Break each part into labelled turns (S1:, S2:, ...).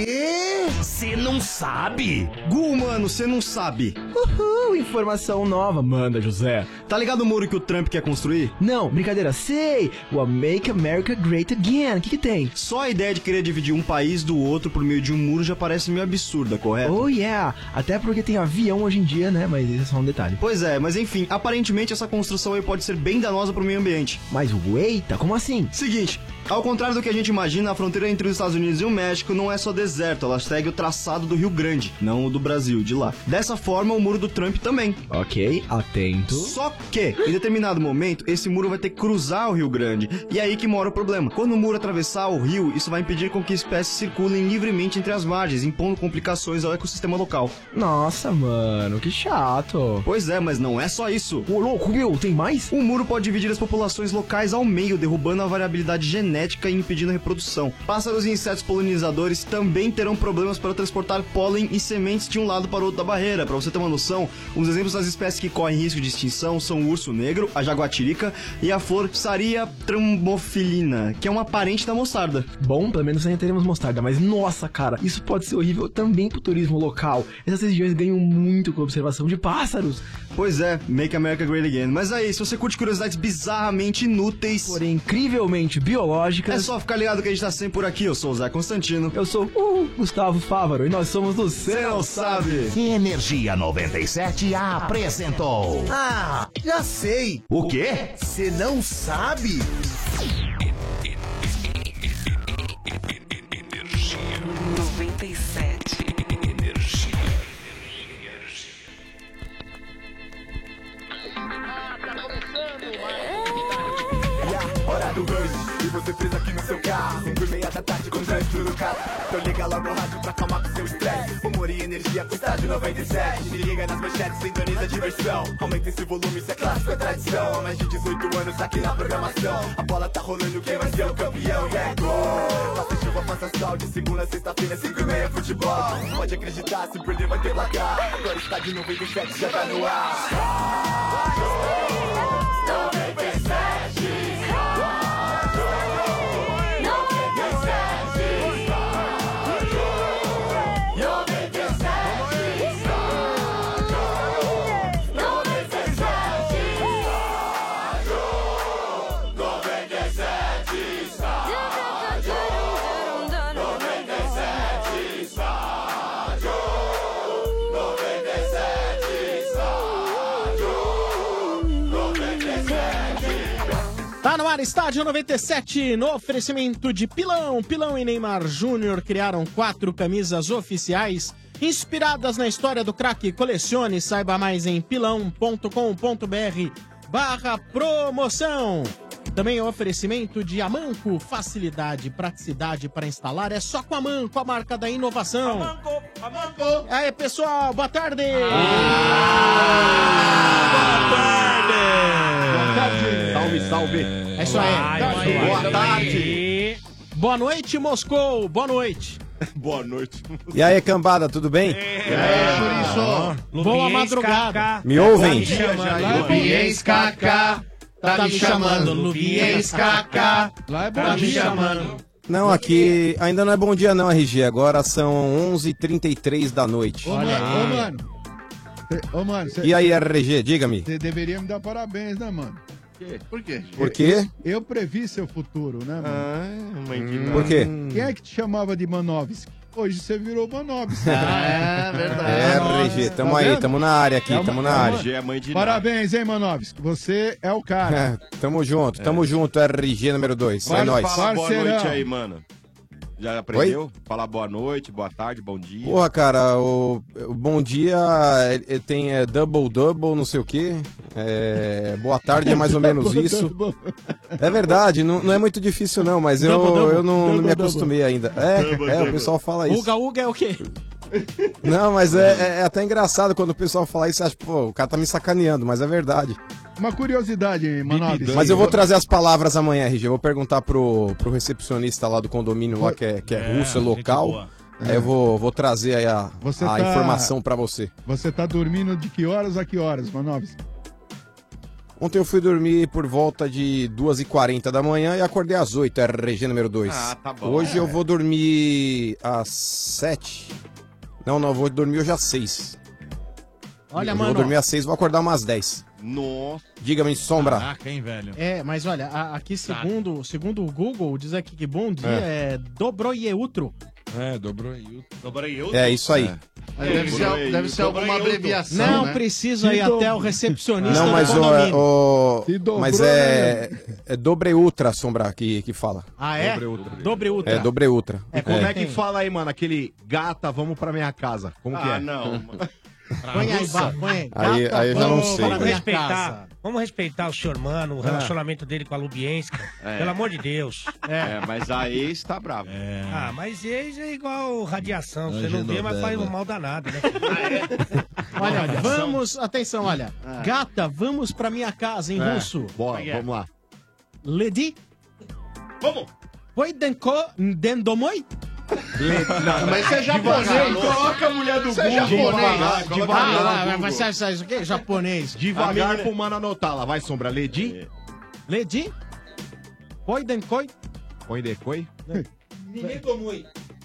S1: Quê?
S2: Você não sabe?
S1: Gu, mano, você não sabe.
S3: Uhul, informação nova, manda, José.
S1: Tá ligado o muro que o Trump quer construir?
S3: Não, brincadeira, sei. O Make America Great Again. O que, que tem?
S1: Só a ideia de querer dividir um país do outro por meio de um muro já parece meio absurda, correto?
S3: Oh yeah, até porque tem avião hoje em dia, né? Mas isso é só um detalhe.
S1: Pois é, mas enfim, aparentemente essa construção aí pode ser bem danosa pro meio ambiente.
S3: Mas eita, como assim?
S1: Seguinte, ao contrário do que a gente imagina, a fronteira entre os Estados Unidos e o México não é só deserto, ela segue o traçado do Rio Grande, não o do Brasil, de lá. Dessa forma, o muro do Trump também.
S3: Ok, atento.
S1: Só que, em determinado momento, esse muro vai ter que cruzar o Rio Grande. E é aí que mora o problema. Quando o muro atravessar o rio, isso vai impedir com que espécies circulem livremente entre as margens, impondo complicações ao ecossistema local.
S3: Nossa, mano, que chato.
S1: Pois é, mas não é só isso.
S3: Ô, louco, meu, tem mais?
S1: O muro pode dividir as populações locais ao meio, derrubando a variabilidade genética e impedindo a reprodução. Pássaros e insetos polinizadores também terão problemas para transportar pólen e sementes de um lado para o outro da barreira. Para você ter uma noção, uns exemplos das espécies que correm risco de extinção são o urso negro, a jaguatirica e a flor Saria trambofilina, que é uma parente da mostarda.
S3: Bom, pelo menos ainda teremos mostarda, mas nossa, cara, isso pode ser horrível também pro turismo local. Essas regiões ganham muito com a observação de pássaros,
S1: Pois é, Make America Great Again. Mas aí, se você curte curiosidades bizarramente inúteis,
S3: porém incrivelmente
S1: é
S3: biológicas.
S1: só ficar ligado que a gente tá sempre por aqui. Eu sou o Zé Constantino.
S3: Eu sou o Gustavo Fávaro e nós somos do
S1: Você não sabe.
S2: Energia 97 apresentou.
S4: Ah, já sei.
S2: O quê?
S4: Você não sabe?
S5: noventa e sete,
S6: É a hora do rush E você presa aqui no seu carro Cinco e meia da tarde com trânsito no carro Então liga logo o rádio pra acalmar com seu estresse Humor e energia com estádio 97 Me liga nas manchetes, sintoniza a diversão Aumenta esse volume, isso é clássico, é tradição Há mais de 18 anos aqui na programação A bola tá rolando, quem vai ser o campeão? E é gol! Faça chuva, faça sol De segunda a sexta-feira, cinco e meia, é futebol Pode acreditar, se perder vai ter placar Agora está de 97, já tá no ar
S7: Tá no ar, estádio 97, no oferecimento de Pilão. Pilão e Neymar Júnior criaram quatro camisas oficiais inspiradas na história do craque. Colecione, saiba mais em pilão.com.br barra promoção. Também é um oferecimento de Amanco, facilidade, praticidade para instalar, é só com a Amanco, a marca da inovação. Amanco, Amanco. Ah! Aí, pessoal, boa tarde.
S6: Salve, salve
S7: É isso aí.
S6: Boa tarde
S7: Boa noite, Moscou. Boa noite.
S6: Boa noite
S8: E aí, cambada, tudo bem?
S7: É,
S9: É.
S7: Boa madrugada.
S8: Me ouvem?
S9: Luviens KK, tá me chamando. Luviens KK,
S7: Lá é
S9: tá
S7: bom
S9: me
S7: dia.
S9: chamando.
S8: Não, aqui ainda não é bom dia não, RG. Agora são 11h33 da noite.
S10: Ô, mano, ô, mano. Cê- Ô, mano,
S8: E
S10: você
S8: aí, RG, diga-me.
S10: deveria me dar parabéns, né, mano?
S9: Por quê?
S8: Por quê? Hum.
S10: Eu previ seu futuro, né, mano?
S8: Por quê?
S10: Quem é que te chamava de Manovski? Hoje você virou Tá Manovski.
S9: É verdade.
S8: É, RG, tamo aí, tamo na área aqui, tamo na área.
S6: é mãe de
S10: parabéns, hein, Manovski? Você é o cara.
S8: É, tamo junto, tamo junto, RG número 2. É
S10: Vai
S8: nóis.
S10: falar.
S6: Fala boa
S10: Parceirão.
S6: noite aí, mano. Já aprendeu? Fala boa noite, boa tarde, bom dia.
S8: Porra, cara, o, o bom dia é, é, tem é, double double, não sei o quê. É, boa tarde é mais ou menos isso. É verdade, não, não é muito difícil não, mas eu,
S7: Double, double.
S8: eu não, não
S10: Double,
S8: me acostumei ainda. É, é, o pessoal fala isso.
S7: Uga Uga é o quê?
S8: Não, mas é, é- é até engraçado quando o pessoal fala isso, você acha, pô, o cara tá me sacaneando, mas é verdade.
S10: Uma curiosidade, Manovski.
S8: Mas eu vou trazer as palavras amanhã, RG. Eu vou perguntar pro, pro recepcionista lá do condomínio lá, que é, que é, russo, é local. Aí eu vou, vou trazer aí a,
S10: Você
S8: a
S10: tá-
S8: informação pra você.
S10: Você tá dormindo de que horas a que horas, Manovski?
S8: Ontem eu fui dormir por volta de 2h40 da manhã e acordei às 8, é RG número 2.
S11: Ah, tá bom.
S8: Hoje
S11: É.
S8: eu vou dormir às 7. Não, não, eu vou dormir hoje às 6.
S12: Olha,
S8: eu
S12: mano,
S8: Vou dormir assim. às 6, vou acordar umas 10.
S11: Nossa.
S8: Diga-me, sombra.
S11: Caraca, hein, velho?
S12: É, mas olha, a- aqui segundo, segundo o Google, diz aqui que bom dia é,
S8: É.
S12: Dobroyeutro.
S13: É, dobrou aí.
S11: Dobrei outro.
S8: É isso aí.
S11: Deve ser, deve ser alguma abreviação,
S12: Não
S11: né?
S12: precisa ir
S13: Que
S12: até
S13: dobro-
S12: o recepcionista
S8: Então, Não,
S12: do
S8: mas
S12: condomínio.
S8: o.
S13: Se
S8: o
S13: dobrou, né?
S8: mas é. É dobre ultra, sombra, que, que fala.
S12: Ah, é? Dobreutra.
S8: É dobre ultra.
S6: É, como é, que
S12: Tem.
S6: fala aí, mano? Aquele gata, vamos pra minha casa. Como que
S11: Ah,
S6: é?
S11: não. mano.
S12: Põe aí, Bá, põe aí.
S8: Aí, aí eu já não sei. Ah.
S12: Para
S14: Vamos
S12: minha
S14: respeitar,
S12: casa.
S14: vamos respeitar o senhor Mano, o relacionamento dele com a Lubienska.
S11: É.
S14: Pelo amor de Deus.
S11: É, mas a ex tá brava.
S14: Ah, mas ex é igual radiação. Você não
S6: Angelo
S14: vê, mas faz um
S6: Weber.
S14: mal danado, né?
S12: Olha, vamos, atenção, olha.
S11: Ah.
S12: Gata, vamos pra minha casa em
S6: É,
S12: russo.
S6: Bora,
S11: Como é que é?
S6: vamos lá.
S12: Lady,
S11: Vamos!
S12: foi denko dendomoi?
S11: Mas você é japonês. Coloca a mulher do Você é japonês.
S12: Ah, vai- vai sabe, sabe isso aqui? Japonês.
S6: Devagar
S11: menina-
S6: pro mano anotar lá. Vai, sombra. Ledi.
S12: Lady, foi denkoi?
S6: Põe decoi.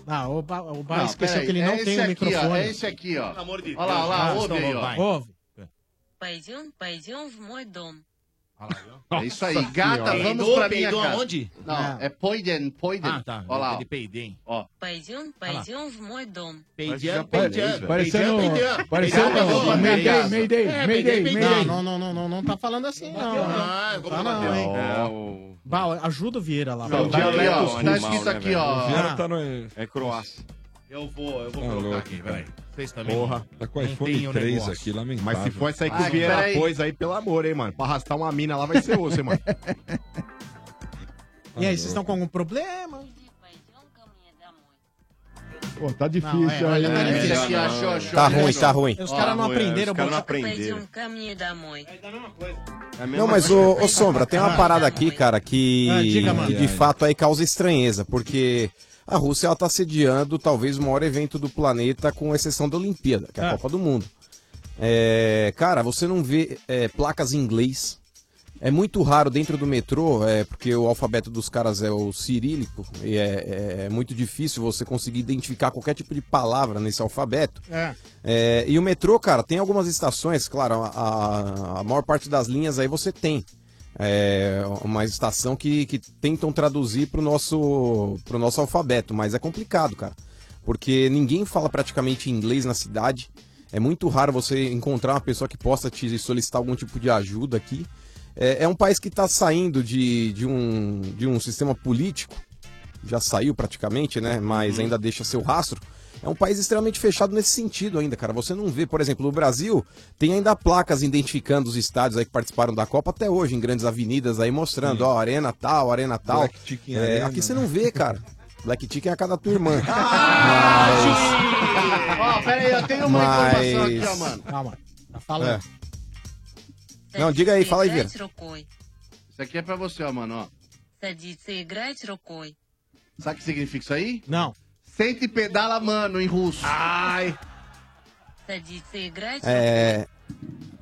S12: Ah, o Bá, o Bá
S11: Não,
S12: esqueceu
S11: peraí,
S12: que ele não
S11: é
S12: tem
S11: esse
S12: o
S11: aqui, ó,
S12: microfone.
S11: é esse aqui, ó. Pelo amor de Deus. Olha lá, olha
S14: Ah,
S11: lá, ouve
S14: então
S11: aí,
S14: não vai.
S11: ó.
S12: Ouve.
S15: Пойдем, пойдем в мой дом.
S11: É isso aí. Gata, vamos pra minha casa. Não, é Poiden, Poiden.
S6: Ah, tá.
S11: Olha lá, ó.
S6: peidei.
S15: Пойдем, пойдем в мой дом.
S11: Peidinha,
S13: Parecendo. um- Parecendo. um
S11: Peidinha,
S13: Mayday,
S11: peidinha.
S13: Mayday, Mayday,
S12: Não,
S13: Mayday.
S12: não, não, não, não, não tá falando assim, É, não.
S11: Ah, como
S12: Tá não,
S11: bateu?
S12: hein?
S11: É, o...
S12: Bah, ajuda o Vieira lá.
S11: Não,
S12: vai.
S11: o dialeto,
S13: ó,
S11: tá
S13: animal,
S11: escrito
S13: né,
S11: aqui, ó.
S13: Vieira tá no.
S11: É croácia. Eu vou, eu vou
S13: Tá
S11: colocar
S13: louco,
S11: aqui,
S13: cara.
S11: peraí. Vocês também.
S6: Porra.
S13: Tá com o iPhone 3 aqui, lamentável.
S6: Mas se for essa aí que
S11: Ah,
S6: o Vieira
S11: peraí.
S6: pôs aí, pelo amor, hein, mano. Pra arrastar uma mina lá vai ser osso, hein, mano.
S12: E aí, vocês estão com algum problema?
S15: Пойдем ко мне домой.
S13: Pô, tá difícil
S12: Não, é,
S13: aí.
S12: olha,
S11: É,
S13: né?
S12: Esse
S11: melhor
S12: aqui
S11: não,
S12: achou,
S11: não.
S12: achou.
S8: Tá ruim, tá ruim.
S12: Os caras não
S11: Ó,
S12: aprenderam.
S11: Os caras não
S12: botar-
S11: aprenderam.
S15: Пойдем ко мне домой.
S11: É a mesma
S8: Não, mas
S11: coisa.
S8: ô, ô, Sombra, tem uma parada aqui, cara, que,
S12: Ah, diga, mano.
S8: que de fato aí causa estranheza, porque a Rússia ela tá sediando talvez o maior evento do planeta, com exceção da Olimpíada, que é a
S14: Ah.
S8: Copa do Mundo. É, cara, você não vê é, placas em inglês. É muito raro dentro do metrô, é, porque o alfabeto dos caras é o cirílico, e é- é- é muito difícil você conseguir identificar qualquer tipo de palavra nesse alfabeto.
S12: É.
S8: É, e o metrô, cara, tem algumas estações, claro, a- a, a maior parte das linhas aí você tem. É, uma estação que, que tentam traduzir pro nosso, pro nosso alfabeto, mas é complicado, cara. Porque ninguém fala praticamente inglês na cidade. É muito raro você encontrar uma pessoa que possa te solicitar algum tipo de ajuda aqui. É, é um país que está saindo de, de, um, de um sistema político já saiu praticamente, né?
S13: Uhum.
S8: Mas ainda deixa seu rastro. É um país extremamente fechado nesse sentido ainda, cara. Você não vê, por exemplo, o Brasil tem ainda placas identificando os estádios aí que participaram da Copa até hoje, em grandes avenidas aí mostrando, ó, arena tal, arena tal.
S13: Black Chicken
S8: É,
S13: Arena.
S8: Aqui você não vê, cara. Black Chicken é a cada tua irmã.
S11: Ó, peraí, eu tenho uma
S8: Mas- É.
S11: informação aqui, ó, mano.
S12: Calma. Tá falando.
S8: Não, diga aí, fala aí,
S15: играть
S8: Вера.
S15: рукой.
S11: Isso aqui é pra você, ó, mano, ó.
S15: Садиться играть рукой.
S11: Sabe o que significa isso aí?
S12: Não.
S11: Senta e pedala, mano, em russo. Ai.
S15: Садиться играть
S8: É,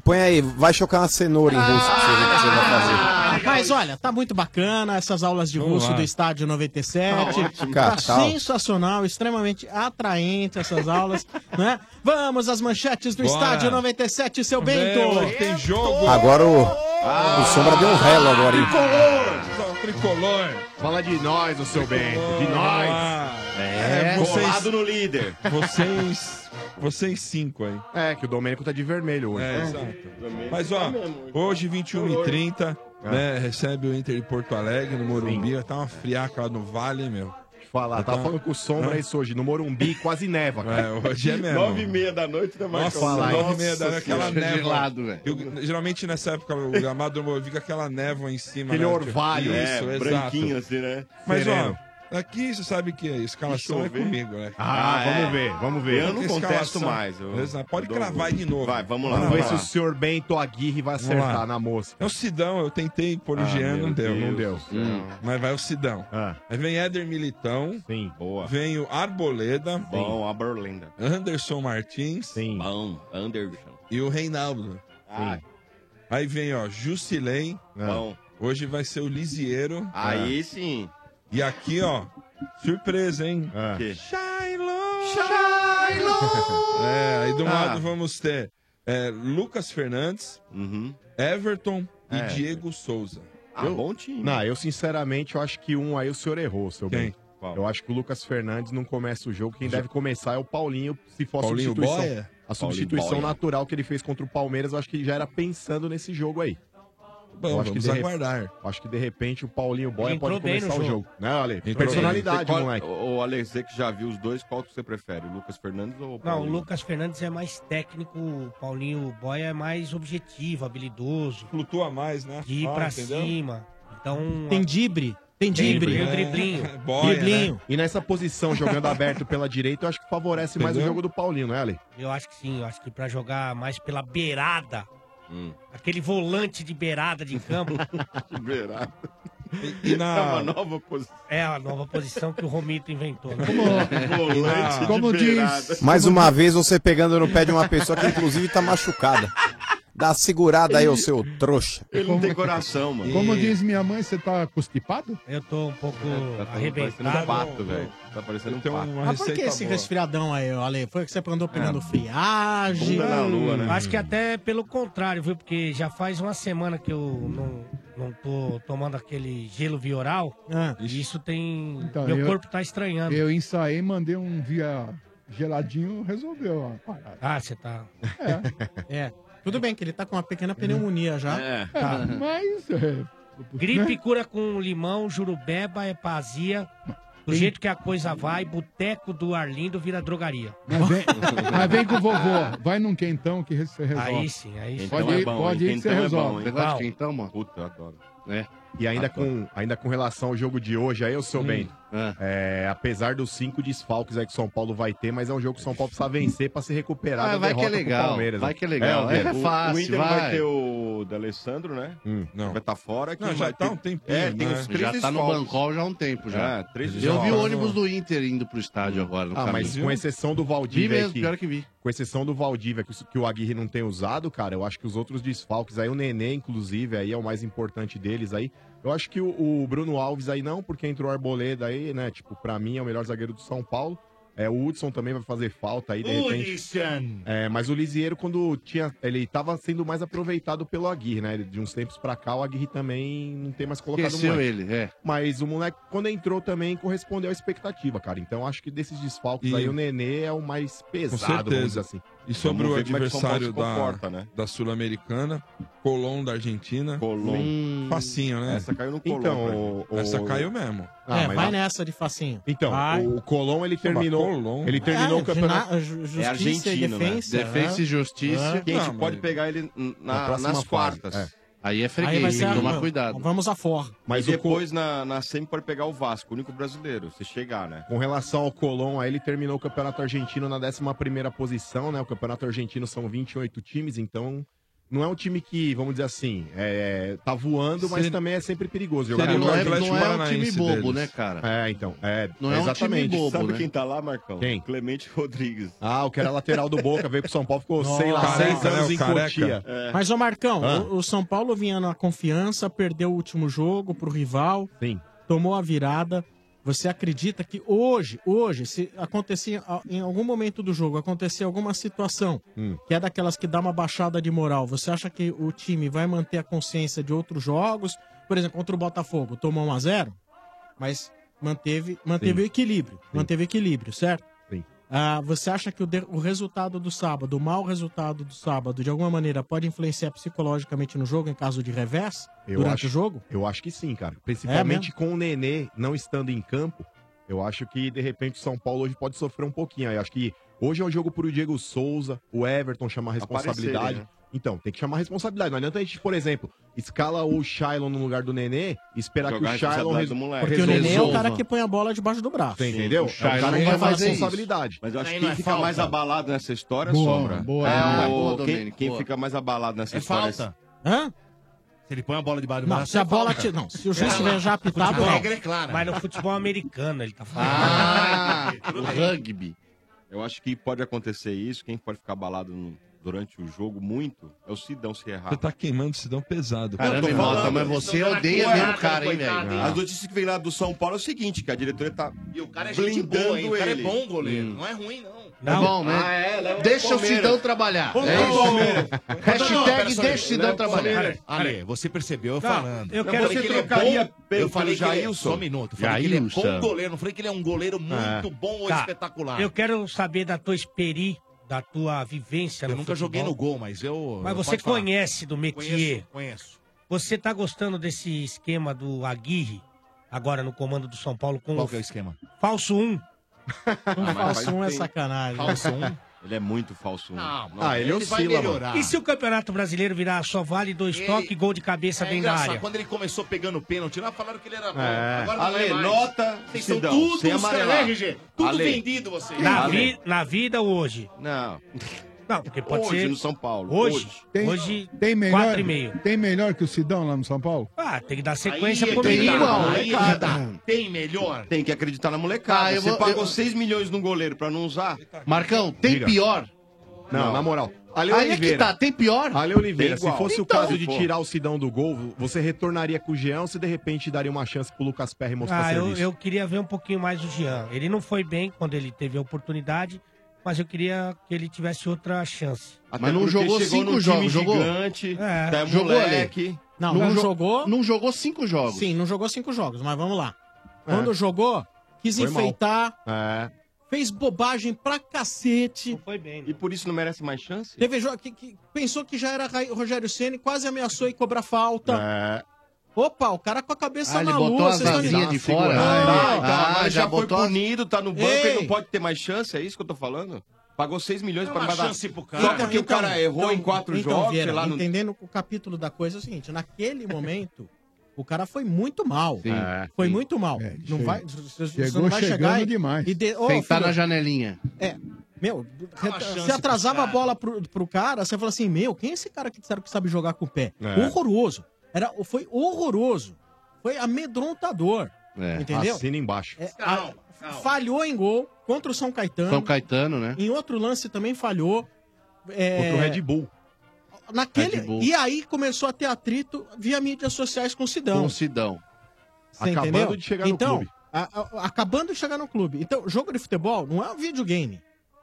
S8: Põe aí, vai chocar uma cenoura em russo pra você ver o que você vai fazer.
S13: Ah,
S12: Mas olha, tá muito bacana essas aulas de
S13: Vamos
S12: russo
S13: lá.
S12: do Estádio 97.
S8: cara,
S12: tá
S8: tal.
S12: sensacional, extremamente atraente essas aulas, né? Vamos às manchetes do
S13: Bora.
S12: Estádio 97, seu Bento.
S13: Meu, hoje tem jogo.
S8: Agora o,
S11: Ah!
S8: o Sombra deu um relo agora, hein?
S13: Tricolor. Tricolor.
S6: Fala de nós, o seu bem. De nós.
S13: É, vocês,
S11: Colado no líder.
S13: vocês, vocês cinco aí.
S6: É, que o Domênico tá de vermelho hoje.
S13: É, exato. Mas ó, hoje 21h30,
S6: É.
S13: né, recebe o Inter de Porto Alegre no Morumbi. Tá uma friaca lá no Vale, meu. Tá
S6: Falar, tava falando com o Sombra isso hoje. No Morumbi, quase neva, cara.
S13: É, hoje é mesmo.
S11: Nove e meia da noite, né,
S13: Nossa,
S11: Marcão?
S6: falar,
S13: nove e meia da noite, aquela
S11: Senhora.
S13: névoa.
S11: Gelado, velho.
S13: Eu- geralmente nessa época o gramado do Morumbi fica aquela névoa em cima.
S6: Aquele
S13: né?
S6: orvalho.
S13: Isso,
S11: é,
S13: exato.
S11: branquinho assim, né?
S13: Mas
S6: sereno.
S13: ó, aqui você sabe que a escalação é
S11: Deixa eu ver.
S13: comigo, né?
S6: Ah,
S11: Ah,
S6: vamos
S11: é.
S6: ver, vamos ver.
S11: Eu não
S13: Escalação.
S11: contesto mais. eu-
S13: Exato. Pode
S11: eu dou-
S13: cravar aí de novo.
S11: Vai, vamos lá.
S13: Vamos
S6: Vamos
S11: Vamos
S6: ver se o
S11: lá.
S6: senhor Bento Aguirre vai
S13: Vamos lá.
S6: acertar na mosca.
S13: É o Sidão, eu tentei pôr o
S11: Ah,
S13: Jean,
S11: meu
S13: não deu.
S11: Deus
S13: não deu. Hum.
S6: deu.
S11: do céu.
S13: Mas vai o Sidão.
S6: Ah,
S13: Aí vem Éder Militão,
S6: sim.
S11: Boa.
S13: vem o Arboleda,
S11: Bom, a Berlinda.
S13: Anderson Martins
S6: Sim.
S11: Bom, Anderson.
S13: e o Reinaldo.
S11: Ah,
S13: Aí vem, ó, Jusilém.
S16: Não.
S13: Hoje vai ser o Lisieiro.
S16: Aí sim.
S13: E aqui, ó, surpresa, hein?
S16: Que?
S13: É, aí do
S16: Ah.
S13: lado vamos ter é, Lucas Fernandes, Everton e
S6: É.
S13: Diego Souza.
S6: Ah, bom time. Não, eu sinceramente eu acho que um aí o senhor errou, seu bem. Eu acho que o Lucas Fernandes não começa o jogo. Quem deve começar é o Paulinho, se for
S13: Paulinho
S6: a substituição.
S13: Boia?
S6: A substituição
S13: Paulinho Boia.
S6: natural que ele fez contra o Palmeiras, eu acho que já era pensando nesse jogo aí.
S13: Bom,
S6: eu acho que
S13: vamos
S6: de re-
S13: aguardar.
S6: eu Acho que de repente o Paulinho Boia
S16: Ele
S6: pode
S16: entrou bem
S6: começar
S16: no
S6: o
S16: jogo.
S6: jogo. Né, Ale?
S16: Entrou
S6: Personalidade, é?
S16: bem. Você qual-
S6: moleque.
S16: Ô, Ale, você que já viu os dois, qual que você prefere? O Lucas Fernandes ou o
S14: Não, o
S16: Paulinho?
S14: Lucas Fernandes é mais técnico, o Paulinho Boia é mais objetivo, habilidoso.
S13: Flutua mais, né?
S14: De ir
S13: Ah,
S14: pra
S13: entendeu?
S14: cima. Então.
S12: Tem drible. Tem drible.
S16: Um
S14: Tem o driblinho.
S6: né? E nessa posição, jogando aberto pela direita, eu acho que favorece mais o
S14: Entendeu?
S6: jogo do Paulinho, né, Ale?
S14: Eu acho que sim, eu acho que pra jogar mais pela beirada.
S16: Hum.
S14: Aquele volante de beirada de campo.
S16: beirada.
S13: E
S16: É uma nova posição.
S14: É a nova posição que o Romito inventou. Né?
S16: Volante de
S14: Como
S16: beirada.
S8: Mais uma vez você pegando no pé de uma pessoa que inclusive tá machucada. Dá uma segurada aí, ô seu trouxa.
S16: Ele não tem coração, mano.
S10: é Como diz minha mãe, você tá constipado?
S14: Eu tô um pouco
S16: Tá
S13: Ah,
S16: parecendo um
S14: arrebentado.
S16: pato, velho. Tá parecendo um pato.
S12: Mas Ah, por que esse resfriadão aí, Ale? Foi que você andou
S13: É.
S12: pegando friagem?
S16: Bunda na lua, né?
S14: Acho que até pelo contrário, viu? Porque já faz uma semana que eu não, não tô tomando aquele gelo vioral. E isso tem.
S10: Então,
S14: Meu
S10: eu-
S14: corpo tá estranhando.
S10: Eu ensaiei, mandei um via geladinho, resolveu a parada.
S14: Ah, você tá.
S12: É. Tudo bem que ele tá com uma pequena pneumonia já.
S16: É.
S14: Tá.
S10: Mas. é,
S14: Gripe cura com limão, jurubeba, hepasia. Do jeito que a coisa vai, boteco do Arlindo vira drogaria.
S10: Mas vem, mas vem com o vovô. Vai num quentão que re- você resolve.
S14: Aí sim, aí sim.
S16: Então
S10: Pode
S16: é
S10: ir, pode ir que você resolve.
S16: Você gosta de quentão, Então, mano? Puta, eu adoro. É.
S6: E ainda
S16: Adoro.
S6: com, ainda com relação ao jogo de hoje, aí eu sou
S16: Hum.
S6: bem. É, apesar dos cinco desfalques aí que o São Paulo vai ter, mas é um jogo que o São Paulo precisa vencer pra se recuperar.
S16: Ah,
S6: da
S16: vai que é
S6: derrota pro
S16: legal,
S6: Palmeiras,
S16: vai
S6: né?
S16: que é legal.
S6: Alberto.
S16: É fácil,
S11: o Inter
S16: vai.
S11: vai, ter o D'Alessandro, né?
S13: Hum,
S16: Não. Vai estar fora.
S11: Não,
S16: que
S11: já
S16: vai
S11: tá
S16: ter-
S11: um tempinho,
S16: É, tem
S11: né?
S16: os três
S11: Já tá no
S16: desfalques.
S11: Bancol já há um tempo, já.
S16: É, três
S11: Eu vi
S16: desfalques.
S11: o ônibus do Inter indo pro estádio agora. no
S6: Ah, mas
S11: caminho.
S6: com exceção do
S11: Vi
S6: Valdívia.
S11: mesmo,
S6: aí que-
S11: pior que vi.
S6: Com exceção do Valdívia, que, o- que o Aguirre não tem usado, cara, eu acho que os outros desfalques, aí o Nenê, inclusive, aí é o mais importante deles aí. Eu acho que o, o Bruno Alves aí não, porque entrou o Arboleda aí, né? Tipo, pra mim é o melhor zagueiro do São Paulo. É, o Hudson também vai fazer falta aí, de repente. É, mas o Lisieiro, quando tinha. Ele tava sendo mais aproveitado pelo Aguirre, né? De uns tempos pra cá, o Aguirre também não tem mais colocado
S11: Esqueceu
S6: moleque.
S11: ele, é.
S6: Mas o moleque, quando entrou também, correspondeu à expectativa, cara. Então acho que desses desfalques
S13: E-
S6: aí, o Nenê é o mais
S13: Com
S6: pesado, vamos dizer
S13: certeza.
S6: assim.
S13: E sobre o né?
S6: Vamos ver como é que né? São Paulo
S13: adversário
S6: se comporta,
S13: da, da Sul-Americana, Colón da Argentina.
S16: Colón.
S6: Hum.
S13: Facinho, né?
S6: Essa caiu no Colón, Então, pra mim. o-
S13: Essa
S6: o-
S13: caiu mesmo.
S6: Ah,
S12: é, vai nessa de facinho.
S6: Então,
S12: vai.
S6: o Colom ele terminou.
S13: Colom.
S6: Ele terminou o campeonato.
S12: É, ju- ju- justiça e
S6: né?
S12: defensa.
S16: Defesa e justiça.
S12: É.
S16: Que a
S6: tipo,
S16: gente
S12: Não,
S16: pode
S12: mas-
S16: pegar ele n- na-
S12: Na próxima
S16: nas
S12: fase,
S16: quartas.
S12: é.
S16: Aí é
S12: Aí vai
S16: freguês,
S12: ser
S16: tem que
S12: a-
S16: tomar cuidado.
S12: Vamos a for.
S6: Mas
S16: e
S6: o co-
S16: depois na, na semi pode pegar o Vasco, o único brasileiro, se chegar, né?
S6: Com relação ao Colom, aí ele terminou o Campeonato Argentino na 11ª posição, né? O Campeonato Argentino são 28 times, então não é um time que, vamos dizer assim, é, tá voando, mas
S16: Seria-
S6: também é sempre perigoso.
S16: Seria
S6: Jogar
S16: o
S6: contra o
S16: Atlético
S6: Atlético
S16: não é um
S6: Paranaense
S16: time bobo,
S6: deles.
S16: né, cara?
S6: É, então. É,
S16: Não é um time
S6: exatamente.
S16: bobo,
S6: Sabe
S16: né?
S6: quem
S16: tá lá, Marcão?
S6: Quem?
S16: Clemente Rodrigues.
S6: Ah, o que era lateral do Boca, veio pro São Paulo, ficou, sei lá,
S12: Nossa.
S6: seis anos em
S12: Careca. É.
S6: Cotia.
S12: Mas, ô Marcão,
S6: Ah.
S12: o, o São Paulo vinha na confiança, perdeu o último jogo pro rival,
S6: Sim.
S12: tomou a virada. Você acredita que hoje, hoje, se acontecer a- em algum momento do jogo, acontecer alguma situação
S6: Hum.
S12: que é daquelas que dá uma baixada de moral, você acha que o time vai manter a consciência de outros jogos? Por exemplo, contra o Botafogo, tomou 1x0, mas manteve, manteve
S6: Sim.
S12: o equilíbrio. Manteve o equilíbrio, certo?
S6: Sim.
S12: Ah, você acha que o, de- o resultado do sábado, o mau resultado do sábado, de alguma maneira pode influenciar psicologicamente no jogo em caso de revés
S6: Eu
S12: durante
S6: acho-
S12: o jogo?
S6: Eu acho que sim, cara. Principalmente
S12: é
S6: com o Nenê não estando em campo, eu acho que, de repente, o São Paulo hoje pode sofrer um pouquinho. Eu acho que hoje é um jogo pro Diego Souza, o Everton chamar a responsabilidade.
S16: Aparecerem, né?
S6: Então, tem que chamar a responsabilidade. Não adianta a gente, por exemplo, escala o Shailon no lugar do Nenê e esperar
S16: Jogar
S6: que
S16: a
S6: o Shailon
S16: responsabilidade
S6: reso-
S16: do moleque.
S12: Porque o Nenê é o
S6: resolva.
S12: cara que põe a bola debaixo do braço.
S6: Você entendeu?
S16: Shailon
S6: é o cara
S16: não
S6: que
S16: vai
S6: vai fazer
S16: fazer
S6: responsabilidade.
S16: Mas eu acho
S6: Aí
S16: que
S6: não
S16: quem
S6: é
S16: fica
S6: falta.
S16: mais abalado nessa história
S6: Boa,
S16: sobra.
S6: boa,
S16: é,
S6: boa,
S16: o-
S6: boa,
S16: quem,
S6: Domênico,
S16: quem
S6: boa.
S16: fica mais abalado nessa
S6: É
S16: história.
S6: falta.
S12: Hã?
S16: Se ele põe a bola debaixo é
S12: Não, se a bola te... Não, se o juiz tiver já apitado,
S14: Futebol-
S12: não.
S14: Mas no futebol americano ele tá falando.
S7: Ah,
S16: o rugby. Eu acho que pode acontecer isso. Quem pode ficar abalado no
S7: durante o jogo muito é o Sidão se errar.
S13: Você tá queimando o Sidão pesado.
S7: Caramba,
S13: cara.
S7: irmão,
S13: Tô
S7: mas
S13: falando,
S7: você
S13: Sidão tá
S7: odeia
S13: corrado,
S7: mesmo o cara, hein,
S13: coitado,
S7: velho?
S13: hein? Ah.
S7: As notícias que vem lá do São Paulo é o seguinte, que a diretoria tá
S2: E o cara é gente boa, hein?
S7: blindando
S2: O cara é
S7: ele.
S2: bom goleiro.
S7: Hum.
S2: Não é ruim, não.
S7: Tá bom, né?
S9: Ah, é, um
S7: Deixa o Sidão trabalhar.
S2: Vamos
S7: É
S2: pro
S7: isso.
S2: Palmeiras.
S7: Hashtag
S2: Não, pera só aí.
S7: deixa o Sidão
S2: Leva o
S7: trabalhar.
S2: Palmeiras.
S7: Cara,
S2: Ale, você percebeu eu
S7: Não,
S2: falando.
S7: eu quero
S2: falei
S7: que
S2: ele é
S7: trocaria
S2: bom-
S7: pelo-
S2: Eu falei que
S7: pelo
S2: ele é...
S7: Jailson.
S2: Só um minuto. Eu falei que ele é
S7: Jailson.
S2: bom goleiro. Não falei que ele é um goleiro muito
S14: É.
S2: bom ou
S14: Tá.
S2: espetacular.
S14: Eu quero saber da tua experi, da tua vivência
S2: Eu
S14: no
S2: nunca
S14: futebol.
S2: joguei no gol, mas eu...
S14: Mas você
S2: pode falar.
S14: conhece do métier.
S2: Conheço, conheço.
S14: Você tá gostando desse esquema do Aguirre, agora no comando do São Paulo? Com
S2: Qual que é o esquema? Ah,
S14: Falso 1.
S7: mas falso faz um é tempo. sacanagem.
S14: Falso 1.
S7: Ele é muito falso.
S2: Não,
S7: ah, ele,
S2: ele vai
S7: oscila,
S2: melhorar.
S7: mano.
S14: E se o Campeonato Brasileiro virar só vale dois
S2: Ele-
S14: toques, gol de cabeça
S2: É
S14: dentro da
S2: engraçado,
S14: área?
S2: quando ele começou pegando pênalti lá, falaram que ele era bom.
S14: É.
S2: Agora não
S14: Ale,
S2: é mais.
S14: nota,
S2: Vocês são
S14: Sidão,
S2: tudo
S14: sem
S2: os caras,
S14: amarelar.
S2: né, RG? Tudo
S14: Ale.
S2: vendido vocês.
S14: Na,
S2: Ale.
S14: vi- na vida ou hoje?
S7: Não.
S14: Não, porque pode
S7: Hoje,
S14: ser...
S7: no São Paulo,
S14: Hoje?
S7: hoje.
S10: Tem,
S14: Hoje,
S10: tem melhor,
S14: 4,5.
S10: Tem melhor que o Sidão lá no São Paulo?
S14: Ah, tem que dar sequência
S7: Aí
S14: pro
S7: tem
S14: menino.
S7: igual,
S14: Aí
S7: né,
S14: já
S7: cara?
S14: dá.
S2: Tem melhor?
S7: Tem que acreditar na molecada.
S9: Ah, eu
S7: Você
S9: vou-
S7: pagou
S9: eu-
S7: 6 milhões num goleiro pra não usar.
S9: Marcão, tem
S7: Diga.
S9: pior?
S6: Não, na moral.
S9: Aí
S6: Ale
S9: é que tá, tem pior?
S6: Ale Oliveira,
S9: Tem
S6: se
S9: igual.
S6: fosse o
S9: Então,
S6: caso de
S9: pô.
S6: tirar o Sidão do gol, você retornaria com o Jean ou você de repente daria uma chance pro Lucas Perry mostrar
S14: Ah, eu,
S6: serviço?
S14: eu queria ver um pouquinho mais o Jean. Ele não foi bem quando ele teve a oportunidade, mas eu queria que ele tivesse outra chance.
S9: Até Mas não porque jogou chegou cinco num jogos, time jogou?
S7: gigante,
S14: é.
S7: tá
S9: Jogou
S7: moleque.
S9: ali. Não, não jogou. Não jogou cinco jogos.
S12: Sim, não jogou cinco jogos, mas vamos lá.
S9: É.
S12: Quando jogou, quis
S7: Foi mal.
S12: enfeitar,
S6: É.
S12: fez bobagem pra cacete.
S14: foi bem.
S7: E por isso não merece mais chance?
S12: Teve jogo que, que pensou que já era Ra- Rogério Ceni, quase ameaçou e cobrar falta.
S6: É.
S12: Opa, o cara com a cabeça
S7: Ah, ele
S12: na
S7: botou
S12: lua,
S7: as
S12: vocês estão
S7: vasilhas
S12: ligando?
S7: de fora?
S12: Não,
S7: Ah,
S12: não,
S7: mas
S12: mas
S7: já, foi
S12: botou as-
S7: punido, tá no banco, ele
S12: Ei.
S7: não pode ter mais chance, é isso que eu tô falando? Pagou 6 milhões
S12: É
S7: pra
S12: uma
S7: guardar.
S12: chance pro
S7: Só
S12: cara.
S7: porque
S12: Então,
S7: o cara errou
S12: então,
S7: em 4
S12: então,
S7: jogos,
S12: Vieira,
S7: sei lá, não
S12: Entendendo o capítulo da coisa é o seguinte, naquele momento, o cara foi muito mal.
S9: Sim. É,
S12: foi
S9: sim.
S12: muito mal. não vai, você
S9: Chegou
S12: não vai chegar
S9: chegando
S12: e,
S9: demais.
S12: E de, Ô,
S9: Sentar
S12: filho,
S9: na janelinha.
S12: É. Meu,
S9: Dá uma
S12: você
S9: chance
S12: atrasava
S9: pro
S12: a bola pro, pro cara, você fala assim, meu, quem é esse cara que disseram que sabe jogar com o pé?
S9: É.
S12: Horroroso. Era, foi horroroso. Foi amedrontador.
S9: É,
S12: Entendeu?
S6: assina embaixo.
S12: É, a- falhou em gol contra o São Caetano.
S9: São Caetano, né?
S12: Em outro lance também falhou. É,
S9: Contra o Red Bull.
S12: Naquele,
S9: Red Bull.
S12: E aí começou a ter atrito via mídias sociais com o Sidão.
S9: Com o Sidão.
S12: Você entendeu? então,
S9: então,
S12: a- a- acabando de chegar no clube. Então, jogo de futebol não é um videogame.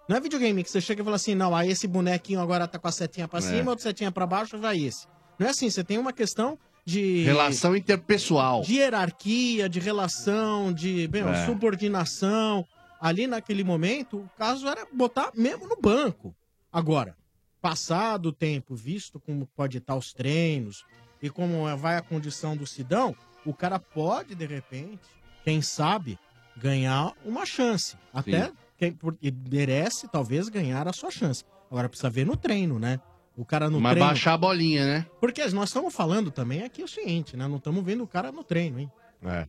S12: Não é videogame que você chega e fala assim, não, aí esse bonequinho agora tá com a setinha pra
S9: É.
S12: cima, outro setinha pra baixo, vai esse. Não é assim, você tem uma questão de...
S9: Relação interpessoal.
S12: De hierarquia, de relação, de meu,
S9: É.
S12: subordinação. Ali naquele momento, o caso era botar mesmo no banco. Agora, passado o tempo, visto como pode estar os treinos e como é- vai a condição do Sidão, o cara pode, de repente, quem sabe, ganhar uma chance. Até
S9: Sim.
S12: quem, porque merece, talvez, ganhar a sua chance. Agora precisa ver no treino, né? O cara no
S9: Mas
S12: treino.
S9: baixar a bolinha, né?
S12: Porque nós estamos falando também aqui o seguinte, né? Não estamos vendo o cara no treino, hein?
S6: É.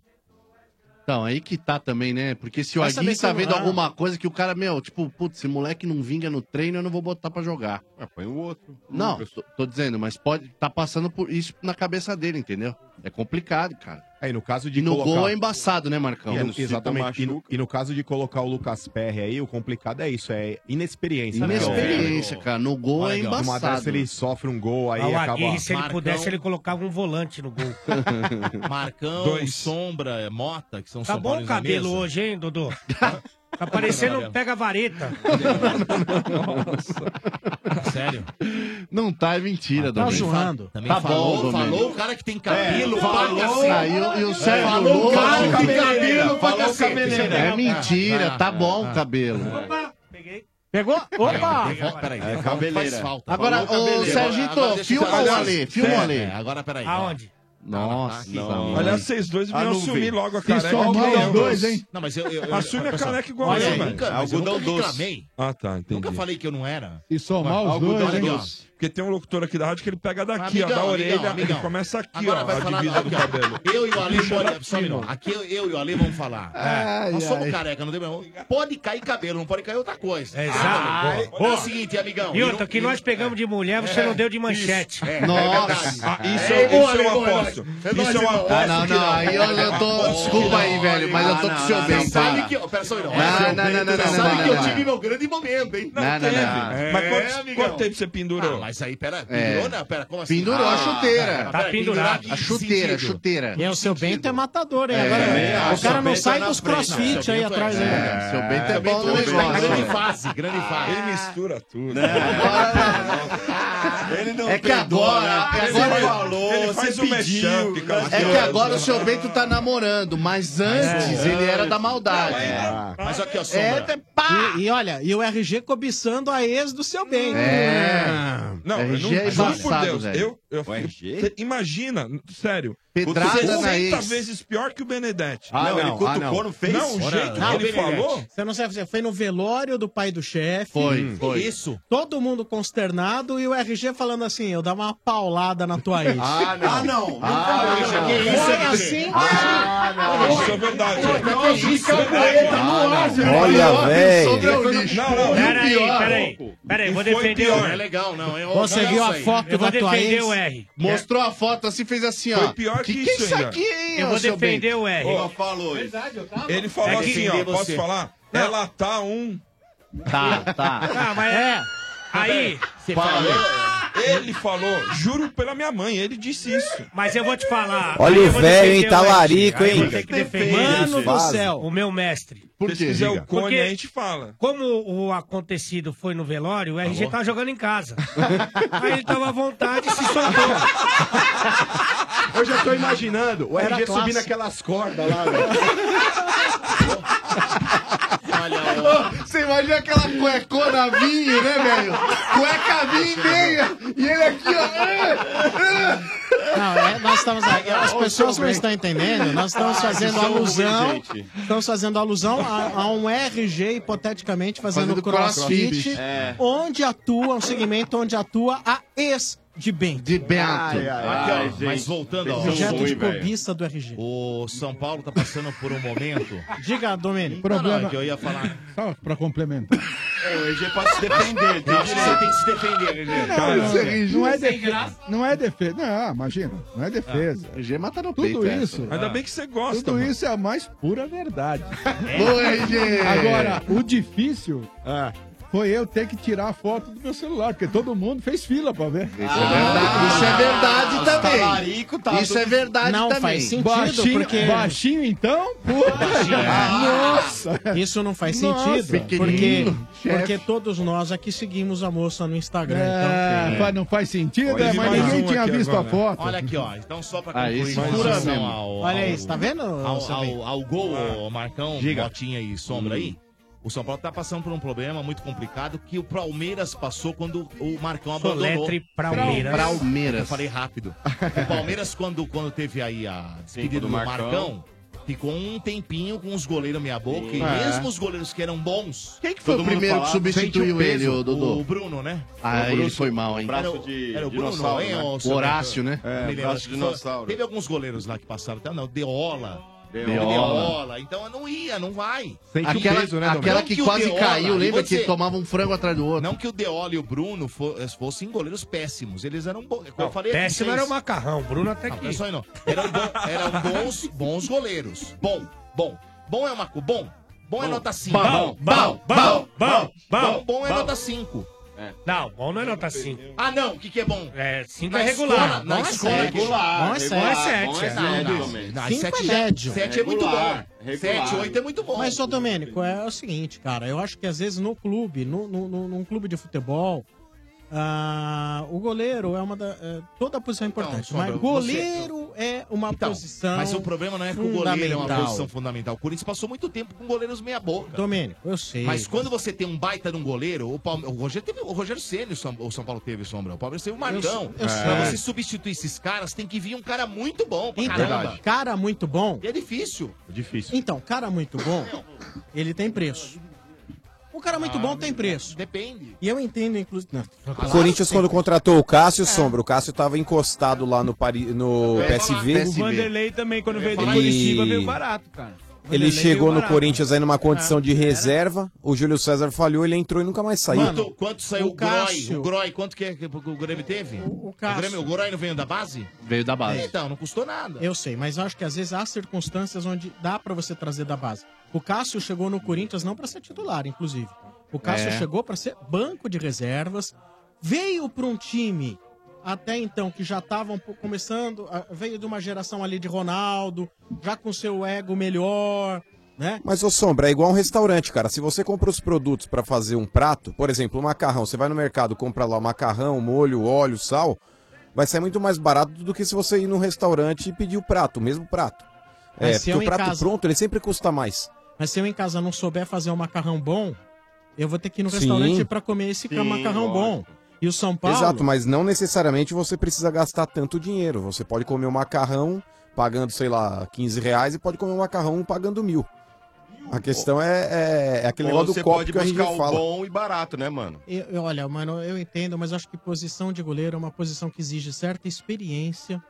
S9: Então, aí que tá também, né? Porque se o
S12: Vai
S9: Aguirre tá
S12: saber como-
S9: vendo
S12: ah.
S9: alguma coisa que o cara, meu, tipo, putz, esse moleque não vinga no treino, eu não vou botar pra jogar.
S7: É, põe o outro.
S9: Não, tô, tô dizendo, mas pode tá passando por isso na cabeça dele, entendeu? É complicado, cara.
S6: Aí no caso de
S9: e no
S6: colocar-
S9: gol é embaçado, né, Marcão?
S6: E no- exatamente. E no, e no caso de colocar o Lucas Perry aí, o complicado é isso, é inexperiência. né?
S9: Inexperiência, cara. No gol é
S6: Uma
S9: embaçado.
S6: dessa ele sofre um gol aí
S14: Ah, o
S6: acaba.
S14: Aguirre, se ele
S6: Marcão.
S14: pudesse, ele colocava um volante no gol.
S2: Marcão,
S14: Dois.
S2: Sombra, Mota, que são
S14: Tá
S2: São
S14: bom o
S2: Paulo
S14: cabelo hoje, hein, Dodô? Tá parecendo um pega vareta.
S2: tá Sério?
S9: é Não tá, é mentira,
S2: Tá
S9: Domingos.
S2: zoando. Também
S9: Tá
S2: falou,
S9: bom,
S2: falou
S9: Domingos.
S2: o cara que tem cabelo,
S9: É,
S2: pra
S9: falou.
S2: cacete.
S9: Ah, e o- e o Sérgio
S2: Falou o cara que tem
S9: Lopes.
S2: cabelo, assim. pra
S9: Falou o
S2: cacete.
S9: cabeleiro. É mentira, tá bom o cabelo.
S12: Pegou? Opa!
S2: Peraí,
S9: É,
S2: não
S9: cabeleira.
S2: faz falta.
S9: Agora,
S2: Falou
S9: ô,
S2: cabeleiro.
S9: Sergito,
S2: Agora deixa eu
S9: filma
S2: fazer
S9: o
S2: uma-
S9: Ale, filma o Ale.
S2: É, Agora, peraí.
S14: Aonde?
S9: Nossa,
S2: Não.
S13: Aliás, vocês dois
S2: A
S13: viram
S2: nuvem.
S13: assumir logo a
S2: Se
S13: careca.
S2: somar
S13: igual
S2: os
S13: eu.
S2: dois, hein? Não, mas eu- eu- eu-
S13: Assume a é
S2: pessoal,
S13: careca igual
S2: olha
S13: eu,
S2: aí,
S13: velho.
S9: É
S2: cara, mas eu Algodão nunca doce. reclamei.
S13: Ah, tá, entendi.
S2: Nunca falei que eu não era.
S13: E
S2: somar os Algodão dois, hein? doce.
S13: Porque tem um locutor aqui da rádio que ele pega daqui,
S2: Amigão,
S13: ó, da
S2: amigão,
S13: orelha,
S2: amigão.
S13: ele começa aqui,
S2: Agora
S13: ó,
S2: vai
S13: a
S2: falar
S13: divisa do
S2: daqui, ó.
S13: cabelo.
S2: Eu e o Ale, pode, só um minuto. Aqui eu, eu e o Ale vamos falar.
S13: Ai,
S2: É, nós somos
S13: ai.
S2: careca, não tem problema. Pode cair cabelo, não pode cair outra coisa.
S14: É, exato.
S2: Ah,
S14: Boa,
S2: é
S14: boa.
S2: o seguinte, amigão.
S14: E outra, que nós pegamos de mulher, você não deu de manchete.
S2: Isso, é,
S14: Nossa.
S2: verdade.
S14: Isso
S2: É,
S14: eu-
S9: Ah,
S2: boa,
S14: isso
S9: um
S14: eu
S2: Ale, boa,
S14: aposto.
S13: isso. Isso é uma
S11: irmão. Ah, não,
S13: aposta que
S11: não, aí eu- eu tô- desculpa aí, velho, mas eu tô com o seu bem,
S2: Você sabe
S11: para.
S2: que. ó, Pera só, não.
S11: Não, não, não, não, não, não,
S2: Você sabe
S11: não,
S2: que eu
S11: não,
S2: tive
S11: não.
S2: meu grande momento, hein?
S11: Não, não,
S2: teve.
S11: não.
S2: É,
S11: Mas quantos-
S2: amigão.
S11: quanto tempo
S13: você pendurou?
S2: Ah, mas aí, pera,
S11: É.
S2: pendurou, né? Pera, como assim?
S11: Pendurou a
S2: Ah,
S11: chuteira.
S2: pera,
S11: Tá
S2: pera,
S11: pendurado.
S2: pendurar em que
S11: A chuteira,
S2: sentido?
S11: chuteira.
S12: É, o seu Bento é matador, hein?
S11: É,
S12: Agora,
S11: é,
S12: o
S11: seu
S12: cara não
S11: Bento
S12: sai
S11: tá na
S12: dos
S11: frente,
S12: crossfit
S11: não, seu
S12: aí
S11: Bento é-
S12: atrás. hein?
S11: é, seu Bento é
S12: Seu
S11: bom no
S12: Bento tá
S11: negócio.
S12: grande
S2: fase, grande fase.
S13: Ele mistura tudo.
S2: Né?
S11: Ele
S13: não
S11: é que
S13: perdoa,
S11: agora,
S13: né?
S11: é
S13: Ele
S11: que agora
S13: falou, ele faz
S11: você
S13: o
S11: pediu.
S13: mashup, cara.
S11: É que agora o seu Bento tá namorando, mas antes ele era da maldade.
S13: é.
S11: né?
S2: Mas aqui, ó,
S11: Sombra.
S12: É, pá! E, e olha, e o RG cobiçando a ex do seu bem.
S13: É. Não, eu não,
S12: é
S13: juro por
S12: embaçado,
S13: Deus.
S12: velho.
S13: Eu, eu, Cê imagina, sério.
S11: Pedrada
S13: você
S11: na
S13: 60
S11: ex.
S13: vezes pior que o Benedetti.
S11: Ah, não, ah, não.
S13: Não, o jeito que ele falou.
S12: Você não sabe, você foi no velório do pai do chefe.
S13: Foi, Hum. foi.
S12: Isso. Todo mundo consternado e o RG falando assim: eu dar uma paulada na tua ex.
S11: Ah, não. Ah, não. Ah,
S12: Foi
S11: não. Que isso, RG?
S12: assim.
S11: Ah, não.
S13: Isso é verdade.
S11: Não, isso é verdade. Ah, não.
S13: Olha,
S9: é
S11: velho.
S13: Não, não,
S14: Peraí,
S13: pior.
S14: peraí. Peraí, vou
S11: E foi
S14: defender
S11: pior.
S14: o.
S11: É legal, não, hein? Ô,
S14: Você
S11: não,
S14: viu
S11: não
S14: a
S11: sei.
S14: foto
S11: Eu vou
S14: da tua
S11: defender
S14: ex?
S11: o R. Mostrou a foto assim, fez assim, ó.
S13: Foi pior que
S11: que é
S13: isso
S11: isso
S13: ainda.
S11: aqui, hein,
S13: Eu vou
S11: ô, seu
S13: defender
S11: Bento?
S13: o R.
S11: Ó,
S13: Ó,
S11: falou isso.
S13: Ele falou
S11: É
S13: assim, ó,
S11: defender
S13: posso
S11: você.
S13: falar?
S11: Não.
S13: Ela tá um...
S11: Tá, tá.
S14: Ah, mas é. Aí, você
S13: Fala.
S14: falou.
S13: Ele falou, juro pela minha mãe, ele disse isso.
S14: Mas eu vou te falar.
S13: Olha
S14: aí
S13: o
S14: eu vou
S13: velho, hein,
S14: defender o
S13: talarico,
S14: Edinho, aí eu
S13: hein?
S14: vou ter que defender.
S13: Defende,
S14: Mano do
S13: fase.
S14: céu. O meu mestre.
S13: Por Se quê, quiser diga? o cone, a gente fala.
S14: Como o acontecido foi no velório, o RG tava jogando em casa. aí ele tava à vontade e se soltou.
S6: Eu já tô imaginando o
S14: Era
S6: RG
S14: classe.
S6: subindo aquelas cordas lá, né? velho.
S11: Você imagina aquela cuecona vinho, né, velho? Cueca vinho e meia. E ele aqui, ó.
S12: Não, é, nós estamos. As
S11: Ô,
S12: pessoas
S11: seu
S12: não
S11: bem.
S12: estão entendendo. Nós estamos
S11: Ah,
S12: fazendo
S11: vocês são
S12: alusão.
S11: ruins, gente.
S12: Estamos fazendo alusão a, a um RG, hipoteticamente, fazendo,
S11: Fazendo
S12: crossfit,
S11: crossfit. É.
S12: onde atua, um segmento onde atua a ex de Bento.
S11: De Bento.
S2: Ai, ai, Aqui, ó, ai, gente. mas voltando, ó.
S12: Objeto
S2: Ruim,
S12: de
S2: velho.
S12: cobiça do RG.
S2: O São Paulo tá passando por um momento.
S12: Diga, Domênico.
S10: Problema-
S2: Não, é que eu ia falar.
S10: Só pra complementar.
S2: É, o EG pode se defender. Tem direito, tem que se defender, EG.
S10: Não, não, não é
S2: Sem graça.
S10: defesa. Não é defesa. Não, imagina. Não é defesa.
S11: RG Ah, mata no
S10: Tudo
S11: peito, é. essa.
S10: isso. é.
S13: Ainda bem que você gosta,
S10: Tudo
S13: mano.
S10: isso é a mais pura verdade.
S11: Boa, RG.
S10: Agora, o difícil é, foi eu ter que tirar a foto do meu celular, porque todo mundo fez fila pra ver.
S11: Isso é verdade, isso é
S12: Ah,
S11: verdade
S10: os
S11: também.
S10: talarico tá
S11: isso
S10: tudo-
S11: é verdade
S12: Não
S11: também.
S12: faz sentido,
S10: Baixinho,
S12: porque-
S10: baixinho então? Puta. Nossa!
S12: Isso não faz
S10: Nossa,
S12: sentido, porque,
S10: pequenino, chefe.
S12: porque todos nós aqui seguimos a moça no Instagram.
S10: É,
S12: então,
S10: fa- não faz sentido,
S12: Olha,
S10: é,
S12: mais
S10: mas ninguém
S12: um
S10: tinha
S12: aqui
S10: visto
S12: agora.
S10: a foto.
S2: Olha aqui, ó. Então, só pra
S10: Aí,
S2: concluir
S10: sim,
S2: em
S10: pura
S2: relação
S10: mesmo.
S2: ao,
S12: Olha
S2: ao-
S12: isso, tá vendo,
S2: Ao,
S12: seu
S2: ao,
S12: bem?
S2: ao gol, ô, Marcão,
S12: Diga.
S2: Botinha e Sombra aí. O São Paulo tá passando por um problema muito complicado que o Palmeiras passou quando o Marcão abandonou.
S14: Soletre Palmeiras.
S11: Palmeiras.
S2: Eu falei rápido. O Palmeiras, quando, quando teve aí a despedida
S16: do
S2: do,
S16: Marcão.
S2: Marcão, ficou um tempinho com os goleiros meia boca. E
S11: É.
S2: mesmo os goleiros que eram bons... Quem
S11: que foi o primeiro que substituiu ele, ô, Dodô?
S2: O Bruno, né?
S11: Ah,
S2: O Bruno
S11: ele foi mal, hein?
S2: Era o-
S11: Braço de
S2: era o Bruno, não,
S11: dinossauro,
S2: hein?
S11: né?
S2: ô,
S11: O
S2: seu
S11: Horácio, né?
S2: Eu
S11: É,
S2: me lembro,
S11: braço
S2: acho
S11: de
S2: que foi-
S11: dinossauro.
S2: Teve alguns goleiros lá que passaram, tá? não, Deola.
S11: Deola.
S2: Deola. Então não ia, não vai.
S11: aquela
S2: né,
S11: aquela né, que,
S2: Não o
S11: quase
S2: Deola,
S11: caiu,
S2: e
S11: lembra
S2: você-
S11: que tomava um frango atrás do outro?
S2: Não que o Deola e o Bruno fo- fossem goleiros péssimos. Eles eram bons. Como eu falei,
S14: péssimo
S2: vocês-
S14: era o macarrão, o Bruno até que-
S2: Não, isso aí não. Eram, bo- eram bons, bons goleiros. Bom, bom. Bom é uma. co- Bom. Bom é nota 5.
S14: Bom, bom, bom, bom, bom.
S2: Bom é
S14: Bom.
S2: nota 5.
S14: Não, bom não é nota 5.
S2: Ah, não. O que, que é bom?
S14: É, 5
S2: Na
S14: é regular.
S2: escola- na escola é regular,
S14: Bom é
S2: regular,
S14: 7.
S2: bom
S14: Bom
S2: é
S14: é
S2: sete, não,
S14: 7.
S2: não, Cinco sete é já- médio. sete é muito Regular, bom. regular. Sete, oito é muito bom.
S12: Mas, ô Domênico, é o seguinte, cara. Eu acho que às vezes no clube, no, no, no- num clube de futebol, ah, o goleiro é uma da. é, toda posição é importante.
S2: Então, Sombra,
S12: mas
S2: você-
S12: goleiro é uma posição.
S2: Então, Mas o problema não é que o goleiro é uma
S12: fundamental.
S2: posição fundamental. O Corinthians passou muito tempo com goleiros meia boca.
S12: Domênico, eu sei.
S2: Mas quando você tem um baita de um goleiro, o, Palme... o Rogério teve, o Rogério Ceni, o São... o São Paulo teve sombra, o Palmeiras teve o Marcão.
S12: eu sei.
S2: Pra você substituir esses caras, tem que vir um cara muito bom. Pra
S12: Então,
S2: caramba.
S12: cara muito bom.
S2: E é difícil.
S6: Difícil.
S12: Então, cara muito bom, ele tem preço. Um cara muito bom tem preço.
S2: Ah, Depende.
S12: E eu entendo, inclusive. não,
S8: O
S12: claro
S8: Corinthians,
S12: que tem.
S8: quando contratou o Cássio, Sombra, o Cássio tava encostado lá no, Pari... no
S12: Eu ia falar
S8: PSV.
S9: O Vanderlei também, quando
S8: Eu ia
S9: veio do
S8: falar
S9: Curitiba,
S8: isso.
S9: veio barato, cara.
S8: Ele
S2: Vanderlei
S8: chegou
S2: veio
S8: no
S2: barato.
S8: Corinthians aí numa condição de
S2: É, era.
S8: reserva. O Júlio César falhou, ele entrou e nunca mais
S10: tá
S8: saiu.
S2: Quanto, quanto saiu o,
S8: o
S2: Groy?
S8: Cássio.
S2: O Groy, quanto que, é que o Grêmio teve? O,
S12: Cássio.
S2: Grêmio, o Groy não veio da base?
S9: Veio da base.
S2: Então, não custou nada.
S12: Eu sei, mas eu acho que às vezes há circunstâncias onde dá pra você trazer da base. O Cássio chegou no Corinthians não pra ser titular, inclusive. O Cássio
S9: É.
S12: chegou pra ser banco de reservas, veio pra um time até então que já estavam começando, ah, veio de uma geração ali de Ronaldo, já com seu ego melhor, né?
S8: Mas, ô Sombra, é igual um restaurante, cara. Se você compra os produtos pra fazer um prato, por exemplo, um macarrão, você vai no mercado, compra lá o macarrão, molho, óleo, sal, vai sair muito mais barato do que se você ir num restaurante e pedir o prato, o mesmo prato.
S12: Mas
S8: É,
S12: se
S8: porque
S12: eu
S8: o
S12: em
S8: prato
S12: casa-
S8: pronto, ele sempre custa mais.
S12: Mas se eu em casa não souber fazer um macarrão bom, eu vou ter que ir no
S8: Sim.
S12: restaurante pra comer esse
S8: Sim,
S12: macarrão bom. E o São Paulo.
S8: Exato, mas não necessariamente você precisa gastar tanto dinheiro. Você pode comer um macarrão pagando, sei lá, 15 reais e pode comer um macarrão pagando mil. A questão é, é, é aquele
S16: Ou
S8: negócio
S16: você
S8: do copo
S16: pode
S8: que a gente
S16: buscar o
S8: fala.
S16: bom e barato, né, mano?
S12: Eu- eu- olha, mano, eu entendo, mas acho que posição de goleiro é uma posição que exige certa experiência,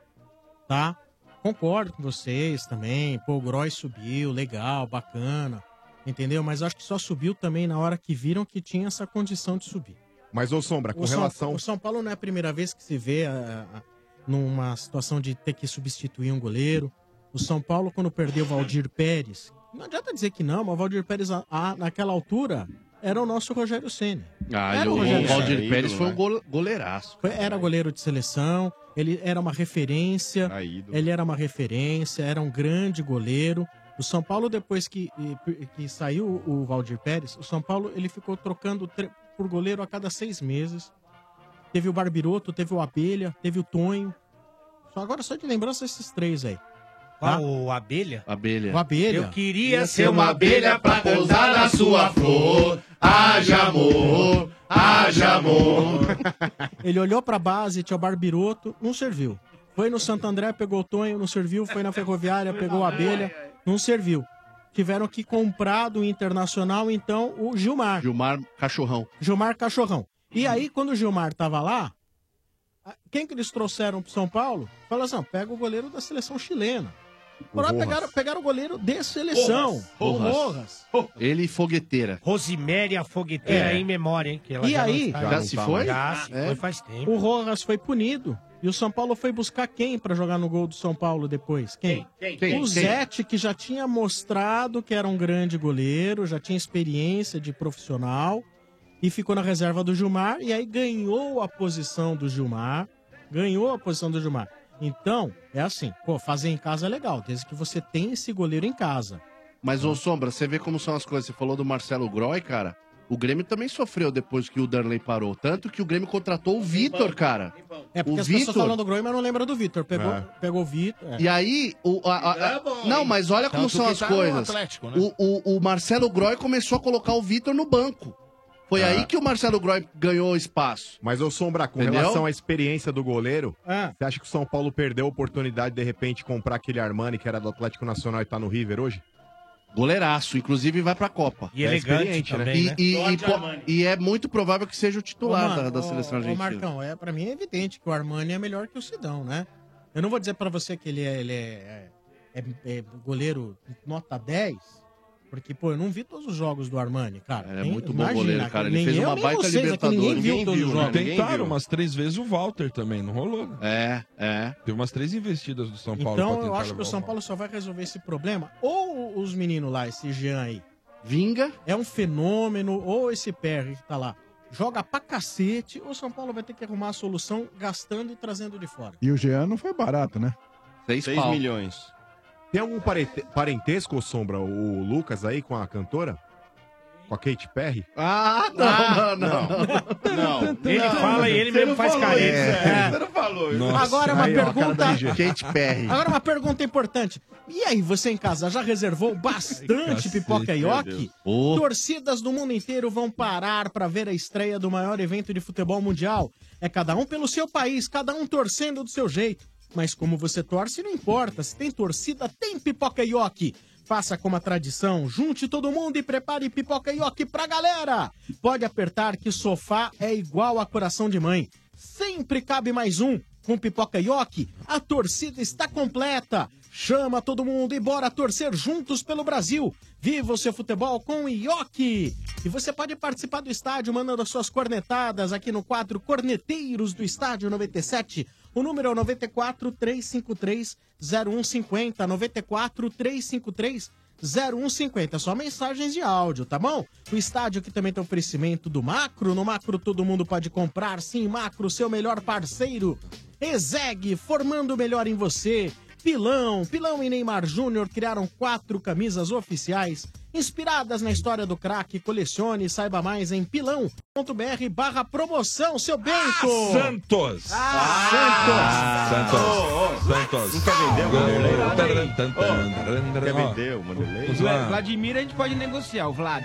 S12: tá? Concordo com vocês também. Pô, o Groy subiu, legal, bacana, entendeu? Mas acho que só subiu também na hora que viram que tinha essa condição de subir.
S6: Mas, ô Sombra, com
S12: o,
S6: relação.
S12: São, o São Paulo não é a primeira vez que se vê ah, ah, numa situação de ter que substituir um goleiro. O São Paulo, quando perdeu o Valdir Pérez, não adianta dizer que não, mas o Valdir Pérez, ah, ah, naquela altura, era o nosso Rogério Senna.
S9: Ah,
S12: Era
S9: e
S12: o
S9: o
S12: Rogério
S9: Valdir
S12: Saído,
S9: Pérez foi
S12: né?
S9: um gole- goleiraço.
S12: Foi- Era goleiro de seleção, ele era uma referência. Ele era uma referência, era um grande goleiro. O São Paulo, depois que, que saiu o Valdir Pérez, o São Paulo ele ficou trocando tre- por goleiro a cada seis meses. Teve o Barbiroto, teve o Abelha, teve o Tonho. Só agora só de lembrança esses três aí.
S14: Qual o Abelha?
S9: Abelha.
S12: O Abelha.
S14: Eu queria
S9: ser uma abelha pra pousar na sua flor.
S14: Haja
S9: amor,
S14: haja amor.
S12: Ele olhou pra base, tinha o Barbiroto, não serviu. Foi no Santo André, pegou o Tonho, não serviu. Foi na Ferroviária, pegou a Abelha, não serviu. Tiveram que comprar do Internacional, então, o Gilmar.
S9: Gilmar Cachorrão.
S12: Gilmar Cachorrão. E aí, quando o Gilmar tava lá, a- quem que eles trouxeram pro São Paulo? Falaram assim, "Não, pega o goleiro da seleção chilena. Foram lá,
S9: Rojas.
S12: pegaram, pegaram o goleiro de seleção. O
S9: Rojas.
S12: Rojas.
S9: Ele e fogueteira.
S14: Rosiméria a fogueteira
S9: É.
S14: em memória, hein? Que ela
S12: E
S14: já não
S12: aí?
S14: está-
S9: Já
S14: não
S9: se
S14: tá
S9: foi?
S14: mais. Já
S16: Ah,
S14: se
S9: É.
S14: foi faz tempo.
S12: O Rojas foi punido. E o São Paulo foi buscar quem pra jogar no gol do São Paulo depois? Quem?
S9: Quem? Quem?
S12: O
S9: Quem?
S12: Zete, que já tinha mostrado que era um grande goleiro, já tinha experiência de profissional, e ficou na reserva do Gilmar, e aí ganhou a posição do Gilmar. Ganhou a posição do Gilmar. Então, é assim, pô, fazer em casa é legal, desde que você tem esse goleiro em casa.
S9: Mas, ô Sombra, você vê como são as coisas. Você falou do Marcelo Groy, cara. O Grêmio também sofreu depois que o Darley parou. Tanto que o Grêmio contratou o Vitor, cara.
S12: É porque
S9: o
S12: as pessoas falam do
S9: Vitor.
S12: Groy, mas não lembram do Vitor. Pegou,
S9: É.
S12: pegou o Vitor. é.
S9: E aí, o, a- a-
S6: É,
S9: a-
S12: Tá bom,
S9: não,
S12: hein?
S9: mas olha como
S12: Tanto
S9: são
S12: que
S9: as
S12: tá no
S9: coisas.
S12: Atlético, né?
S9: o, o- o Marcelo Groy começou a colocar o Vitor no banco. Foi
S6: É.
S9: aí que o Marcelo Groy ganhou espaço.
S6: Mas ô Sombra, com
S9: Entendeu?
S6: relação à experiência do goleiro,
S12: Ah.
S6: você acha que o São Paulo perdeu a oportunidade de, de repente de comprar aquele Armani que era do Atlético Nacional e tá no River hoje?
S9: Goleiraço, inclusive vai pra Copa.
S6: E é elegante também,
S9: é E-
S6: né?
S9: E,
S6: Jorge
S9: e po-
S6: Armani.
S9: e é muito provável que seja o titular
S12: Ô,
S9: da,
S12: mano,
S9: da
S12: ô,
S9: seleção
S12: ô,
S9: argentina.
S12: Marcão, é, pra mim é evidente que o Armani é melhor que o Sidão, né? Eu não vou dizer pra você que ele é, ele é, é- é goleiro nota 10, porque, pô, eu não vi todos os jogos do Armani, cara.
S9: Ele é
S12: Nem-
S9: muito bom
S12: imagina,
S9: goleiro, cara. Ele
S12: nem
S9: fez
S12: eu,
S9: uma
S12: nem
S9: baita
S12: vocês aqui,
S9: Libertadores.
S12: Ninguém viu todos os jogos.
S13: Tentaram umas três vezes o Walter também, não rolou. Né?
S9: É, é.
S13: Teve umas três investidas do São Paulo pra
S12: Então, eu
S13: tentar
S12: acho que
S13: levar
S12: o
S13: o
S12: São
S13: Walter.
S12: Paulo só vai resolver esse problema. Ou os meninos lá, esse Jean aí.
S9: Vinga.
S12: É um fenômeno. Ou esse PR que tá lá. Joga pra cacete. Ou o São Paulo vai ter que arrumar a solução gastando e trazendo de fora.
S10: E o Jean não foi barato, né?
S9: Seis
S6: Seis milhões. Tem algum parente- parentesco, ô Sombra, o Lucas aí com a cantora? Com a Kate Perry?
S9: Ah, não,
S6: Ah,
S9: não, não, não.
S6: Ele fala e ele
S9: Você
S6: mesmo
S9: não
S6: faz
S9: falou
S6: careta.
S9: isso,
S6: É.
S9: Você não falou. isso.
S6: Nossa.
S12: Agora uma
S6: Aí, ó, a cara
S12: pergunta.
S6: da Lígia. Kate Perry.
S12: Agora uma pergunta importante. E aí, você em casa já reservou bastante
S9: Cacete,
S12: pipoca e
S9: meu
S12: ok?
S9: Deus. Ô.
S12: Torcidas do mundo inteiro vão parar para ver a estreia do maior evento de futebol mundial. É cada um pelo seu país, cada um torcendo do seu jeito. Mas como você torce, não importa. Se tem torcida, tem pipoca e ok. Faça como a tradição, junte todo mundo e prepare pipoca e ok pra galera. Pode apertar que sofá é igual a coração de mãe. Sempre cabe mais um. com Pipoca Yoki, a torcida está completa. Chama todo mundo e bora torcer juntos pelo Brasil. Viva o seu futebol com o Ioki! E você pode participar do estádio mandando as suas cornetadas aqui no quadro Corneteiros do Estádio 97. O número é o 94 353 0150. 94 353 0150. Só mensagens de áudio, tá bom? O estádio que também tem oferecimento do Macro. No Macro todo mundo pode comprar. Sim, Macro, seu melhor parceiro. Ezeg, formando o melhor em você. Pilão, Pilão e Neymar Júnior criaram quatro camisas oficiais inspiradas na história do craque. Colecione e saiba mais em pilão.br barra promoção, seu Bento!
S13: Ah, Santos!
S12: Ah,
S13: Santos! Santos! Nunca vendeu,
S16: Nunca vendeu, Vanderlei.
S7: O Vla- Vladimir a gente pode negociar, o Vlad.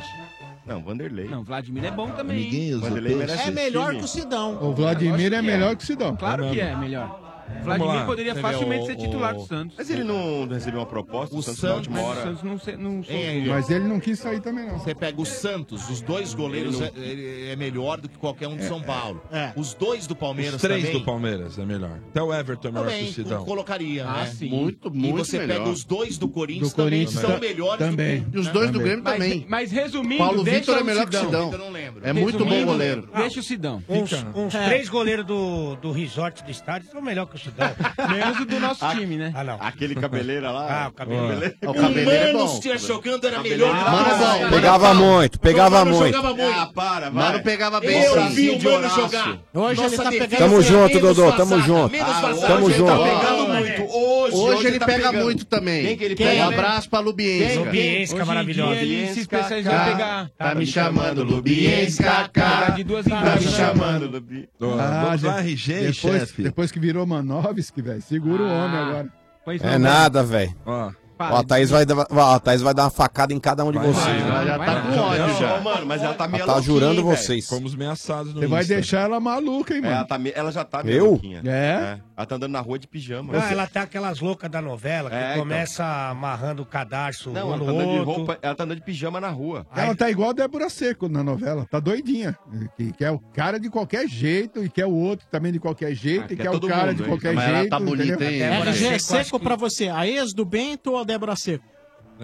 S16: Não, Vanderlei.
S7: Não, Vladimir é bom também. hein?
S16: Amiguinhos, Vanderlei eu penso. merece
S7: é melhor
S16: time.
S7: que o Sidão.
S10: O Vladimir é
S7: Lógico que
S10: melhor que o Sidão.
S7: Claro que é melhor. Vladimir poderia facilmente ser titular do Santos.
S16: Mas ele não recebeu uma proposta do Santos, na última
S7: mas o
S16: hora.
S7: Santos não, se- não
S10: Mas ele não quis sair também, não.
S2: Você pega o Santos, os dois goleiros
S10: Ele
S2: é, é- é melhor do que qualquer
S16: É,
S2: um de São Paulo.
S10: É.
S2: Os dois do Palmeiras
S13: Os três
S2: também.
S13: do Palmeiras é melhor. Até o Everton é melhor que
S2: também
S13: o Sidão.
S2: colocaria,
S13: Ah,
S2: né?
S13: sim. Muito,
S2: E
S13: muito
S2: você
S13: melhor.
S2: pega os dois do Corinthians,
S13: Do Corinthians
S2: também são
S13: ta-
S2: melhores
S13: também.
S2: do que
S13: E os dois do Grêmio
S7: Mas-
S2: também.
S7: Mas, resumindo,
S9: Paulo
S7: deixa
S9: Vitor é
S7: o
S9: melhor que o Sidão.
S7: Eu não lembro.
S9: É muito bom
S7: Resumindo,
S9: goleiro.
S7: Deixa o Sidão.
S14: ah, Uns,
S7: Fica.
S14: uns
S7: É.
S14: três goleiros do, do resort do estádio são melhor que o Sidão.
S7: Menos o do nosso
S14: Ah,
S7: time, né?
S14: Ah, não.
S16: Aquele cabeleira lá.
S14: Ah, o cabeleira.
S16: Ah, o
S2: O
S16: cabeleiro é
S2: Mano
S16: bom.
S2: se jogando era
S16: Cabeleiro
S2: melhor.
S16: é
S2: que o
S16: bom.
S2: Mano.
S16: Mano é bom.
S8: Pegava muito, pegava
S2: Mano
S8: muito.
S2: jogava muito.
S16: Ah, para, vai.
S2: Mano pegava bem.
S16: Eu
S2: sim.
S16: vi o
S2: De
S16: Mano
S2: Horácio.
S6: É.
S16: jogar.
S2: Hoje ele tá pegando-
S8: Tamo
S2: Essa
S8: junto,
S2: menos
S8: Dodô, tamo
S2: vazada,
S8: junto.
S2: menos vazada, hoje
S8: Tamo
S2: ele
S8: junto.
S2: tá pegando Ah,
S16: Ah,
S2: muito.
S16: moleque.
S2: Hoje,
S9: Hoje ele
S2: tá
S9: pega
S2: pegando.
S9: muito também.
S2: Quem que ele
S9: Quem?
S2: pega?
S9: Um abraço pra Lubienska.
S2: Quem?
S9: Lubienska,
S2: Hoje em
S9: maravilhosa.
S2: dia ele se especializou
S9: Tá-
S2: em pegar.
S9: Tá me chamando Lubienska, cara.
S7: De duas
S9: Tá me
S7: duas.
S9: chamando
S16: Lubienska.
S7: Ah,
S13: Vamos lá,
S10: de-
S13: RG,
S10: Ah, depois,
S13: chefe.
S10: depois que virou Manovski, velho. Segura o
S7: Ah,
S10: homem agora.
S7: Pois
S10: não,
S8: É nada, velho.
S13: Ó,
S8: a Thaís vai, dar- ó, a Thaís vai dar uma facada em cada um de vocês.
S16: Ela já tá
S13: um
S16: com ódio
S13: Não,
S16: já. Mano, mas ela tá meio
S8: Ela tá jurando vocês.
S13: Fomos ameaçados no
S16: Você vai
S13: Insta.
S10: Deixar ela maluca, hein,
S16: É, ela,
S10: mano.
S16: tá, me- ela já tá
S10: Eu?
S16: louquinha.
S10: É?
S16: Ela tá andando na rua de pijama.
S14: Não, ela tá aquelas loucas da novela que
S16: É, então.
S14: começa amarrando o cadarço
S16: Não,
S14: um
S16: ela
S14: no
S16: tá andando de
S14: outro.
S16: roupa, ela tá andando de pijama na rua.
S10: Ela tá igual a Débora Seco na novela. Tá doidinha. Que quer o cara de qualquer jeito e quer o outro também de qualquer
S12: Ah,
S10: jeito e
S12: é
S16: quer
S10: quer
S16: é
S10: o
S16: todo
S10: cara
S16: mundo,
S10: de
S16: hein?
S10: qualquer
S16: Mas
S10: jeito.
S16: ela tá bonita,
S10: entendeu?
S16: hein?
S12: RG É, Seco pra você, a ex do Bento ou a Débora Seco?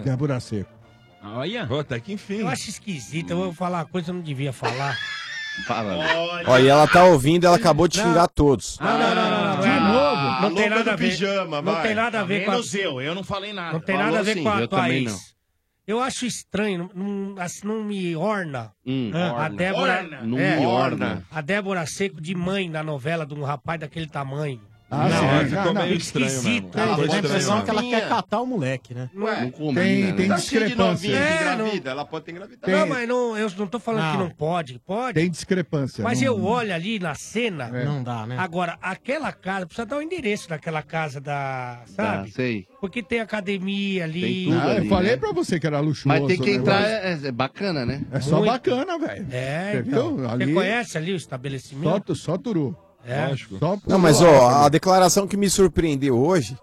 S10: Débora Seco.
S7: Olha.
S13: até que enfim.
S14: Eu acho esquisito, eu vou falar uma coisa que eu não devia falar.
S16: Fala.
S8: Ó, e ela tá ouvindo, ela acabou de xingar todos.
S14: de novo? Não
S2: louca
S14: tem nada
S2: do
S14: a ver.
S2: pijama,
S14: não
S2: vai.
S14: tem nada a ver com a...
S2: Menos eu, eu não falei nada.
S14: Não tem
S2: Falou
S14: nada a ver
S2: sim,
S14: com a
S2: eu
S14: tua
S2: também
S14: ex.
S2: não.
S14: Eu acho estranho, não, não- assim, não me orna.
S9: Hum,
S14: Ah,
S9: orna.
S14: A Débora, É.
S9: Orna. Não me orna.
S14: A Débora Seco de mãe na novela de um rapaz daquele tamanho.
S10: Ah,
S14: Não,
S10: sim.
S14: é,
S10: Ficou
S14: não,
S10: meio
S14: não,
S10: estranho mesmo.
S14: esquisita.
S10: Ficou
S14: Ela-
S12: Dá a impressão
S10: estranho,
S12: que ela
S16: novinha.
S12: quer catar o moleque, né?
S16: Ué,
S10: Tem, tem
S16: tá cheio de novinha
S10: discrepância.
S16: que
S14: É, não-
S16: engravida. Ela pode ter engravidado.
S14: Não, mas não, eu não tô falando que não pode, pode.
S10: Tem discrepância.
S14: Mas
S10: não-
S14: eu olho ali na cena.
S10: É. Não
S12: dá, né?
S14: Agora, aquela casa, precisa dar o endereço daquela casa da.
S9: Tá,
S14: Sabe?
S9: sei.
S14: Porque tem academia ali. Ah, né? Tem
S10: Ah, eu falei pra você que era luxuoso.
S9: Mas tem que
S10: o
S9: entrar,
S10: negócio.
S9: é, é bacana, né?
S10: É só bacana, velho.
S14: É,
S10: Você
S14: então.
S10: viu?
S14: Você
S10: Ali-
S14: conhece ali o
S10: Só,
S14: estabelecimento?
S10: tu- só turu.
S14: É.
S10: Só
S8: Não, mas ó, a declaração que me surpreendeu hoje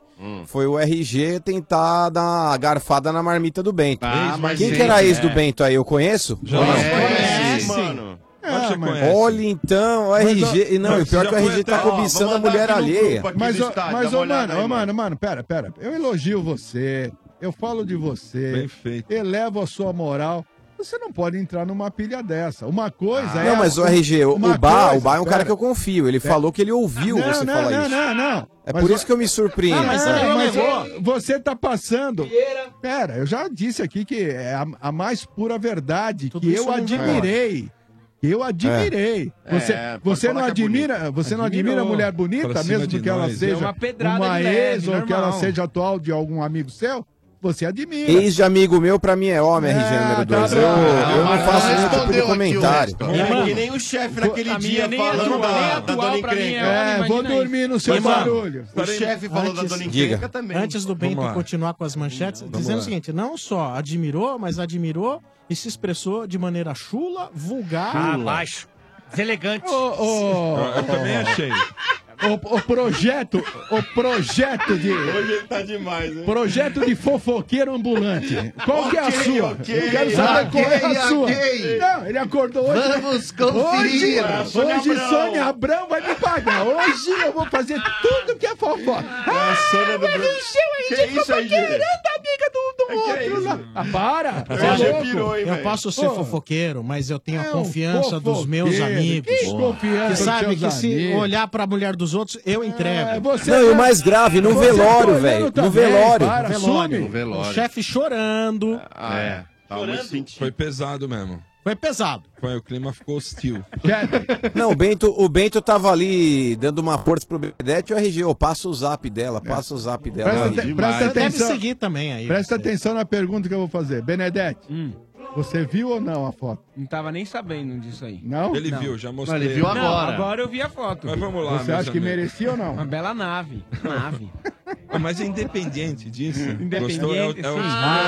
S8: foi o RG tentar dar uma garfada na marmita do Bento.
S9: Ah, mas
S8: Quem que
S9: gente,
S8: era ex do
S9: é.
S8: Bento aí? Eu conheço? Ou não?
S9: Conhece,
S16: mano.
S10: É,
S8: Olha então, o RG. e Não, e pior que o RG tá cobiçando a mulher alheia.
S10: Mas, ó, mas, ô, mano,
S8: aí,
S10: ô, mano, mano, pera, pera. Eu elogio você, eu falo de você, elevo a sua moral. Você não pode entrar numa pilha dessa. Uma coisa é.
S8: Não, mas o RG, o,
S10: uma
S8: o Bar,
S10: coisa-
S8: o Bar é um cara
S10: pera.
S8: que eu confio. Ele
S10: É.
S8: falou que ele ouviu
S10: Não,
S8: você
S10: não,
S8: falar
S10: não,
S8: isso.
S10: não, não.
S8: É
S10: Mas
S8: por
S10: o-
S8: isso que eu me surpreendo.
S11: Ah,
S10: Não, mas,
S13: é,
S8: sabe?
S10: não, Ah, mas ó, você tá passando. Pera, eu já disse aqui que é a, a mais pura verdade que
S11: isso
S10: eu
S11: não é
S10: admirei. Eu admirei.
S11: É.
S10: Você,
S11: É, pode
S10: você não
S11: falar que é
S10: admira,
S11: bonita.
S10: você não
S11: Admirou.
S10: admira a mulher
S11: Pra
S10: bonita,
S11: cima
S10: mesmo
S11: de
S10: que ela
S11: nós.
S10: seja
S11: É uma pedrada
S10: uma
S11: de leve,
S10: ex ou que ela
S11: normal.
S10: seja atual de algum amigo seu? Você admira.
S8: Ex de amigo meu, pra mim é homem, RG número
S10: tá
S8: 2. eu, eu não faço nenhum tipo de comentário.
S16: É que nem o chefe naquele dia falando da, da Ah, dona encrenca.
S10: É, vou dormir no seu
S12: é.
S10: barulho.
S16: O chefe falou da dona encrenca também.
S12: Antes do Bento
S16: Vamos lá.
S12: continuar com as manchetes, dizendo
S16: lá.
S12: o seguinte: não só admirou, mas admirou e se expressou de maneira chula, vulgar.
S14: Ah, baixo. Deselegante.
S12: ô,
S13: Eu também achei.
S10: O, o projeto, o projeto de.
S13: Hoje ele tá demais, hein?
S10: Projeto de fofoqueiro ambulante. Qual que é a
S13: Ok,
S10: sua?
S13: ok.
S10: Eu quero saber qual é
S13: Ok,
S10: a sua.
S13: ok.
S10: Não, ele acordou hoje.
S13: Vamos conferir.
S10: Hoje,
S13: Sônia
S10: hoje
S13: Abrão.
S10: Sônia Abrão vai me pagar. Hoje eu vou fazer tudo que é fofoca. Ah,
S13: Sônia
S10: mas
S13: Abrão.
S10: encheu
S13: Que
S10: aí de
S13: isso, aí,
S10: fofoqueira
S13: Gê?
S10: da amiga do, do
S13: É que é
S10: outro
S13: isso?
S10: lá. Ah, para.
S12: Eu,
S10: Você é
S12: posso-
S10: louco?
S12: eu posso ser fofoqueiro, mas eu tenho a
S10: É um
S12: confiança dos meus
S10: fofoqueiro,
S12: amigos.
S10: que confiança
S12: Que sabe
S10: dos
S12: que
S10: seus
S12: se
S10: amigos.
S12: olhar pra mulher dos outros, eu entrego.
S10: você Não, e o tá- mais grave, no você tá velório, olhando velho, no também, velório. para,
S12: No
S10: assume.
S12: velório.
S10: No velório.
S12: O chefe chorando.
S13: É. Foi pesado mesmo.
S12: Foi pesado.
S13: Foi, o clima ficou hostil.
S8: Não, o Bento, o Bento tava ali dando uma força pro Bedete e o RG, ô, passa o zap dela, passa o zap dela.
S10: É. Presta,
S8: Aí.
S10: aten- presta atenção.
S12: também aí.
S10: Presta atenção na pergunta que eu vou fazer. Benedete,
S7: Hum.
S10: você viu ou não a foto?
S7: Não tava nem sabendo disso aí.
S10: Não?
S13: Ele
S7: Não.
S13: viu, já mostrei.
S7: Não, agora eu vi a foto.
S13: Mas vamos lá,
S10: Você
S13: meus
S10: acha que
S13: amigos.
S10: merecia ou não?
S7: Uma bela nave. Nave.
S13: Ah, Mas é independente disso.
S7: Independente,
S13: Gostou? É o- é o-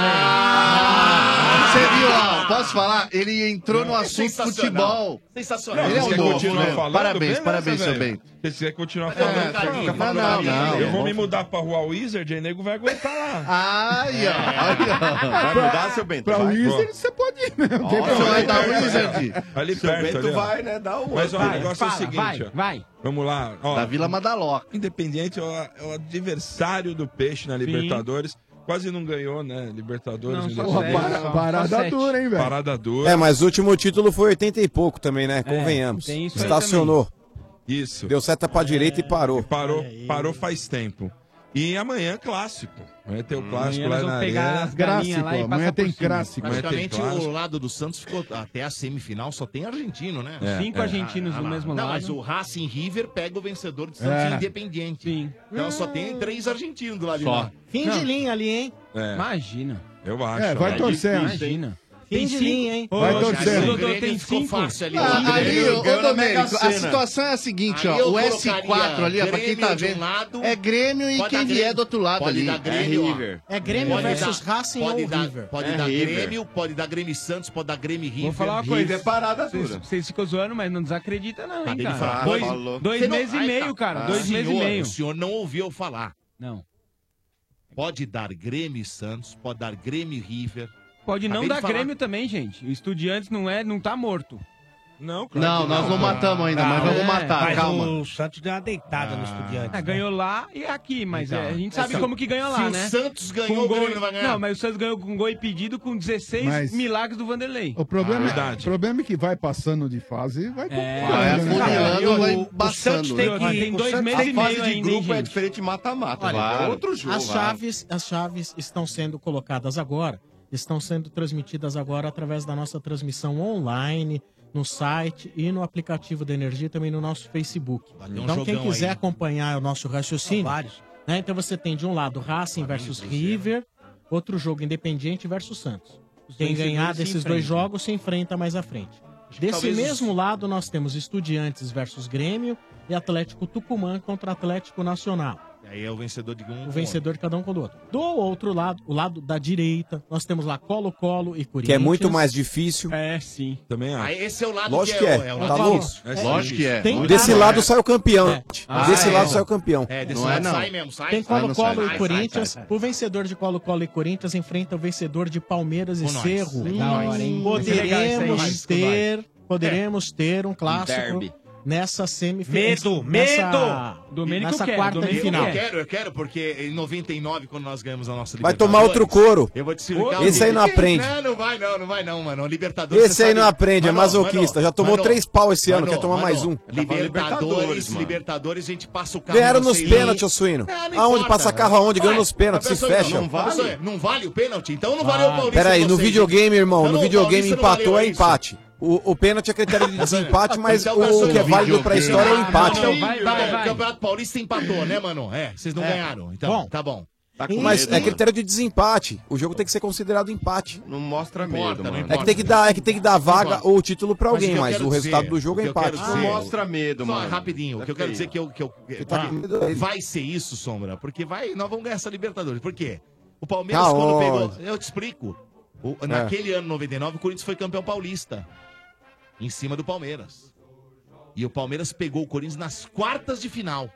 S17: Você viu, ó, posso falar? Ele entrou no assunto futebol.
S2: Sensacional.
S17: Ele é
S13: Você
S17: um
S13: quer
S17: novo,
S13: continuar
S17: né?
S13: falando?
S17: Parabéns,
S13: Beleza,
S17: parabéns, seu
S13: velho.
S17: Bento.
S13: Se você quiser continuar falando,
S17: É,
S13: fala,
S17: não,
S13: fica falando
S17: não,
S13: aí.
S17: não,
S13: Eu vou
S17: não.
S13: me mudar pra Rua Wizard, aí nego vai aguentar lá. É.
S17: Ai, ó.
S13: Vai mudar, seu Bento?
S10: É. Pra
S13: Vai.
S10: Wizard você pode ir, né? Não tem
S13: Nossa,
S10: problema.
S17: tá,
S13: vai dar Wizard. Ali
S10: Seu
S13: perto,
S10: Bento
S13: ali, ó.
S10: vai, né, dá um-
S13: Mas ó, o
S10: Vai,
S13: negócio é o
S10: fala,
S13: seguinte,
S10: vai,
S13: ó.
S7: vai.
S13: Vamos lá. Ó,
S17: Da Vila Madaloca.
S13: Independente é o, é o adversário do Peixe na Libertadores. Quase não ganhou, né? Libertadores.
S7: Não,
S13: em
S7: só
S13: dois mil e
S7: sete,
S13: dezoito.
S7: só- só
S10: Parada sete. dura, hein, velho?
S13: Parada dura.
S8: É, mas o último título foi 80 e pouco também, né? Convenhamos.
S13: É, tem isso aí
S8: Estacionou.
S13: Isso.
S8: Deu seta pra direita e parou.
S13: Parou, parou faz tempo. E amanhã é clássico. Amanhã tem o clássico
S2: Hum, Amanhã nós
S13: lá na
S2: vamos pegar
S13: arena.
S2: as galinhas lá e Clássico, amanhã passar tem por cima.
S13: clássico. Amanhã tem
S2: Praticamente o
S13: clássico.
S2: lado do Santos ficou até a semifinal, só tem argentino, né?
S13: É, Cinco é. argentinos
S7: no
S2: lá.
S7: mesmo
S2: Não,
S7: lado.
S2: mas o Racing River pega o vencedor de Santos
S7: É.
S2: Independiente. Então só tem três argentinos do lado
S7: Só.
S2: de lá.
S12: Fim de linha ali, hein?
S13: É.
S7: Imagina.
S13: Eu acho.
S10: É, vai
S13: né?
S10: torcer.
S7: Imagina.
S12: Fim de linha, hein?
S10: Vai torcer.
S7: Dodô, tem cinco.
S17: Ah, ali, ô, ô Domênico,
S9: Mega
S17: a
S9: Sena.
S17: situação é a seguinte,
S9: Aí
S17: ó.
S9: eu
S17: O
S9: colocaria
S17: S4 ali, ó, pra quem
S9: Grêmio
S17: tá
S9: de um
S17: vendo.
S9: lado,
S17: é Grêmio e
S9: pode
S17: quem
S9: dar
S17: vier
S9: Grêmio.
S17: do outro lado
S9: Pode
S17: ali.
S9: dar Grêmio, ó.
S12: É Grêmio
S2: Pode
S12: versus
S2: dar-
S12: Racing
S2: pode
S12: ou
S2: dar-
S12: River.
S2: Pode
S12: É
S2: dar
S12: River.
S2: Grêmio, pode dar Grêmio Santos, pode dar Grêmio River.
S7: Vou falar uma coisa, é parada dura.
S2: Vocês-
S7: Vocês ficam zoando, mas não desacredita não, hein,
S2: Acabei de
S7: cara.
S2: falar.
S7: Dois,
S2: Falou.
S7: dois
S2: Você não-
S7: meses e
S2: Ai, tá.
S7: meio, cara.
S2: Ah.
S7: Dois
S2: Senhor,
S7: meses e meio.
S2: O senhor não ouviu eu falar.
S7: Não.
S2: Pode dar Grêmio e Santos, pode dar Grêmio e River.
S7: Pode não
S2: Acabei de
S7: dar
S2: falar.
S7: Grêmio também, gente. O Estudiantes não é, não tá morto.
S13: Não,
S7: claro
S17: Não,
S7: que
S17: nós não matamos ainda, mas vamos matar,
S14: Ah, é. mas
S17: calma.
S14: O Santos deu uma deitada no estudiante.
S7: Ah, ganhou lá e aqui, mas
S14: Então.
S7: é, a gente sabe
S14: Então,
S7: como que ganhou
S14: se
S7: lá,
S14: o
S7: né?
S14: Santos
S7: Com
S14: ganhou, o
S7: gol-
S14: Grêmio vai ganhar.
S7: Não, mas o Santos ganhou com gol impedido com 16
S10: Mas-
S7: milagres do Vanderlei.
S10: O problema, é, o
S7: Ah, Verdade. É.
S10: problema é que vai passando de fase e vai
S13: Ah, é
S7: vai
S10: complicando.
S7: afunilando,
S10: Cara,
S7: vai
S10: o- o
S7: baçando,
S10: Santos
S7: né?
S10: tem que-
S7: Ó, tem
S10: o
S7: dois
S10: Santos
S7: meses
S10: tem
S7: e
S10: fase
S7: meio
S10: de
S7: ainda, hein,
S10: grupo,
S7: gente?
S16: diferente de mata-mata.
S12: Olha,
S16: claro.
S12: As
S2: ah.
S12: chaves, as chaves estão sendo colocadas agora, estão sendo transmitidas agora através da nossa transmissão online, no site e no aplicativo da Energia, e também no nosso Facebook.
S2: ter um
S12: então, quem
S2: jogão
S12: quiser
S2: aí.
S12: acompanhar o nosso raciocínio, né, então você tem de um lado Racing versus
S2: um
S12: River, outro jogo Independiente versus Santos. Quem
S7: vencedores
S12: ganhar
S7: se
S12: desses
S7: enfrentam.
S12: dois jogos se enfrenta mais à frente. Desse
S7: talvez os-
S12: mesmo lado, nós temos Estudiantes versus Grêmio e Atlético Tucumã contra Atlético Nacional
S2: Aí é o vencedor de um. com
S12: o
S2: outro.
S12: vencedor de cada um com o outro. Do outro lado, o lado da direita, nós temos lá Colo-Colo e Corinthians.
S8: Que é muito mais difícil.
S7: É, sim.
S13: Também
S2: Aí esse é o lado
S8: Lógico
S2: que é,
S8: que é.
S2: o
S8: Tá
S2: lado
S8: louco?
S2: difícil.
S8: É
S2: Lógico
S8: difícil.
S2: que é.
S8: Tem Desse lado sai o campeão. Desse lado sai o campeão.
S2: É, desse
S8: Não é,
S2: lado
S8: não.
S2: sai mesmo, sai.
S12: Tem
S2: Sai, não sai.
S12: Colo-Colo
S2: Sai,
S12: e Corinthians.
S2: sai, sai.
S12: O vencedor de Colo-Colo e Corinthians enfrenta o vencedor de Palmeiras e
S2: Com nós.
S12: Cerro.
S2: Com nós. Vai ser legal isso aí, É.
S12: Poderemos
S2: mas com
S12: ter,
S2: nós.
S12: poderemos ter um
S2: derby.
S12: clássico nessa semifinal.
S14: Medo,
S12: nessa, Nessa quarta de
S2: Domênico
S12: final.
S2: Eu quero, eu quero, porque em 99, quando nós ganhamos a nossa
S8: Vai
S2: Libertadores...
S8: tomar outro couro.
S2: Eu vou te explicar.
S8: Esse
S2: o
S8: aí não
S2: seguinte.
S8: aprende.
S2: Não, não vai não, não vai não, mano. Libertadores...
S8: Esse
S2: você
S8: aí
S2: sabe-
S8: não aprende, é
S2: Mano,
S8: masoquista.
S2: mano,
S8: Já tomou
S2: mano,
S8: três pau esse ano,
S2: mano,
S8: quer tomar
S2: mano,
S8: mais um.
S2: Libertadores, Libertadores, a gente passa o carro...
S8: Ganharam
S2: não
S8: nos
S2: sei-
S8: pênaltis, ô suíno.
S2: Ah, não
S8: Aonde?
S2: importa.
S8: Passa carro aonde? Ganhou
S2: Ué,
S8: nos pênaltis,
S2: mas
S8: se
S2: pessoal,
S8: fecha.
S2: Não vale, não vale o pênalti? Então não valeu o Paulista.
S8: Peraí,
S2: de
S8: no
S2: vocês,
S8: videogame,
S2: hein?
S8: irmão,
S2: Então
S8: no
S2: não, o
S8: videogame
S2: Paulista não valeu
S8: empatou é
S2: isso.
S8: empate. O, o pênalti é critério de desempate, mas
S2: Então,
S8: o que é válido pra história é o
S2: Ah,
S8: empate.
S2: não, vai, vai, vai. O Campeonato Paulista empatou, né, mano? É, vocês não ganharam. Então, tá bom. Tá
S8: Mas é critério de desempate. O jogo tem que ser considerado empate.
S16: Não mostra
S8: medo,
S16: Importa, não mano.
S8: É
S16: importa.
S8: que tem que dar, é que tem que dar vaga
S2: Importa.
S8: ou o título pra alguém,
S2: o que eu
S8: mas
S2: quero
S8: o resultado
S2: dizer,
S8: do jogo
S2: o
S8: é
S2: que eu
S8: empate.
S2: quero dizer-
S16: mostra medo,
S2: Só
S16: mano.
S2: Rapidinho, o que eu quero dizer que eu. Que eu que-
S8: tá com medo aí.
S2: vai ser isso, Sombra, porque vai, nós vamos ganhar essa Libertadores. Por quê? O Palmeiras,
S8: Aonde?
S2: quando pegou. Eu te explico. O-
S8: Tá É.
S2: naquele ano 99, o Corinthians foi campeão paulista. Em cima do Palmeiras. E o Palmeiras pegou o Corinthians nas quartas de final.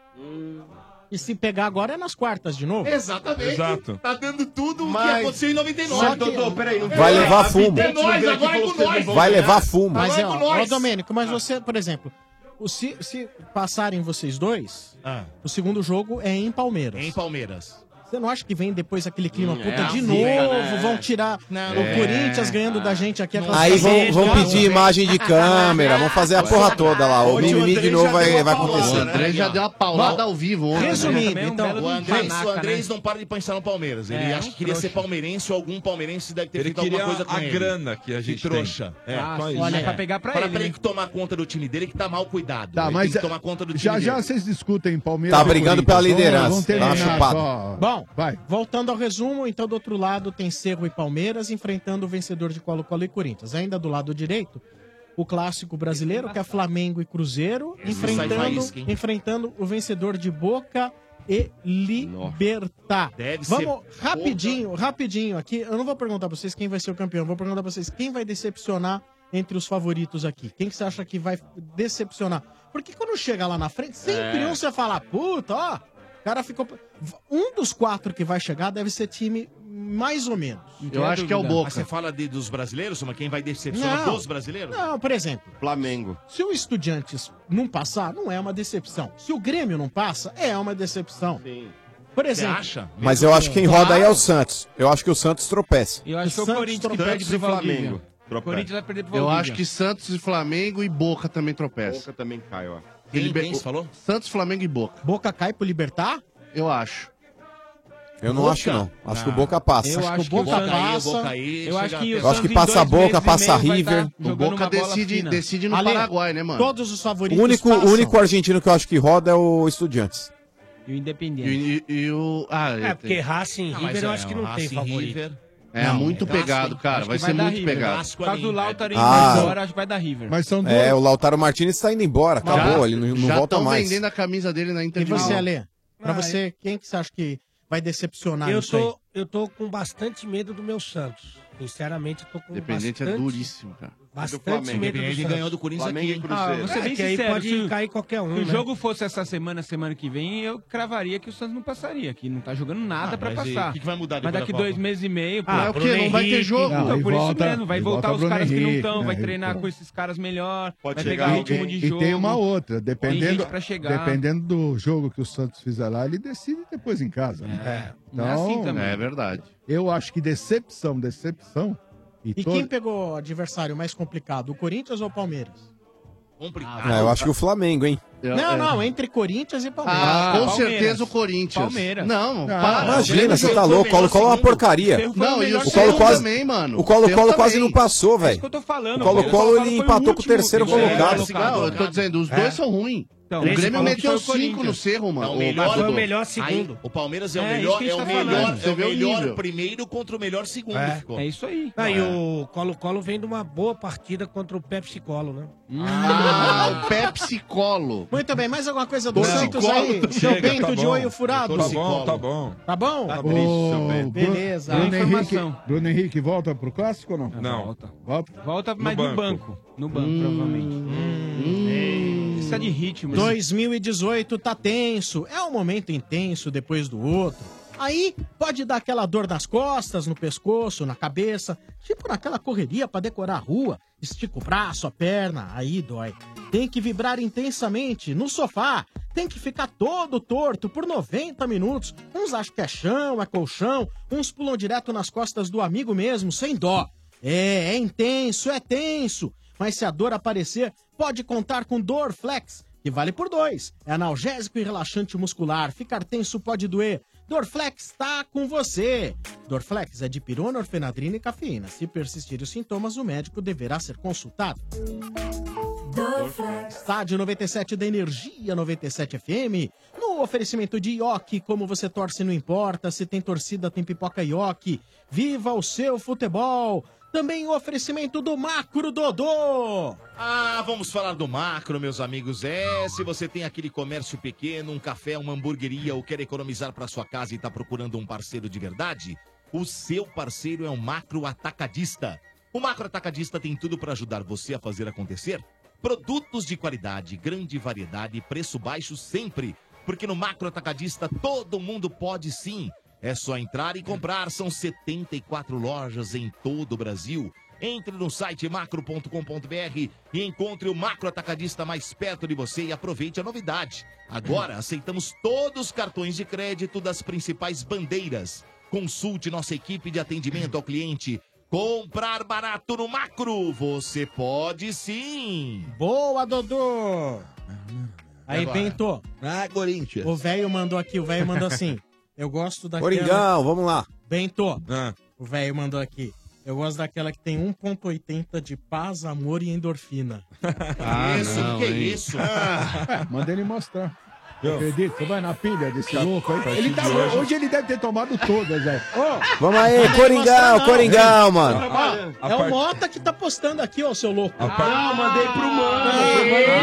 S12: E se pegar agora é nas quartas de novo?
S2: Exatamente.
S13: Exato.
S2: Tá dando tudo o que
S12: Mas-
S2: aconteceu em 99.
S12: Só que- Dodô, peraí, não-
S8: Vai levar fumo.
S2: É nós, agora é com nós.
S8: Vai levar fumo.
S12: Mas,
S8: é
S12: ó, ó, Domênico, mas você, por exemplo, o se, se passarem vocês dois, o segundo jogo é em Palmeiras.
S2: Ah. Em Palmeiras.
S12: Você não acha que vem depois aquele clima,
S2: Hum,
S12: puta,
S2: é,
S12: de
S2: fica,
S12: novo,
S2: né?
S12: vão tirar
S2: Não,
S12: o
S2: não.
S12: Corinthians ganhando da gente aqui. a
S8: Aí vão,
S12: classificação.
S8: vão pedir imagem de câmera, vão fazer a porra toda lá. O
S9: Hoje o
S8: mimimi de
S9: Andrei
S8: novo
S9: já deu
S8: vai,
S9: uma
S8: vai
S9: paulada,
S8: acontecer.
S9: né? O Andrei já deu uma paulada ao vivo ontem.
S2: Resumindo,
S9: Também é um
S2: então,
S9: belo
S2: o Andrés,
S9: panaca,
S2: o Andrés
S9: né?
S2: não para de pensar no Palmeiras. Ele
S9: É,
S2: acha
S9: um
S2: que queria
S9: trouxa.
S2: ser palmeirense ou algum palmeirense deve ter
S13: Ele
S2: feito alguma
S13: queria
S2: coisa com
S13: a
S2: ele.
S13: grana que a gente tem.
S2: trouxa. É,
S13: Ah,
S2: só isso.
S13: olha,
S2: É.
S13: pra pegar pra ele, né?
S2: que tomar conta do time dele, que tá mal cuidado.
S10: Tá,
S2: ele
S10: mas
S2: tem que tomar conta do time
S10: já
S2: dele.
S10: já vocês discutem Palmeiras.
S8: Tá
S10: e
S8: brigando
S10: Corinthians.
S8: pela liderança. Tá
S10: Vamos- Vamos
S8: Dá uma
S10: terminar
S8: chupada.
S10: só.
S12: Bom,
S10: vai.
S12: voltando ao resumo, então do outro lado tem Cerro e Palmeiras enfrentando o vencedor de Colo-Colo e Corinthians. Ainda do lado direito, o clássico brasileiro, que é Flamengo e Cruzeiro,
S2: Esse sai faísca, hein?
S12: enfrentando, enfrentando o vencedor de Boca e Libertar.
S2: Deve ser
S12: Vamos rapidinho, rapidinho aqui. Eu não vou perguntar pra vocês quem vai ser o campeão, eu vou perguntar pra vocês quem vai decepcionar entre os favoritos aqui. Quem que você acha que vai decepcionar? Porque quando chega lá na frente, sempre
S11: É.
S12: um você fala, puta, ó, o cara ficou. Um dos quatro que vai chegar deve ser time mais ou menos.
S2: Mas você fala de- dos brasileiros, mas quem vai decepcionar
S12: é Não.
S2: dos brasileiros?
S12: Não, por exemplo.
S16: Flamengo.
S12: Se o Estudiantes não passar, não é uma decepção. Se o Grêmio não passa, é uma decepção. Por exemplo.
S2: acha?
S8: Mas eu acho que quem roda aí é o
S9: assim, tá?
S8: Santos. Eu acho que o Santos tropeça.
S7: Eu acho que o Corinthians que perde pro Flamengo. O Corinthians vai perder pro
S9: Eu
S7: Valdívia.
S9: acho que Santos e Flamengo e Boca também tropeçam.
S16: Boca também
S7: tá
S16: cai, ó.
S9: Quem,
S16: quem você falou?
S9: Santos, Flamengo e Boca.
S12: Boca cai pro Libertar?
S9: Eu acho.
S8: Eu não
S9: Boca?
S8: acho não. Acho que o
S9: Ah.
S8: Boca passa.
S9: Eu acho que o Boca passa.
S8: Eu acho que, passa a Boca, passa a River.
S9: O Boca decide, decide no
S12: Ale,
S9: Paraguai, né, mano?
S12: Todos os
S8: O
S12: favoritos.
S8: único, o
S12: passam.
S8: único argentino que eu acho que roda é o Estudiantes.
S7: E o Independente.
S9: E, e- e o. Ah,
S14: É, porque Racing e
S9: Ah, mas
S14: River eu
S9: é,
S14: acho que
S9: o
S14: não tem
S9: Racing
S14: favorito.
S9: É muito pegado, cara. Vai ser muito pegado.
S7: Caso do Lautarinho
S8: Ah.
S7: vai embora, acho que vai dar River.
S8: É, o Lautaro Martinez tá indo embora. Acabou, ele não, não
S9: já
S8: volta
S9: tão
S8: mais.
S9: vendendo a camisa dele na Inter
S12: E
S9: de
S12: você,
S9: Milão.
S12: Alê?
S14: Ah,
S12: Pra você, quem que você acha que vai decepcionar
S14: eu
S12: nisso aí?
S14: tô, eu tô com bastante medo do meu Santos. Sinceramente, eu tô com
S9: Independente é
S14: bastante...
S9: duríssimo, cara.
S14: Bastante medo do
S7: Ele
S14: Santos.
S7: ganhou do Corinthians aqui, hein?
S14: Ah, você
S7: bem
S14: que aí
S7: sincero, se
S14: pode
S7: o-
S14: cair qualquer
S2: Hum,
S14: um,
S7: Se
S14: né?
S7: o jogo fosse essa semana, semana que vem, eu cravaria que o Santos não passaria, que não tá jogando nada
S2: Ah,
S7: pra
S2: mas e-
S7: passar.
S2: o que que vai mudar
S7: Mas
S2: depois
S7: daqui
S2: da Copa?
S7: dois meses e meio.
S2: Ah, é o quê? Não vai ter jogo?
S7: Então,
S2: Não, e
S7: por
S2: volta-
S7: isso mesmo, vai
S2: e
S7: voltar
S2: volta
S7: os
S2: Bruno
S7: caras que não
S2: Henrique,
S7: estão, vai
S2: né?
S7: treinar com esses caras melhor, vai
S10: chegar
S7: pegar ritmo de
S10: E
S7: jogo.
S10: tem uma outra, dependendo,
S7: gente pra chegar.
S10: dependendo do jogo que o Santos fizer lá, ele decide depois em casa. né?
S9: Não é assim também. É verdade.
S10: Eu acho que decepção, decepção. E,
S12: E
S10: to-
S12: quem pegou o adversário mais complicado, o Corinthians ou o Palmeiras?
S2: Complicado.
S8: Ah, eu acho que o Flamengo, hein?
S13: Ah,
S9: é.
S13: é.
S12: Não, não, entre Corinthians e Palmeiras.
S9: Ah, com certeza o Corinthians.
S12: Palmeiras.
S9: Não,
S12: Ah,
S9: para.
S8: Imagina, você tá louco. O Colo-Colo é uma porcaria.
S9: Não, e o
S8: o Colo
S9: Colo
S8: quase,
S9: também, mano.
S8: O Colo-Colo
S9: Cerro
S8: quase
S9: também.
S8: não passou,
S9: é
S8: velho. O Colo-Colo ele empatou com o terceiro colocado.
S9: Não, eu tô dizendo, os dois
S2: Tá É.
S9: são ruins.
S2: Então,
S9: o
S2: esse
S9: Grêmio
S2: Palmeiras
S9: meteu
S2: foi o
S9: 5 no
S2: Corinthians.
S9: Cerro, mano.
S2: É o melhor,
S9: Mas foi
S2: do-
S9: o melhor
S2: Aí,
S9: segundo.
S2: o Palmeiras é,
S9: É,
S2: o
S9: isso
S2: melhor,
S9: que a
S2: é o
S9: gente tá falando.
S2: melhor,
S9: Você
S2: é o
S9: vê o
S2: melhor
S9: nível.
S2: primeiro contra o melhor segundo.
S14: É,
S2: ficou.
S7: é isso aí.
S14: Ah, e
S2: É.
S14: o Colo-Colo vem de uma boa partida contra o Pepsi Colo, né?
S8: Hum.
S9: Ah, o Pepsi Colo.
S12: Muito bem, mais alguma coisa do
S14: Não.
S12: Santos aí?
S14: Psicólogo,
S12: Seu
S14: chega,
S12: Bento
S14: tá
S12: de
S14: bom.
S12: olho furado.
S13: Tá bom, tá bom.
S12: Tá bom?
S13: Tá triste, seu Bento.
S12: Beleza.
S10: Bruno,
S12: A
S10: Henrique,
S12: informação.
S10: Bruno Henrique volta pro clássico ou não?
S13: Não.
S10: Volta. Volta,
S7: Volta mais no banco. No banco,
S2: Hum.
S7: provavelmente. Isso é de ritmo.
S12: 2018 tá tenso, é um momento intenso depois do outro. Aí pode dar aquela dor nas costas, no pescoço, na cabeça, tipo naquela correria pra decorar a rua, estica o braço, a perna, aí dói. Tem que vibrar intensamente no sofá, tem que ficar todo torto por 90 minutos. Uns acham que é chão, é colchão, uns pulam direto nas costas do amigo mesmo, sem dó. É, é intenso, é tenso. Mas se a dor aparecer, pode contar com Dorflex, que vale por dois. É analgésico e relaxante muscular. Ficar tenso pode doer. Dorflex está com você. Dorflex é de pirona, orfenadrina e cafeína. Se persistirem os sintomas, o médico deverá ser consultado.
S7: né?
S12: Estádio 97 da Energia 97 FM. No oferecimento de Ioki, como você torce não importa, se tem torcida tem pipoca Ioki. Viva o seu futebol! Também o oferecimento do Macro Dodô.
S2: Ah, vamos falar do macro, meus amigos. É, se você tem aquele comércio pequeno, um café, uma hamburgueria ou quer economizar para sua casa e está procurando um parceiro de verdade, o seu parceiro é o Macro Atacadista. O Macro Atacadista tem tudo para ajudar você a fazer acontecer Produtos de qualidade, grande variedade e preço baixo sempre. Porque no Macro Atacadista todo mundo pode sim. É só entrar e comprar. São 74 lojas em todo o Brasil. Entre no site macro.com.br e encontre o macro atacadista mais perto de você e aproveite a novidade. Agora aceitamos todos os cartões de crédito das principais bandeiras. Consulte nossa equipe de atendimento ao cliente. Comprar barato no macro, você pode sim!
S12: Boa, Dodô! Aí,
S2: Agora.
S12: Bento.
S13: Ah, Corinthians.
S12: O velho mandou aqui, o velho mandou assim. Eu gosto daquela...
S8: Coringão, vamos lá.
S12: Bento.
S2: Ah.
S12: O velho mandou aqui. Eu gosto daquela que tem 1.80 de paz, amor e endorfina.
S10: Ah,
S12: Isso,
S10: não,
S12: que é
S10: hein?
S12: isso?
S10: É, manda ele mostrar.
S13: Eu
S10: acredito, você vai na pilha desse louco
S17: É.
S10: aí. Ele tá,
S11: de hoje-
S10: hoje ele deve ter tomado um todas, velho.
S8: Vamos aí, Coringão, Coringão, mano.
S12: Ó, é o Mota que tá postando aqui, ó, seu louco.
S11: Ah, mandei pro mano.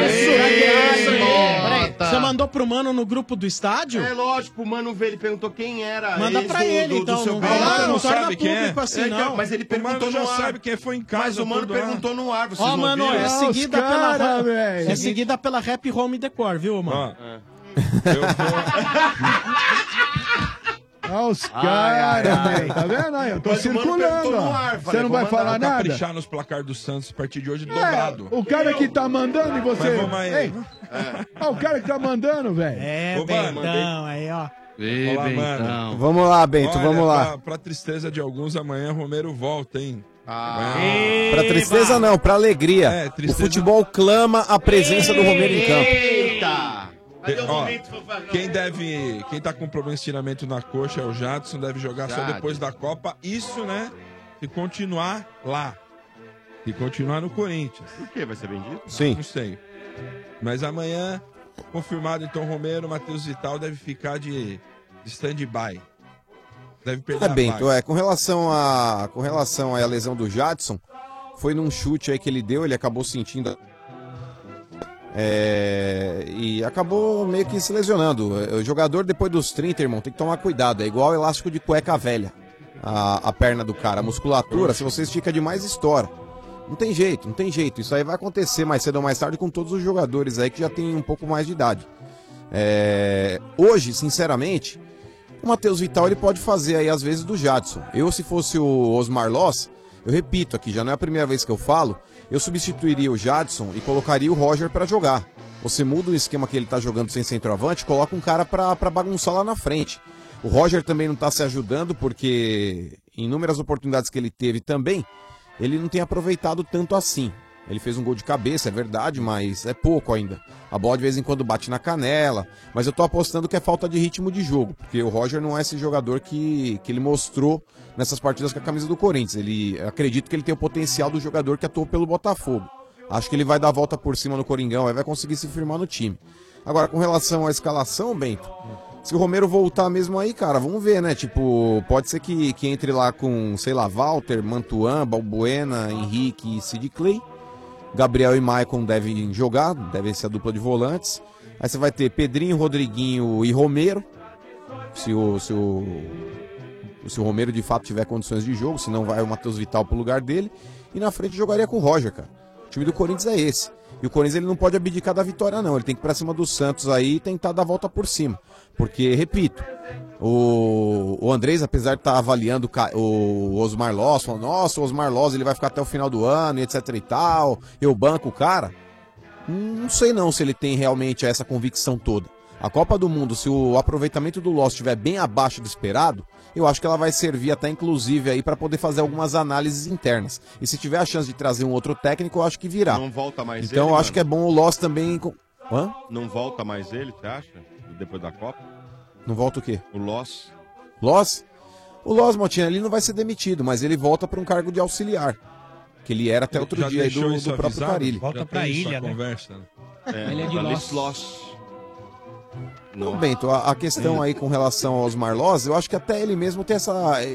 S12: Isso,
S11: Ei,
S12: isso.
S11: Mota.
S12: Peraí, Você mandou pro mano no grupo do estádio?
S11: É lógico, o mano veio, ele perguntou quem era.
S12: Manda pra
S11: do-
S12: ele,
S11: do- do
S12: então,
S11: seu
S12: não
S11: grupo.
S12: fala,
S11: Ah,
S12: não torna
S11: sabe quem é.
S12: público assim,
S11: É, então,
S12: não.
S11: Mas ele
S12: O
S11: perguntou
S12: mano já
S11: no ar.
S12: sabe quem foi em casa,
S11: Mas o mano
S12: tudo, né?
S11: perguntou no ar, vocês
S12: Ó,
S11: não
S12: mano,
S11: ouviram?
S12: é seguida pela.
S11: velho.
S12: é seguida pela Rap Home Decor, viu, mano?
S10: Olha os
S13: Ah,
S10: caras, velho. Tá vendo aí? Eu tô
S13: Mas o mano
S10: circulando.
S13: perguntou
S10: ó.
S13: no ar, falei,
S10: Você não
S13: vou
S10: vai
S13: mandar
S10: falar
S13: pra
S10: nada?
S13: caprichar nos placar do Santos a partir de hoje
S10: É,
S13: dobrado.
S10: o cara que tá mandando e você.
S13: Mas vamos aí.
S10: Ei, ah, o cara que tá mandando, velho.
S12: É,
S13: Ô, mano,
S12: Bentão, aí, ó.
S13: Olá, mano.
S8: Vamos lá, Bento,
S13: Olha,
S8: vamos lá.
S13: Pra, pra tristeza de alguns, amanhã Romero volta, hein? Ah.
S8: Pra tristeza não, pra alegria.
S9: é,
S8: O futebol clama a presença do Romero em campo.
S11: Eita!
S13: De- ó, quem deve. Quem tá com problema de estiramento na coxa é o Jadson, deve jogar só
S11: Jadson.
S13: depois da Copa. Isso, né? Se continuar lá. Se continuar no Corinthians. Por
S16: que vai ser vendido?
S8: Sim.
S13: Não sei. Mas amanhã, confirmado então Romero, Matheus Vital deve ficar de, de stand-by. Deve perder
S8: É,
S13: a
S8: Bento,
S13: vaga.
S8: é, com relação a com relação aí à lesão do Jadson, foi num chute aí que ele deu, ele acabou sentindo é, e acabou meio que se lesionando. É, O jogador depois dos 30, irmão, tem que tomar cuidado, é igual elástico de cueca velha. A, a perna do cara, a musculatura, se você estica demais, estoura. Não tem jeito, não tem jeito. Isso aí vai acontecer mais cedo ou mais tarde com todos os jogadores aí que já tem um pouco mais de idade. É, hoje, sinceramente, o Matheus Vital ele pode fazer aí às vezes do Jadson. Eu, se fosse o Osmar Loss, eu repito aqui, já não é a primeira vez que eu falo, eu substituiria o Jadson e colocaria o Roger pra jogar. Você muda o esquema que ele tá jogando sem centroavante, coloca um cara pra pra bagunçar lá na frente. O Roger também não tá se ajudando porque em inúmeras oportunidades que ele teve também, ele não tem aproveitado tanto assim. Ele fez um gol de cabeça, é verdade, mas é pouco ainda. A bola de vez em quando bate na canela, mas eu tô apostando que é falta de ritmo de jogo, porque o Roger não é esse jogador que, que ele mostrou nessas partidas com a camisa do Corinthians. Ele eu acredito que ele tem o potencial do jogador que atuou pelo Botafogo. Acho que ele vai dar a volta por cima no Coringão, aí vai conseguir se firmar no time. Agora, com relação à escalação, Bento, se o Romero voltar mesmo aí, cara, vamos ver, né? Tipo, pode ser que, que entre lá com, sei lá, Walter, Mantuan, Balbuena, Henrique e Sid Clay. Gabriel e Maicon devem jogar, devem ser a dupla de volantes. Aí você vai ter Pedrinho, Rodriguinho e Romero. Se o, se o, se o Romero de fato tiver condições de jogo, se não vai o Matheus Vital pro lugar dele. E na frente jogaria com o Roger, cara. O time do Corinthians é esse. E o Corinthians ele não pode abdicar da vitória, não. Ele tem que ir pra cima do Santos aí e tentar dar a volta por cima. Porque, repito, o, o Andrés, apesar de estar avaliando o ca- o Osmar Loss, falando, nossa, o Osmar Loss ele vai ficar até o final do ano, e etc e tal, eu banco o cara. Hum, Não sei não se ele tem realmente essa convicção toda. A Copa do Mundo, se o aproveitamento do Loss estiver bem abaixo do esperado, eu acho que ela vai servir até inclusive aí para poder fazer algumas análises internas. E se tiver a chance de trazer um outro técnico, eu acho que virá.
S16: Não volta mais
S8: então
S16: ele,
S8: eu acho
S16: mano?
S8: que é bom o Loss também. com- Hã?
S16: Não volta mais ele, você acha? Depois da Copa?
S8: Não volta o quê?
S16: O Loss.
S8: Loss? O Loss, Motinha, ele não vai ser demitido, mas ele volta para um cargo de auxiliar. Que ele era até outro
S13: Já
S8: dia aí
S13: deixou
S8: do,
S13: isso
S8: do próprio
S13: avisado?
S8: Carilli.
S13: Já tem isso na Conversa, né?
S16: Ele é de Loss. Loss.
S8: Não, Bento, a, a questão aí com relação aos Marlós, eu acho que até ele mesmo tem essa.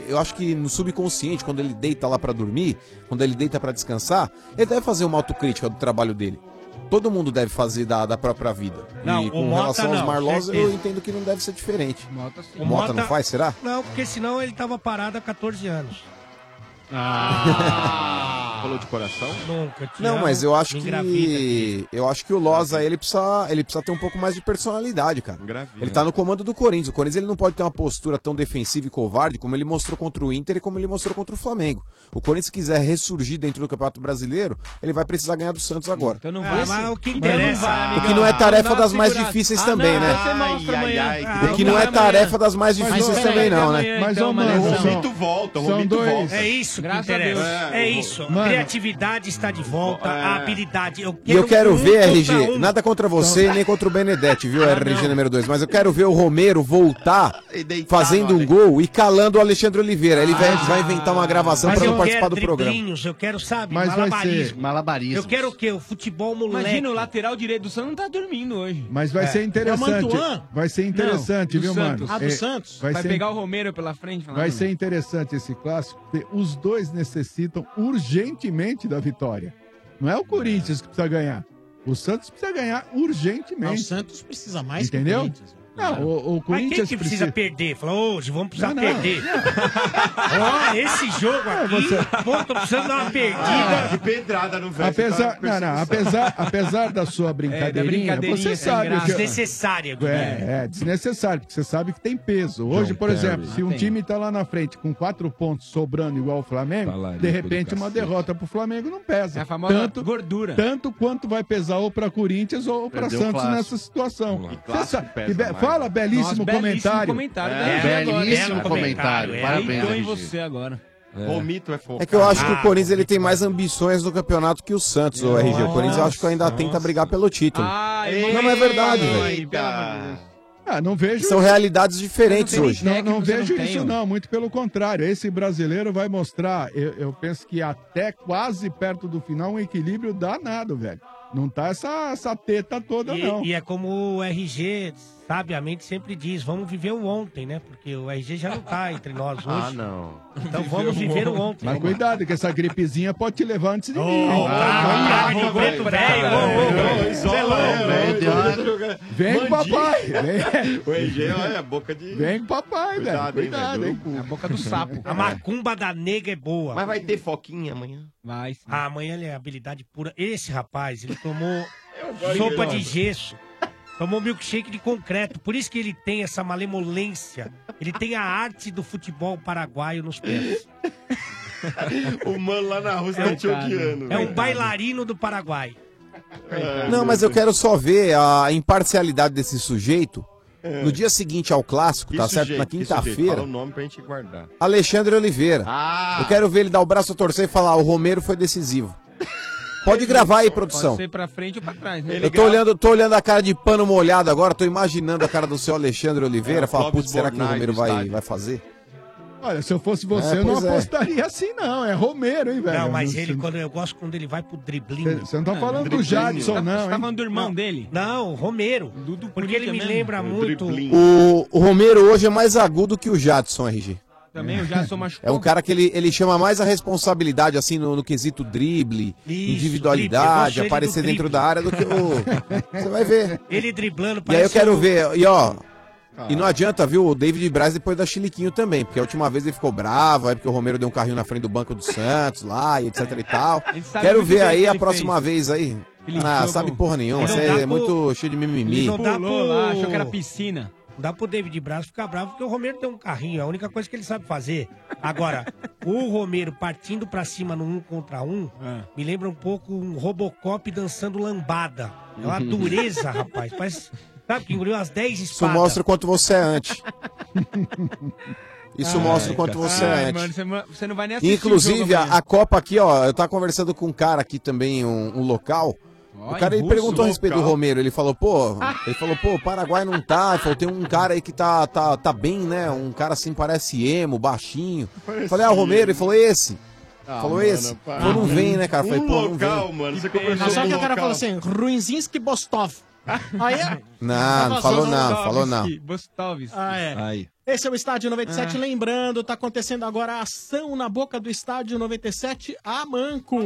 S8: Eu acho que no subconsciente, quando ele deita lá pra dormir, quando ele deita pra descansar, ele deve fazer uma autocrítica do trabalho dele. Todo mundo deve fazer da, da própria vida.
S14: Não,
S8: e
S14: o
S8: com
S14: Mota
S8: relação aos
S14: não, É,
S8: Marlós, eu
S14: certeza.
S8: entendo que não deve ser diferente. O Mota,
S14: O
S8: não faz, será?
S14: Não, porque senão ele tava parado há 14 anos.
S8: Ah.
S16: falou de coração?
S14: Nunca, te
S8: Não,
S14: amo,
S8: mas eu acho
S14: me
S8: que. Eu acho que o Loza, ele precisa, ele precisa ter um pouco mais de personalidade, cara.
S16: Engravida.
S8: Ele tá no comando do Corinthians. O Corinthians ele não pode ter uma postura tão defensiva e covarde como ele mostrou contra o Inter e como ele mostrou contra o Flamengo. O Corinthians se quiser ressurgir dentro do Campeonato Brasileiro, ele vai precisar ganhar do Santos agora.
S7: Então não
S14: vai mas ser. o que
S7: interessa, Ah,
S8: O que não é tarefa das mais difíceis também, né? O que não é tarefa das mais difíceis também, não, né?
S10: Mas, ô, mano,
S8: o
S10: são-
S8: Romito volta, o
S10: são
S8: Romito
S10: dois-
S8: volta.
S14: É isso que
S10: Graças a
S14: interessa.
S10: Deus.
S14: É,
S10: É,
S14: isso. A
S10: mano.
S14: criatividade está de volta, a
S8: É.
S14: habilidade. Eu quero
S8: E eu quero
S14: um
S8: ver,
S14: contra
S8: RG,
S14: um. Ah,
S8: nada contra você nem contra o Benedetti, viu, RG número 2, mas eu quero ver o Romero voltar fazendo um gol e calando o Alexandre Oliveira. Ele vai,
S10: Ah.
S8: vai inventar uma gravação
S14: Ah, Mas
S8: pra
S14: eu
S8: não participar
S14: quero
S8: do programa.
S14: driblinhos, Eu quero, sabe,
S10: Mas vai
S14: malabarismo.
S10: ser-
S14: malabarismo. Eu quero o quê? O futebol moleque.
S7: Imagina, o lateral direito do Santos não tá dormindo hoje.
S10: Mas vai
S7: É
S10: ser
S7: o
S10: interessante.
S7: Mantuan?
S10: Vai ser interessante,
S7: Não, do
S10: viu,
S7: Santos.
S10: mano?
S7: Ah, do
S10: É,
S7: Santos? Vai,
S10: Vai, ser,
S7: pegar o Romero pela frente. falar,
S10: vai
S7: "Não,
S10: ser interessante esse clássico, porque os dois necessitam urgentemente da vitória. Não é o Corinthians que precisa ganhar. O Santos precisa ganhar urgentemente.
S12: Não, o Santos precisa mais
S10: Entendeu?
S12: que o Corinthians. né?
S10: Não, o, o
S14: Mas quem
S10: Corinthians
S14: que precisa perder? Fala, hoje vamos precisar
S10: Não, não.
S14: perder. Ó, esse jogo aqui, pô, tô precisando dar uma perdida.
S16: que pedrada no velho.
S10: Ah. Apesar, não, tá não, apesar, apesar da
S7: É,
S10: sua brincadeirinha, você sabe o que
S14: É, Desnecessária, Guilherme.
S7: né?
S10: É, é, desnecessário, porque você sabe que tem peso. Hoje, por
S14: Perry.
S10: exemplo, se
S14: Ah,
S10: um
S14: tem.
S10: time tá lá na frente com quatro pontos sobrando igual o Flamengo, de repente uma derrota pro Flamengo não pesa.
S7: É a famosa
S10: tanto,
S7: gordura.
S10: Tanto quanto vai pesar ou pra Corinthians ou pra
S7: É. Perdeu o
S10: Santos
S7: clássico.
S10: nessa situação. Você
S7: clássico
S10: sabe-
S7: pesa
S10: e be-
S7: mais.
S10: fala, belíssimo
S7: Nossa,
S10: comentário.
S7: belíssimo comentário da
S10: É,
S7: Regina agora, hein?
S10: belíssimo
S7: Belo
S10: comentário,
S7: é.
S10: parabéns,
S7: Deitou em
S10: RG.
S7: você agora.
S16: Romito é fofo.
S8: É que eu acho que o
S16: Ah,
S8: Corinthians ele
S14: é
S8: tem mais ambições no campeonato que o Santos, o RG. O Corinthians eu acho que ainda tenta brigar pelo título. Não, mas é verdade, velho.
S10: Ah, não vejo.
S8: São realidades diferentes
S10: Não tem
S8: hoje.
S10: nem Não, não
S8: técnico,
S10: vejo
S8: você não tem,
S10: isso,
S8: ó.
S10: não. Muito pelo contrário. Esse brasileiro vai mostrar, eu, eu penso que até quase perto do final, um equilíbrio danado, velho. Não tá essa, essa teta toda, não.
S14: E, e é como o RG sabiamente sempre diz, vamos viver o ontem, né? Porque o RG já não tá entre nós hoje.
S10: Ah,
S16: não.
S14: Então vamos viver o ontem.
S10: Mas cuidado, que essa gripezinha pode te levar antes de mim. hein?
S7: Ah,
S10: é Vem com papai. Vem,
S16: O EG, olha, É boca de.
S10: vem com papai, velho.
S16: Cuidado, hein,
S10: Cuidado,
S16: velho.
S10: hein?
S16: É a
S14: boca do sapo. A macumba da nega é boa.
S16: Mas vai ter foquinha amanhã?
S7: Vai.
S14: Ah, amanhã ele é habilidade pura. Esse rapaz, ele tomou
S16: gosto de
S14: sopa
S16: Ronaldo.
S14: de gesso. Tomou milkshake de concreto. Por isso que ele tem essa malemolência. Ele tem a arte do futebol paraguaio nos pés.
S16: o mano lá na Rússia tá te odiando.
S14: É um
S16: velho. É,
S14: bailarino do Paraguai.
S8: Não, mas eu quero só ver a imparcialidade desse sujeito
S16: É.
S8: no dia seguinte ao clássico,
S16: Que
S8: tá
S16: sujeito,
S8: certo? Na
S16: que sujeito.
S8: quinta-feira.
S16: Fala o nome pra gente guardar.
S8: Alexandre Oliveira. Eu quero ver ele dar o braço a torcer e falar: "Ah, o Romero foi decisivo. Pode gravar aí, produção.
S7: Pode ser pra frente ou pra trás, né?
S8: Eu tô olhando, tô olhando a cara de pano molhado agora, tô imaginando a cara do seu Alexandre Oliveira.
S10: É, o
S8: fala,
S10: Clóvis
S8: putz, será que o
S10: Bornai
S8: Romero
S10: do
S8: vai,
S10: estádio.
S8: vai fazer?
S10: Olha, se eu fosse você,
S8: É,
S10: eu não
S8: pois é.
S10: apostaria assim, não. É Romero, hein, velho?
S14: Não, mas
S10: Você-
S14: ele, quando eu gosto quando ele vai pro driblinho.
S10: Cê- cê não tá falando do Jadson,
S14: Tá-
S10: não,
S14: você tá
S10: hein?
S14: falando do irmão dele? Não, o Romero. porque ele me
S7: Corinthians
S14: lembra
S7: mesmo.
S14: muito.
S8: O, o Romero hoje é mais agudo que o Jadson, RG.
S7: Também o Jadson
S8: É
S7: machucou.
S8: um cara que ele, ele chama mais a responsabilidade, assim, no, no quesito drible, individualidade,
S14: drible, eu gosto dele
S8: aparecer
S14: do
S8: dentro
S14: drible.
S8: da área do que o. Você vai ver.
S14: Ele driblando
S8: E aí eu
S14: parece
S8: quero
S14: um-
S8: ver, e ó. E não adianta, viu? O David Braz depois da Chiliquinho também, porque a última vez ele ficou bravo, é porque o Romero deu um carrinho na frente do banco do Santos lá, e etc e tal.
S7: sabe
S8: Quero
S7: muito
S8: ver
S7: bem o
S8: aí
S7: que
S8: a
S7: ele
S8: próxima
S7: fez.
S8: vez aí.
S7: Ele
S8: ah,
S7: jogou.
S8: sabe porra nenhuma,
S7: Ele
S8: você
S7: não dá
S8: é
S7: pro-
S8: muito cheio de mimimi.
S14: Não dá
S7: Pulou
S14: pro...
S7: lá, achou que era piscina.
S14: Não dá pro David Braz ficar bravo, porque o Romero tem um carrinho, é a única coisa que ele sabe fazer. Agora, o Romero partindo pra cima no um contra um, me lembra um pouco um Robocop dançando lambada. É uma dureza, rapaz. Parece, sabe, que engoliu umas 10
S8: Isso
S14: espadas.
S8: mostra o quanto você é antes. Isso
S14: Ah,
S7: Ai,
S8: mostra o quanto
S7: cara.
S8: você
S7: Ai,
S8: é antes.
S7: mano, você ma- você não vai nem assistir o
S8: Inclusive,
S7: jogo
S8: a,
S7: amanhã.
S8: a Copa aqui, ó, eu tava conversando com um cara aqui também, um, um local. O
S7: Olha,
S8: cara ele
S7: russo,
S8: perguntou a respeito do
S7: local.
S8: Romero, ele falou, pô, ele falou, pô, o Paraguai não tá, ele falou, tem um cara aí que tá, tá, tá bem, né? Um cara assim parece emo, baixinho.
S16: Parece
S8: Falei, ah, o Romero,
S16: emo.
S8: ele falou, esse.
S16: Ah,
S8: falou
S16: mano,
S8: esse.
S16: para.
S8: Falou, não vem, né, cara?
S16: Um
S8: Falei, pô, não
S16: local,
S8: vem.
S16: mano, você
S12: Não,
S16: conversou
S12: só
S16: com
S12: que
S16: o
S12: o cara
S16: local.
S12: falou assim, Ruinzinski Bostov. Aí é...
S7: Tá
S8: Não, não falou não,
S12: Bostovski.
S8: falou não.
S7: Bostovski.
S12: Ah, é.
S13: Aí.
S12: Esse é o Estádio 97.
S7: Ah.
S12: Lembrando, tá acontecendo agora a ação na boca do Estádio 97 a Manco.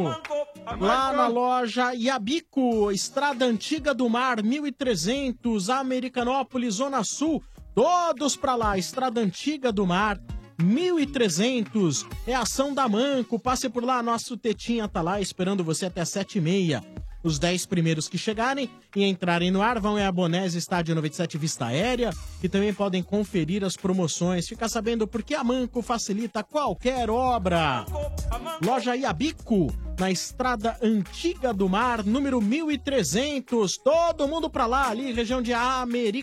S12: Lá na loja Iabico, Estrada Antiga do Mar, 1300, Americanópolis, Zona Sul. Todos pra lá, Estrada Antiga do Mar. 1300. É ação da Manco. Passe por lá, nosso Tetinha tá lá esperando você até 7h30. Os 10 primeiros que chegarem e entrarem no ar vão é a Bonés Estádio 97 Vista Aérea e também podem conferir as promoções. Ficar sabendo porque a Manco facilita qualquer obra. Loja Iabico, na Estrada Antiga do Mar, número 1300. Todo mundo pra lá, ali, região de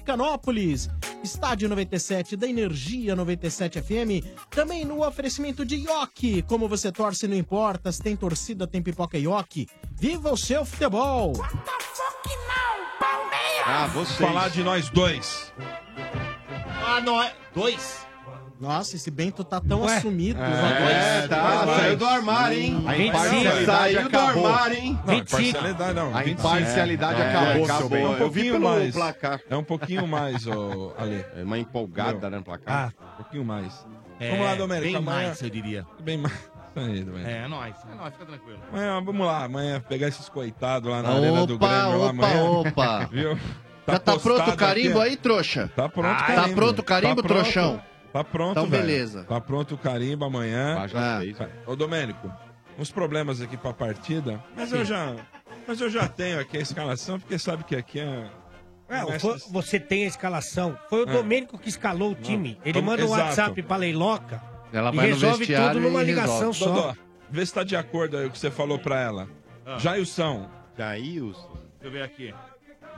S12: Americanópolis. Estádio 97 da Energia 97 FM. Também no oferecimento de Yoki. Como você torce, não importa. Se tem torcida, tem pipoca Yoki. Viva o seu futebol!
S13: Ah, vocês. Falar de nós dois.
S2: Ah, não é. Dois?
S12: Nossa, esse Bento tá tão assumido.
S13: É, tá, saiu do armário, hein?
S12: A
S13: imparcialidade
S12: saiu do
S13: acabou.
S12: armário, hein?
S13: Não, imparcialidade não.
S12: A
S13: 25.
S12: imparcialidade
S13: É,
S16: acabou, seu
S13: seu
S16: bem.
S13: bem.
S16: Eu vi pelo
S13: placar. É um pouquinho mais, ô, Ale. É uma empolgada, né, no placar. Um pouquinho mais.
S2: É,
S13: Vamos lá, Domérico.
S2: bem
S13: amanhã-
S2: mais, eu diria.
S13: Bem mais. Isso aí, Domérico.
S2: É, é nóis. É nóis, fica tranquilo.
S13: Amanhã, vamos lá, amanhã pegar esses coitados lá na
S2: Opa,
S13: arena do Grêmio. lá
S2: opa,
S13: amanhã,
S9: opa.
S13: Viu?
S9: Já tá
S13: postado
S9: pronto o carimbo
S13: aqui.
S9: aí, trouxa?
S13: Tá pronto o
S9: Ah,
S13: carimbo.
S9: Tá pronto o carimbo,
S13: Tá pronto.
S9: trouxão?
S13: Tá pronto,
S9: Então,
S13: velho.
S9: beleza.
S13: Tá pronto o carimbo amanhã.
S16: já
S13: Ah.
S16: fez, velho.
S13: Ô, Domênico, uns problemas aqui pra partida, mas eu
S14: Sim.
S13: já... Mas eu já tenho aqui a escalação, porque sabe que aqui é...
S14: É, o fo- você tem a escalação. Foi o
S13: É.
S14: Domênico que escalou o time.
S13: Não.
S14: Ele
S13: Tamo-
S14: manda um
S13: Exato.
S14: WhatsApp pra Leiloca.
S13: Ela
S14: E vai no resolve vestiário tudo numa e ligação resolve. só.
S13: Dodô, vê se tá de acordo aí o que você falou pra ela. Jailson. Jailson.
S2: Deixa eu ver aqui.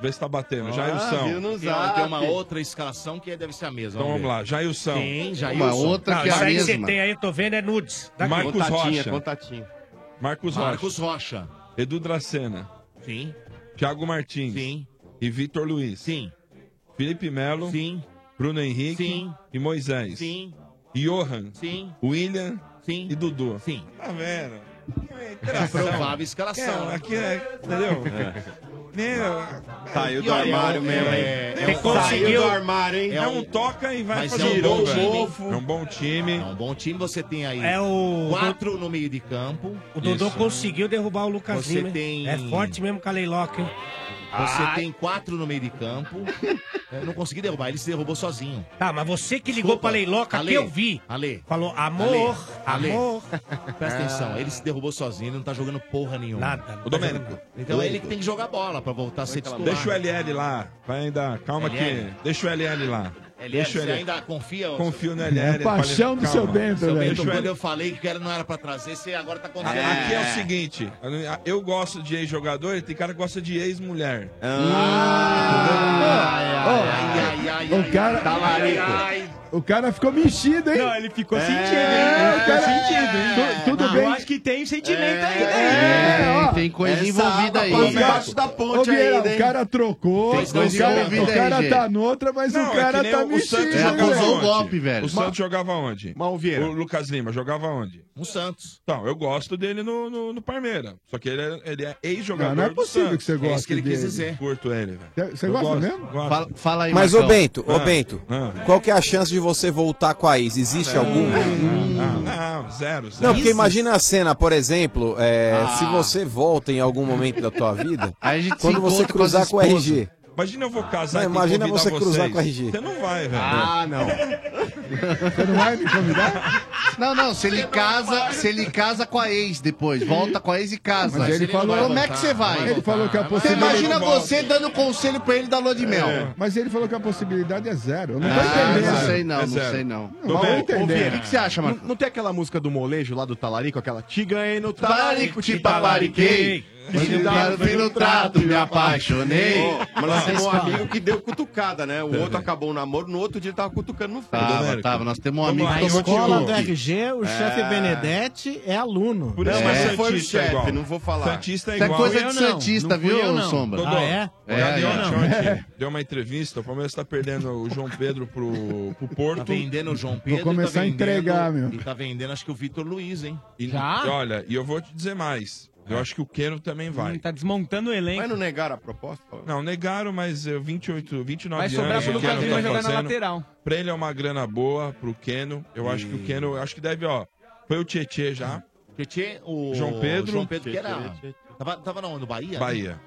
S13: Vê se tá batendo.
S2: Ah,
S13: Jailson.
S2: viu no zap. Tem uma outra escalação que deve ser a mesma.
S13: Então vamos lá, Jailson.
S2: Tem, Jailson.
S13: Uma outra que é a
S14: isso aí que
S13: mesma.
S14: você tem aí, eu tô vendo, é nudes. Daqui.
S13: Marcos Rocha. Marcos Rocha.
S2: Marcos Rocha.
S13: Edu Dracena.
S2: Sim.
S13: Thiago Martins.
S2: Sim.
S13: E Vitor Luiz.
S2: Sim.
S13: Felipe Melo.
S2: Sim.
S13: Bruno Henrique.
S2: Sim.
S13: E Moisés.
S2: Sim.
S13: Johan.
S2: Sim.
S13: William.
S2: Sim.
S13: E Dudu.
S2: Sim.
S13: Tá vendo?
S2: É provável escalação.
S7: né?
S13: É, aqui é, entendeu?
S2: É.
S13: Meu,
S16: Saiu do armário mesmo, hein?
S13: É,
S16: Você
S13: é um-
S16: conseguiu.
S13: saiu do armário, hein?
S2: É
S13: É
S2: um-
S13: um toca e vai
S2: Mas
S13: fazer
S2: é um
S13: um
S2: bom
S13: gol,
S2: time,
S13: velho.
S2: hein?
S13: É um bom time. É um
S2: bom time, você tem aí
S14: É o-
S2: quatro no meio de campo.
S14: O Dodô
S2: Isso.
S14: conseguiu derrubar o Lucas
S2: Você
S14: Lima. hein?
S2: tem-
S14: É forte mesmo com a Leiloca, hein?
S2: Você
S14: Ah.
S2: tem quatro no meio de campo. Eu não consegui derrubar, ele se derrubou sozinho.
S14: Tá, mas você que ligou pra Leiloca, que eu vi.
S2: Ale.
S14: Falou, amor,
S2: Ale,
S14: amor.
S2: Ale. Presta atenção, ele se derrubou sozinho, ele não tá jogando porra nenhuma.
S14: Nada, não
S2: Ô,
S14: tá
S2: Domênico.
S14: jogando.
S2: Então é ele que tem que jogar bola pra voltar a ser titular.
S13: Tá Deixa o LL lá. Vai ainda. Calma
S2: LL.
S13: que. Deixa o LL lá.
S2: LL,
S13: Deixa o
S2: você ainda confia? ô,
S13: Confio no
S2: seu-
S13: LL.
S10: É paixão do seu Bento,
S2: Seu
S10: velho.
S2: Bento,
S13: Deixa o
S2: quando
S13: LL.
S2: eu falei que era- não era pra trazer, você agora tá contando.
S13: Aqui é o seguinte, eu gosto de ex-jogador e tem cara que gosta de ex-mulher. Ah.
S10: ai, O cara. O cara ficou mexido, hein? Não,
S7: ele ficou
S9: É,
S10: sentido, hein? o cara... sentido, hein? tudo bem.
S7: Eu acho que tem sentimento né? ainda.
S10: É, ó.
S9: tem coisa
S10: Essa
S9: envolvida
S10: água
S9: aí. né? Ô,
S10: passa embaixo
S9: Vieira,
S10: da ponte né? ainda, hein?
S9: O cara
S10: trocou.
S9: Tem coisa
S10: o cara,
S9: envolvida
S10: o
S9: aí,
S10: cara
S9: gente.
S10: tá noutra, mas
S13: Não,
S10: o
S13: é
S10: cara
S13: que nem
S10: tá
S13: o
S10: mexido.
S13: Santos
S10: né,
S13: jogava
S10: velho?
S13: onde? O Santos jogava onde? O Lucas Lima jogava onde?
S2: No Santos.
S13: Então, eu gosto dele no, no, no Parmeira. Só que ele é, ele é ex-jogador.
S10: Não, não é
S13: do
S10: possível
S13: Santos.
S10: que você goste
S13: É isso que ele quis
S10: dele.
S13: dizer. Curto ele, velho.
S10: Você- você
S13: Eu
S10: gosta
S13: gosto,
S10: mesmo?
S13: gosto.
S10: Fala-
S9: fala
S8: Mas, ô Bento, ô
S13: Ah,
S8: Bento,
S13: ah.
S8: qual que é a chance de você voltar com a ex? Existe alguma?
S13: Não, Ah, não, zero, zero.
S8: Não, porque imagina a cena, por exemplo, é,
S7: Ah.
S8: se você volta em algum momento da tua vida, quando você cruzar com o RG.
S13: Imagina eu vou casar
S8: Não,
S13: e
S8: imagina
S13: convidar
S8: você cruzar
S13: vocês.
S8: com o RG.
S13: Você não vai, velho. é
S8: Ah,
S13: não.
S9: Você não vai me convidar? Não, não, se ele casa, se ele casa com a ex depois, volta com a ex e casa.
S10: Mas ele
S9: Se
S10: falou-
S9: como é que você vai?
S10: Ele falou que é a
S9: Você
S10: possibilidade-
S9: imagina você dando conselho pra ele da lua de mel.
S10: É. Mas ele falou que a possibilidade é zero. Eu não tô
S9: Ah,
S10: entendendo.
S9: não sei não, não sei não.
S10: Não vou entender.
S9: O que que você acha, Marco?
S6: Não, não tem aquela música do molejo lá do Talarico, aquela Te ganhei no
S9: Talarico,
S6: Talarico,
S9: te
S6: te
S9: talariquei.
S6: papariquei.
S9: Te dar- fui no trato,
S7: é
S9: me apaixonei.
S16: Ô, mas nós temos um
S9: Fala. Tá
S16: amigo que deu cutucada, né? O outro acabou o namoro, no outro dia ele tava cutucando no fundo.
S9: Tava, tava. Nós temos um
S16: Vamos
S9: amigo
S16: lá,
S9: que
S12: A
S9: tomou
S12: escola
S9: tiro.
S12: do RG, o
S9: É.
S12: chefe Benedetti é aluno.
S9: Por isso que é
S12: é.
S9: Santista foi o chefe, não vou falar.
S13: Santista é
S9: Isso é
S13: igual.
S9: coisa
S13: Não
S9: de
S13: fui eu, não.
S9: Santista,
S13: Não fui
S9: viu,
S13: eu, não.
S9: Sombra?
S13: Dodô,
S9: Ah, é?
S13: o
S9: É,
S13: Gavião
S9: é, não.
S13: Anchotti Deu uma entrevista, o Palmeiras tá perdendo o João Pedro pro, pro Porto.
S2: Tá vendendo o João Pedro.
S13: começar a
S2: e tá vendendo-
S13: entregar, meu.
S2: E tá vendendo, acho que o Vitor Luiz, hein? É.
S13: E, e olha, e eu vou te dizer mais. Eu acho que o Keno também
S2: Hum,
S13: vai.
S7: tá desmontando o elenco.
S13: Mas não negaram a proposta? Não, negaram, mas eh, 28, 29
S7: Vai sobrar
S13: anos.
S7: pro
S13: o
S7: Lucas
S13: Keno tá
S7: Lima jogar na
S13: fazendo.
S7: lateral.
S13: Pra ele é uma grana boa, pro Keno. Eu acho que o Keno, eu acho que deve, ó. Foi o Tietê já.
S2: Tietê, o
S13: João Pedro.
S2: João Pedro, que era. Tava, tava na onde? No Bahia? né? Hum.
S13: Bahia.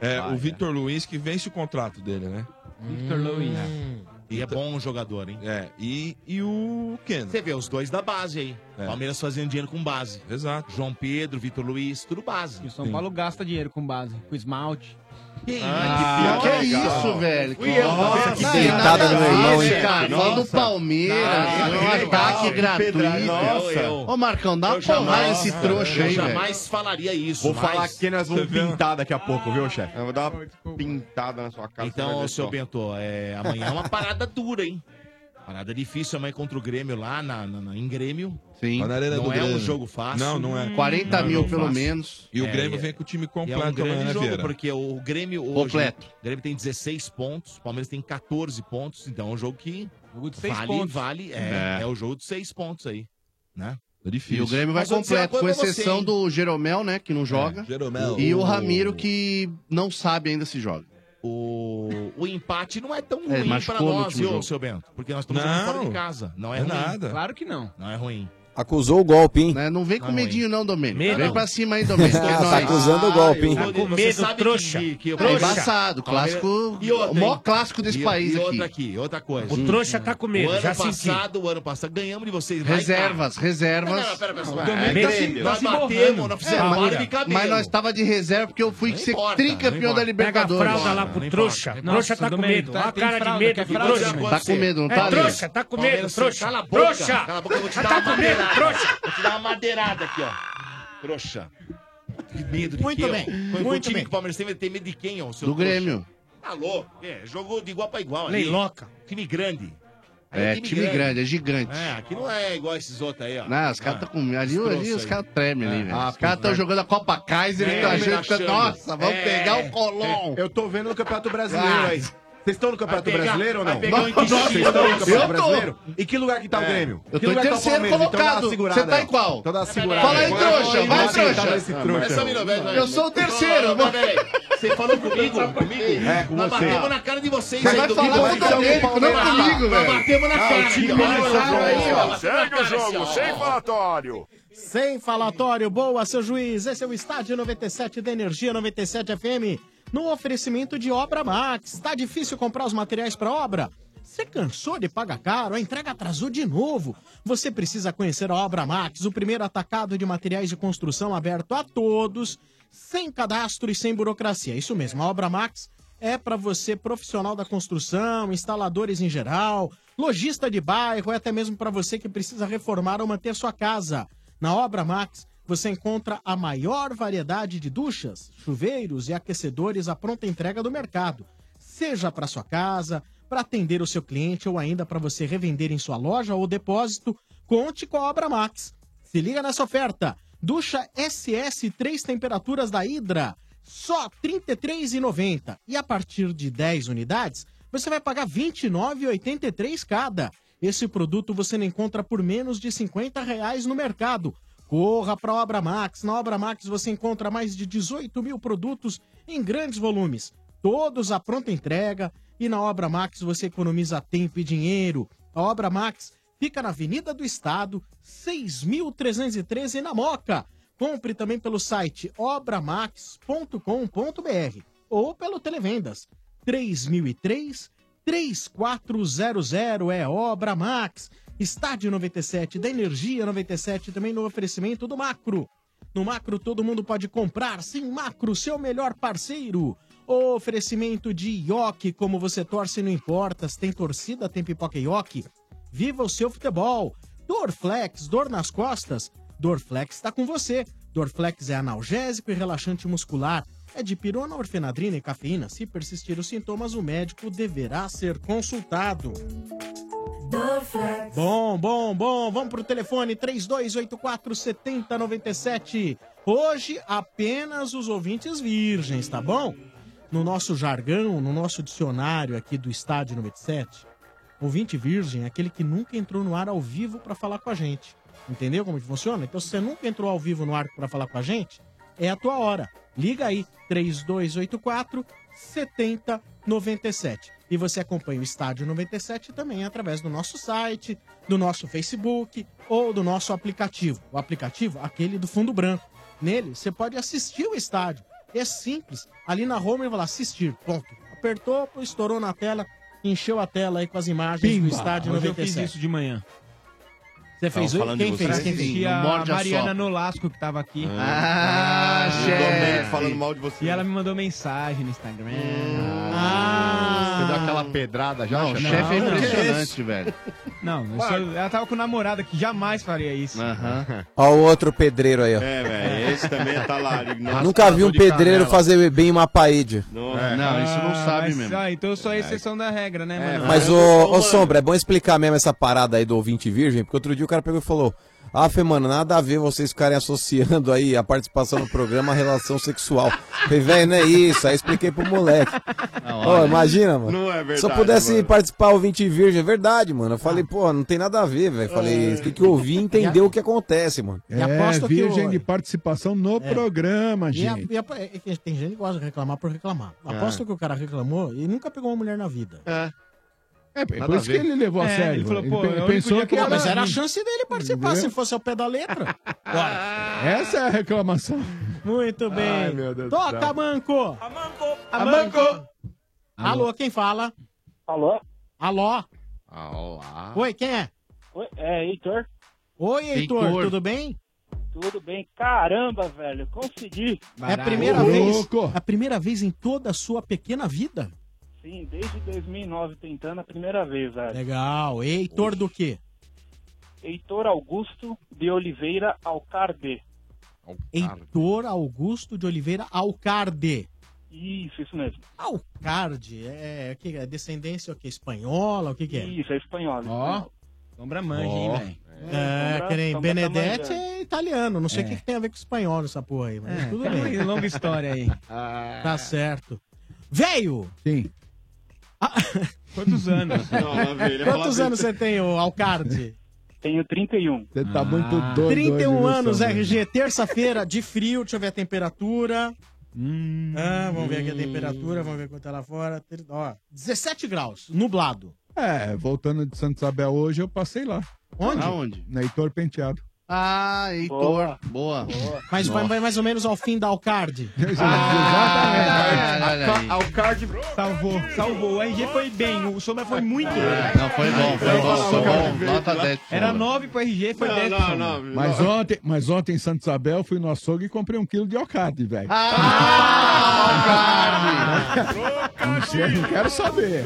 S13: É, o Vitor Luiz que vence o contrato dele, né?
S7: Victor Luiz.
S13: E tá-
S2: E é bom jogador, hein?
S13: É, e, e o Keno.
S2: Você vê os dois da base aí.
S13: É.
S2: Palmeiras fazendo dinheiro com base.
S13: Exato.
S2: João Pedro, Vitor Luiz, tudo base.
S7: E o São Paulo gasta dinheiro com base, com esmalte.
S9: Ah, que
S2: né,
S9: isso, velho?
S7: Fui eu, tá
S9: Nossa,
S7: vendo?
S9: que
S7: Não,
S9: deitada
S7: nada
S9: do meu
S7: a
S9: irmão,
S7: ver,
S9: hein, cara?
S7: velho.
S9: Fala do
S7: Nossa.
S9: Palmeiras,
S7: Não,
S9: um
S7: que
S9: ataque
S7: legal.
S9: gratuito.
S7: Pedra- Nossa.
S9: Ô, Marcão, dá uma
S2: Eu jamais-
S9: porrada nesse
S2: Nossa,
S9: trouxa
S2: eu
S9: aí, velho.
S2: jamais falaria isso.
S9: Vou falar
S2: mas-
S9: que nós vamos
S2: Você viu?
S9: pintar daqui a pouco, viu, chefe?
S16: Eu vou dar uma pintada na sua cara. você vai
S2: Então,
S16: ver
S2: seu
S16: só.
S2: Bento, é, amanhã é uma parada dura, hein? Parada difícil amanhã contra o Grêmio lá na, na- na- em Grêmio.
S9: Sim.
S2: Não
S9: Na Arena do
S2: é um
S9: Grêmio.
S2: jogo fácil.
S9: Não, não é. 40
S2: Não é um
S9: mil,
S2: jogo
S9: pelo
S2: fácil.
S9: menos.
S13: E o Grêmio
S2: é-
S13: vem com o time
S2: e É um
S13: completo
S2: grande
S13: amanhã, né,
S2: jogo,
S13: Vieira?
S2: porque o Grêmio hoje...
S13: Completo.
S2: O Grêmio tem 16 pontos, o Palmeiras tem 14 pontos, então é um jogo que... Jogo de
S7: seis
S2: vale,
S7: pontos.
S2: Vale, é,
S9: É.
S2: é o jogo de 6 pontos aí, né?
S13: É
S9: E o Grêmio vai
S2: Mas eu vou dizer uma
S9: completo, com
S2: coisa pra é você,
S9: exceção
S2: hein?
S9: do Jeromel, né, que não joga.
S2: Jeromel.
S9: E o
S2: O-
S9: Ramiro, que não sabe ainda se joga.
S2: O, o empate não é tão
S9: É,
S2: ruim
S9: machucou
S2: pra
S9: no
S2: nós,
S9: último
S2: viu,
S9: jogo.
S2: seu Bento? Porque nós estamos
S9: Não.
S2: jogando fora de casa. Não é,
S9: É
S2: ruim.
S9: nada.
S7: Claro que não.
S2: Não é ruim.
S8: Acusou o golpe, hein?
S9: Né, Não vem com
S2: Não,
S9: medinho, não, Domênico.
S2: Tá Medo
S9: Vem
S2: não.
S9: pra cima aí, Domênico.
S8: Ah, tá acusando o golpe, hein?
S2: Tá com
S9: Você
S2: medo,
S9: sabe
S2: trouxa.
S9: que- que-
S2: Trouxa.
S9: É embaçado,
S2: Palmeiras-
S9: clássico-
S2: E outra,
S9: o maior
S2: hein?
S9: clássico desse
S2: E-
S9: país
S2: e
S9: aqui.
S2: outra aqui, outra coisa.
S9: O
S2: Hum.
S9: trouxa tá com medo,
S2: O ano
S9: já senti.
S2: passado, o ano passado, ganhamos de vocês. lá em
S9: Reservas,
S2: casa.
S9: reservas.
S2: Não, não, pera, pera, pera.
S9: Também
S2: É
S9: tá se-
S2: Grêmio.
S9: tá
S2: Nós
S9: se
S2: batemos,
S9: borrando.
S2: nós
S9: É,
S2: fizemos bola
S9: mas-
S2: de cabelo.
S9: Mas nós tava de reserva porque eu fui ser
S2: importa, não
S9: tricampeão
S2: importa.
S9: da Libertadores.
S14: Pega a fralda lá pro trouxa. trouxa tá com medo. Olha a cara de medo do trouxa.
S9: Tá com medo, não tá?
S14: É
S9: Ale?
S14: trouxa, tá com medo,
S2: Palmeiras,
S14: trouxa.
S2: Cala a boca.
S14: Trouxa.
S2: Cala a boca, eu vou te
S14: Tá
S2: dar uma
S14: com medo,
S2: madeirada.
S14: trouxa.
S2: Vou te dar uma madeirada aqui, ó. Trouxa. Que medo de
S14: Muito
S2: quê, ó?
S14: bem,
S2: Foi- Foi o
S14: muito
S2: time
S14: bem.
S2: que o Palmeiras teve, tem medo de quem, ó? seu
S9: Do
S2: trouxa?
S9: Grêmio.
S2: Tá louco. É, jogou de igual pra igual. ali.
S14: Leiloca.
S2: Time grande. Aí
S9: É, time grande, é gigante.
S2: É, aqui não é igual esses outros aí, ó.
S9: Não, os caras
S2: Ah.
S9: tá com. Ali,
S2: Esse
S9: ali
S2: troço
S9: os
S2: aí.
S9: caras tremem ali, velho.
S2: Ah,
S9: Os caras estão
S2: puta.
S9: jogando a Copa Kaiser e
S2: É,
S9: estão achando que.
S2: achando.
S9: Nossa, vamos
S2: É.
S9: pegar o Colom.
S6: Eu tô vendo no Campeonato
S9: Ah.
S6: Brasileiro aí. Vocês estão no Campeonato
S9: Vai pegar-
S6: Brasileiro ou
S9: vai
S6: não?
S9: pegar um
S6: Vocês
S9: intestino.
S6: estão no
S9: Eu tô. É.
S6: Campeonato Brasileiro? E que lugar que tá o Grêmio?
S9: Eu
S6: Que
S9: tô em
S6: lugar tá o
S9: terceiro
S6: Palmeiras? Então dá uma
S9: colocado.
S6: segurada
S9: Você tá
S6: aí.
S9: em qual?
S6: Então dá uma segurada.
S9: Fala aí, trouxa, vai,
S6: Vamos tentar
S9: trouxa.
S6: esse
S2: Mas,
S6: trouxa.
S2: Samiro, velho,
S9: é né? Eu sou o
S2: velho,
S9: terceiro,
S2: não,
S9: mano.
S2: velho. Você falou comigo? Comigo?
S9: É, com
S2: Nós
S9: você.
S2: batemos na cara de vocês
S9: Mas vai
S2: do-
S9: falar com o Domênico, não
S2: Nós
S9: comigo, velho.
S2: batemos na
S9: Ah, o
S2: cara.
S9: time
S2: cara. Olha
S9: começaram
S2: lá,
S9: aí,
S2: olha
S9: ó.
S2: lá,
S12: Segue
S2: olha lá, assim, ó.
S12: falatório. Sem falatório, boa, seu juiz. Esse é o Estádio 97 da Energia 97 FM. No oferecimento de Obra Max. Tá difícil comprar os materiais para obra? Você cansou de pagar caro? A entrega atrasou de novo. Você precisa conhecer a Obra Max, o primeiro atacado de materiais de construção aberto a todos, sem cadastro e sem burocracia. Isso mesmo, a Obra Max é para você, profissional da construção, instaladores em geral, lojista de bairro, é até mesmo para você que precisa reformar ou manter sua casa. Na Obra Max, você encontra a maior variedade de duchas, chuveiros e aquecedores à pronta entrega do mercado. Seja para sua casa, para atender o seu cliente ou ainda para você revender em sua loja ou depósito, conte com a Obra Max. Se liga nessa oferta. Ducha SS 3 temperaturas da Hidra, só R$ 33,90. E a partir de 10 unidades, você vai pagar R$ 29,83 cada. Esse produto você não encontra por menos de R$ 50 reais no mercado. Corra para a Obra Max. Na Obra Max você encontra mais de 18 mil produtos em grandes volumes, todos à pronta entrega. E na Obra Max você economiza tempo e dinheiro. A Obra Max fica na Avenida do Estado, 6.313 na Moca. Compre também pelo site obramax.com.br ou pelo Televendas 3003 3400 é Obra Max. Estádio 97 da Energia 97 também no oferecimento do Macro. No Macro todo mundo pode comprar, sim, Macro, seu melhor parceiro. Oferecimento de Ioki, como você torce não importa, se tem torcida, tem pipoca Ioki. Viva o seu futebol. Dorflex, dor nas costas, Dorflex está com você. Dorflex é analgésico e relaxante muscular. É de pirona, orfenadrina e cafeína. Se persistir os sintomas, o médico deverá ser consultado. Bom, bom, bom. Vamos pro telefone 3284 7097. Hoje apenas os ouvintes virgens, tá bom? No nosso jargão, no nosso dicionário aqui do Estádio 97, ouvinte virgem é aquele que nunca entrou no ar ao vivo pra falar com a gente. Entendeu como que funciona? Então se você nunca entrou ao vivo no ar pra falar com a gente, é a tua hora. Liga aí 3284 7097. E você acompanha o Estádio 97 também através do nosso site, do nosso Facebook ou do nosso aplicativo. O aplicativo, aquele do fundo branco. Nele, você pode assistir o estádio. É simples. Ali na Roma, ele vai lá assistir. Pronto. Apertou, estourou na tela, encheu a tela aí com as imagens do estádio
S7: Hoje eu fiz
S12: 97.
S7: isso de manhã.
S12: Você fez hoje? Quem fez? Quem fez?
S7: Quem a Mariana Nolasco que tava aqui.
S12: Ah,
S7: E o
S12: chefe.
S7: Domênico
S16: mal de você.
S7: E ela me mandou mensagem no Instagram.
S9: Hum.
S7: Ah.
S6: Você deu aquela pedrada já?
S7: Não,
S6: Xaxá?
S7: chefe é
S6: Não,
S7: impressionante,
S6: isso.
S9: velho.
S7: Não, eu sou- ela tava com namorada que jamais faria isso.
S8: Ó, o outro pedreiro aí, ó.
S7: É, velho, esse também é talarico, nossa.
S8: Nunca vi um
S7: Raspador de
S8: pedreiro
S7: canela.
S8: fazer bem uma parede.
S7: Ah, mas- ah, então eu sou
S12: É.
S7: a exceção da regra, né, mano?
S8: Mas, ô, ô Sombra, é bom explicar mesmo essa parada aí do ouvinte virgem, porque outro dia o cara pegou e falou: Ah, Fê, mano, nada a ver vocês ficarem associando aí a participação no programa à relação sexual. Falei, velho, não é isso. Aí expliquei pro moleque. Ô,
S16: olha,
S8: imagina, mano.
S16: não é verdade,
S8: Se eu pudesse
S16: mano. Ah.
S8: participar ouvinte virgem, é verdade, mano. Eu falei, pô, não tem nada a ver, velho.
S16: É.
S8: Falei, tem que ouvir e entender o que acontece, mano.
S10: É, virgem de participação no
S12: É.
S10: programa,
S12: E a-
S10: gente.
S12: e a- é que tem gente que gosta de reclamar por reclamar.
S10: É.
S12: Aposto que o cara reclamou e nunca pegou uma mulher na vida.
S16: É.
S10: É, por Nada isso a ver. que ele levou a sério.
S12: Ele falou,
S10: Ele
S12: pô,
S10: pe-
S12: eu
S10: pensou
S12: pensou
S10: que assim."
S12: que
S10: era-
S12: Mas era a chance dele participar, se fosse ao pé da letra.
S10: Essa é a reclamação.
S12: Muito bem.
S10: Ai, meu Deus do
S12: Toca,
S10: céu.
S12: Manco! Amanco!
S10: Amanco!
S12: Alô. quem fala? Alô? Alô?
S7: Ah,
S16: Olá.
S12: Oi, quem é?
S18: Oi, é, Heitor.
S12: Oi, Heitor,
S18: Heitor.
S12: tudo bem?
S18: Tudo bem? Caramba, velho, consegui.
S12: É a primeira vez, É a primeira vez em toda a sua pequena vida?
S18: Sim, desde 2009 tentando a primeira vez, velho.
S12: Legal. Heitor do quê?
S18: Heitor Augusto de Oliveira Alcarde.
S12: Heitor Augusto de Oliveira Alcarde.
S18: Isso, isso mesmo.
S12: Alcarde é, o que é descendência o que, espanhola, o que, que é?
S18: Isso, é espanhola.
S7: Ó, sombra manja, hein,
S12: Ó.
S7: velho?
S12: É,
S7: Sombra-
S12: que nem
S7: sombra
S12: Benedetti
S7: tá
S12: é italiano, não sei o
S7: É.
S12: que, que tem a ver com espanhol essa porra aí, mas
S7: É,
S12: tudo
S7: tem
S12: bem.
S7: uma longa história aí. Ah.
S12: Tá certo. Veio!
S10: Sim.
S7: Quantos anos?
S12: Quantos anos você tem, ô Alcarde? Ah.
S18: Tenho 31.
S10: Você tá muito doido.
S12: 31
S10: hoje, viu,
S12: anos,
S10: Sombra?
S12: RG, terça-feira, de frio, deixa eu ver a temperatura.
S9: Hum.
S12: Ah, vamos ver aqui a temperatura, vamos ver quanto é lá fora. Tr- Ó, 17 graus, nublado.
S10: É, voltando de Santo Isabel hoje, eu passei lá.
S12: Onde?
S10: Aonde? Na Heitor Penteado.
S12: Ah,
S10: Heitor.
S9: Boa.
S12: Mas vai,
S10: Nossa.
S12: vai mais ou menos ao fim da Alcarde.
S7: Tá Alcard salvou, salvou. O RG foi bem, o Sombra foi muito bem.
S9: Não, foi bom, foi bom, foi bom. Nota 10.
S7: Era 9 pro RG, foi
S9: Não,
S7: 10 pro
S9: não,
S7: Sombra.
S9: não.
S10: Mas ontem, mas ontem em Santo Isabel, fui no açougue e comprei um quilo de alcate, velho.
S9: Ah!
S10: Não sei, não quero saber.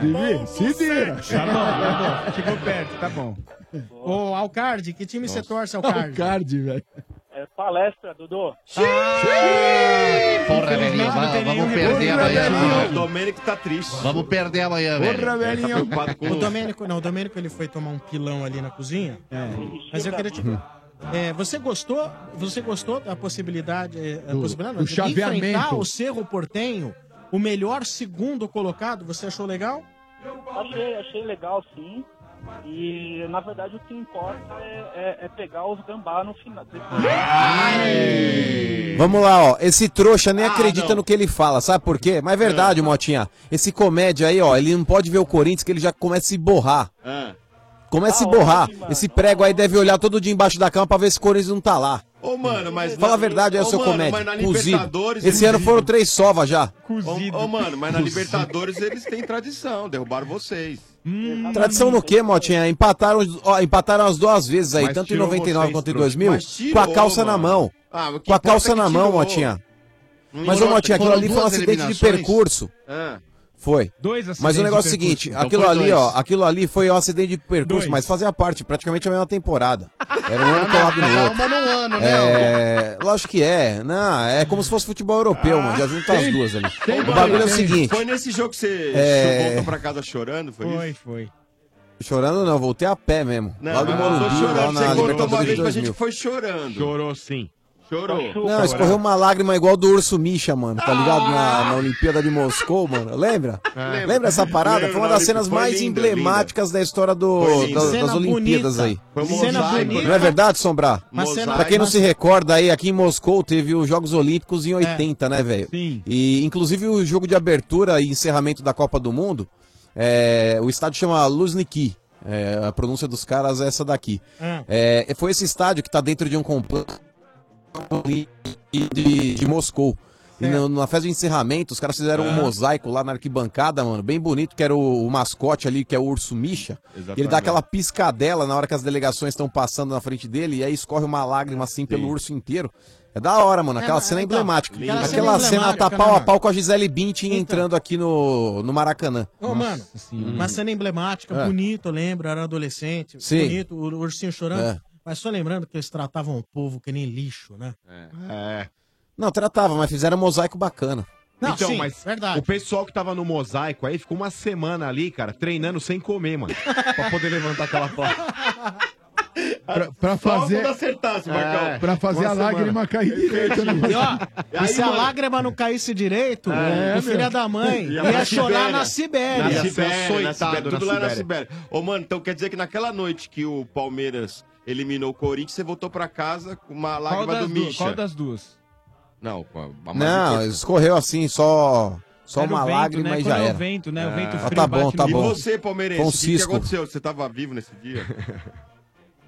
S10: Vivi, se vira.
S7: Tá bom, tá bom. Chegou perto, tá bom.
S12: Ah. Ô, Alcardi, que time você torce, Alcardi?
S10: Alcardi, velho.
S18: É palestra, Dudu.
S9: Porra, velhinho, va- vamos perder
S2: né,
S9: amanhã.
S16: O Domênico tá triste.
S9: Vamos perder amanhã, velho.
S16: Ele tá preocupado com
S12: O Domênico, não, o Domênico ele foi tomar um pilão ali na cozinha. Mas eu queria te. É, você gostou? Você gostou da possibilidade, é, a
S10: Do-
S12: possibilidade
S10: do
S12: de
S10: chaveamento.
S12: enfrentar o Cerro Portenho, o melhor segundo colocado? Você achou legal?
S18: Achei, achei legal, sim. E, na verdade, o que importa é, é- é pegar os gambá no final.
S17: É.
S8: Vamos lá, ó. Esse trouxa
S16: Ah,
S8: nem acredita no que ele fala, sabe por quê? Mas é verdade, Motinha. Esse comédia aí, ó, ele não pode ver o Corinthians que ele já começa a se borrar.
S9: Ah.
S8: Começa
S16: Ah,
S8: a se borrar. Esse prego aí deve olhar todo dia embaixo da cama pra ver se o Corinthians não tá lá.
S16: Ô, mano, mas.
S8: Fala a verdade, é o
S16: Ô,
S8: seu
S16: mano,
S8: comédia.
S16: Mas na
S8: Cozido.
S16: Libertadores.
S8: Esse
S16: eles-
S8: ano foram três sovas já.
S16: Ô, ô, mano, mas na Libertadores eles têm tradição. Derrubaram vocês.
S8: Tradição no quê, Motinha? Empataram, ó, empataram as duas vezes aí,
S16: Mas
S8: tanto em
S16: tirou
S8: 99
S16: vocês,
S8: quanto em
S16: trouxa.
S8: 2000,
S16: Mas tirou,
S8: com a calça na
S16: mano.
S8: mão.
S16: Ah, o que
S8: com a
S16: importa é
S8: calça
S16: que
S8: na mão,
S16: tirou.
S8: Motinha.
S16: Não
S8: Mas, ô,
S16: importa.
S8: Motinha, aquilo
S16: Foram
S8: ali foi um
S16: duas
S8: acidente de
S16: eliminações?
S8: percurso.
S16: Ah.
S8: Foi.
S7: Dois
S8: Mas
S7: acidentes
S8: o negócio é
S7: de
S8: o seguinte,
S7: percurso.
S8: aquilo
S7: Então foi
S8: ali,
S7: dois.
S8: ó, aquilo ali foi um acidente de percurso,
S7: Dois.
S8: mas fazia parte, praticamente a mesma temporada. Era
S16: Ah,
S8: um ano colado
S16: é
S8: no outro.
S9: Calma no ano, né?
S8: É, lógico que é. Não, é como se fosse futebol europeu, mano. Já junta as duas ali.
S16: Ô,
S8: O
S16: mano,
S8: bagulho é
S7: né?
S8: o seguinte.
S16: Foi nesse jogo que você
S8: É.
S16: voltou pra casa chorando? Foi, foi isso?
S7: Foi,
S8: Chorando não, voltei a pé mesmo.
S16: Não,
S8: lá do
S16: mas voltou
S8: Morumbi, lá
S16: chorando. Você
S8: na
S16: contou uma
S8: Libertadores de
S16: vez pra gente
S8: 2000.
S16: que foi chorando.
S6: Chorou sim.
S16: Chorou.
S8: Não, escorreu uma lágrima igual do Urso Misha, mano, tá ligado? Na, na Olimpíada de Moscou, mano. Lembra?
S16: Ah! É.
S8: Lembra essa parada?
S16: Lembro,
S8: foi uma das
S16: Olímpia.
S8: cenas
S16: Foi
S8: mais
S16: linda,
S8: emblemáticas da história do,
S16: Foi linda.
S8: da- das,
S16: Cena
S8: Olimpíadas
S16: bonita.
S8: aí.
S16: Foi um Cena mosaico. bonita.
S8: Não é verdade, Sombra?
S16: Uma cena-
S8: Pra quem não
S16: mas-
S8: se recorda aí, aqui em Moscou teve os Jogos Olímpicos
S16: É.
S8: em 80, né, velho?
S7: Sim.
S8: E inclusive o jogo de abertura e encerramento da Copa do Mundo, é, o estádio chama Luzhniki. É, a pronúncia dos caras é essa daqui.
S12: Ah.
S8: É, foi esse estádio que tá dentro de um complexo de, de Moscou. E na, na festa de encerramento, os caras fizeram um mosaico lá na arquibancada, mano, bem bonito, que era o, o mascote ali, que é o urso Misha.
S6: Exatamente.
S8: E ele dá aquela piscadela na hora que as delegações estão passando na frente dele, e aí escorre uma lágrima assim pelo urso inteiro. É da hora, mano. Aquela
S6: É,
S8: cena
S6: é da-
S8: emblemática.
S6: Linda.
S8: Aquela,
S6: Aquela cena
S8: cena tá
S6: emblemática,
S8: pau
S6: né, Então.
S8: a pau com a Gisele Bündchen entrando aqui no, no Maracanã.
S12: Ô, mano, uma cena emblemática,
S8: É.
S12: bonito, eu lembro, eu era adolescente,
S8: Sim.
S12: bonito, o ursinho chorando.
S8: É.
S12: Mas só lembrando que eles tratavam o povo que nem lixo, né?
S6: É.
S8: Não, tratava, mas fizeram um mosaico bacana.
S12: Não,
S6: então,
S12: sim,
S6: mas
S12: verdade.
S6: o pessoal que tava no mosaico aí ficou uma semana ali, cara, treinando sem comer, mano. pra poder levantar aquela
S2: né?
S6: foto.
S10: Pra, pra fazer. É,
S6: quando acertasse,
S12: Marcão.
S10: pra fazer
S12: Uma
S10: a
S12: semana.
S10: lágrima cair direito, né?
S12: E ó, e se a lágrima não caísse direito,
S10: É,
S12: o filho
S10: meu.
S12: da mãe
S2: Ia
S12: ia,
S2: pra
S12: chorar na
S2: Na Sibéria,
S12: Sibéria.
S2: na Sibéria,
S6: açoitado
S2: tudo
S6: na
S2: lá na
S6: Sibéria.
S2: Sibéria. Ô, mano, então quer dizer que naquela noite que o Palmeiras eliminou o Corinthians, você voltou pra casa com uma
S7: Qual
S2: lágrima
S7: das,
S2: do
S7: duas,
S2: Misha.
S7: qual das duas?
S2: Não, com a, a mais
S8: Não,
S2: importante.
S8: escorreu assim, só, só
S2: Era o
S8: uma
S2: vento,
S8: lágrima
S2: né?
S8: e
S2: Quando
S8: já
S2: é o
S8: era.
S2: vento, né? O vento
S8: Ah,
S2: frio
S8: tá bom,
S2: bate
S8: tá
S2: no- E
S8: bom.
S2: você, palmeirense,
S8: Foi um
S2: o que que
S8: cisco.
S2: aconteceu? Você tava vivo nesse dia?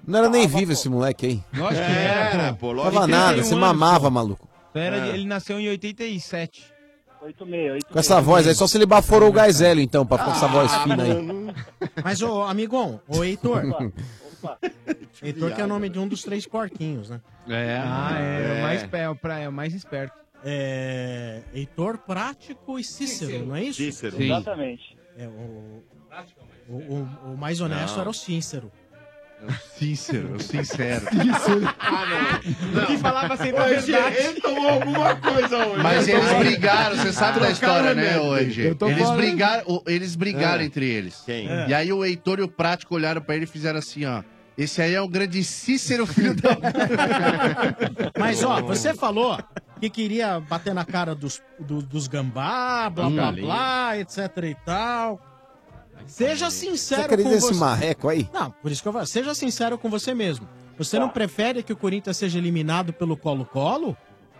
S8: Não era nem vivo esse moleque aí.
S2: Lógico que era, Era, pô. pô, lógico
S8: Tava
S2: que
S8: nada,
S2: era.
S8: você
S2: 31
S8: mamava, maluco.
S7: Então
S8: Ah.
S7: Era,
S2: É.
S7: Ele nasceu em 87.
S19: 86, 86.
S8: Com essa voz aí, só se ele baforou o gás hélio, então, pra ficar com essa voz fina aí.
S12: Ah, Mas, ô, amigão, ô, Heitor.
S19: Opa,
S12: Heitor que é o nome de um dos três porquinhos, né?
S7: É. Ah, é.
S12: É.
S7: O mais, pe- é o pra- é o mais esperto.
S12: É. Heitor Prático e Cícero, não é isso?
S7: Cícero.
S19: Sim. Exatamente.
S12: É, o, o, o- o mais honesto
S19: Não.
S12: era o Cícero.
S20: Sincero, sincero.
S7: Que falava sempre a
S21: Ô, Gê,
S7: verdade.
S21: ele tomou alguma coisa hoje.
S9: Mas
S21: Ele
S9: eles
S21: tomou-
S9: brigaram, você sabe da
S21: Trocaram
S9: história, né,
S21: remédio.
S9: hoje?
S21: Eu tô
S9: Eles
S21: falando-
S9: brigaram, o- eles brigaram
S21: É.
S9: entre eles.
S2: Quem?
S9: E aí o Heitor e o Prático olharam pra ele e fizeram assim, ó. Esse aí é um grande Cícero, filho da...
S12: Mas, ó, você falou que queria bater na cara dos, do- dos gambá, blá,
S8: Hum.
S12: blá, blá, etc e tal. Seja
S8: Você
S12: sincero
S8: acredita
S12: com
S8: nesse
S12: você.
S8: marreco aí?
S12: Não, por isso que eu falo. Seja sincero com você mesmo. Você não prefere que o Corinthians seja eliminado pelo Colo-Colo?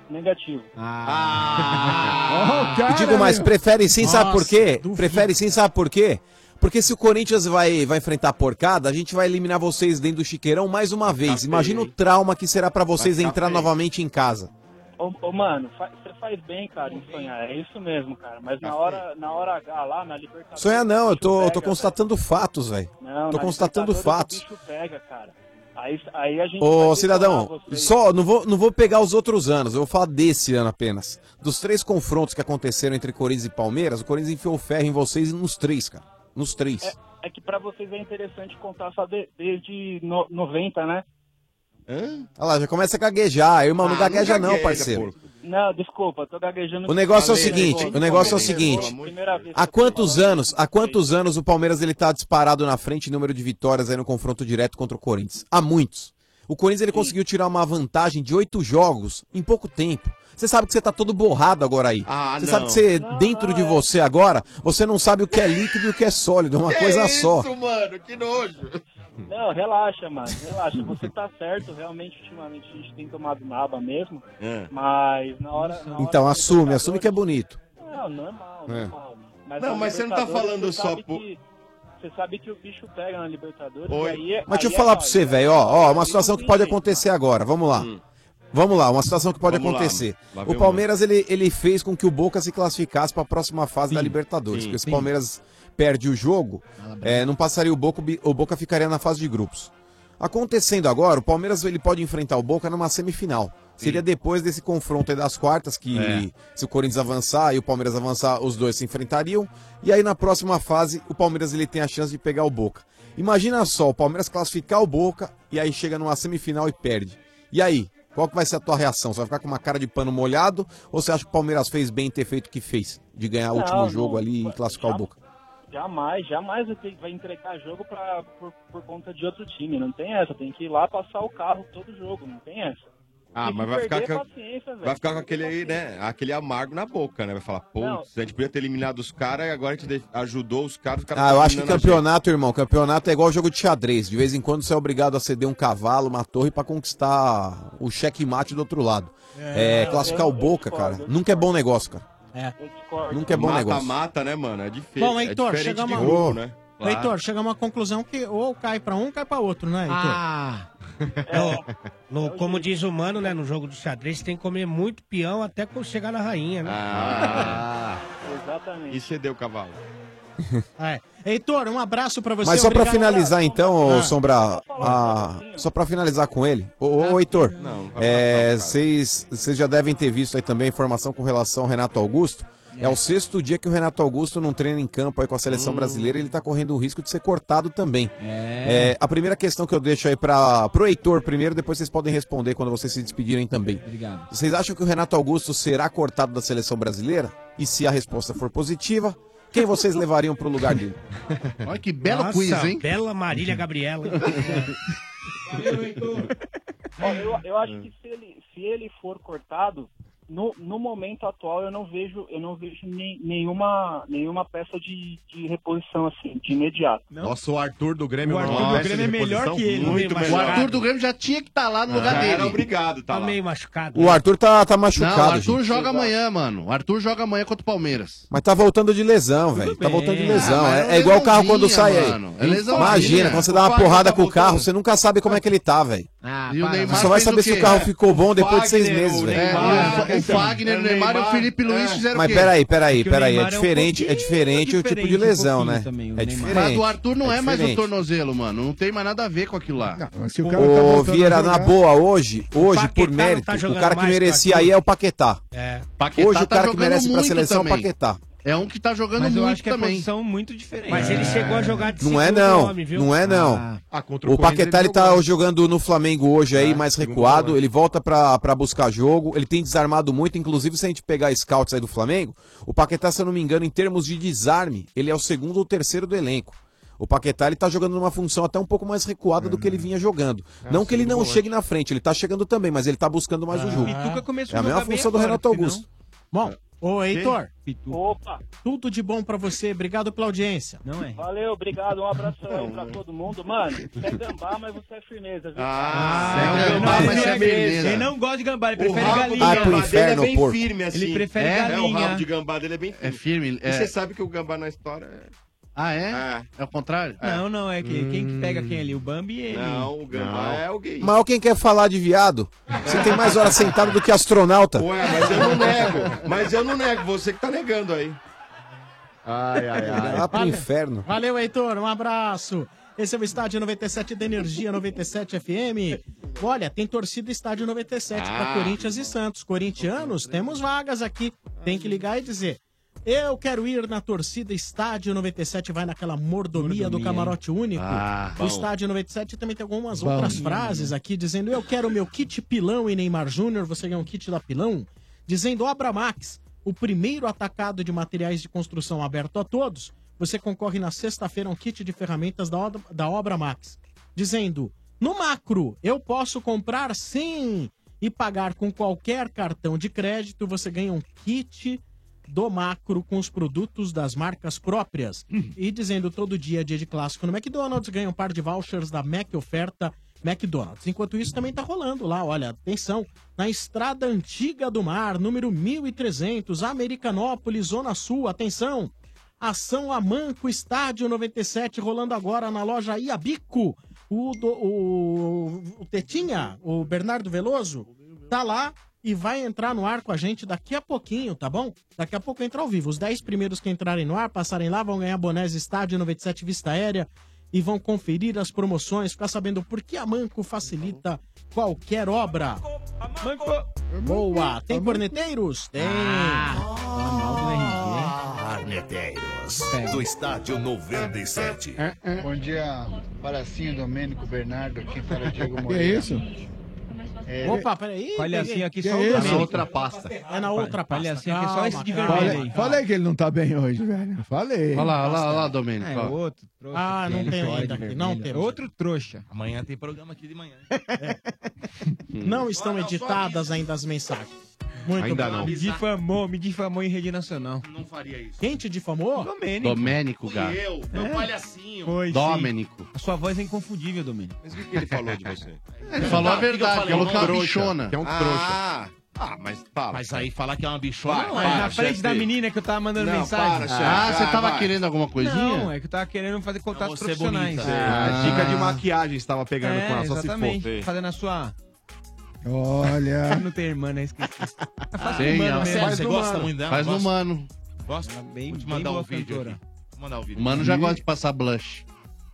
S19: Negativo.
S12: Ah!
S8: E digo mais, prefere sim, sabe por
S12: Nossa,
S8: quê?
S12: duvido.
S8: Prefere sim, sabe por quê? Porque se o Corinthians vai, vai enfrentar a porcada, a gente vai eliminar vocês dentro do chiqueirão mais uma vez. Imagina o trauma que será pra vocês
S19: Vai ficar
S8: entrar
S19: feio.
S8: novamente em casa.
S19: Ô, ô, mano, fa- você faz bem, cara, em sonhar. É isso mesmo, cara. Mas na hora, na hora H lá, na Libertadores.
S8: Sonhar não, eu tô, eu tô
S19: pega,
S8: constatando fatos, velho.
S19: Não,
S8: Tô
S19: na
S8: constatando
S19: Libertadores
S8: fatos.
S19: O bicho pega, cara. Aí, aí a gente. vai
S8: Ô,
S19: detonar
S8: cidadão,
S19: você.
S8: só não vou, não vou pegar os outros anos, eu vou falar desse ano apenas. Dos três confrontos que aconteceram entre Corinthians e Palmeiras, o Corinthians enfiou ferro em vocês nos três, cara. Nos três.
S19: É que pra vocês é interessante contar só de- desde no, 90, né?
S8: Olha lá, já começa a gaguejar. Eu, irmão, não
S19: Ah,
S8: gagueja
S19: não
S8: não,
S19: gagueja,
S8: parceiro.
S19: Não, desculpa, tô gaguejando.
S8: O negócio é o
S19: Valeu,
S8: seguinte,
S19: desculpa.
S8: o negócio é o
S19: Primeira
S8: seguinte.
S19: vez que eu tô
S8: Há quantos anos, há quantos anos o Palmeiras ele tá disparado na frente em número de vitórias aí no confronto direto contra o Corinthians? Há muitos. O Corinthians ele conseguiu tirar uma vantagem de oito jogos em pouco tempo. Você sabe que você tá todo borrado agora aí. você
S2: não.
S8: sabe que você, é dentro de você agora, você não sabe o que é líquido e o que é sólido, é uma coisa só.
S19: isso, mano, que nojo. Não, relaxa, mano, relaxa. Você tá certo, realmente, ultimamente a gente tem tomado naba mesmo. Mas na hora. na hora-
S8: Então assume, assume que é bonito.
S19: Não, normal,
S8: É.
S19: normal.
S2: Não,
S19: na
S2: mas você não tá
S19: Libertadores,
S2: falando
S19: você
S2: só
S19: sabe
S2: por-
S19: que- Você sabe que o bicho pega na Libertadores.
S2: Oi.
S19: E aí,
S8: Mas deixa
S19: aí
S8: eu falar
S19: é
S8: pra
S19: nóis,
S8: você,
S19: né?
S8: velho, ó, ó, uma situação que pode acontecer agora, vamos lá. Vamos lá, uma situação que pode
S2: Vamos lá,
S8: acontecer.
S2: lá vem
S8: o
S2: o
S8: Palmeiras, ele, ele fez com que o Boca se classificasse para a próxima fase da Libertadores.
S2: sim,
S8: porque se
S2: sim.
S8: o Palmeiras perde o jogo, é, não passaria o Boca, o Bi- o Boca ficaria na fase de grupos. Acontecendo agora, o Palmeiras ele pode enfrentar o Boca numa semifinal. Seria depois desse confronto aí das quartas, que
S2: É.
S8: se o Corinthians avançar e o Palmeiras avançar, os dois se enfrentariam. E aí na próxima fase, o Palmeiras ele tem a chance de pegar o Boca. Imagina só, o Palmeiras classificar o Boca e aí chega numa semifinal e perde. E aí? Qual que vai ser a tua reação? Você vai ficar com uma cara de pano molhado ou você acha que o Palmeiras fez bem em ter feito o que fez? De ganhar o
S19: Não,
S8: último jogo
S19: não.
S8: ali e classificar o Boca?
S19: Jamais, jamais vai ter- vai entregar jogo pra, por, por conta de outro time. Não tem essa. Tem que ir lá passar o carro todo jogo. Não tem essa.
S2: Ah,
S19: Tem que
S2: mas vai ficar,
S19: perder
S2: com,
S19: a paciência, velho.
S2: vai ficar com aquele, aí, né, aquele amargo na boca, né? Vai falar,
S19: Não.
S2: putz, a gente podia ter eliminado os caras e agora a gente de- ajudou os caras. os caras
S8: Ah, eu
S2: tão
S8: acho que
S2: eliminando a gente.
S8: campeonato, irmão, campeonato é igual jogo de xadrez. De vez em quando você é obrigado a ceder um cavalo, uma torre pra conquistar o checkmate do outro lado.
S2: É,
S8: É, classificar o Boca, cara, nunca é bom negócio, cara.
S12: É.
S19: Eu discordo.
S8: Nunca é bom
S2: mata,
S8: negócio.
S2: Mata, né, mano? É difícil.
S12: Bom, Heitor,
S2: é diferente
S12: chegamos
S2: de
S12: a-
S2: grupo, né?
S12: Claro. Heitor, chega a uma conclusão que ou cai pra um, cai pra outro, né, Heitor?
S14: Ah. No, no- como diz o mano, né? No jogo do xadrez, você tem que comer muito peão até quando chegar na rainha, né?
S16: Ah.
S18: Exatamente.
S16: E cedeu o cavalo.
S12: É. Heitor, um abraço pra você.
S8: Mas só pra
S12: obrigado.
S8: finalizar então, ô,
S12: Ah.
S8: Sombra, a- só pra finalizar com ele, ô, ô, ô Heitor, é, vocês vocês já devem ter visto aí também a informação com relação ao Renato Augusto. É o sexto dia que o Renato Augusto não treina em campo aí com a seleção brasileira, ele tá correndo o risco de ser cortado também. É, a primeira questão que eu deixo aí para pro Heitor primeiro, depois vocês podem responder quando vocês se despedirem também.
S7: Obrigado.
S8: Vocês acham que o Renato Augusto será cortado da seleção brasileira? E se a resposta for positiva, quem vocês levariam pro lugar dele?
S9: Olha que belo quiz, hein?
S14: Bela Marília Gabriela.
S18: Ó, eu, eu acho que se ele, se ele for cortado, no, no momento atual eu não vejo, eu não vejo nem- nenhuma, nenhuma peça de, de reposição assim, de imediato.
S6: Nossa, o Arthur do Grêmio
S18: O Arthur
S6: é
S18: do
S6: uma peça
S18: Grêmio
S6: de
S18: é melhor
S6: reposição
S18: que ele,
S6: Muito
S18: né,
S6: melhor.
S18: mas-
S9: O Arthur do Grêmio já tinha que estar
S8: Tá
S9: lá no
S2: Ah,
S9: lugar dele.
S16: obrigado,
S14: tá meio machucado.
S8: O Arthur tá, tá machucado.
S9: Não, o Arthur
S8: gente.
S9: joga amanhã, mano. O Arthur joga amanhã contra o Palmeiras.
S8: Mas tá voltando de lesão, velho. Tá
S9: bem.
S8: voltando de lesão.
S9: Ah, mas
S8: é,
S9: é
S8: é igual o carro
S9: lesãozinha,
S8: quando sai
S9: mano. É
S8: aí.
S9: lesãozinha.
S8: Imagina, quando você dá
S9: O
S8: uma
S9: Fagner
S8: porrada
S9: tá
S8: com o carro,
S9: voltando.
S8: você nunca sabe como é que ele tá, velho.
S9: e o Neymar
S8: Você só vai
S9: fez
S8: saber se
S9: quê?
S8: o carro ficou bom depois de seis
S9: Fagner,
S8: meses,
S9: o
S8: velho.
S9: Neymar,
S8: É.
S9: o Fagner, o Neymar e o Felipe Luiz fizeram o
S8: Mas
S9: quê?
S8: peraí, peraí, peraí. É
S9: Neymar é um
S8: diferente, é diferente o tipo de
S9: diferente um
S8: lesão,
S9: pouquinho
S8: né?
S9: também,
S8: É
S9: Mas
S8: diferente.
S9: do Arthur não é, mais o
S8: diferente.
S9: tornozelo, mano. Não tem mais nada a ver com aquilo lá.
S10: se
S9: tá
S8: Ô, Vieira, na boa, hoje, hoje, por
S9: Paquetá não
S8: mérito,
S9: tá
S8: o
S9: jogando
S8: cara que
S9: mais que o
S8: merecia
S9: Arthur.
S8: aí é o Paquetá.
S14: É.
S9: Paquetá
S8: Hoje o
S9: tá
S8: cara que
S9: jogando
S8: merece pra
S9: muito
S8: seleção é o
S9: também.
S8: Paquetá.
S9: É um que tá jogando
S7: Mas eu
S9: muito
S7: acho que é
S9: também.
S7: posição muito diferente.
S14: Mas ele chegou a jogar de
S8: Não é
S14: segundo
S8: não,
S14: homem, viu? Ah.
S8: não é não. o Paquetá ele Ah, tá jogando no Flamengo hoje aí, mais recuado, ele volta pra, pra buscar jogo, ele tem desarmado muito, inclusive se a gente pegar scouts aí do Flamengo, o Paquetá, se eu não me engano, em termos de desarme, ele é o segundo ou terceiro do elenco. O Paquetá ele tá jogando numa função até um pouco mais recuada do que ele vinha jogando. não que ele não chegue na frente, ele tá chegando também, mas ele tá buscando mais o jogo.
S12: Pituca começou
S8: É a
S12: a jogar
S8: mesma
S12: bem
S8: função do
S12: agora,
S8: Renato
S12: afinal.
S8: Augusto.
S12: Bom, ô Heitor,
S18: Opa,
S12: tudo de bom pra você. Obrigado pela audiência.
S7: Não é?
S18: valeu, obrigado, um abração pra todo mundo. Mano, você é gambá, mas você é firmeza, viu?
S2: um
S7: Ah,
S18: é
S7: gambá,
S18: gambá,
S7: mas
S18: mas
S7: é
S18: é
S7: beleza.
S18: firmeza.
S7: Ele não gosta de gambá, ele
S16: O
S7: prefere
S16: rabo
S7: galinha.
S16: do gambá dele é bem
S7: porco.
S16: firme, assim.
S7: Ele prefere
S16: é? É, o
S7: galinha.
S16: rabo de gambá dele é bem firme.
S9: É firme,
S16: E
S9: é.
S16: você sabe que o gambá na história é...
S9: Ah, é? É o contrário? Hum.
S7: Não, não, é que quem que pega quem ali? O Bambi e ele.
S16: Não, o Gambá é o gay.
S8: Mal quem quer falar de viado, você tem mais horas sentado do que astronauta.
S9: Ah,
S16: Ué, mas eu não nego. Mas eu não nego. Você que tá negando aí.
S6: Ai, ai, ai.
S8: Lá pro inferno.
S12: Valeu, Heitor. Um abraço. Esse é o Estádio 97 da Energia 97 FM. Olha, tem torcida Estádio 97 pra
S7: Ah.
S12: para Corinthians e Santos. Corintianos, temos vagas aqui. Tem que ligar e dizer. Eu quero ir na torcida Estádio 97, vai naquela mordomia, do camarote único.
S7: Ah,
S12: o
S7: bom.
S12: Estádio 97 também tem algumas
S7: Bom.
S12: outras frases aqui dizendo: Eu quero meu kit pilão e Neymar Júnior, você ganha um kit da pilão. Dizendo: Obra Max, o primeiro atacado de materiais de construção aberto a todos. Você concorre na sexta-feira a um kit de ferramentas da, Od- da Obra Max. Dizendo: No macro, eu posso comprar sim e pagar com qualquer cartão de crédito, você ganha um kit do macro com os produtos das marcas próprias. E dizendo todo dia é dia de clássico no McDonald's, ganha um par de vouchers da Mac Oferta McDonald's. Enquanto isso também tá rolando lá, olha, atenção, na Estrada Antiga do Mar, número 1300, Americanópolis, Zona Sul, atenção. Ação Amanco Estádio 97 rolando agora na loja Iabico. O, do- o, o Tetinha, o Bernardo Veloso, tá lá e vai entrar no ar com a gente daqui a pouquinho, tá bom? Daqui a pouco entra ao vivo. Os 10 primeiros que entrarem no ar, passarem lá, vão ganhar bonés Estádio 97 Vista Aérea e vão conferir as promoções, ficar sabendo por que a Manco facilita qualquer obra. Boa! Tem corneteiros? Tem!
S2: Ah,
S22: Arneteiros
S9: É.
S22: do estádio 97.
S23: Bom dia, Palacinho Domênico Bernardo, aqui para Diego Moreira. É,
S12: Opa, peraí.
S23: Palhacinho aqui
S12: Que
S18: um
S23: só o
S12: é isso?
S23: Domênico.
S12: É na outra pasta.
S23: Palhacinho
S7: Ah,
S23: aqui só um
S12: Calma,
S23: esse de
S12: calma.
S10: Falei, falei que ele não tá bem hoje, velho. Falei.
S9: Olha lá, olha lá, olha lá, Domênico.
S7: É,
S9: ó.
S7: outro trouxa.
S12: Ah,
S7: que
S12: não
S7: ele
S12: tem
S7: chora
S12: ainda
S7: de
S12: aqui, não
S7: vermelho.
S12: temos.
S7: Outro trouxa.
S2: Amanhã tem programa aqui de manhã.
S12: Não estão editadas ainda as mensagens. Muito
S7: Ainda
S12: bem.
S7: não. Me difamou, me difamou em rede nacional.
S2: Não faria isso.
S12: Quem te difamou? É.
S7: Domênico.
S9: Domênico, gato.
S7: meu
S2: palhacinho.
S7: Foi, sim.
S9: Domênico.
S7: A sua voz é inconfundível, Domênico.
S16: Mas o que, que ele falou de
S2: é
S6: é
S16: você?
S7: é
S6: um
S7: um
S9: Ele falou a verdade, falou que é uma bichona.
S16: Ah,
S9: Ah, mas fala.
S2: Mas aí falar que é uma bichona.
S7: Mas na frente da menina que eu tava mandando
S2: Não, para,
S7: mensagem.
S2: chefe. Ah, você tava querendo
S9: alguma coisinha?
S7: Não, é que eu tava querendo fazer contatos
S6: Você é
S7: profissionais.
S6: bonita. Ah, Dica de maquiagem você tava pegando
S7: É,
S6: com ela, só
S7: exatamente.
S6: se for.
S7: Fazendo a sua.
S10: Olha.
S7: Não tem irmã, né? Esqueci. Faz
S2: Tem,
S7: humano
S2: ela-
S7: mesmo.
S2: Faz é Você no gosta mano. muito dela?
S9: Faz no
S2: Gosta?
S9: mano.
S2: Gosta?
S7: Tá
S2: Vou te mandar um vídeo aqui. Vou mandar um vídeo.
S9: O mano já gosta de passar blush.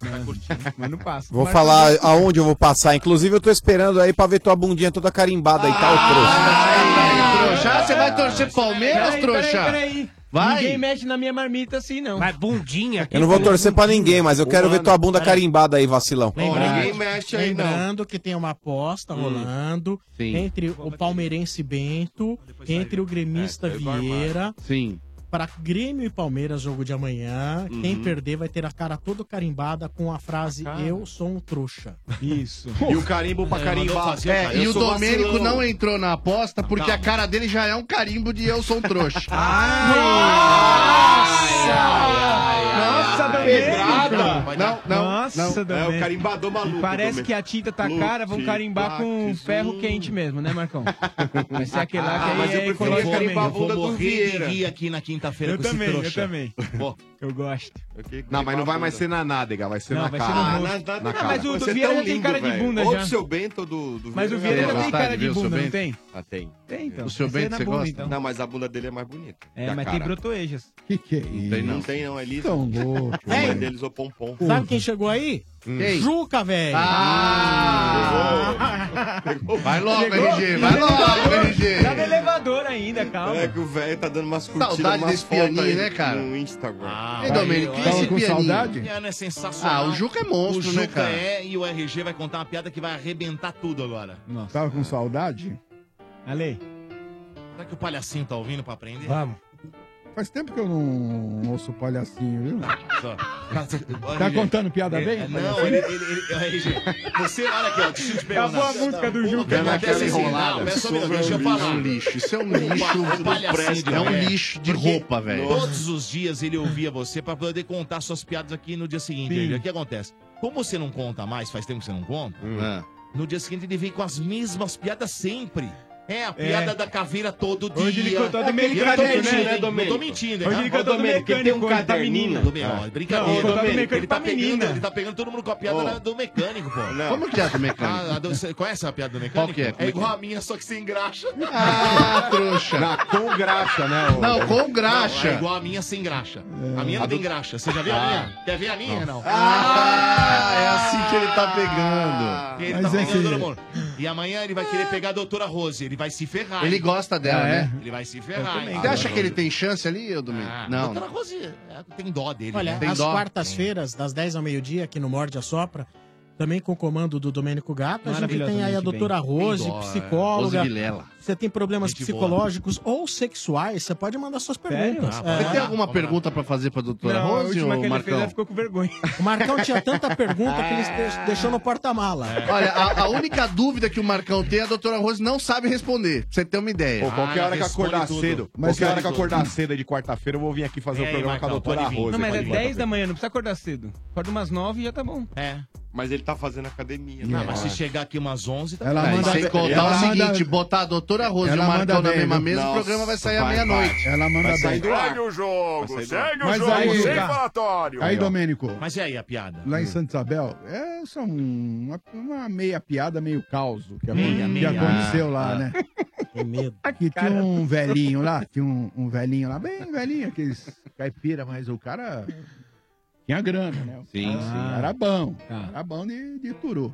S9: é.
S7: Mas não passa.
S8: Vou falar aonde eu vou passar. Inclusive, eu tô esperando aí pra ver tua bundinha toda carimbada e tal, trouxa.
S9: Ah, Trouxa, você vai torcer Palmeiras,
S7: Peraí,
S9: trouxa?
S7: peraí, peraí.
S8: Vai.
S7: Ninguém mexe na minha marmita assim, não.
S14: Mas bundinha.
S8: Eu não vou torcer pra ninguém, mas eu quero ver tua bunda carimbada aí, vacilão.
S16: mexe
S12: aí, Lembrando que tem uma aposta rolando
S8: Sim.
S12: entre o palmeirense Bento, entre o gremista Vieira.
S9: Sim.
S12: Para Grêmio e Palmeiras, jogo de amanhã. Quem perder vai ter a cara toda carimbada com a frase Eu sou um trouxa.
S7: Isso.
S6: E o carimbo pra carimbar.
S9: É, e o Domênico não
S6: entra.
S9: entrou na aposta porque
S6: Calma.
S9: a cara dele já é um carimbo de eu sou um trouxa.
S7: Nossa, Domênico!
S9: Não, não.
S2: É,
S7: Nossa,
S9: não.
S7: Domênico.
S9: maluco,
S7: Parece
S9: Domênico.
S7: que a tinta tá
S9: Lu-
S7: cara, vão
S9: de
S7: carimbar com ferro quente mesmo, né, Marcão? Vai ser aquele lá que
S2: uh. Ah,
S7: aí
S2: mas eu
S7: é
S2: preferia
S7: ecológico
S2: carimbar a
S7: mesmo.
S2: bunda Eu vou do morrer de Vieira. rir aqui na quinta-feira
S7: Eu
S2: com esse
S7: também, eu
S2: trouxa.
S7: também. Eu gosto.
S6: Não, mas não vai mais ser na nádega, vai ser
S7: Não,
S6: na
S7: vai
S6: cara. Ah,
S7: ser no rosto.
S6: na- na
S7: Não, mas
S6: cara.
S7: o do
S6: Você é
S7: Vieira
S6: tão
S7: tem
S6: lindo,
S7: cara de
S6: velho.
S7: bunda
S6: Ou
S7: já.
S6: do seu Bento ou do, do
S7: Mas o
S6: Vieira
S7: Vieira
S6: tem
S7: tem cara de bunda, não tem?
S6: Ah, tem.
S7: Tem, então.
S9: O seu
S7: Vai ser na
S9: Bento, você
S7: bunda,
S9: gosta?
S7: então.
S16: Não, mas a bunda dele é mais bonita.
S7: É,
S16: E a
S7: mas tem
S16: cara?
S7: brotoejas.
S10: Que que é
S16: Não
S10: isso?
S16: tem, não tem, não, é lisa.
S10: Tão louco.
S16: A mãe deles, o pompom.
S12: Sabe quem chegou aí?
S16: Quem?
S12: Juca, velho!
S10: Ah!
S9: Vai logo,
S12: Chegou?
S9: RG, vai logo, RG.
S7: Tá no elevador ainda, calma.
S16: É que o velho tá dando umas curtidas,
S9: Saudade
S16: umas
S9: desse
S16: fotos
S9: pianinho,
S16: aí
S9: né, cara?
S16: No Instagram. Ah,
S9: Ei, Domênico, e esse
S2: O
S9: pianinho?
S2: piano é sensacional.
S9: Ah, o Juca é monstro,
S2: o
S9: né,
S2: Juca
S9: cara?
S2: é e o RG vai contar uma piada que vai arrebentar tudo agora.
S10: Tava com saudade?
S7: Ale.
S2: Será que o palhacinho tá ouvindo pra aprender?
S10: Faz tempo que eu não ouço palhacinho, viu?
S2: Só.
S10: Tá contando piada
S2: Ele-
S10: bem? assim.
S2: é, Não,
S10: palhacinho?
S2: ele, ele, ele- o RG. Você, olha aqui, ó, deixa eu te perguntar.
S10: Acabou a música do Juca.
S2: Não, não,
S10: Aquela
S2: não,
S10: enrolada.
S2: não, é só um minuto, deixa eu
S9: Isso é
S2: falar.
S9: um lixo, isso é um lixo.
S2: O palhacinho de
S9: É um
S2: pé.
S9: lixo de
S2: Porque
S9: roupa, velho.
S2: Todos os dias ele ouvia você pra poder contar suas piadas aqui no dia seguinte.
S9: Sim.
S2: RG. O que acontece? Como você não conta mais, faz tempo que você não conta, né?
S9: É.
S2: no dia seguinte ele vem com as mesmas piadas sempre. É, a
S7: É.
S2: piada da caveira todo dia.
S7: Hoje ele cantou do
S2: É,
S7: mecânico,
S2: eu tô
S7: né,
S2: mentindo,
S7: Domênico?
S2: Não tô mentindo, hein?
S7: Hoje ele
S2: Ô,
S7: cantou do
S2: Domênico, ele tem um
S7: mecânico hoje pra menina.
S2: Domênico, ó, é brincadeira.
S7: Não, ele cantou do
S2: Domênico,
S7: mecânico
S2: ele tá
S7: pra
S2: pegando-
S7: menina.
S2: Ele tá pegando todo mundo com a piada
S7: Ô.
S2: na- do mecânico, pô.
S9: Como que é a do mecânico?
S2: Ah, a do- você conhece a piada do mecânico?
S9: Qual que é? Como é
S2: É
S9: que
S2: igual
S9: é?
S2: a minha, só que sem graxa.
S9: Ah, trouxa.
S6: Na, com graxa, né? ô-
S9: Não, com graxa. É.
S2: Não, é igual a minha sem graxa. A minha não tem graxa. Você já viu a
S9: Ah.
S2: minha? Quer ver a minha, não?
S9: Ah, é assim é que ele tá pegando.
S2: Ele
S14: é
S2: tá falando todo mundo. E amanhã ele vai querer pegar a doutora Rose. Ele vai se ferrar.
S9: Ele
S2: hein?
S9: gosta dela,
S2: Ah, é?
S9: né?
S2: Ele vai se ferrar. hein?
S9: Você acha que ele tem chance ali, ô Domingo?
S2: Ah,
S9: não.
S2: Doutora Rose é, tem dó dele.
S12: Olha,
S2: né?
S12: às quartas-feiras, das 10 ao meio-dia, aqui no Morde a Sopra, também com o comando do Domênico Gato, a gente tem aí a
S7: Maravilhosamente
S12: doutora
S7: bem.
S12: Rose,
S7: Tem dó, é.
S12: psicóloga.
S7: Rose Vilela.
S12: Você tem problemas
S7: Gente boa.
S12: psicológicos ou sexuais, você pode mandar suas
S7: Sério?
S12: perguntas.
S7: Ah,
S12: É.
S9: Você tem alguma pergunta pra fazer pra doutora
S7: Não, a
S9: Rose,
S7: última que
S9: ô
S7: ele fez, ela
S9: Marcão?
S7: ficou com vergonha. É.
S12: O Marcão tinha tanta pergunta que ele espe- deixou no porta-mala.
S9: É. Olha, a, a única dúvida que o Marcão tem, a doutora Rose não sabe responder. Pra você ter uma ideia.
S6: Pô, qualquer hora que eu acordar cedo,
S9: Ah, Mas
S6: qualquer hora que eu
S9: responde
S6: acordar
S9: tudo.
S6: cedo de quarta-feira, eu vou vir aqui fazer
S2: É
S6: o
S2: aí,
S6: programa
S2: Marcão,
S6: com a doutora
S2: pode vir.
S6: Rose.
S2: Não, mas
S6: aqui
S2: é
S6: de
S7: 10 da manhã, não precisa acordar cedo. Acorda umas 9 e já tá bom.
S2: É.
S16: Mas ele tá fazendo academia.
S2: Não,
S16: né?
S2: mas se chegar aqui umas 11, tá
S16: Ela
S2: bom.
S9: Não, e
S16: manda-
S9: sem contar
S16: ela
S9: o seguinte,
S16: manda-
S9: botar a doutora Rose e o
S16: Ela
S9: Marcão
S16: manda
S9: na
S16: bem,
S9: mesma
S16: viu?
S9: mesa, o
S16: Nossa,
S9: programa vai sair à
S16: vai,
S9: meia-noite.
S16: vai.
S10: Ela manda
S9: Vai sair
S10: bem.
S9: do ar.
S2: Segue o jogo, segue
S10: Mas aí-
S2: falatório.
S10: Aí, Domênico.
S2: Mas e aí a piada?
S10: Lá em Santa Isabel, é só um- uma, uma meia piada, meio caos que, acon-
S2: Meia,
S10: que
S2: meia.
S10: aconteceu
S2: Ah.
S10: lá, né? Que tinha um velhinho lá, tinha um, um velhinho lá, bem velhinho, aqueles caipira, mas o cara tinha grana, né? O
S9: Sim,
S10: cara
S9: sim.
S10: Era bom,
S2: Ah.
S10: era bom de, de turu.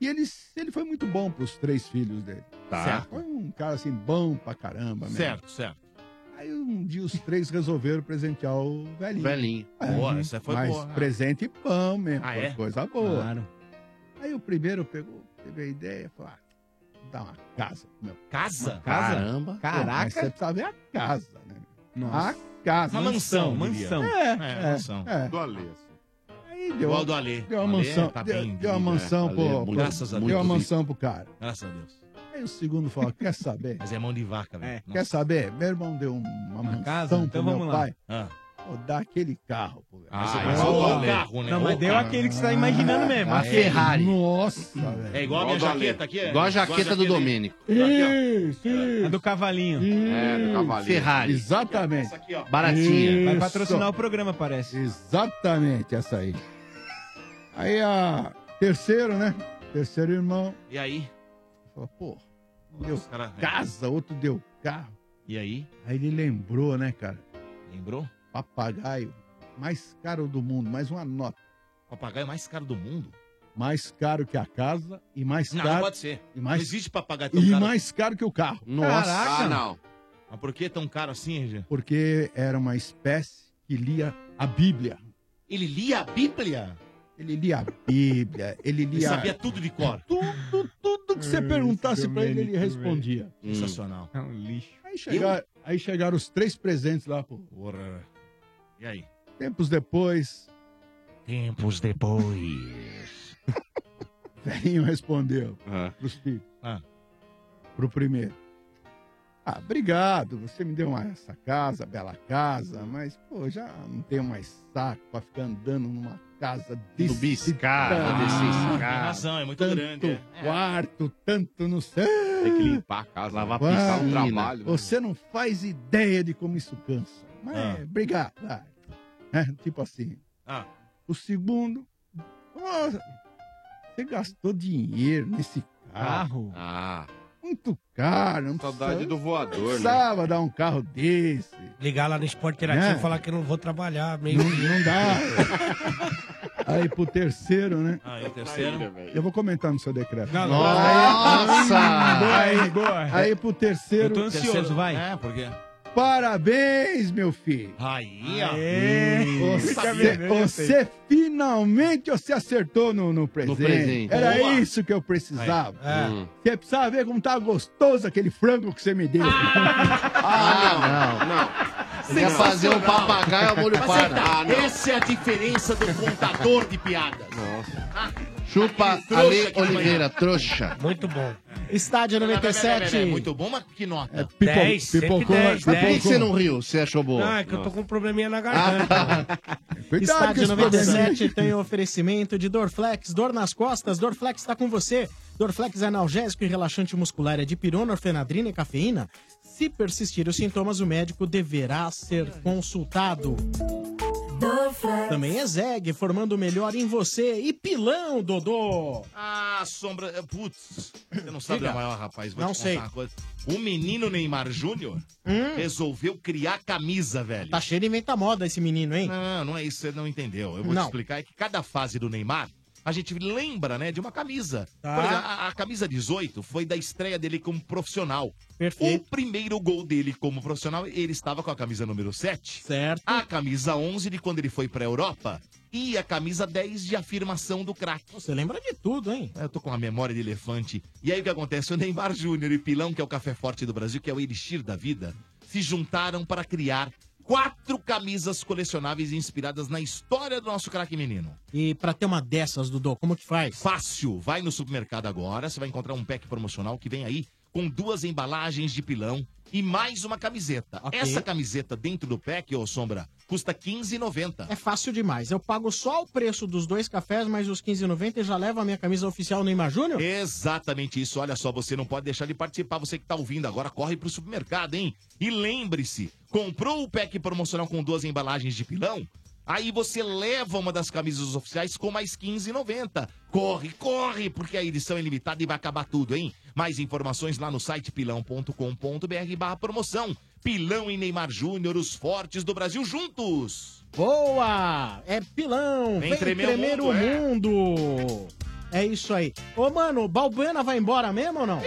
S10: E ele, ele foi muito bom pros três filhos dele.
S2: Tá.
S10: Certo. Foi um cara assim, bom pra caramba mesmo.
S2: Certo, certo.
S10: Aí um dia os três resolveram presentear o velhinho. É.
S2: Velhinho. Boa, essa foi
S10: mas
S2: boa.
S10: presente e pão mesmo,
S2: Ah, é?
S10: coisa boa.
S2: Claro.
S10: Aí o primeiro pegou, teve a ideia, falou, ah, vou dar uma casa. pro Meu.
S2: Casa?
S10: Uma casa?
S2: Caramba.
S10: Pô, mas
S2: Caraca.
S10: você precisa ver a casa, né? A casa.
S2: Uma mansão, mansão.
S10: É,
S2: É,
S10: é,
S2: mansão.
S10: é.
S2: Do Alê.
S10: Aí deu,
S2: Igual do Alê.
S10: deu uma
S2: O Alê
S10: mansão,
S2: tá
S10: deu,
S2: bem
S10: deu uma
S2: vivo,
S10: mansão
S2: né?
S10: pro,
S2: Alê é
S10: pro-
S2: muito- graças a
S10: deu
S2: Deus.
S10: uma mansão pro cara.
S2: Graças a Deus.
S10: Aí o segundo falou, quer saber?
S2: Mas é mão de vaca, velho.
S10: Quer saber? Meu irmão deu uma mansão
S7: casa?
S10: pro
S7: Então
S10: meu
S7: vamos lá.
S10: pai.
S2: Ah.
S10: rodar aquele carro, pô. velho.
S11: Ah,
S10: Mas eu
S11: igual
S10: vou
S11: o
S2: é
S10: falar.
S11: carro, né? Não, mas deu aquele que você tá imaginando mesmo, a
S10: Ah,
S11: Ferrari.
S10: Nossa, velho.
S11: É igual a minha
S10: Igual a
S11: jaqueta
S10: da-
S11: aqui, é?
S10: igual a jaqueta do
S11: dele.
S10: Domênico.
S7: É
S11: Isso, isso. A do cavalinho.
S10: É, do cavalinho. Ferrari. Exatamente.
S11: Essa aqui, ó.
S10: Isso.
S7: Vai patrocinar o programa, parece.
S10: Exatamente essa aí. Aí a terceiro, né? Terceiro irmão
S2: E aí?
S10: falou, pô, deu
S2: cara, é.
S10: casa, outro deu carro.
S2: E aí?
S10: Aí ele lembrou, né, cara?
S2: Lembrou?
S10: Papagaio mais caro do mundo, mais uma nota.
S2: Papagaio É mais caro do mundo?
S10: Mais caro que a casa e mais
S2: Não,
S10: caro.
S2: não pode ser.
S10: E mais,
S2: Não existe papagaio tão
S10: e
S2: caro.
S10: mais caro que o carro.
S2: Ah, não. Mas por que tão caro assim, Regina?
S10: Porque era uma espécie que lia a Bíblia.
S2: Ele lia a Bíblia?
S10: Ele lia a Bíblia, ele lia.
S2: Ele sabia tudo de cor.
S10: Tudo, tudo que você perguntasse pra ele, ele respondia.
S2: Hum. Sensacional.
S7: Hum, É um lixo.
S10: Aí, chega- aí chegaram os três presentes lá, pô.
S2: E aí?
S10: Tempos depois,
S2: Tempos depois.
S10: o velhinho respondeu pros filhos.
S9: Ah.
S10: Pro primeiro. Ah, obrigado, você me deu uma- essa casa, bela casa, mas, pô, já não tenho mais saco pra ficar andando numa casa
S9: é.
S10: desse
S2: Ah,
S9: biscada, desse escada. Tem razão,
S2: é muito
S10: tanto
S2: grande, é.
S10: quarto, tanto não sei.
S9: Tem que limpar a casa,
S10: né?
S9: lavar
S10: Uai,
S9: pisar um trabalho.
S7: né?
S10: Você não faz ideia de como isso cansa. Mas,
S9: Ah.
S10: obrigado. vai. É, tipo assim.
S2: Ah.
S10: O segundo, nossa, você gastou dinheiro nesse carro.
S9: Ah.
S10: Muito caro. Não
S9: Saudade do voador,
S10: não
S9: né?
S10: precisava dar um carro desse.
S14: Ligar lá no Esporte Interativo
S10: Né?
S14: e falar que eu não vou trabalhar. Meio...
S10: Não, não dá. Aí pro terceiro, né?
S2: Ah, é o terceiro?
S10: Eu vou comentar no seu decreto.
S2: Não, não, não. Nossa!
S10: Aí,
S2: Boa.
S10: aí pro terceiro. né?
S2: Terceiro, É, porque...
S10: Parabéns, meu filho.
S2: Aí, ó.
S10: Você, você finalmente você acertou no, no presente.
S9: presente.
S10: Era
S9: Boa.
S10: isso que eu precisava.
S9: Aí.
S2: É.
S9: Hum.
S10: Você precisava ver como tava gostoso aquele frango que você me deu.
S9: Ah, não. Não. Você ia fazer um papagaio ao molho
S2: Mas
S9: pardo.
S2: aí tá,
S9: Ah, não.
S2: Essa é a diferença do contador de piadas.
S9: Chupa
S2: Trouxa
S9: Ale
S2: que não
S9: Oliveira,
S2: ganhou.
S9: trouxa.
S14: Muito bom.
S12: Estádio
S2: 97. é Muito bom, mas que
S12: É,
S2: nota?
S9: Pipo-
S14: Dez, sempre
S9: É, pipocou,
S14: dez,
S9: mas Por que
S14: dez.
S9: você não riu? Você achou boa?
S14: Ah, é que eu tô com um probleminha na
S9: garganta.
S12: Estádio 97 tem oferecimento de Dorflex, dor nas costas, Dorflex está com você. Dorflex é analgésico e relaxante muscular é de pirona, orfenadrina e cafeína. Se persistir os sintomas, o médico deverá ser consultado. Também é Zeg, formando o melhor em você. E pilão, Dodô!
S2: Ah, sombra. é, Putz, você não sabe
S12: Diga.
S2: da maior, rapaz. Vou
S12: Não
S2: te contar
S12: sei. Hum?
S2: uma coisa. O menino Neymar Júnior resolveu criar camisa, velho.
S12: Tá cheio de inventa moda esse menino, hein?
S2: Não, não é isso, você não entendeu. Eu vou
S12: Não.
S2: te explicar. É que cada fase do Neymar, a gente lembra, né, de uma camisa.
S12: Tá.
S2: Por exemplo, a, a camisa 18 foi da estreia dele como profissional.
S12: Perfeito.
S2: O primeiro gol dele como profissional, ele estava com a camisa número 7.
S12: Certo.
S2: A camisa 11 de quando ele foi pra Europa. E a camisa 10 de afirmação do craque.
S12: Você lembra de tudo, hein?
S2: Eu tô com uma memória de elefante. E aí o que acontece? O Neymar Júnior e Pilão, que é o café forte do Brasil, que é o elixir da vida, se juntaram para criar quatro camisas colecionáveis inspiradas na história do nosso craque menino.
S12: E pra ter uma dessas, Dodô, como que faz?
S2: Fácil, vai no supermercado agora, você vai encontrar um pack promocional que vem aí com duas embalagens de pilão e mais uma camiseta. Essa camiseta dentro do pack, ô Sombra, custa R$15,90.
S12: É fácil demais. Eu pago só o preço dos dois cafés, mas os 15,90 e já levo a minha camisa oficial Neymar Júnior?
S2: Exatamente isso. Olha só, você não pode deixar de participar. Você que tá ouvindo agora, corre pro supermercado, hein? E lembre-se, comprou o pack promocional com duas embalagens de pilão? Aí você leva uma das camisas oficiais com mais 15,90. Corre, corre, porque a edição é limitada e vai acabar tudo, hein? Mais informações lá no site pilão.com.br barra promoção. Pilão e Neymar Júnior, os fortes do Brasil juntos.
S12: Boa! É pilão! Vem,
S2: Vem
S12: tremer,
S2: tremer o
S12: o mundo!
S2: mundo,
S12: É. isso aí. Ô, mano, o Balbuena vai embora mesmo ou não?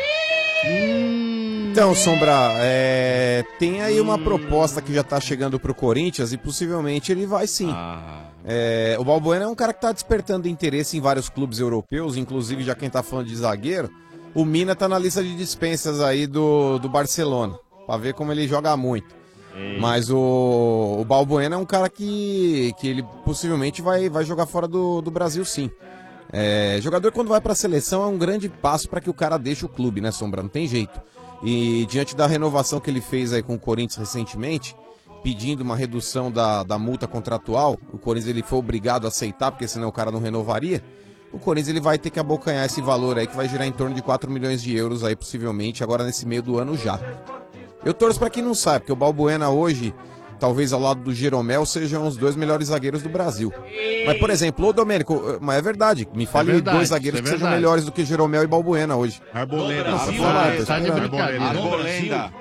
S8: Então, Sombra, é, tem aí uma proposta que já tá chegando pro Corinthians e possivelmente ele vai sim. É, o Balbuena é um cara que tá despertando interesse em vários clubes europeus, inclusive já quem tá falando de zagueiro, o Mina tá na lista de dispensas aí do, do Barcelona, pra ver como ele joga muito. Mas o, o Balbuena é um cara que, que ele possivelmente vai, vai jogar fora do, do Brasil sim. É, jogador quando vai pra seleção é um grande passo pra que o cara deixe o clube, né, Sombra? Não tem jeito. E diante da renovação que ele fez aí com o Corinthians recentemente, pedindo uma redução da, da multa contratual, o Corinthians ele foi obrigado a aceitar, porque senão o cara não renovaria. O Corinthians ele vai ter que abocanhar esse valor aí, que vai girar em torno de 4 milhões de euros aí, possivelmente, agora nesse meio do ano já. Eu torço pra quem não sabe, porque o Balbuena hoje, talvez ao lado do Jeromel, sejam os dois melhores zagueiros do Brasil. Mas, por exemplo, ô Domênico, mas é verdade, me fale
S6: verdade,
S8: dois zagueiros
S6: é
S8: que sejam
S6: verdade.
S8: melhores do que Jeromel e Balbuena hoje.
S6: Arboleda.
S8: Não, pode
S6: Brasil,
S8: falar,
S6: é,
S8: tá
S6: tá de
S8: esperando.
S6: brincadeira.
S10: né?
S2: Arboleda.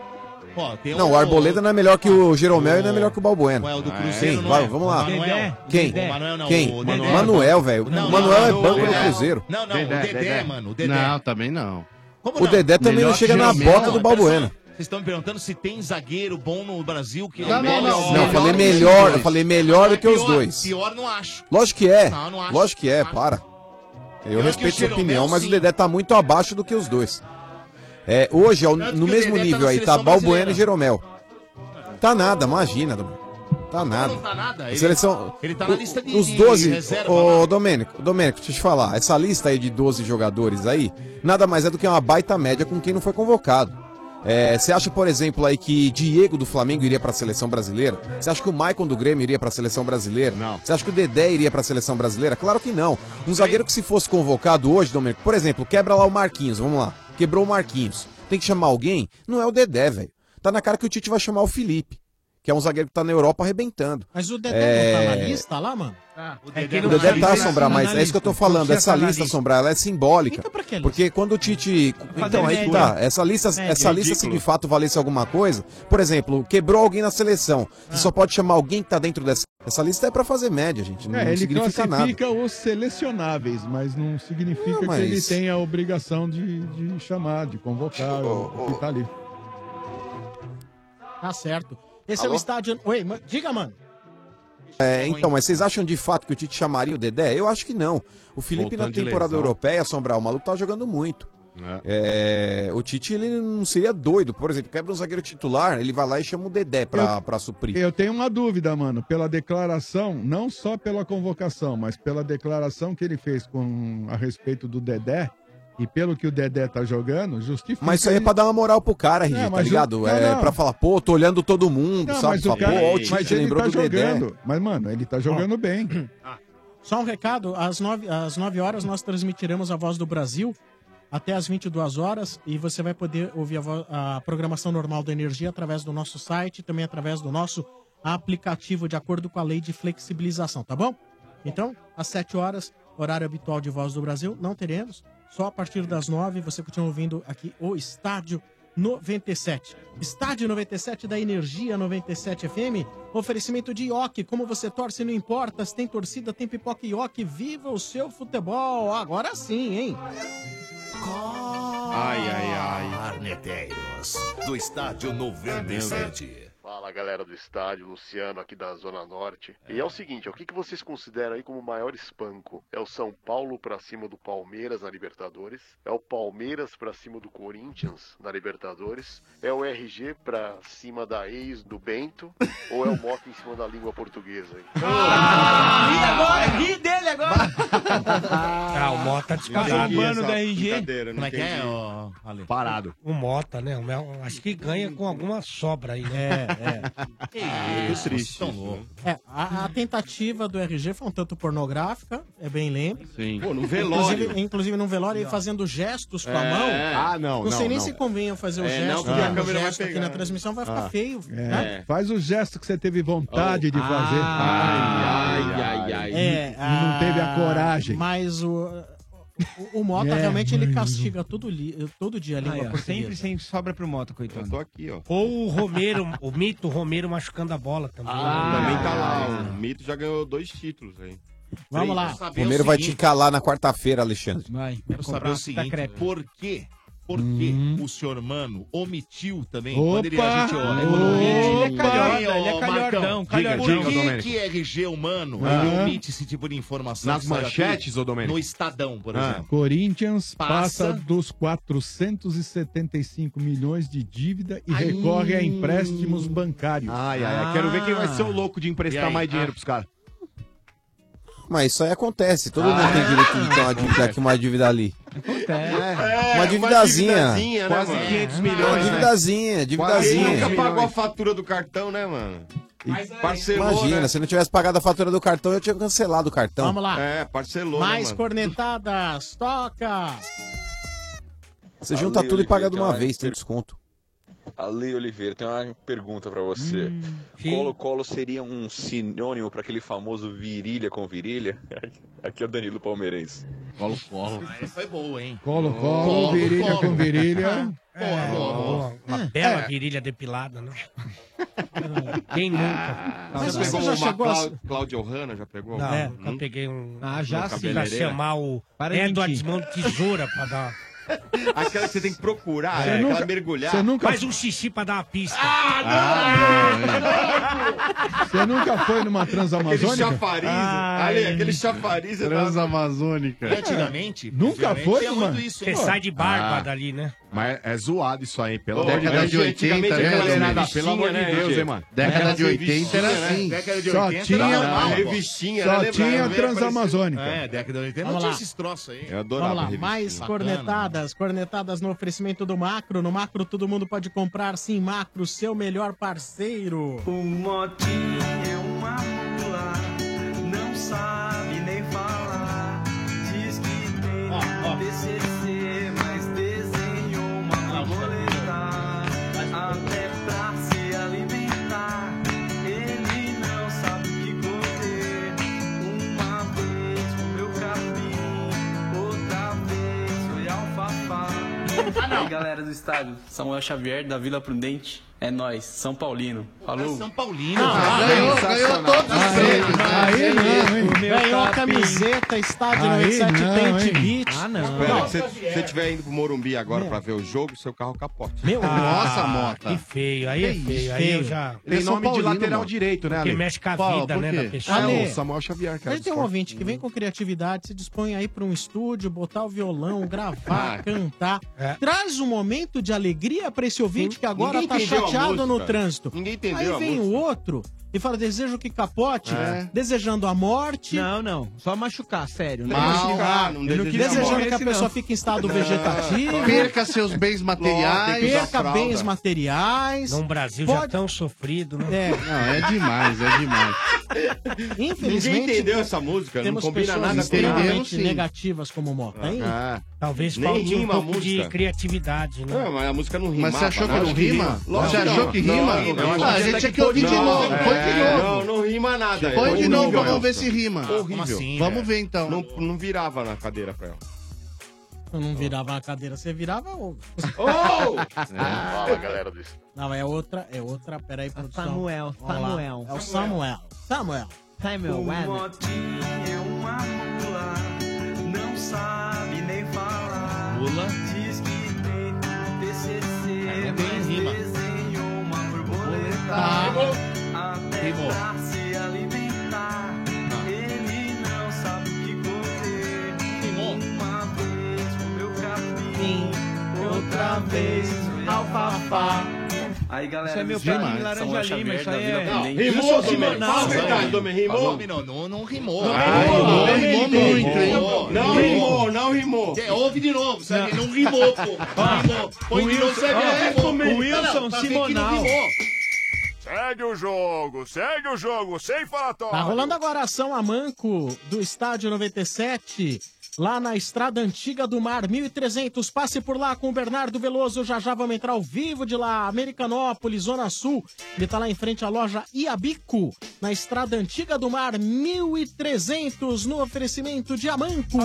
S2: Ó, tem um
S8: Não, o Arboleda não é melhor que o Jeromel e não é melhor que o Balbuena.
S2: É, o do Cruzeiro,
S8: Sim,
S2: não
S8: vai,
S2: é?
S8: vamos lá.
S2: O Manuel?
S8: Quem?
S2: Dedé. O Manuel não,
S8: Quem?
S2: o Dedé.
S8: Manuel, velho. O
S2: Não,
S8: Manuel é
S2: não,
S8: banco
S2: Dedé.
S8: do Cruzeiro.
S2: Não, não, o Dedé, mano, o Dedé.
S9: Não, também não.
S8: O Dedé também não chega na bota do Balbuena.
S2: Vocês estão me perguntando se tem zagueiro bom no Brasil que
S8: Não,
S2: é
S8: não,
S2: melhor.
S8: não. Não, eu falei melhor, eu falei melhor do que os dois.
S2: É Pior não acho.
S8: Lógico que é.
S2: Não, não acho.
S8: Lógico que é, para. Eu
S2: Eu
S8: respeito
S2: que o é assim.
S8: sua
S2: Jeromel,
S8: opinião, mas o
S2: sim.
S8: Dedé tá muito abaixo do que os dois. É, hoje, ao- no
S2: que o
S8: mesmo
S2: Dedé tá
S8: nível
S2: na
S8: aí, tá
S2: seleção
S8: Balbuena
S2: brasileira.
S8: e Jeromel. Tá nada, imagina, Dom- Tá nada.
S2: Não tá nada.
S8: A
S2: Ele,
S8: seleção.
S2: ele tá na
S8: o-
S2: lista de,
S8: Os
S2: de
S8: 12.
S2: reserva. né?
S8: Ô, Domênico, Domênico, deixa eu te falar. Essa lista aí de 12 jogadores aí, nada mais é do que uma baita média com quem não foi convocado. É, Você acha, por exemplo, aí que Diego do Flamengo iria pra seleção brasileira? Você acha que o Maicon do Grêmio iria pra seleção brasileira? Não. Você acha que o Dedé iria pra seleção brasileira? Claro que não. Um zagueiro que se fosse convocado hoje, Domênico, por exemplo, quebra lá o Marquinhos, vamos lá. Quebrou o Marquinhos. Tem que chamar alguém? Não é o Dedé, velho. Tá na cara que o Tite vai chamar o Felipe, que é um zagueiro que tá na Europa arrebentando.
S12: Mas o Dedé não tá na
S8: É,
S12: lista lá, mano?
S14: É
S8: o Dedé tá assombrar, mas é isso que eu tô falando.
S12: tá
S8: Essa lista assombrar, ela é simbólica.
S10: Então,
S8: Porque quando o Tite. Então,
S10: é
S8: aí que tá. Essa lista,
S6: Média,
S8: essa lista, se
S6: ridículo.
S8: de fato valesse alguma coisa, por exemplo, quebrou alguém na seleção.
S10: Ah.
S8: Você só pode chamar alguém que tá dentro dessa. Essa lista é pra fazer média, gente. Não,
S10: É, ele
S8: significa nada.
S10: classifica os selecionáveis, mas não significa
S8: Não,
S10: que ele
S8: mas-
S10: tenha a obrigação de, de chamar, de convocar, o que tá ali.
S12: Tá certo. Esse é
S8: Alô?
S12: o estádio. Oi, ma- diga, mano.
S8: É, então, mas vocês acham de fato que o Tite chamaria o Dedé? Eu acho que não. O Felipe
S6: Voltando de
S8: na temporada
S6: lesão.
S8: europeia, assombrar, o maluco tá jogando muito. É, o Tite ele não seria doido, por exemplo, quebra um zagueiro titular, ele vai lá e chama o Dedé pra, pra suprir.
S10: Eu tenho uma dúvida, mano, pela declaração, não só pela convocação, mas pela declaração que ele fez com a respeito do Dedé e pelo que o Dedé tá jogando, justifica.
S8: Mas isso aí é pra dar uma moral pro cara, RG,
S10: É,
S8: tá
S10: mas o-
S8: ligado?
S10: não,
S8: é
S10: não.
S8: pra falar, pô, tô olhando todo mundo,
S10: Não,
S8: sabe?
S10: mas o
S8: Fala,
S10: cara,
S8: pô, ó, o
S10: mas
S8: Tite
S10: ele
S8: lembrou
S10: tá
S8: do Dedé.
S10: jogando. Mas, mano, ele tá jogando bem.
S12: Só um recado: às 9, às 9 horas nós transmitiremos a Voz do Brasil até às 22 horas e você vai poder ouvir a, vo- a programação normal do Energia através do nosso site, também através do nosso aplicativo, de acordo com a lei de flexibilização, tá bom? Então, às 7 horas, horário habitual de Voz do Brasil, não teremos. Só a partir das 9 você continua ouvindo aqui o Estádio 97. Estádio 97 da Energia 97 FM. Oferecimento de Ioki. Como você torce, não importa. Se tem torcida, tem pipoca e Ioki. Viva o seu futebol. Agora sim, hein?
S22: Ai, ai, ai. Arneteiros, do estádio 97.
S24: Fala galera do estádio, Luciano aqui da Zona Norte. E é o seguinte, ó, o que, que vocês consideram aí como o maior espanco? É o São Paulo pra cima do Palmeiras na Libertadores? É o Palmeiras pra cima do Corinthians na Libertadores? É o RG pra cima da ex do Bento? Ou é o Mock em cima da língua portuguesa? aí?
S7: Ah,
S11: Ri agora, ri dele agora.
S14: Ah, o Mota disparado.
S11: Entendi essa
S2: brincadeira, não
S14: Como é que é,
S2: entendi.
S14: ó, Ale?
S2: Parado.
S14: O Mota, né? O Mel, acho que ganha com alguma sobra aí, né?
S2: É, é.
S14: Que isso,
S2: triste.
S14: Ah, tão
S2: louco.
S12: É, a, a tentativa do RG foi um tanto pornográfica, é bem lembro.
S2: Sim. Pô, num velório.
S12: Inclusive, inclusive num velório e fazendo gestos com a
S2: É.
S12: mão.
S2: Ah, não,
S12: sei
S2: não,
S12: nem
S2: não.
S12: se convém eu fazer o
S2: É,
S12: gesto,
S2: não,
S12: porque
S2: porque a
S12: o
S2: câmera vai
S12: gesto aqui
S2: pegar,
S12: na
S2: né?
S12: transmissão vai ficar
S10: Ah.
S12: feio.
S10: É,
S12: né?
S10: Faz o gesto que você teve vontade de fazer.
S12: Ai,
S11: ai, ai.
S12: É,
S10: Não teve a coragem.
S12: Mas o, o, o Mota
S7: É,
S12: realmente
S7: mas
S12: ele
S7: o-
S12: castiga todo, li- todo dia a língua
S7: Aí, ó,
S12: portuguesa.
S7: sempre, sempre sobra pro Mota, coitado. Eu tô aqui, ó.
S14: Ou o Romero, o mito Romero machucando a bola também.
S7: Ah,
S14: né?
S7: também tá lá,
S16: O Mito já ganhou dois títulos aí.
S14: Vamos lá.
S8: O Primeiro vai te calar na quarta-feira, Alexandre.
S7: Vai.
S2: Quero saber
S8: comprar
S2: o seguinte,
S8: crepe.
S2: por quê? Por que o senhor Mano omitiu também?
S8: Opa!
S2: Quando ele, a gente olha,
S8: Opa!
S2: quando
S8: Ele é
S2: Opa!
S8: calhorda,
S2: Ei,
S8: ele é
S2: ô,
S8: calhordão,
S2: Marcão,
S8: calhordão.
S2: Por
S8: Diga,
S2: que
S8: Domênico.
S2: que RG humano
S10: Ah.
S2: ele omite esse tipo de informação?
S6: Nas
S2: que sai
S6: manchetes,
S2: aqui
S6: ô, Domênico?
S2: No Estadão, por
S10: Ah.
S2: exemplo.
S10: Corinthians passa,
S2: Passa.
S10: dos 475 milhões de dívida e
S6: Ai.
S10: recorre a empréstimos bancários.
S6: Ai, ai, ai. Quero ver quem vai ser o louco de
S10: Ah. E
S6: emprestar
S10: aí?
S6: mais dinheiro
S10: Ah.
S6: pros caras.
S8: Mas isso aí acontece. Todo mundo tem direito de ter uma dívida aqui, uma dívida ali.
S16: É,
S8: Uma dívidazinha.
S16: dívidazinha, né,
S8: Quase
S16: mano?
S8: 500 milhões, Uma né? dívidazinha, dívidazinha.
S16: Ele nunca pagou a fatura do cartão, né, mano?
S8: E
S7: parcelou,
S8: Imagina,
S7: né?
S8: se não tivesse pagado a fatura do cartão, eu tinha cancelado o cartão.
S12: Vamos lá.
S7: É, parcelou.
S12: Mais
S7: né, mano?
S12: cornetadas, toca!
S8: Você junta
S13: Valeu,
S8: tudo e paga
S13: Oliveira,
S8: de uma
S13: aquela
S8: vez, tem desconto.
S13: Ale Oliveira, tem uma pergunta pra você.
S2: Hum.
S13: Colo-Colo seria um sinônimo pra aquele famoso virilha com virilha? Aqui é o Danilo Palmeirense.
S2: Colo-Colo. Ah, Foi boa, hein?
S10: Colo, colo, virilha com virilha.
S14: É, Uma bela virilha depilada, né? Quem nunca?
S7: já
S10: Mas você
S7: pegou
S10: já
S7: uma
S10: chegou a-
S7: Clau- Cláudia Hanna? Já pegou?
S14: Não,
S7: É.
S14: nunca peguei um.
S7: Ah, já
S14: um
S7: sim.
S14: cabeleireiro. Pra chamar o
S7: Para de
S14: Edward
S7: mentir.
S14: Mão Tesoura pra dar.
S7: Aquela que você tem que procurar,
S14: Você
S7: é,
S14: nunca-
S7: aquela mergulhar. Ah,
S14: Você nunca... Faz um xixi pra dar uma pista. Ah,
S10: Ah. Você nunca foi numa
S7: Aquele
S10: transamazônica?
S7: chafariz. Ali, aquele chafariz.
S6: Transamazônica.
S7: E antigamente?
S10: É. Nunca
S6: Antigamente
S10: foi
S6: tinha
S10: numa...
S6: muito isso, hein, Você ó. sai de
S14: barba
S6: dali,
S14: né?
S6: Ah, Mas é zoado isso aí, pelo
S9: Ô, década de 80,
S6: né?
S9: né,
S6: galera?
S9: Luiz?
S6: Pelo amor de
S9: Revistinha,
S6: Deus,
S9: né,
S6: hein, mano?
S9: gente? Década de 80
S6: Revistinha,
S9: era
S6: né?
S9: assim.
S6: Década de
S9: Só
S6: 80
S9: tinha-
S6: era normal,
S9: só
S6: pô.
S9: tinha
S7: né,
S9: Transamazônica.
S6: É, década de 80 não
S12: Vamos
S6: tinha
S12: lá.
S6: esses troços aí. Eu
S12: Vamos lá, mais cornetadas, cornetadas no oferecimento do Macro. No Macro todo mundo pode comprar, sim, Macro, seu melhor parceiro. Um motinho é uma mula, não sabe nem falar. Diz que tem
S1: um TCC, mas desenhou uma borboleta Até pra se alimentar Ele não sabe o que comer Uma vez foi meu capim Outra vez foi alfafá E aí galera do estádio, Samuel Xavier da Vila Prudente É nóis, São Paulino
S7: É
S1: Falou
S2: São Paulino.
S7: Ah,
S12: ah,
S1: ganhou, ganhou todos os prêmios
S7: né?
S12: Aí não, Ah, é hein?
S1: meu
S12: Ganhou a
S1: capim.
S12: camiseta, estádio
S7: Aí
S12: 97 tem
S7: não,
S12: o
S7: hein?
S12: Tibit.
S7: Ah, não. Espera, que se se você estiver indo pro Morumbi agora pra ver o jogo, seu carro capote.
S14: Meu,
S7: Nossa,
S14: Ah,
S7: Mota.
S14: Que feio, aí é
S7: Que
S14: feio. Aí eu
S7: feio.
S14: já.
S7: Ele é São Paulino, mano.
S14: Que mexe com a vida, né, da pessoa.
S12: Ale,
S6: Ah, Xavier,
S12: Ele tem um ouvinte que vem com criatividade, se dispõe aí pra um estúdio, botar o violão, gravar,
S6: Ah.
S12: cantar. Traz um momento de alegria pra esse ouvinte que agora
S7: É. Ninguém
S12: tá
S7: entendeu a
S12: chateado no
S7: música.
S12: trânsito.
S7: Ninguém entendeu
S12: Aí
S7: a
S12: vem o outro e fala: desejo que capote,
S19: É.
S12: desejando a morte.
S19: Não, não. Só machucar, sério.
S12: Mal. Ah, não deseja Desejando que a pessoa fique em estado vegetativo.
S9: Perca seus bens materiais.
S12: Perca bens materiais.
S9: Num Brasil
S14: já
S12: tão
S14: sofrido,
S12: né?
S9: Não, é demais, é demais.
S12: Infelizmente.
S7: Ninguém entendeu essa música, não
S12: temos
S7: combina
S12: pessoas
S7: nada com
S12: extremamente
S7: nada.
S12: negativas como o Mota, hein?
S7: Ah.
S14: Talvez
S7: Nem
S14: falte um
S7: rima a
S14: pouco de
S7: música.
S14: criatividade, né?
S7: Não, mas a música não
S14: Mas
S7: rima.
S14: você achou que não rima?
S7: Lógico
S14: Você achou
S7: não.
S14: que rima?
S7: Não,
S14: Ah,
S7: rima. Eu acho
S14: a gente
S7: até
S14: tinha
S7: que
S14: que ouvir
S7: foi-
S14: de novo, foi
S7: Não,
S14: de
S7: tá é,
S14: novo.
S7: Não, não rima nada. é
S9: Foi de
S7: Horrível
S9: novo, vamos
S7: essa.
S9: ver se rima. Como assim, velho?
S7: então. Não, não virava na cadeira pra ela.
S12: Eu não um virava a cadeira, você virava ovo.
S7: Oh!
S25: Fala, galera do
S12: Não, é outra, é outra. Peraí, produção.
S19: Samuel,
S12: Vamos lá.
S19: Samuel.
S12: É o Samuel. Samuel.
S19: Samuel,
S12: Uma
S19: Wagner.
S1: é um uma mula, não sabe nem falar.
S2: Mula.
S1: Diz que tem TCC,
S2: É, não tem
S1: mas
S2: rima.
S1: desenhou uma borboleta.
S9: Tá. Ah.
S1: Até
S2: Rimou.
S1: pra se alimentar, ele não sabe o que comer. Uma vez comeu capim, outra vez alfafá. Aí galera,
S19: Isso é meu
S1: do estádio,
S19: primo em
S1: Samuel
S19: Laranja Lima,
S1: Xavier,
S19: isso
S1: da
S19: aí
S1: Vila
S19: é-
S1: Prudente.
S19: Não, rimou,
S1: Isso,
S19: Domênico,
S1: Domênico.
S19: fala a verdade,
S7: Domênico,
S1: Falou.
S7: rimou?
S2: Não, não, não rimou.
S7: Não,
S2: Ah,
S7: rimou,
S2: rimou,
S7: não
S2: rimou
S7: rimou,
S2: muito, hein?
S7: rimou. Não rimou, não rimou.
S2: É, ouve de novo, sabe? Não rimou, pô. Não rimou. Põe de novo,
S26: Wilson-
S2: sabe?
S26: Ah,
S2: Não rimou.
S26: o Wilson
S2: Não, não, pra ver que não
S26: Simonal.
S2: rimou.
S26: Segue o jogo, segue o jogo, sem falatório.
S12: Tá rolando agora a ação a manco do estádio 97, lá na Estrada Antiga do Mar, 1300. Passe por lá com o Bernardo Veloso. Já já vamos entrar ao vivo de lá, Americanópolis, Zona Sul. Ele tá lá em frente à loja Iabico, na Estrada Antiga do Mar, 1300, no oferecimento de Amanco.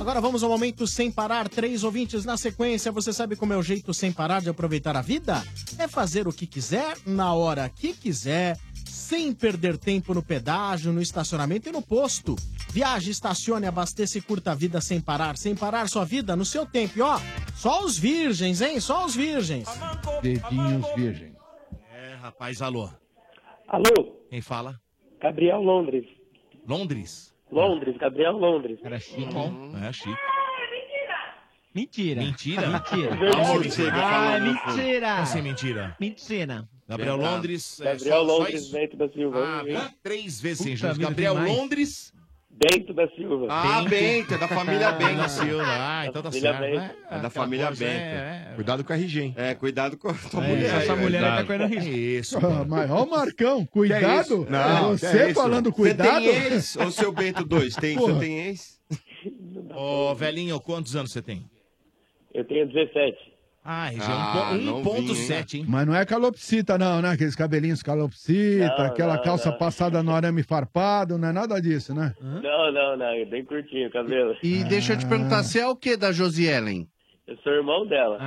S12: Agora vamos ao momento sem parar. Três ouvintes na sequência. Você sabe como é o jeito sem parar de aproveitar a vida? É fazer o que quiser, na hora que quiser sem perder tempo no pedágio, no estacionamento e no posto. Viaje, estacione, abasteça e curta a vida sem parar, sem parar sua vida no seu tempo. E ó, só os virgens, hein? Só os virgens.
S10: Ah, Dedinhos virgem.
S2: É, rapaz, alô.
S27: Alô?
S2: Quem fala?
S27: Gabriel Londres.
S2: Londres?
S27: Londres, Gabriel Londres.
S19: Era chique,
S2: É, chique.
S19: Mentira.
S2: Mentira?
S19: Mentira.
S2: Ah, morcega
S19: Ah,
S2: falando no fundo.
S19: mentira.
S2: Não sei mentira.
S19: Mentira.
S2: Gabriel
S19: Verdade.
S2: Londres. é,
S19: Gabriel Londres,
S2: Neto da Silva. Ah, três vezes sem
S19: Puta
S2: juros.
S19: vida,
S2: Gabriel
S19: demais.
S2: Londres.
S28: Bento da Silva.
S16: Ah, Bento, é da família Bento.
S2: Da Silva, ah, então tá
S16: família
S2: certo.
S16: Bento.
S2: né?
S16: É da
S2: Aquela
S16: família
S2: coisa,
S16: Bento.
S2: é,
S6: Cuidado com a RG, hein?
S16: É, cuidado com a tua
S2: É,
S16: mulher.
S2: essa mulher aí tá
S16: Cuidado.
S2: correndo risco. Isso.
S10: Ah, mas ó, o Marcão,
S16: Que é
S10: cuidado.
S16: isso? Não,
S10: é
S16: que é
S10: você
S16: isso?
S10: falando
S16: Você tem
S10: cuidado.
S16: ex? Ou seu Bento 2? Tem,
S10: Porra.
S16: você tem ex?
S2: Ô, velhinho, quantos anos você tem?
S28: Eu tenho 17.
S2: Ah, RG,
S28: Ah,
S2: um po-
S28: novinho, hein?
S2: 1.7, hein?
S10: Mas não é calopsita, não, né? Aqueles cabelinhos calopsita,
S28: Não,
S10: aquela
S28: não,
S10: calça
S28: não.
S10: passada no arame farpado, não é nada disso, né?
S28: Não, não, não. É bem curtinho o cabelo.
S9: E deixa eu te perguntar, você é o que da Josiellen?
S28: Eu sou irmão dela.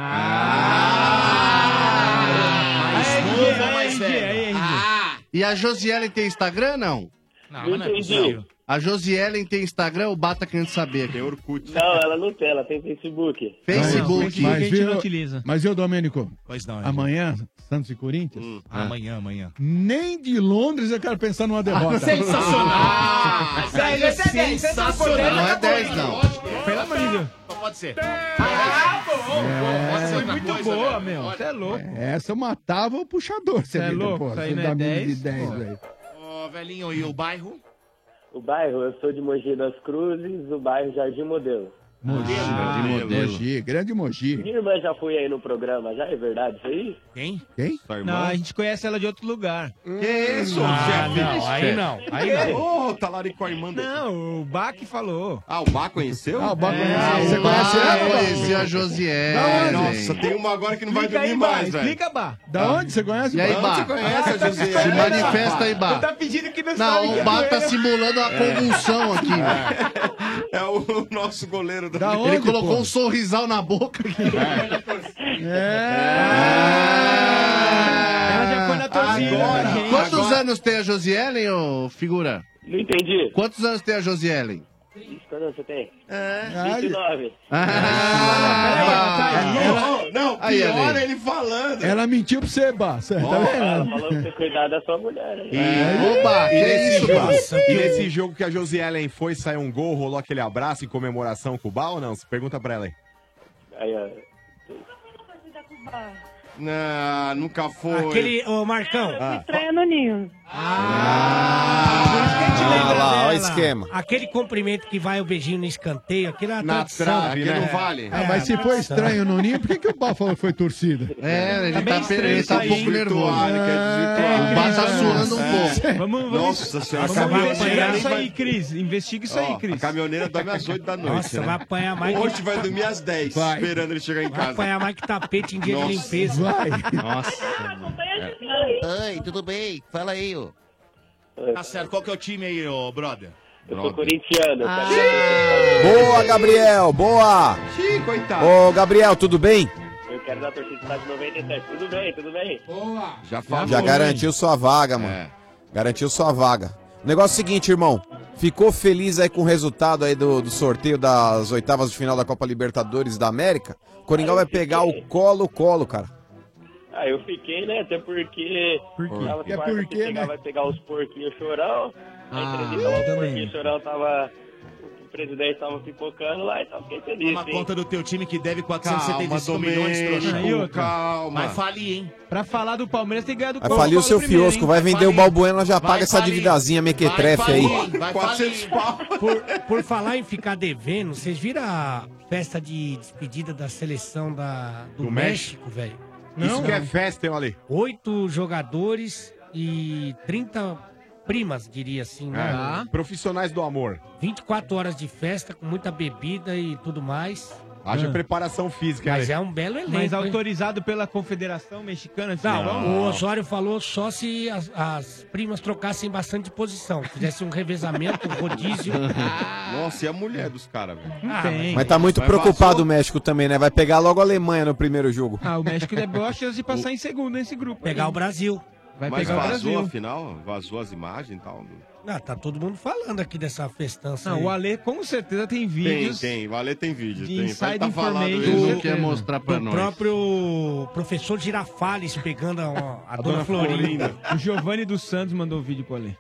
S18: Ah.
S9: Mais
S28: novo ou mais velho? Ah.
S9: E a Josiellen tem Instagram, não?
S28: Não, mas não é Entendi. possível.
S9: A Josiellen tem Instagram, o Bata querendo saber. Tem
S16: Orkut.
S28: Não, ela não tem. Ela tem Facebook.
S9: Facebook.
S10: mas viu- Mas eu, Domênico,
S2: Pois não, RG.
S10: amanhã, Santos e Corinthians, Ah.
S2: Amanhã, amanhã.
S10: nem de Londres eu quero pensar numa derrota.
S2: Sensacional!
S10: Velho,
S2: Velho,
S10: esse é dez, esse é
S7: tá
S10: dez,
S2: sensacional!
S10: não é dez, não.
S2: Pelo amor de Deus. Então Pode ser.
S16: É.
S2: Ah, bom,
S10: É,
S2: bom, pode ser outra
S7: muito
S2: coisa, né?
S7: boa,
S2: velho.
S7: meu.
S2: Olha,
S7: Você é louco.
S10: Essa eu matava o puxador, você
S7: Cê é
S10: acredita,
S7: louco?
S10: pô?
S7: Isso aí
S10: Você
S7: não é
S10: dá mínimo
S7: 10,
S10: de 10,
S7: pô.
S10: velho.
S2: Ô, velhinho, e o bairro?
S28: O bairro, eu sou de Mogi das Cruzes, o bairro Jardim Modelo.
S10: Mogi,
S28: grande modelo.
S10: Mogi, grande Mogi.
S28: Minha irmã já foi aí no programa, já é verdade isso aí?
S2: Quem?
S10: Quem?
S7: Não, a gente conhece ela de outro lugar.
S16: Que isso,
S7: ah,
S16: chefe?
S7: não, aí não. Aí
S16: Que?
S7: não.
S16: Ô, tá talarico a irmã dele.
S7: Não, o Bach falou.
S16: Ah, o Bá conheceu?
S7: Ah, o Bá
S16: É,
S7: conheceu. Você
S16: o Bá
S7: conhece ela, Bá?
S9: Conhecia a Josiel,
S16: Não,
S9: hein?
S16: Nossa, tem uma agora que não vai
S7: Explica
S16: dormir
S7: aí, Bá,
S16: mais, velho.
S7: explica, Bá. Ah, tá
S10: Da onde você conhece?
S9: Ah. E aí,
S16: Bá?
S9: Bá?
S16: Onde você conhece a Josiel?
S9: Se manifesta aí, Bá.
S7: Ele tá pedindo que não, sabe
S9: Não,
S7: quem
S9: o Bá
S7: é.
S9: tá simulando uma
S7: É.
S9: convulsão aqui.
S16: É o nosso goleiro da,
S9: Ele colocou um sorrisal na boca aqui.
S7: Ela Ah, já foi na torcida. gente.
S9: Quantos
S7: Agora-
S9: anos tem a Josiellen, ô figura?
S28: Não entendi.
S9: Quantos anos tem a Josiellen?
S28: Quantos você tem? É. 29.
S9: Ah,
S16: Não,
S7: tá
S16: não,
S10: Aí,
S16: pior
S10: Ale.
S16: ele falando.
S10: Ela mentiu pra você, Bá. Você tá
S16: Ó,
S10: vendo?
S28: Ela falou pra você cuidar da sua mulher. hein?
S10: É.
S6: Opa, e
S10: Que
S6: nesse,
S10: isso,
S6: jogo,
S10: Barça?
S6: e nesse jogo que a Josiellen foi, saiu um gol, rolou aquele abraço em comemoração com o Bal ou não? Você pergunta pra ela aí.
S28: Aí, ó.
S16: Não, nunca foi.
S14: Aquele, ô Marcão.
S19: Estranha no ninho.
S14: lembra
S8: lá,
S14: dela?
S8: ó o esquema.
S14: Aquele cumprimento que vai o beijinho no escanteio, aquele é uma
S10: Na
S14: tradição. É,
S10: trave, Aquele né? não vale. Ah, mas se foi estranho no ninho, por que, que o Bá falou que foi torcida?
S9: É, ele tá, ele tá um pouco nervoso.
S7: Ah,
S10: É,
S9: o Bá tá suando um pouco.
S7: Vamos, vamos.
S16: Nossa senhora, a
S7: Vamos
S16: caminhoneira
S7: investigar
S16: nem
S7: isso
S16: vai-
S7: aí, Cris. Investiga isso
S16: Ó,
S7: aí, Cris.
S16: A caminhoneira dorme às 8 da noite.
S7: Nossa,
S16: né?
S7: vai apanhar mais
S16: Hoje
S7: que-
S16: vai dormir às 10,
S7: Vai.
S16: esperando ele chegar em
S14: Vai
S16: casa.
S14: apanhar mais que tapete
S7: um
S14: em dia
S16: Nossa.
S14: de limpeza.
S16: Vai.
S2: Oi, tudo bem? Fala aí, ô. Tá certo, qual que é o time aí, ô, brother?
S28: Eu sou corintiano. cara.
S2: Ah.
S8: Boa, Gabriel, boa!
S16: Ih, coitado.
S8: Ô, Gabriel, tudo bem?
S28: Eu quero dar torcida de 97. Tudo bem, tudo bem? Boa.
S16: Já
S8: Já garantiu sua vaga, mano. Garantiu sua vaga. O negócio é o seguinte, irmão. Ficou feliz aí com o resultado aí do, do sorteio das oitavas de final da Copa Libertadores da América? O Coringão vai pegar o colo-colo, cara.
S28: Ah, eu fiquei, né? Até porque. Por
S8: quê?
S28: Tava
S8: É
S28: quarta,
S8: porque,
S28: se pegar,
S8: né?
S28: Vai pegar os porquinhos chorão. Aí
S2: Ah,
S28: entrevista lá, os
S2: também.
S28: porquinhos chorão tava. O presidente tava pipocando lá, então fiquei feliz.
S2: Toma
S28: hein?
S2: conta do teu time que deve 475
S7: 475
S2: milhões Um de trouxa.
S7: Aí, outra.
S2: Mas falir, hein?
S7: Pra falar do Palmeiras, tem que ganhar do
S8: Vai falir o seu
S7: primeiro,
S8: fiosco,
S7: hein?
S8: vai vender o Balbuena, já
S7: Vai
S8: paga essa
S7: falir.
S8: dividazinha mequetrefe aí.
S2: vai
S14: Por, por falar em ficar devendo, vocês viram a festa de despedida da seleção da, do,
S6: Do México?
S14: México, velho?
S6: Isso que é festa, hein, Ale?
S14: Oito jogadores e 30 primas, diria assim, né?
S6: É,
S16: Ah.
S9: Ah.
S6: Profissionais do amor.
S14: 24 horas de festa, com muita bebida e tudo mais.
S6: Haja
S14: Ah.
S6: preparação física,
S14: Mas
S6: né?
S14: é um belo elenco.
S7: Mas
S14: hein?
S7: autorizado pela Confederação Mexicana de
S14: Não,
S7: Futebol?
S14: o Osório falou só se as, as primas trocassem bastante de posição. Fizesse um revezamento, um rodízio.
S16: Nossa, e a mulher dos caras, velho?
S14: Não
S7: tem.
S8: Mas tá muito
S16: Mas
S8: preocupado o México também, né? Vai pegar logo a Alemanha no primeiro jogo.
S7: Ah, o México deve boa chance de passar em segundo nesse grupo.
S14: Pegar o Brasil.
S7: Vai
S16: Mas
S7: pegar o
S16: vazou,
S7: Brasil.
S16: afinal? Vazou as imagens e tal?
S14: Ah, tá todo mundo falando aqui dessa festança.
S7: Não,
S14: aí.
S7: o Ale com certeza
S16: Tem,
S7: tem vídeos.
S16: tem. Valeu, tem vídeo.
S7: De
S16: Tem. Vai
S7: inside
S16: tá falado
S7: information.
S16: isso.
S7: Do- quer mostrar pra
S14: do
S7: nós.
S14: próprio professor Girafales pegando a, a dona,
S7: Dona
S14: Florinda.
S7: O Giovanni dos Santos mandou um vídeo pro Ale.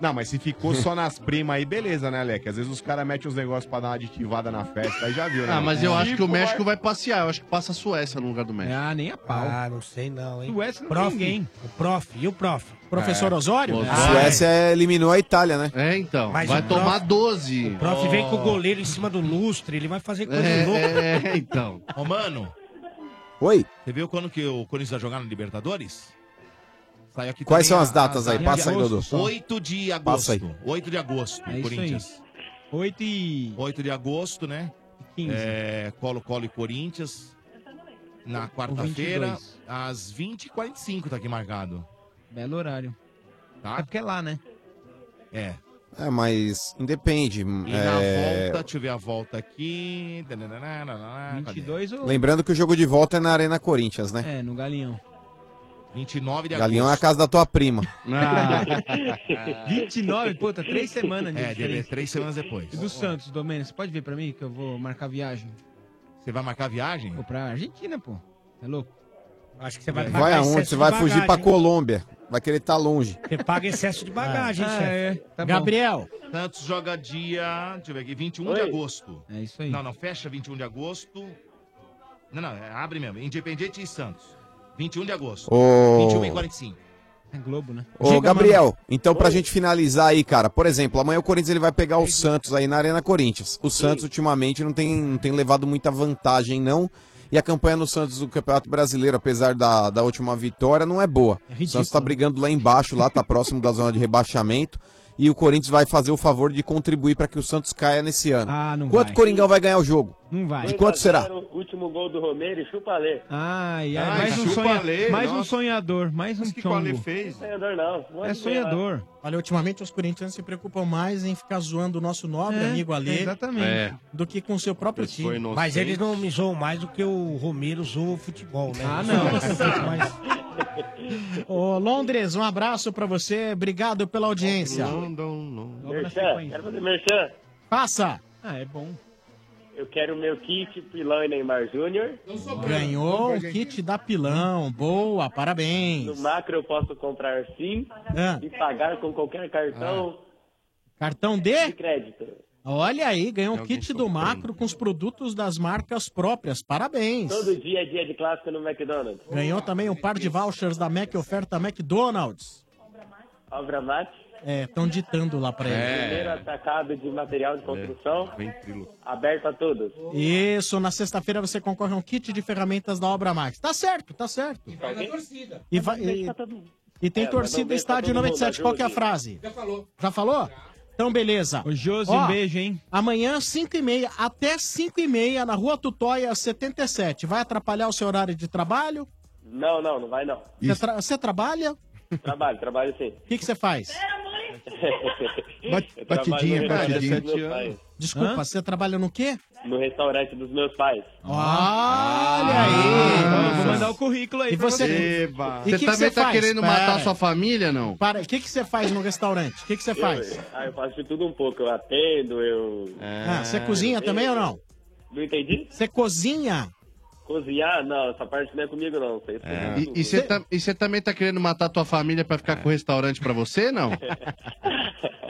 S6: Não, mas se ficou só nas primas aí, beleza, né, Leque? Às vezes os caras metem uns negócios pra dar uma aditivada na festa, aí já viu, né?
S9: Ah, mas eu acho que o México
S6: vai.
S9: vai passear. Eu acho que passa a Suécia
S28: É.
S9: no lugar do México.
S7: Ah, nem a pau.
S14: Ah, não sei não, hein?
S7: Suécia não
S14: prof,
S7: tem ninguém.
S14: O prof, e o prof?
S12: Professor
S14: É.
S12: Osório?
S14: Osório.
S8: A Suécia eliminou a Itália, né?
S9: É, então.
S14: Mas
S8: Vai
S14: o
S8: tomar
S9: 12.
S14: O prof vem com o
S8: Oh.
S14: goleiro em cima do lustre, ele vai fazer coisa
S2: É,
S14: louca.
S2: é,
S9: então.
S2: Romano.
S8: Oi.
S2: Você viu quando que o Corinthians vai jogar na Libertadores? Sai aqui
S8: Quais
S2: também
S8: são as datas aí? Passa aí, Dodô.
S2: 8 de
S8: Passa aí.
S2: agosto. 8 de agosto,
S7: É isso
S2: Corinthians.
S7: 8 e...
S2: 8 de agosto, né?
S7: 15.
S2: É, Colo-Colo e Corinthians. Na quarta-feira, às 20h45 tá aqui marcado.
S7: Belo horário.
S2: Tá? É
S7: porque é lá, né?
S2: É.
S8: É, mas
S2: E
S8: independe. é,
S2: na volta, deixa eu ver a volta aqui. Tananana, cadê?
S7: 22 ou...
S8: Lembrando que o jogo de volta é na Arena Corinthians, né?
S7: É, no Galinhão.
S2: 29 de
S8: Galinhão é a casa da tua prima.
S7: Ah. 29, puta, três semanas de
S2: É, deve-
S7: diferença.
S2: três semanas depois.
S7: E do Santos, Domênio, você pode ver pra mim que eu vou marcar viagem?
S2: Você vai marcar viagem?
S7: Vou pra Argentina, pô. É louco? É.
S14: Acho que você
S8: Vai, aonde? Você vai fugir pra Colômbia. Vai querer estar longe.
S14: Você paga excesso de bagagem,
S8: Ah,
S14: chefe.
S8: é.
S16: tá
S2: Tá
S7: bom. Gabriel.
S2: Santos joga dia. Deixa eu ver aqui, 21 de
S7: Oi.
S2: agosto.
S7: É isso aí.
S2: Não, não, fecha 21 de agosto. Não, não, é, abre mesmo. Independiente e Santos. 21 de agosto.
S8: Ô.
S2: 21 e 45.
S7: É Globo, né?
S8: Ô, Gabriel, então pra gente finalizar aí, cara, por exemplo, amanhã o Corinthians ele vai pegar o Santos aí na Arena Corinthians. O Santos ultimamente não tem, não tem levado muita vantagem, não. E a campanha no Santos do Campeonato Brasileiro, apesar da, da última vitória, não é boa. o Santos
S7: né?
S8: tá brigando lá embaixo, lá tá próximo da zona de rebaixamento. E o Corinthians vai fazer o favor de contribuir pra que o Santos caia nesse ano.
S7: Ah, não
S8: Quanto
S7: vai.
S8: o Coringão vai ganhar o jogo?
S7: Não vai.
S8: E quanto será?
S28: Um Último gol do Romero e chupa Lê.
S7: Ai, ai,
S28: Ai,
S7: mais, um,
S28: chupa
S7: sonha...
S28: Lê,
S7: mais um
S28: nossa.
S7: sonhador, mais um chongo.
S28: fez? Sonhador não. Pode
S7: É sonhador.
S12: Olha, ultimamente os corintianos se preocupam mais em ficar zoando o nosso nobre
S14: É,
S12: amigo Ale
S14: exatamente. É.
S12: do que com o seu próprio time.
S14: Mas eles não me zoam mais do que o Romero zoou o futebol, né?
S12: Ah,
S14: Eles
S12: não.
S14: zoam bastante mais.
S12: Ô, Londres, um abraço pra você. Obrigado pela audiência.
S28: Merchan, quero fazer merchan.
S12: Passa. Ah, é bom.
S28: Eu quero meu kit Pilão e Neymar Júnior.
S12: Ganhou o kit da Pilão. Boa,
S28: No
S12: parabéns.
S28: macro eu posso comprar sim
S12: Ah.
S28: e pagar com qualquer cartão
S12: Cartão D?
S28: de crédito.
S12: Olha aí, ganhou o kit do macro com os produtos das marcas próprias. Parabéns.
S28: Todo dia é dia de clássico no McDonald's.
S12: Ganhou também um par de vouchers da Mac Oferta McDonald's.
S28: Obra Mate,
S12: É, estão ditando lá pra
S7: É.
S12: ele.
S28: primeiro atacado de material de construção, aberto a todos.
S12: Isso, na sexta-feira você concorre a um kit de ferramentas da Obra Max. Tá certo, tá certo. E, vai- e- e tem
S7: É, manda um beijo
S12: torcida
S7: pra
S12: estádio
S7: todo mundo, né,
S12: 97. Qual que é a
S7: ajude.
S12: frase? Já falou. Já falou? Então, beleza. Ô,
S7: Josi, um beijo, hein?
S12: Amanhã, 5h30, até 5h30, na Rua Tutóia 77. Vai atrapalhar o seu horário de trabalho?
S28: Não, não, não vai não.
S12: Você, tra- você trabalha? O
S28: Trabalho, trabalho sim.
S12: que, que você faz?
S28: Eu trabalho no restaurante dos meus pais.
S12: Desculpa, você trabalha no quê?
S28: No restaurante dos meus pais.
S12: Olha aí!
S7: Ah, Vou mandar o currículo aí
S12: E
S7: pra
S12: você-
S7: você.
S12: E
S9: Você
S12: que que
S9: também
S12: você
S9: tá
S12: faz?
S9: querendo
S12: Pera.
S9: matar sua família, não?
S12: Para, o que, que você faz no restaurante? O que, que você faz?
S28: Eu, ah, eu faço de tudo um pouco. Eu atendo, eu.
S12: Ah, você cozinha também ou não?
S28: Não entendi?
S12: Você cozinha?
S28: Cozinhar? Não, essa parte não é comigo, não. Isso aí é
S9: E-
S28: tudo.
S9: E você tá- e você também tá querendo matar tua família pra ficar com o restaurante pra você, não?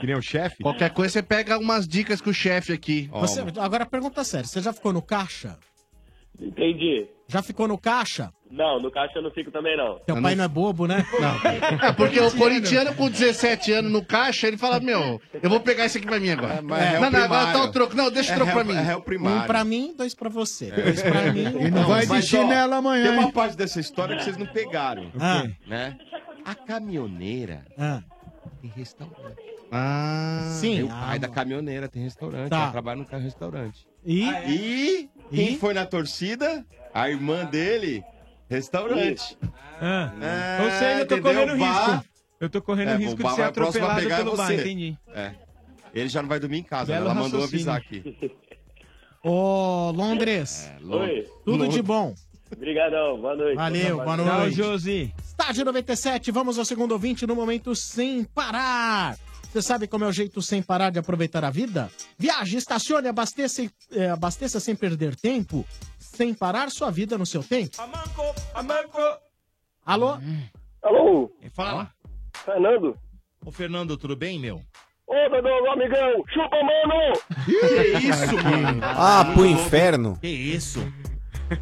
S6: Que nem o chefe?
S9: Qualquer coisa, você pega umas dicas com o chefe aqui.
S12: Você- agora pergunta séria, você já ficou no caixa?
S28: Entendi.
S12: Já ficou no caixa?
S28: Não, no caixa eu não fico também, não.
S12: Teu pai não é bobo, né?
S9: É porque o corintiano com 17 anos no caixa, ele fala, meu, eu vou pegar isso aqui pra mim agora.
S12: mas
S9: não,
S12: é o
S9: não, agora
S12: primário.
S9: tá o troco. Não, deixa o troco pra mim.
S12: Um pra mim, dois pra você.
S9: É.
S12: Dois pra mim.
S16: E
S12: não vai de chinelo
S10: amanhã,
S16: Tem uma
S10: hein?
S16: parte dessa história que vocês não pegaram.
S12: Ah.
S7: É.
S16: Né? A caminhoneira
S12: Ah.
S16: tem restaurante.
S9: Ah,
S16: Tem
S2: É
S12: sim.
S16: o pai
S12: Ah,
S16: da caminhoneira tem restaurante.
S12: Tá.
S16: Ela trabalha no ca- restaurante.
S12: E?
S19: Ah, é?
S16: E quem foi na torcida? A irmã dele, restaurante.
S7: Ah.
S16: Ah,
S7: Ou seja, eu tô
S16: entendeu?
S7: correndo
S16: Bar-
S7: risco. Eu tô correndo
S16: É,
S7: risco
S16: o
S7: de
S16: bar
S7: ser
S16: vai- a próxima
S7: atropelado
S16: pegar é
S7: pelo bar,
S16: você.
S7: entendi.
S16: É. Ele já não vai dormir em casa,
S7: Belo
S16: ela mandou
S7: raciocínio.
S16: avisar aqui.
S12: Ô, Londres.
S16: Londres.
S12: Tudo
S16: Londres.
S12: de bom.
S28: Obrigadão, boa noite.
S12: Valeu, boa noite.
S7: Tchau, Josi.
S12: Estágio 97, vamos ao segundo ouvinte no momento sem parar. Você sabe como é o jeito sem parar de aproveitar a vida? Viaje, estacione, abasteça, e- eh, abasteça sem perder tempo, sem parar sua vida no seu tempo. Alô?
S28: Alô?
S2: Fala.
S28: Fernando?
S2: Ô, Fernando, tudo bem, meu?
S19: Ô, Dodô, amigão, chupa, mano!
S2: Que isso, mano?
S8: Ah, pro inferno.
S2: Que isso?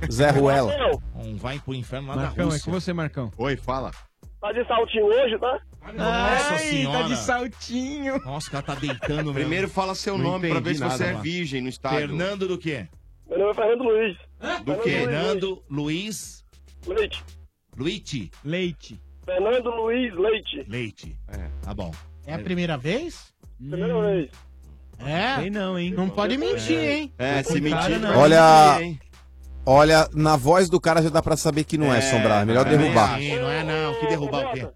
S8: Zé Ruela.
S2: Um vai pro inferno lá
S7: Marcão,
S2: na
S7: é
S2: Rússia.
S7: com você, Marcão.
S2: Oi, fala.
S19: Tá de saltinho hoje, tá?
S2: Nossa senhora.
S7: tá de saltinho.
S2: Nossa, o cara tá deitando, meu.
S16: Primeiro fala seu nome pra ver se você é virgem no estádio.
S2: Fernando do quê?
S19: Meu nome é Fernando Luiz.
S2: Do
S19: Fernando
S2: quê?
S19: Luiz.
S2: Fernando Luiz...
S19: Leite.
S2: Luiz.
S7: Leite.
S19: Fernando Luiz Leite.
S2: Leite. É, tá bom.
S12: É a primeira vez?
S19: Primeira vez.
S12: É?
S7: Sei não, hein?
S12: Não pode mentir,
S19: É.
S12: hein?
S16: É, se
S12: Cara,
S16: mentir,
S12: não.
S8: Olha. Olha, na voz do cara já dá pra saber que não é, sombrar. Melhor
S16: também
S8: derrubar.
S2: acho. Não é não, que derrubar o quê?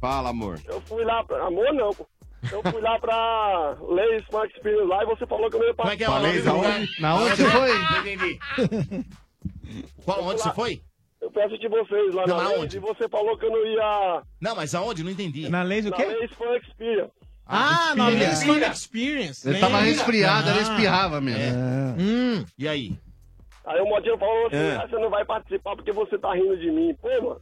S16: Fala, amor.
S19: Eu fui lá pra... Amor, não, pô. Eu fui lá pra Leis Max Pires lá e você falou que eu ia pra...
S2: Como é que é o nome do lugar? Não entendi. Qual, onde você foi?
S19: Eu peço de vocês lá
S2: Não,
S19: na Leis
S2: aonde?
S19: e você falou que eu não ia...
S2: Não, mas aonde? Não entendi.
S7: Na Leis
S19: Na Leis Fan Experience.
S12: Ah, na
S2: Respira.
S12: Leis Fun Experience.
S9: Ele tava
S12: Lembra?
S9: resfriado, ele
S12: Ah.
S9: espirrava mesmo.
S12: Hum.
S2: E aí?
S19: Aí o Modinho falou assim,
S9: É.
S19: ah, você não vai participar porque você tá rindo de mim. Pô, mano.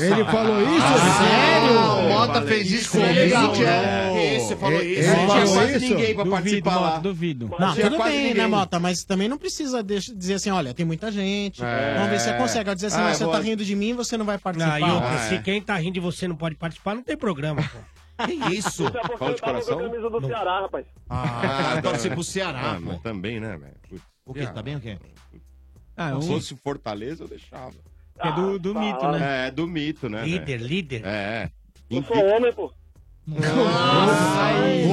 S10: Ele falou isso?
S9: Ah, sério? o Mota fez isso com o Leite, é.
S2: né? Esse falou
S9: Ele
S2: isso.
S9: falou
S2: Tinha quase
S9: isso?
S2: ninguém pra participar
S7: Mota,
S2: lá.
S7: Duvido.
S12: Não, tudo bem, né, Mota? Mas também não precisa deix- dizer assim, olha, tem muita gente.
S14: É.
S12: Vamos ver se você consegue. Ela dizer assim,
S9: é
S14: Ah,
S12: mas você
S14: eu
S12: tá
S14: vou-
S12: rindo de mim, você não vai participar.
S14: Ah, e outra, se quem tá rindo de você não pode participar, não tem programa, pô.
S2: Que isso?
S19: Fala de coração? Eu tava tá com a camisa do Ceará, rapaz.
S2: Ah, torce pro Ceará, pô.
S16: mas também, né, velho?
S2: O quê? Tá bem o quê?
S7: Ah,
S16: Se
S7: um-
S16: fosse o Fortaleza, eu deixava.
S7: É do,
S19: Ah,
S7: do mito, né?
S16: É, do mito, né?
S7: Líder,
S16: líder. É.
S19: Eu sou homem, pô.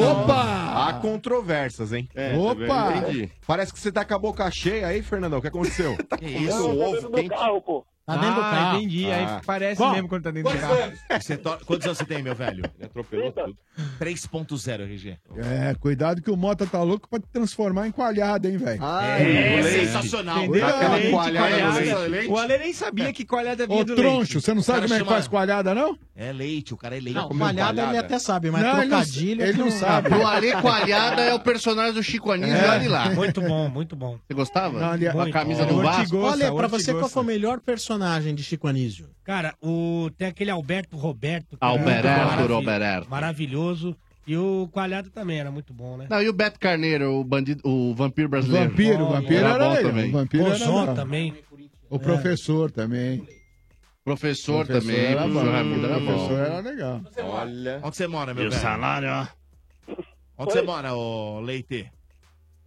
S6: Opa! Há controvérsias, hein?
S16: É,
S6: Opa!
S16: também, entendi.
S6: Parece que você tá com a boca cheia aí, Fernandão. O que aconteceu? tá
S2: isso?
S19: Eu tô dentro do carro, pô.
S7: Tá dentro do carro. entendi.
S6: Ah.
S7: Aí parece
S2: Bom,
S7: mesmo quando tá dentro do
S2: quantos
S7: carro.
S2: anos? Você to- Quantos anos você tem, meu velho? Ele
S16: atropelou
S19: tudo.
S2: 3.0, RG.
S10: É, cuidado que o Mota tá louco pra te transformar em coalhada, hein, velho?
S9: Ah,
S2: É, sensacional.
S10: Entendeu?
S2: Leite, coalhada.
S7: O Ale nem sabia que coalhada vinha
S10: É. Ô,
S7: do
S10: troncho,
S7: leite.
S10: você não sabe
S2: O cara
S10: como é que
S2: chama-
S10: faz coalhada, não?
S2: É leite, o cara é leite.
S12: Não, coalhada ele até sabe, mas
S10: Não, ele não-
S12: trocadilho... é
S10: ele
S12: que
S10: não sabe.
S9: O Ale Coalhada é o personagem do Chico Anísio
S10: É.
S9: lá de lá.
S14: Muito bom, muito bom.
S9: Você gostava?
S10: Não, ele-
S9: Com a camisa
S14: Muito
S9: do
S14: bom.
S9: Vasco?
S12: Olha, pra
S14: Ortigosa.
S12: você, qual foi o melhor personagem de Chico Anísio?
S14: Cara, o... tem aquele Alberto Roberto. que era
S9: Alberto,
S14: muito maravilhoso,
S9: Roberto.
S14: Maravilhoso. E o Coalhado também era muito bom, né?
S9: Não, e o Beto Carneiro, o bandido, o vampiro brasileiro.
S10: Vampiro,
S9: Bom,
S10: vampiro era
S9: bom
S10: legal,
S9: também.
S10: vampiro era
S14: Ozon
S10: legal.
S14: também.
S7: é.
S10: O professor também.
S9: Professor,
S10: Professor
S9: também.
S10: era bom,
S9: Professor
S7: Hum,
S9: Raimundo era bom.
S10: professor era legal.
S2: Olha. Onde você mora, meu
S9: E o
S2: velho?
S9: salário,
S2: ó. Onde
S19: Oi?
S2: você mora, ô Leite?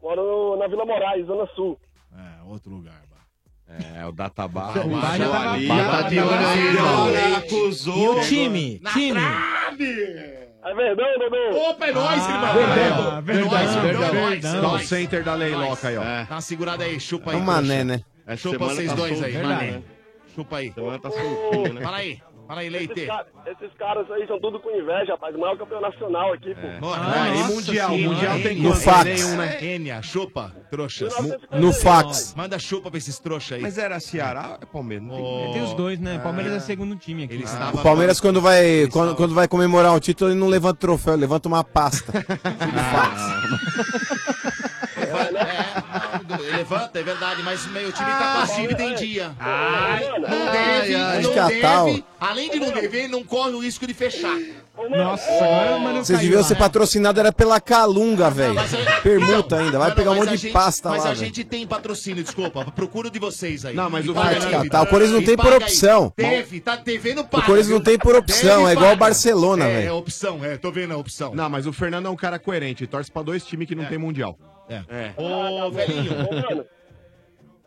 S19: Moro na Vila Moraes, Zona Sul.
S2: É, outro lugar. mano.
S16: É, o Databar.
S2: Você-
S16: o
S2: Vai, Ah, já tá tava-
S16: ali.
S2: já
S7: tá
S2: tava-
S16: Olha,
S12: E
S16: acusou.
S12: o time? time?
S19: É verdade, Dodô.
S2: Opa, é nóis, irmão.
S6: Verdão,
S2: É
S6: verdão,
S2: nóis, irmão,
S6: verdão.
S2: é nóis, é
S6: Dá o
S2: nóis.
S6: center da Leiloca aí, ó.
S2: É. Dá uma segurada aí, chupa aí.
S8: É um mané,
S2: trouxa.
S8: né?
S2: É,
S8: Essa
S2: Chupa
S8: semana
S2: vocês
S8: tá
S2: dois aí,
S8: solteira,
S2: mané.
S8: né?
S2: Chupa aí. né?
S19: né?
S2: Fala aí, fala aí,
S19: Esses,
S2: Leite.
S19: ca- esses caras aí são tudo com inveja, rapaz. O maior campeão nacional aqui, pô.
S2: É.
S8: Ah,
S2: Bora.
S19: e
S2: Nossa
S19: mundial,
S2: senhora,
S19: mundial tem
S2: Enia,
S19: quanto?
S2: Enia,
S19: fax.
S2: Nenhum, né? Enia, chupa, trouxas.
S19: No- no fax.
S2: Manda chupa pra esses trouxas aí.
S16: Mas era Ceará ou é Palmeiras? Não
S2: Oh.
S7: Tem os dois, né? O Palmeiras
S2: Ah.
S7: é segundo time aqui.
S2: Ele
S7: Ah.
S2: estava-
S8: O Palmeiras, quando vai, quando, quando vai comemorar um título, ele não levanta o troféu, ele levanta uma pasta.
S2: Levanta, é verdade, mas meu time tá com a Chile tem dia.
S19: Ai,
S2: não
S19: ai,
S2: deve,
S8: ai.
S2: não
S8: Acho que é a
S2: deve.
S8: tal.
S2: Além de não dever, não corre o risco de fechar.
S7: Nossa, agora o Mano
S8: Vocês
S7: caiu
S8: deviam
S7: lá,
S8: ser
S7: né?
S8: patrocinado, era pela Calunga, velho. Permuta ainda, vai
S2: Mano,
S8: pegar um
S2: mas a
S8: monte de
S2: gente-
S8: pasta
S2: Mas
S8: lá,
S2: a
S8: velho.
S2: gente tem patrocínio, desculpa. Procura o de vocês aí.
S8: Não, mas
S2: E
S8: o
S2: paga
S8: Vasco,
S2: aí.
S8: tá, o Corinthians não
S2: E
S8: tem por
S2: paga aí.
S8: opção.
S2: Deve, tá devendo
S8: O
S2: paga.
S8: Corinthians não
S2: viu?
S8: tem por opção,
S2: Deve
S8: é igual o
S2: paga.
S8: Barcelona,
S2: É, É
S8: velho.
S2: opção, é, tô vendo a opção.
S6: Não, mas o Fernando é um cara coerente. Torce pra dois times que não tem mundial.
S2: É. Ô, velhinho.
S19: Ah, Ô, mano,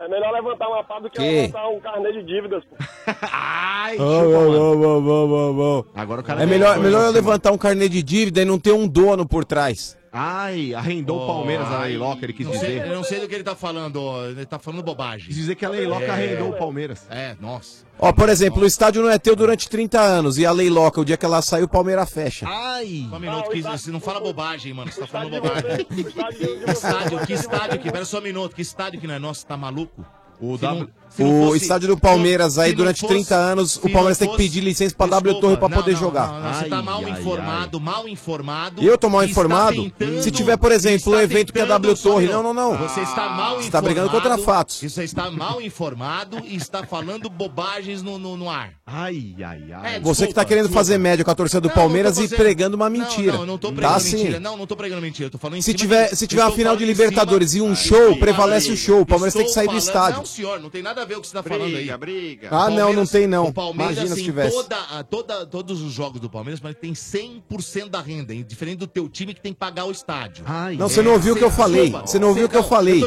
S19: é melhor levantar uma pá do que,
S6: Que?
S19: levantar um carnê de dívidas, pô.
S2: Ai,
S8: Ô, ô, ô, ô, ô, ô, ô.
S6: Agora o
S8: É melhor, melhor eu levantar um carnê de dívida e não ter um dono por trás.
S6: Ai, arrendou o Palmeiras a Leiloca, ele quis
S2: Não sei-
S6: dizer.
S2: eu não sei do que ele tá falando, ó, ele tá falando bobagem. Quis
S6: dizer que a Leiloca arrendou o Palmeiras.
S2: É, nossa.
S8: Ó, por exemplo, o estádio não é teu durante 30 anos e a Leiloca, o dia que ela sai, o Palmeiras fecha.
S2: Ai! Só um minuto, que você não fala bobagem, mano. Você tá falando
S19: estádio de
S2: bobagem.
S19: vocês- o estádio de
S2: Que
S19: vocês-
S2: estádio, que estádio que. Pera só um minuto, que estádio que não é nosso, tá maluco?
S6: O
S2: Se não-
S6: W-
S2: se não
S8: o
S2: fosse-
S8: estádio do Palmeiras
S2: se
S8: aí,
S2: não
S8: durante
S2: fosse-
S8: 30 anos,
S2: se
S8: o Palmeiras
S2: não
S8: tem que pedir licença pra W Torre pra
S2: Não,
S8: poder
S2: não,
S8: jogar.
S2: não, não, você tá mal informado, mal informado.
S8: E eu tô mal
S2: Está
S8: informado?
S2: tentando-
S8: Se tiver, por exemplo, um evento que é W Torre.
S2: Samuel,
S8: Não, não, não.
S2: Você está mal informado.
S8: Você tá brigando contra fatos.
S2: Você está mal informado e está falando bobagens no, no, no ar. É,
S6: Ai, ai, ai.
S8: Você que tá querendo fazer média com a torcida do Palmeiras e pregando uma mentira.
S2: Não, não tô
S8: tá
S2: pregando
S8: sim.
S2: mentira. Não, não tô pregando mentira. Eu tô falando em
S8: Se
S2: cima
S8: tiver,
S2: de-
S8: se tiver
S2: eu
S8: uma
S2: tô
S8: final de
S2: falando em cima-
S8: Libertadores e um show, prevalece o show. O Palmeiras tem que sair do
S2: falando-
S8: estádio.
S2: Não, senhor, não tem nada a ver com o que você tá falando aí. Briga.
S8: Ah, não, não tem não.
S2: O Palmeiras
S8: Imagina se
S2: tem
S8: tivesse.
S2: Toda, a- toda- todos os jogos do Palmeiras, mas tem 100% da renda, hein? diferente do teu time que tem que pagar o estádio. É,
S8: Não, você não ouviu o que eu falei. Você não ouviu o que eu falei.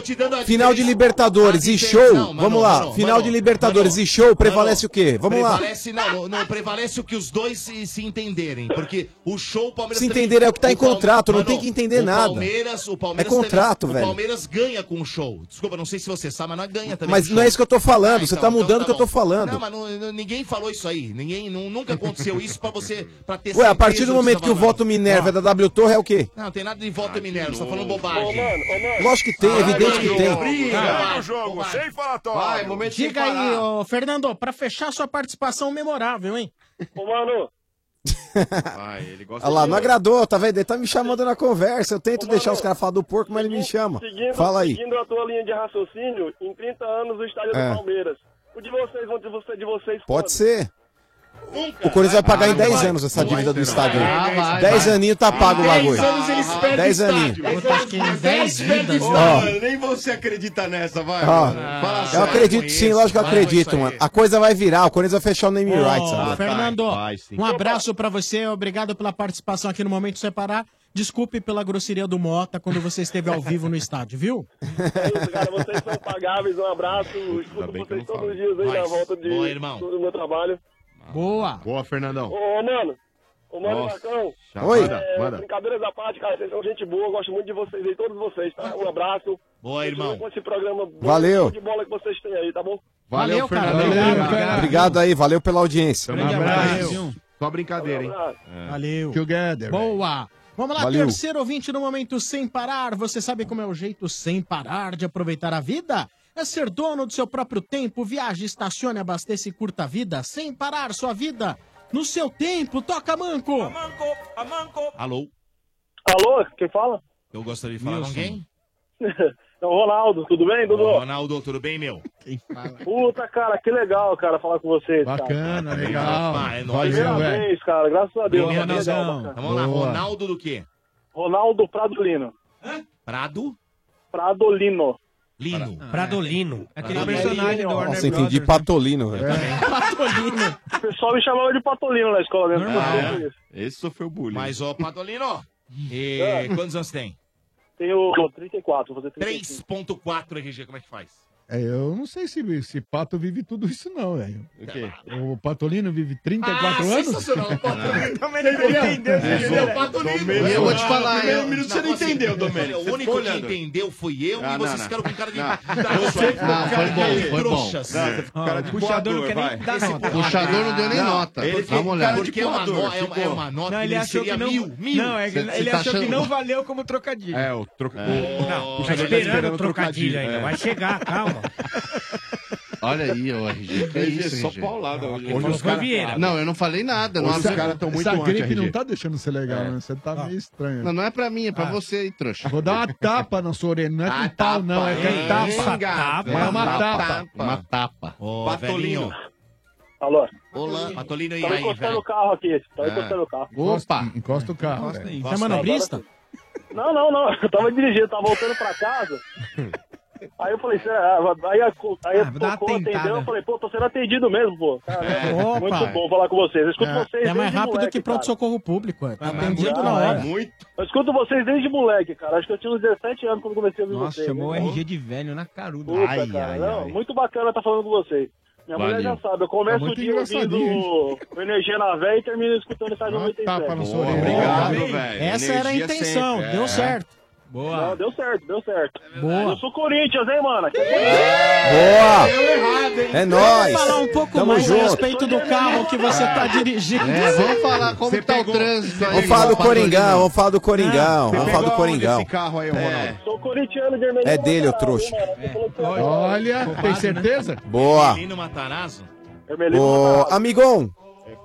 S8: Final de Libertadores e show. Vamos lá. Final de Libertadores e show, prevalece o quê? Vamos lá.
S2: Prevalece, não, não, não, prevalece o que os dois se, se entenderem, porque o show o Palmeiras
S8: Se
S2: também-
S8: entender é o que tá em
S2: Palme-
S8: contrato, não
S2: Mano,
S8: tem que entender
S2: o
S8: nada.
S2: Palmeiras, o Palmeiras
S8: É contrato,
S2: também-
S8: velho.
S2: O Palmeiras ganha com o show. Desculpa, não sei se você sabe, mas nós ganha também.
S8: Mas
S2: com o show. Ah,
S8: não é
S2: então,
S8: isso que eu tô falando. Você tá mudando o que eu tô
S2: Não,
S8: falando.
S2: mas não- não- ninguém falou isso aí. Ninguém, não, nunca aconteceu isso pra você, pra ter
S8: Ué, a
S2: certeza
S8: partir do
S2: você
S8: momento
S2: tá
S8: que o
S2: falando.
S8: voto Minerva é da W Torre é o quê?
S2: Não, tem nada de voto Minerva, você tá falando bobagem.
S8: Lógico que tem, é evidente que tem.
S12: jogo,
S2: sem
S12: falatório.
S2: Vai, momento sem
S12: Diga aí,
S2: parar.
S12: ô, Fernando, pra fechar sua participação memorável, hein?
S19: Ô, mano.
S16: Vai, ele gosta
S8: Olha lá,
S16: de-
S8: não agradou, tá vendo? Ele tá me chamando na conversa. Eu tento deixar os caras falar do porco, mas ele me chama.
S19: Seguindo,
S8: Fala aí.
S19: seguindo a tua linha de raciocínio, em 30 anos o estádio
S8: É.
S19: do Palmeiras. O de vocês, o de vocês, de vocês.
S8: Pode ser. O Corinthians vai
S2: Ah,
S19: Ah,
S8: pagar em 10 anos essa dívida do estádio.
S7: Ah,
S19: Vai, vai,
S8: 10
S19: vai.
S8: aninhos tá pago o bagulho.
S16: perdem
S8: 10
S16: estádio.
S8: aninhos.
S16: Dez
S12: anos-
S16: anos-
S12: dez
S16: perdem
S12: vidas,
S16: estádio.
S12: mano.
S16: Nem você acredita nessa, vai.
S8: Ó,
S16: mano. Fala
S8: eu
S7: Ah,
S16: sério.
S8: acredito sim, lógico que eu acredito, mano. A coisa vai virar, o Corinthians vai fechar o name
S12: Ô,
S8: rights agora.
S12: Fernando, um abraço pra você, obrigado pela participação aqui no Momento Separar. Desculpe pela grosseria do Mota quando você esteve ao vivo no estádio, viu?
S19: Vocês são pagáveis, um abraço. Escuto vocês todos os dias aí na volta de,
S12: Boa, irmão.
S19: do meu trabalho.
S12: Boa.
S6: Boa, Fernandão.
S19: Ô, ô, mano. Ô, mano,
S6: Nossa,
S19: Marcão.
S6: já Oi. manda,
S19: É,
S6: manda.
S19: Brincadeiras à parte, cara. Vocês são gente boa. eu Gosto muito de vocês aí, todos vocês, tá? Um abraço.
S2: Boa,
S19: irmão. Com esse programa bom
S8: Valeu.
S19: de bola que vocês têm aí, tá bom?
S6: Valeu, Fernando.
S8: Obrigado aí, valeu pela audiência.
S6: Só brincadeira, hein?
S12: Valeu.
S6: Together.
S12: Boa! Vamos lá,
S8: Valeu.
S12: terceiro ouvinte no momento sem parar. Você sabe como é o jeito sem parar de aproveitar a vida? É ser dono do seu próprio tempo, viaje, estacione, abasteça e curta a vida sem parar sua vida. No seu tempo, toca manco!
S2: Alô?
S19: Alô, quem fala?
S2: Eu gostaria de falar assim. com alguém?
S19: Não, Ronaldo, tudo bem, Dudu?
S2: Ô, Ronaldo, tudo bem, meu?
S19: Puta, cara, que legal, cara, falar com vocês.
S2: Bacana,
S19: cara.
S2: legal. Opa, é nóis,
S19: Primeira
S2: velho.
S19: vez, cara, graças a Deus.
S2: Primeira vez.
S19: Legal, bacana.
S2: Vamos lá, Ronaldo do quê?
S19: Ronaldo Pradolino.
S2: Prado?
S19: Pradolino.
S2: Lino. Ah,
S14: Pradolino.
S19: Aquele personagem do
S8: Nossa, entendi
S7: né?
S8: patolino, velho.
S7: É.
S19: Patolino. O pessoal me chamava de Patolino na escola. Né?
S10: É.
S2: Ah,
S16: Esse sofreu bullying.
S2: Mas, ô, Patolino, e,
S19: É.
S2: quantos anos tem?
S19: Tenho 34, vou fazer 35.
S2: 3.4 RG, como é que faz?
S10: É, eu não sei se esse pato vive tudo isso, não, velho.
S2: O quê?
S10: O Patolino vive 34
S2: Ah,
S10: anos?
S2: sensacional, o Patolino também
S10: Você
S2: não
S10: entendeu?
S2: entendeu, você
S10: Ah. É.
S2: entendeu? O Patolino.
S10: Domênico, Eu vou te falar,
S2: primeiro
S10: eu-
S2: minuto você
S10: não,
S2: não
S10: você-
S2: entendeu,
S10: Domênico,
S2: Domênico.
S10: você
S2: O único
S10: ficou
S2: que
S10: olhando. Ah,
S2: entendeu fui eu
S10: Não,
S2: e vocês
S10: não,
S2: ficaram com cara de...
S10: Você ficou com cara de-
S2: trouxas.
S10: Não, você ficou com cara de puxador, vai. Esse
S9: puxador não deu nem nota.
S2: Ele
S9: Dá uma
S2: ficou
S9: olhada.
S2: cara de Porque é uma
S9: puxador,
S2: no- é uma- é
S9: ficou.
S2: uma nota
S9: Não,
S2: que
S9: ele
S2: ele
S9: achou que
S2: seria
S9: não-
S2: mil. mil.
S7: Não, é que
S9: Cê-
S7: ele
S9: cê tá
S7: achou que
S9: achando-
S7: não valeu como trocadilho.
S6: É, o troco.
S9: É.
S6: o- Não, o
S9: Tá
S6: puxador tá
S9: esperando
S6: esperando
S9: o
S6: o
S9: trocadilho
S6: trocadilho
S9: ainda,
S6: ainda.
S9: vai
S14: chegar, calma.
S9: Olha aí, ô RG. Que
S12: é
S16: RG,
S9: isso,
S16: só
S9: RG.
S16: paulada
S9: Não,
S16: hoje.
S9: quem
S16: Hoje
S9: falou
S16: os
S9: foi
S16: cara-
S9: Vieira. Não, eu não falei nada.
S10: Hoje
S9: não
S10: os cara tão muito
S9: Essa
S10: anti,
S9: gripe
S10: RG.
S9: não tá-
S10: deixando você legal,
S9: É.
S10: né? Você tá meio estranho.
S9: Não, não é pra mim, é pra você aí, trouxa.
S10: Ah.
S9: Ah,
S10: Vou dar uma tapa na sua orelha, não é com pau, não, é
S9: hein?
S10: com tapa.
S9: Tapa.
S10: Mas é uma
S9: Uma
S10: tapa.
S9: tapa. Uma tapa.
S2: Ô,
S9: Patolino.
S2: velhinho.
S19: Alô?
S2: Olá, Patolino e
S19: Tava
S2: aí,
S19: encostando
S2: velho?
S19: o carro aqui. Tava
S2: Ah.
S19: encostando o carro.
S10: Opa! Encosta o carro.
S19: Encosta
S10: velho.
S19: aí. Você é manobrista? Não, não, não. Eu tava dirigindo, tava voltando pra casa. Aí eu falei, cê- aí, a- aí
S7: Ah, dá uma
S19: tocou, atendeu,
S7: tentada.
S19: eu falei, pô, tô sendo atendido mesmo, pô. Caramba,
S12: Opa.
S19: Muito bom falar com vocês. Eu escuto
S12: É,
S19: vocês
S12: é mais
S19: desde
S12: rápido
S19: moleque,
S12: que pronto-socorro público. É. Tá
S19: cara.
S12: atendido
S19: Ah,
S12: na hora.
S19: é. Eu escuto vocês desde moleque, cara. Acho que eu tinha uns 17 anos quando comecei a ouvir
S7: Nossa,
S19: vocês.
S7: chamou o
S19: né?
S7: RG de velho na caruda.
S19: Puta, cara, não, muito bacana estar falando com vocês. Minha mulher já
S7: Valeu.
S19: sabe, eu
S7: Tá
S19: começo
S7: muito
S19: o dia ouvindo
S7: engraçadinho,
S19: o Energia na Véia e
S12: Ah, tá,
S19: termino escutando o Estádio 97.
S10: Tapa na sua
S19: Boa,
S10: orelha.
S19: obrigado,
S10: velho.
S12: Essa era a intenção, deu certo.
S19: Boa. Não, deu certo, deu certo. Eu sou Corinthians, hein, mano? Aqui é
S8: Boa!
S19: Corinthians.
S8: É nóis!
S12: Falar um pouco
S8: Tamo
S12: mais a
S8: junto.
S12: respeito do carro que você tá dirigindo.
S8: É, vamos falar
S10: como Você tá o pegou- trânsito você
S7: Então,
S10: aí,
S7: é
S8: Vamos falar do Coringão, vamos falar do Coringão, vamos falar do Coringão.
S10: carro aí, Ronaldo?
S19: Sou corintiano de
S8: É dele, o trouxa.
S10: Olha,
S19: né?
S10: tem certeza?
S8: Boa.
S2: Menino Matarazzo.
S8: Ô, amigão,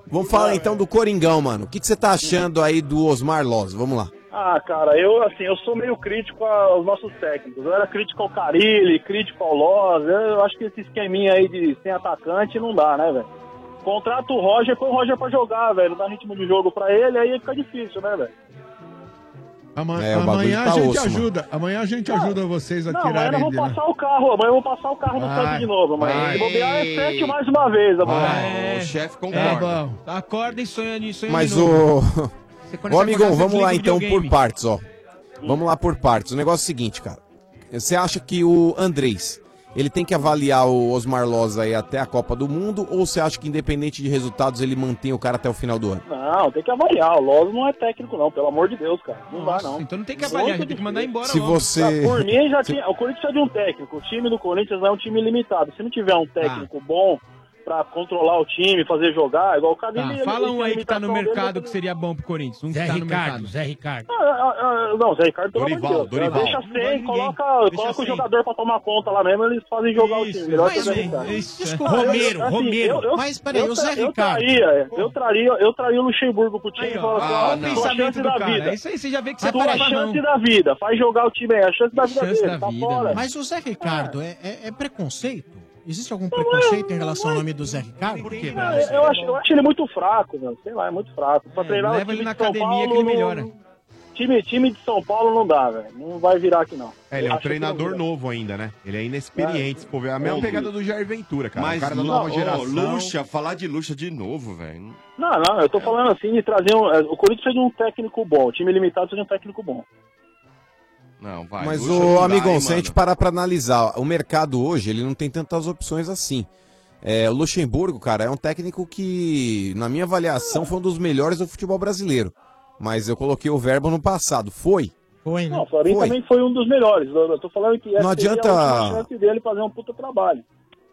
S8: vamos falar então do Coringão, mano. O que, que você tá achando aí do Osmar Loz? Vamos lá.
S19: Ah, cara, eu assim, eu sou meio crítico aos nossos técnicos. Eu era crítico ao Carilli, crítico ao Loz. Eu, eu acho que esse esqueminha aí de sem atacante não dá, né, velho? Contrata o Roger, põe o Roger pra jogar, velho. Não dá ritmo de jogo pra ele, aí fica difícil, né, velho?
S29: Ama-
S8: É, o bagulho
S29: amanhã
S8: tá
S29: a gente
S8: osso, mano.
S29: ajuda. Amanhã a gente ajuda vocês a
S19: Não, amanhã nós
S29: tirarem
S19: vamos
S10: né?
S29: de lá.
S19: passar o carro, amanhã vamos passar o carro no
S29: Vai,
S19: campo de novo, amanhã. Se bobear é sete mais uma vez, amanhã.
S7: É,
S8: concorda.
S7: É, bom. Acorda e sonha de sonha
S8: Mas
S7: de novo.
S8: o.
S7: Você quando
S8: Ô,
S7: você
S8: amigão,
S7: acordar, você
S8: vamos lá
S7: desliga o
S8: então por
S7: videogame.
S8: partes, ó. Vamos lá por partes. O negócio é o seguinte, cara. Você acha que o Andrés, ele tem que avaliar o Osmar Loz aí até a Copa do Mundo? Ou você acha que independente de resultados, ele mantém o cara até o final do ano?
S19: Não, tem que avaliar. O Loz não é técnico, não, pelo amor de Deus, cara. Não dá, não.
S7: Então não tem que avaliar, a gente tem que mandar embora
S8: Se
S7: logo.
S8: você-
S19: Por mim, já
S8: Se-
S19: tinha, o Corinthians precisa de um técnico. O time do Corinthians é um time limitado. Se não tiver um
S7: Ah.
S19: técnico bom pra controlar o time, fazer jogar, igual o Cadê.
S7: Tá, fala um aí que tá no mercado que seria bom pro Corinthians. Um que
S14: Zé
S7: tá no
S14: Ricardo,
S7: mercado.
S14: Zé Ricardo.
S19: é, não, Zé Ricardo, pelo
S7: Dorival,
S19: amor de Deus.
S7: Dorival.
S19: Deixa
S7: Não vai
S19: sem,
S7: ninguém.
S19: coloca,
S7: Deixa
S19: coloca o
S7: sem.
S19: jogador pra tomar conta lá mesmo, eles fazem jogar o time. Melhor que o Zé
S7: é
S19: Ricardo.
S12: Desculpa.
S19: Ah, eu-
S12: Romero,
S19: assim,
S12: Romero.
S19: eu- eu-
S12: Mas peraí,
S19: eu
S12: o
S19: tra-
S12: Zé Ricardo.
S19: Eu traria, eu traria, eu traria o Luxemburgo pro time
S7: Aí,
S19: e
S7: ó.
S19: falava assim,
S7: Ah,
S19: ó,
S7: não.
S19: tua
S7: Pensamento
S19: chance
S7: do
S19: da
S7: cara. é
S19: vida.
S7: Isso aí você já vê que
S19: A
S7: você
S12: tá
S19: tua
S7: para
S19: chance
S7: não.
S19: da vida, faz jogar o time aí, a chance da vida
S7: Chance
S19: dele,
S7: da
S19: tá
S7: vida,
S19: fora.
S12: Mas o Zé Ricardo é, é- é preconceito? Existe algum preconceito em relação ao nome do Zé Ricardo? Por quê?
S19: é Não, eu, eu acho, eu acho ele muito fraco, mano. Sei lá, é muito fraco. Pra treinar
S7: leva
S19: o time
S7: ele na
S19: de São
S7: academia
S19: Paulo,
S7: que ele
S19: não-
S7: melhora.
S19: Time, time de São Paulo não dá, velho. Não vai virar aqui, não.
S6: É, ele
S19: Eu
S6: é um
S19: acho que
S6: treinador
S19: não vira.
S6: novo ainda, né? Ele é inexperiente, se for ver. É A mesma
S16: Ô,
S6: pegada
S16: Lu-
S6: do Jair Ventura, cara.
S16: Mas
S6: o cara da
S16: Lu-
S6: nova
S16: ô,
S6: geração.
S16: Lucha, falar de Lucha de novo, velho.
S19: Não, não, eu tô falando assim de trazer um. é, O Corinthians precisa de um técnico bom. O time limitado precisa de um técnico bom.
S16: Não, vai.
S8: Mas,
S16: Lucha
S8: ô,
S16: não dá,
S8: amigão,
S16: hein,
S8: se a gente parar pra analisar, o mercado hoje, ele não tem tantas opções assim. É, o Luxemburgo, cara, é um técnico que, na minha avaliação, foi um dos melhores do futebol brasileiro. Mas eu coloquei o verbo no passado. Foi.
S12: Foi,
S19: Não, o Florim
S8: Foi.
S19: também foi um dos melhores. Eu, eu tô falando que
S8: Não
S19: seria
S8: adianta-
S19: a última chance dele fazer um puta trabalho.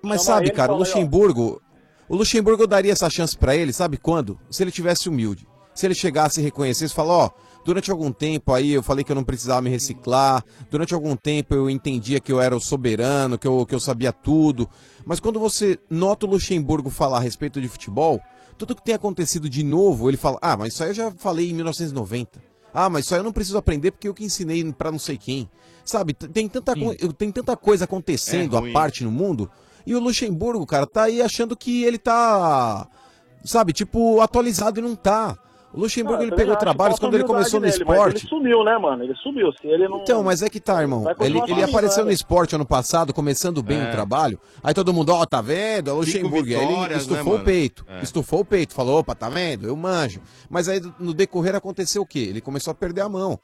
S8: Mas
S19: Chama
S8: sabe,
S19: ele e
S8: cara, o
S19: fala aí, ó.
S8: Luxemburgo. O Luxemburgo eu daria essa chance pra ele, sabe quando? Se ele tivesse humilde. Se ele chegasse e reconhecesse, falar, ó, durante algum tempo aí eu falei que eu não precisava me reciclar, durante algum tempo eu entendia que eu era o soberano, que eu, que eu sabia tudo. Mas quando você nota o Luxemburgo falar a respeito de futebol, tudo que tem acontecido de novo, ele fala, ah, mas isso aí eu já falei em 1990. Ah, mas isso aí eu não preciso aprender porque eu que ensinei pra não sei quem. Sabe, t- tem tanta, co- eu- tem tanta coisa acontecendo
S16: É
S8: à
S16: ruim.
S8: parte no mundo. E o Luxemburgo, cara, tá aí achando que ele tá, sabe, tipo, atualizado e não tá. O Luxemburgo,
S19: Ah,
S8: ele
S19: eu
S8: pegou
S19: acho que
S8: trabalhos
S19: falta
S8: quando ele
S19: humildade
S8: começou no
S19: nele, mas
S8: esporte.
S19: Ele sumiu, né, mano? Ele sumiu. Se ele não.
S8: Então, mas é que tá, irmão.
S19: Vai
S8: Ele,
S19: continuar
S8: ele
S19: assim,
S8: apareceu
S19: né?
S8: no esporte ano passado, começando bem
S16: É.
S8: o trabalho. Aí todo mundo, ó, tá vendo? É o Luxemburgo. Aí ele
S16: vitórias, né,
S8: estufou
S16: mano?
S8: o peito.
S16: É.
S8: Estufou o peito. Falou, opa, tá vendo? Eu manjo. Mas aí no decorrer aconteceu o quê? Ele começou a perder a mão.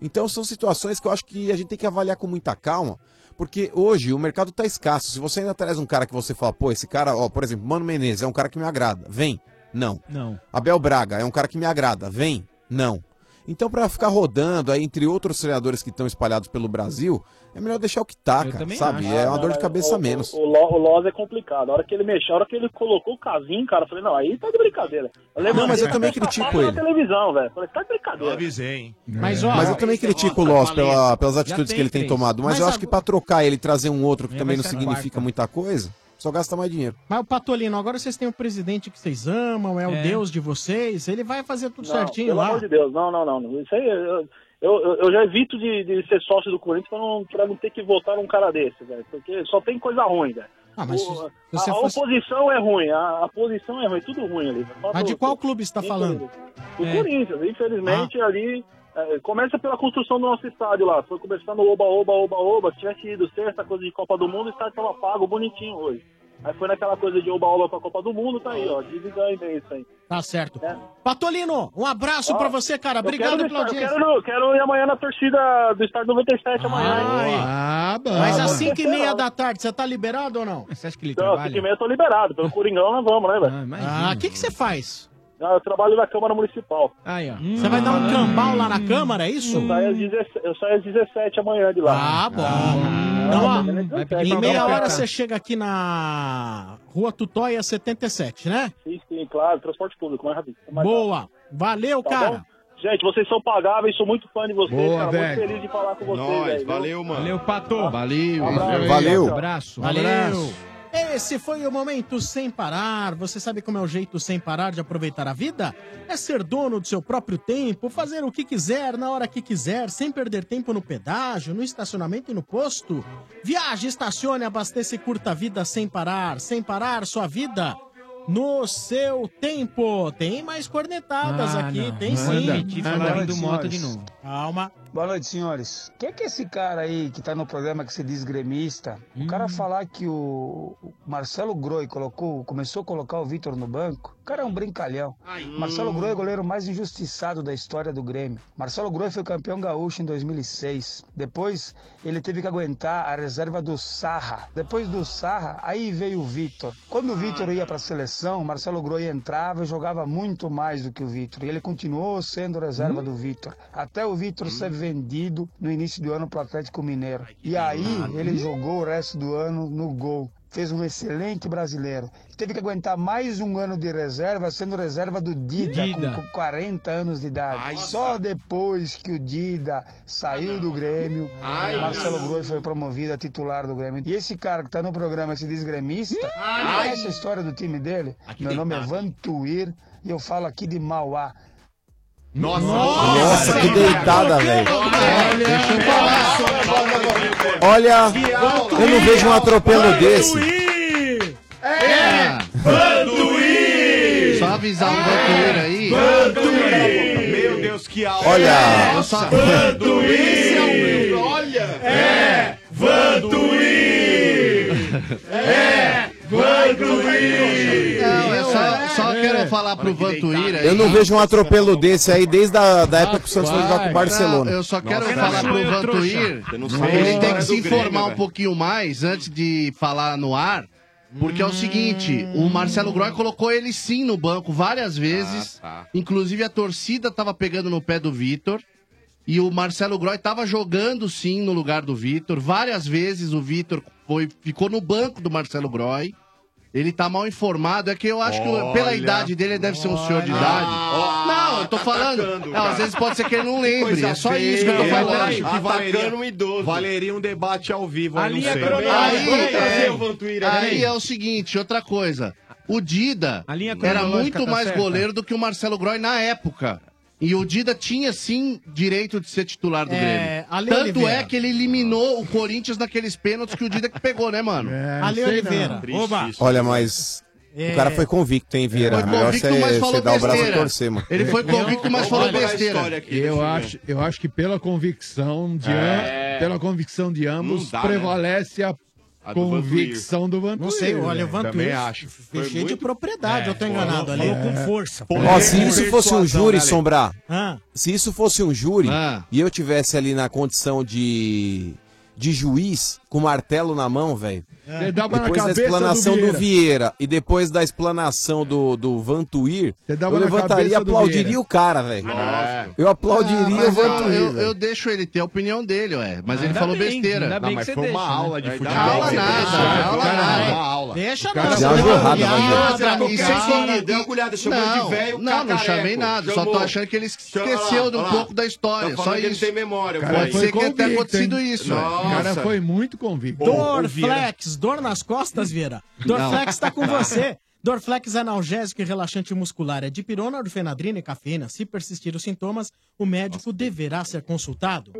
S8: Então são situações que eu acho que a gente tem que avaliar com muita calma. Porque hoje o mercado tá escasso. Se você ainda traz um cara que você fala, pô, esse cara, ó, por exemplo, Mano Menezes é um cara que me agrada. Vem. Não.
S7: Não.
S8: Abel Braga é um cara que me agrada. Vem? Não. Então, pra ficar rodando aí entre outros treinadores que estão espalhados pelo Brasil, é melhor deixar o que tá, cara,
S19: também
S8: sabe?
S19: acho.
S8: É uma
S19: Ah,
S8: dor de
S19: mas
S8: cabeça a
S19: o-
S8: menos.
S19: O, Lo- o Loz é complicado. A hora que ele mexeu, a hora que ele colocou o casinho, cara, eu falei, não, aí tá de brincadeira.
S8: Ah, Não, mas eu
S19: levantei,
S8: também
S19: fui tapado
S8: critico
S19: na
S8: ele.
S19: televisão, velho. Falei, tá de
S2: Eu
S19: brincadeira.
S2: avisei, hein?
S12: Mas,
S19: É.
S12: ó,
S8: Mas eu também critico o Loss pela- pelas atitudes
S12: tem
S8: que ele tem
S12: três.
S8: tomado. Mas,
S12: Mas
S8: eu acho
S12: a-
S8: que pra trocar ele e trazer um outro que
S12: Ele
S8: também
S12: vai
S8: não
S12: ser a
S8: significa
S12: tá quarta.
S8: muita coisa, só gasta mais dinheiro.
S12: Mas o Patolino, agora vocês têm o presidente que vocês amam, é o Deus de vocês, ele vai fazer tudo
S19: Não,
S12: certinho
S19: pelo
S12: lá.
S19: amor de Deus, não, não, não. Isso aí, eu, eu, eu já evito de, de ser sócio do Corinthians pra não, pra não ter que votar num cara desse, velho. Porque só tem coisa ruim, velho.
S12: Ah, mas
S19: O-
S12: se
S19: a,
S12: você
S19: a
S12: fosse-
S19: oposição é ruim, a, a posição é ruim, tudo ruim ali. velho. Só
S12: Mas
S19: do-
S12: de qual clube você tá
S19: do-
S12: falando?
S19: Do
S12: É. Ah.
S19: Corinthians, infelizmente ali. eh, começa pela construção do nosso estádio lá. Foi começando oba, oba, oba, oba. Se tivesse ido sexta coisa de Copa do Mundo, o estádio tava pago bonitinho hoje. Aí foi naquela coisa de oba, oba pra Copa do Mundo, tá aí, ó. Dívida imensa aí. né?
S12: Tá certo. Patolino, um abraço pra você, cara.
S19: Eu
S12: Obrigado
S19: quero no
S12: pela
S19: estádio,
S12: audiência.
S19: Eu quero, quero ir amanhã é na torcida do Estádio 97 amanhã. hein?
S10: Ah, bom.
S12: é. Mas às
S19: Ah,
S12: 5 e
S19: bom.
S12: meia da tarde, você tá liberado ou não?
S7: Você acha que ele
S12: é
S19: Não, 5 e meia eu tô liberado. Pelo Coringão nós vamos, então né, velho?
S12: Ah, o que que você faz?
S19: Não, eu trabalho na Câmara Municipal.
S12: Aí, ó. Você vai dar um cambal lá na Câmara, é isso?
S19: Eu saio às 17, eu saio às 17 amanhã de lá.
S12: Ah, bom. Então, ó,
S19: pedir
S12: em
S19: pra
S12: meia
S19: dar um
S12: hora
S19: pecado.
S12: você chega aqui na Rua Tutóia 77, né?
S19: Sim, sim, claro, transporte público, mais rápido. Mais
S12: Boa. Valeu,
S19: Tá
S12: cara.
S19: bom? Gente, vocês são pagáveis, sou muito fã de vocês,
S12: Boa,
S19: cara.
S12: velho.
S19: Muito feliz de falar com vocês.
S12: Nós,
S19: velho.
S12: valeu, mano.
S7: Valeu, Pato.
S9: Valeu.
S12: Valeu.
S7: Valeu.
S12: Abraço. um
S7: Valeu.
S12: Abraço. Esse foi o Momento Sem Parar. Você sabe como é o jeito sem parar de aproveitar a vida? É ser dono do seu próprio tempo, fazer o que quiser, na hora que quiser, sem perder tempo no pedágio, no estacionamento e no posto. Viaje, estacione, abasteça e curta a vida sem parar. Sem parar sua vida no seu tempo. Tem mais cornetadas
S7: Ah,
S12: aqui,
S7: não.
S12: tem
S7: Manda.
S12: sim.
S7: Ti falar
S12: Agora,
S7: do moto de novo.
S12: Calma.
S30: Boa noite, senhores. O que é que esse cara aí que tá no programa que se diz gremista, o
S7: Hum.
S30: cara falar que o o Marcelo Groi colocou, começou a colocar o Vitor no banco, o cara é um brincalhão. Marcelo Groi é o goleiro mais injustiçado da história do Grêmio. Marcelo Groi foi campeão gaúcho em 2006. Depois ele teve que aguentar a reserva do Sarra. Depois do Sarra, aí veio o Vitor. Quando o Vitor ia para a seleção, Marcelo Groi entrava e jogava muito mais do que o Vitor. E ele continuou sendo reserva do Vitor. Até o Vitor ser vendido no início do ano para o Atlético Mineiro. E aí ele jogou o resto do ano no gol. Fez um excelente brasileiro. Teve que aguentar mais um ano de reserva, sendo reserva do Dida,
S15: Dida.
S30: Com, com 40 anos de idade. Só depois que o Dida saiu do Grêmio,
S15: Ai,
S30: Marcelo
S15: não.
S30: Groi foi promovido a titular do Grêmio. E esse cara que tá no programa se diz gremista,
S15: Ai.
S30: conhece a história do time dele?
S15: Aqui
S30: Meu
S15: tem
S30: nome é
S15: nada.
S30: Vantuir e eu falo aqui de Mauá.
S9: Nossa,
S8: Nossa, que deitada, velho. Olha, eu não vejo um atropelo desse.
S9: Só avisar o Vantuir aí. Vantuir! Meu Deus, que aula.
S8: Olha.
S9: Vantuir! Olha. É. Vantuir! É. Vantuir! Não, é só, só quero falar pro Vantuir aí.
S8: Eu não vejo um atropelo desse aí desde a da época que o Santos foi jogar com o Barcelona.
S9: Eu só quero falar pro Vantuir. Ele
S15: é
S9: tem que se informar um pouquinho mais antes de falar no ar. Porque é o seguinte, o Marcelo Groy colocou ele sim no banco
S15: Ah,
S9: várias vezes.
S15: tá.
S9: Inclusive a torcida tava pegando no pé do Vitor. E o Marcelo Groy tava jogando sim no lugar do Vitor. Várias vezes o Vitor foi, ficou no banco do Marcelo Groy. Ele tá mal informado, é que eu acho que pela
S15: Olha.
S9: idade dele ele deve ser um senhor de
S15: Olha.
S9: idade.
S15: Ah,
S9: não, eu tô
S15: tá
S9: falando.
S15: atacando,
S9: não, às
S15: cara.
S9: vezes pode ser que ele não lembre.
S15: Coisa
S9: É só
S15: feia.
S9: isso que eu tô
S15: É,
S9: falando.
S15: lógico que Atacando um idoso.
S6: Valeria um debate ao vivo, aí,
S9: Ali
S6: não
S9: é
S6: sei.
S9: cronômetro. Aí,
S6: Vamos trazer
S9: é.
S6: o Vantuíra, né,
S9: Aí
S6: peraí.
S9: é o seguinte, outra coisa. O Dida era
S6: cronológica
S9: muito
S6: tá
S9: mais
S6: certa.
S9: goleiro do que o Marcelo Groy na época. E o Dida tinha sim direito de ser titular do
S12: É, Ale
S9: Grêmio. Tanto
S12: Oliveira.
S9: é que ele eliminou o Corinthians naqueles pênaltis que o Dida que pegou, né, mano? É,
S12: Ale Oliveira. Oba.
S8: Olha, mas.
S9: É.
S8: O cara foi convicto, hein, Vieira?
S9: Foi
S8: Melhor
S9: convicto, mas
S8: você
S9: falou
S8: você dar o braço a
S9: besteira.
S8: torcer, mano.
S9: Ele foi convicto, mas falou besteira.
S10: eu, acho, eu acho que pela convicção de,
S7: É.
S10: am- pela convicção de ambos,
S7: Não dá, né?
S10: prevalece a,
S7: A do
S10: convicção do Vantuir.
S12: Não sei, olha, o Vantuir
S10: Também acho.
S12: fez cheio de propriedade, eu tô enganado ali. É.
S14: falou com força.
S8: Ó, se isso fosse um júri, Sombrar,
S12: Ah.
S8: se isso fosse um júri
S9: Ah.
S8: e eu tivesse ali na condição de, de juiz, com martelo na mão, velho,
S10: É. Você dava na
S8: depois da
S10: cabeça do
S8: explanação do Vieira.
S10: Vieira.
S8: e depois da explanação do, do Vantuir, eu
S9: dava na
S8: levantaria e
S9: cabeça do
S8: aplaudiria
S9: Vieira.
S8: o cara, velho.
S9: Lógico.
S8: Eu aplaudiria o
S9: mas eu,
S8: Vantuir,
S9: eu,
S8: velho.
S9: eu deixo ele ter a opinião dele, ué. Mas ele
S8: Ainda
S9: falou
S8: bem,
S9: besteira.
S8: ainda bem Não, que mas você foi uma deixa, né? aula de Ainda futebol.
S9: Aula
S8: bem.
S9: nada, aula
S8: Cara,
S9: nada.
S8: uma aula.
S12: Deixa
S9: Cara,
S8: nada, deu uma jorrada, mas
S9: piada,
S8: deu.
S9: piada,
S8: Deu uma
S9: isso é
S8: colherada,
S9: só-
S8: deu uma
S16: colherada, chamou de
S9: Não,
S16: velho,
S9: Não, não
S16: cacareco.
S9: chamei nada. Só tô
S16: Chamou.
S9: achando que ele
S16: Chama-
S9: esqueceu
S16: olha
S9: de
S16: lá, olha
S9: um
S16: lá.
S9: pouco da história.
S16: Tá
S9: Só
S16: falando que ele
S9: isso.
S16: tem memória,
S10: Cara,
S9: Pode ser que tenha acontecido isso,
S10: hein? O cara
S9: Nossa.
S10: foi muito convicto.
S12: Dorflex, dor nas costas, Vieira. Dorflex tá com
S10: Não.
S12: você. Dorflex é analgésico e relaxante muscular é dipirona, orfenadrina e cafeína. Se persistir os sintomas, o médico deverá ser consultado.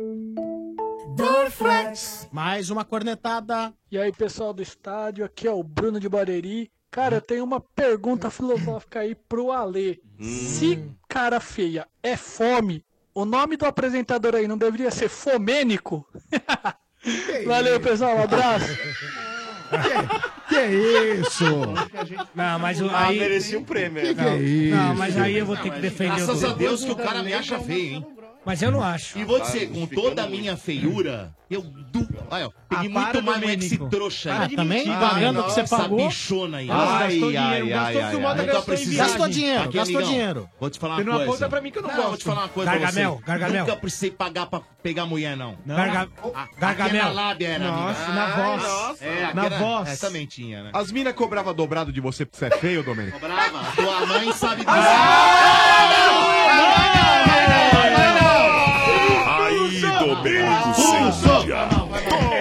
S12: Dorflex. Mais uma cornetada.
S31: E aí, pessoal do estádio, aqui é o Bruno de Bareri. Cara, eu tenho uma pergunta filosófica aí pro Ale. Se
S10: Hum.
S31: cara feia é fome, o nome do apresentador aí não deveria ser Fomênico? Valeu, pessoal, um abraço.
S10: Que isso?
S14: Não, mas o.
S16: Ah,
S14: Aí...
S16: merecia um prêmio.
S14: não,
S16: é isso?
S14: não, mas aí eu vou ter que defender
S2: Graças
S14: o
S2: a Deus que o cara me acha feio, hein?
S14: Mas eu não acho.
S2: E vou dizer, com toda a minha feiura, eu du... Olha, ó, peguei
S14: Ah, para,
S2: muito mais com esse
S14: Domênico.
S2: trouxa
S14: Ah,
S2: aí.
S14: também?
S2: Ai,
S14: Pagando o que você
S2: nossa,
S14: pagou?
S2: bichona aí.
S14: Nossa, gastou dinheiro,
S17: gastou filmada,
S2: Eu tô
S17: gastou em
S2: precisando.
S17: viagem. Gastou dinheiro, gastou dinheiro.
S2: Vou te falar uma
S17: Você não
S2: coisa.
S17: aponta pra mim que eu não gosto.
S2: vou te falar uma coisa pra
S14: Gargamel,
S2: você.
S14: Gargamel.
S2: Nunca precisei pagar pra pegar mulher, não.
S14: Não. Garga-
S2: A- aqui
S14: Gargamel.
S2: é na lábia, era,
S14: Nossa,
S2: amiga.
S14: na
S2: Ah,
S14: voz.
S2: nossa. É, aqui
S6: Na
S2: era-
S6: voz.
S2: É, também tinha, né?
S6: As minas cobravam dobrado de você porque você é feio, Domênico?
S2: Brava, tua mãe sabe disso.
S22: Aí, Domênico, sem dia.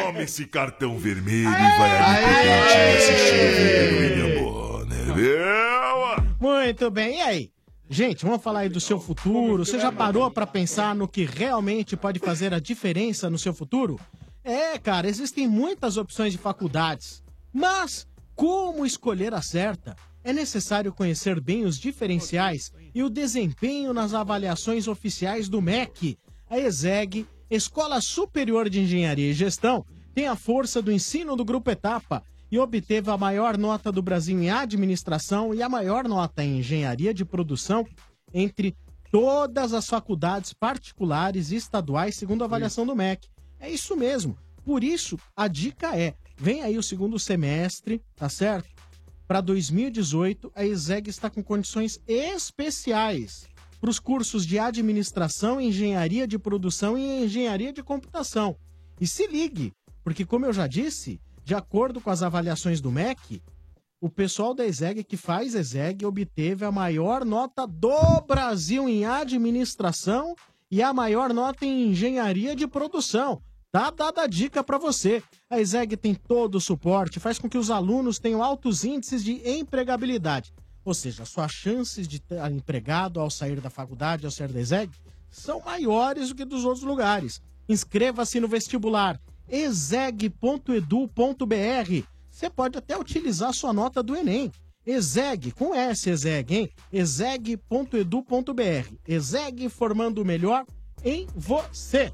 S22: Toma esse cartão vermelho e vai ali esse chuveiro, William Bonner.
S12: Muito bem, e aí? Gente, vamos falar aí do seu futuro. Você já parou pra pensar no que realmente pode fazer a diferença no seu futuro? É, cara, existem muitas opções de faculdades, mas como escolher a certa? É necessário conhecer bem os diferenciais e o desempenho nas avaliações oficiais do MEC. A ESEG, Escola Superior de Engenharia e Gestão, tem a força do ensino do Grupo Etapa e obteve a maior nota do Brasil em administração e a maior nota em engenharia de produção entre todas as faculdades particulares e estaduais, segundo a avaliação do MEC. É isso mesmo. Por isso, a dica é: vem aí o segundo semestre, tá certo? Para 2018, a ESEG está com condições especiais para os cursos de administração, engenharia de produção e engenharia de computação. E se ligue, porque, como eu já disse, de acordo com as avaliações do MEC, o pessoal da ESEG que faz ESEG obteve a maior nota do Brasil em administração e a maior nota em engenharia de produção. Tá dada a dica para você. A ESEG tem todo o suporte, faz com que os alunos tenham altos índices de empregabilidade. Ou seja, suas chances de ter empregado ao sair da faculdade, ao sair da ESEG, são maiores do que dos outros lugares. Inscreva-se no vestibular exeg.edu.br você pode até utilizar sua nota do Enem. Exeg, com S, Exeg, hein? exeg.edu.br. Exeg formando o melhor em você.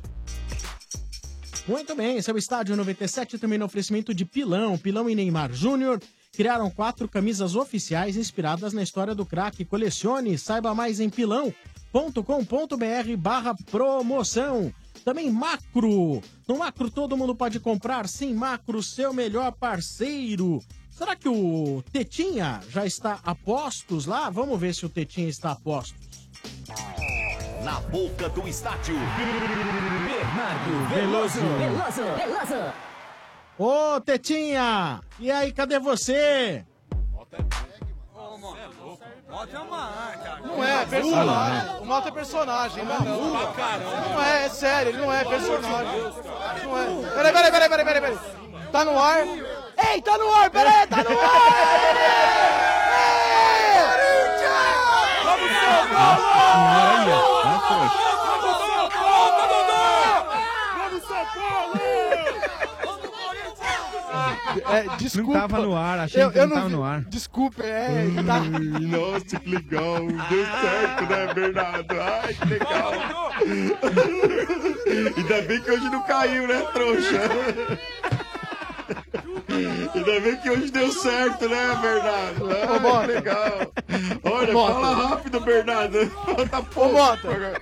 S12: Muito bem, esse é o Estádio 97, também no oferecimento de Pilão, Pilão e Neymar Júnior. Criaram quatro camisas oficiais inspiradas na história do craque. Colecione, saiba mais em pilão.com.br barra promoção. Também Macro. No Macro todo mundo pode comprar, sim, Macro, seu melhor parceiro. Será que o Tetinha já está a postos lá? Vamos ver se o Tetinha está a postos.
S22: Na boca do estádio.
S12: Bernardo
S22: Veloso.
S13: Veloso, Veloso.
S12: Ô, Tetinha! E aí, cadê você?
S15: Não é, é
S10: Ah,
S15: personagem. O Malta é personagem, não é não. Não é, é sério, ele não é personagem. Não é. Peraí, peraí, peraí, peraí, peraí, peraí. Tá no ar? Ei, tá no ar, peraí, tá no ar! Ei! Vamos, São Paulo! Vamos, São Paulo! É, desculpa.
S7: Não tava no ar, achei que não tava
S15: vi.
S7: no ar. Hum.
S15: Desculpa, é. Tá.
S7: Nossa, que legal.
S15: Deu certo, né, Bernardo? Ai, que legal.
S16: Ainda bem que hoje não caiu, né, trouxa? Ainda bem que hoje deu certo, né, Bernardo?
S15: Ô,
S16: Ah,
S15: Mota.
S16: que legal. Olha,
S15: Ô, Mota.
S16: fala rápido, Bernardo. Tá pouco.
S15: Ô, Mota.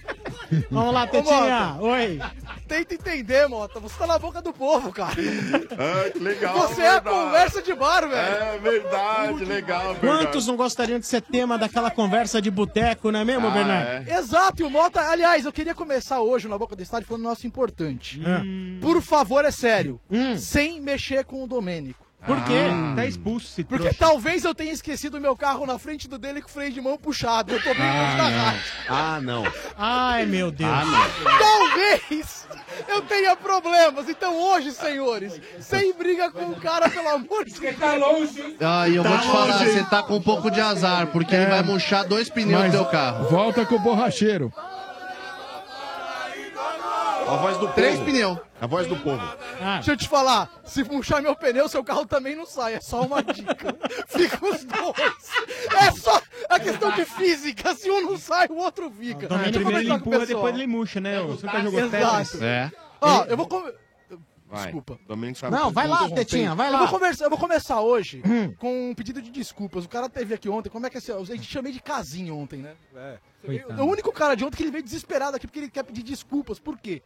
S12: Vamos lá,
S15: Ô,
S12: Tetinha.
S15: Mota.
S12: Oi.
S15: Tenta entender, Mota. Você tá na boca do povo, cara.
S16: Ah, que legal.
S15: Você é a
S16: Bernardo.
S15: conversa de bar, velho.
S16: É verdade, legal, Bernardo.
S12: Quantos não gostariam de ser tema daquela conversa de boteco, não é mesmo,
S15: Ah,
S12: Bernardo?
S15: Exato, e o Mota. Aliás, eu queria começar hoje na boca do estádio falando um negócio importante.
S12: Hum.
S15: Por favor, é sério. Sem mexer com o Domênico.
S7: Por quê? Ah. Tá expulso esse
S15: Porque
S7: trouxa.
S15: talvez eu tenha esquecido o meu carro na frente do dele com o freio de mão puxado. Eu tô bem longe
S6: é.
S15: da rádio.
S2: Ah, não.
S12: Ai, meu Deus.
S6: Ah,
S15: Talvez eu tenha problemas. Então hoje, senhores, sem briga com o cara, pelo amor de Deus. tá longe.
S9: Ah, e eu
S15: Tá
S9: vou te falar,
S15: longe, hein?
S9: você tá com um pouco de azar, porque ele vai murchar dois pneus do teu carro.
S10: É. Volta com o borracheiro.
S6: A voz do
S15: Três
S6: povo.
S15: pneus.
S6: A voz do povo.
S15: Deixa eu te falar, se puxar meu pneu, seu carro também não sai. É só uma dica. Fica os dois. É só a questão de física. Se um não sai, o outro fica. Deixa eu
S7: primeiro ele
S15: conversar com o
S7: empurra,
S15: pessoal.
S7: depois ele murcha, né? Você nunca jogou
S15: Exato.
S7: Tetris?
S15: Ó, eu vou. com-
S32: Vai.
S15: Desculpa.
S32: Também sabe
S15: Não,
S32: que
S15: vai
S32: eu
S15: lá,
S32: interrompi.
S15: Tetinha, vai lá. Eu vou, conversa- eu vou começar hoje com um pedido de desculpas. O cara teve aqui ontem, como é que é? seu- A gente chamei de casinho ontem, né?
S13: É.
S15: O único cara de ontem que ele veio desesperado aqui porque ele quer pedir desculpas. Por quê?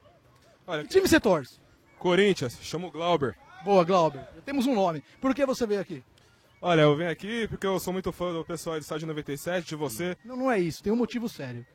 S13: Olha,
S15: Que time você torce?
S13: Corinthians, chama o Glauber.
S15: Boa, Glauber. Temos um nome. Por que você veio aqui?
S13: Olha, eu venho aqui porque eu sou muito fã do pessoal do Estádio 97, de você.
S15: Não, não é isso, tem um motivo sério.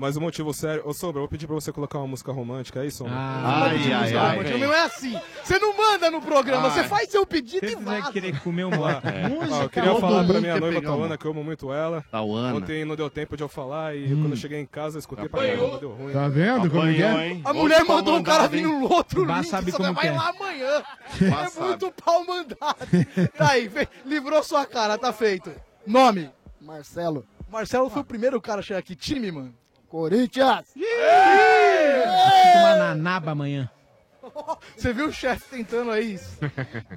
S13: Mas o motivo sério. Ô, Sombra, eu vou pedir pra você colocar uma música romântica aí, Sombra.
S15: Não é de música romântica, Não é assim. Você não manda no programa,
S13: Ai.
S15: você faz seu pedido e
S7: tá
S15: vaza.
S13: comer
S15: um moleque.
S13: É. Ó, eu
S15: Música,
S13: queria
S15: todo
S13: falar pra
S15: mundo
S13: minha
S15: quer
S13: noiva
S15: pegar uma.
S13: Tauana, que eu amo muito ela.
S33: Tauana.
S13: Ontem não deu tempo de eu falar e quando eu cheguei em casa eu escutei pra
S15: Hum. Apanhou.
S13: ela, deu ruim.
S34: Tá vendo como que é?
S15: A mulher
S13: Outro
S15: mandou um cara
S13: mandado,
S15: vir
S13: hein?
S15: no outro
S13: Bah
S15: link,
S13: sabe
S15: você
S13: como
S15: vai
S13: que é.
S15: lá amanhã.
S13: Bah
S15: é
S13: sabe.
S15: muito pau mandado. Daí, vem, livrou sua cara, tá feito. Nome?
S24: Marcelo.
S15: Marcelo foi o primeiro cara a chegar aqui. Time, mano.
S24: Corinthians!
S7: Tomar na naba amanhã.
S15: Você viu o chefe tentando aí s-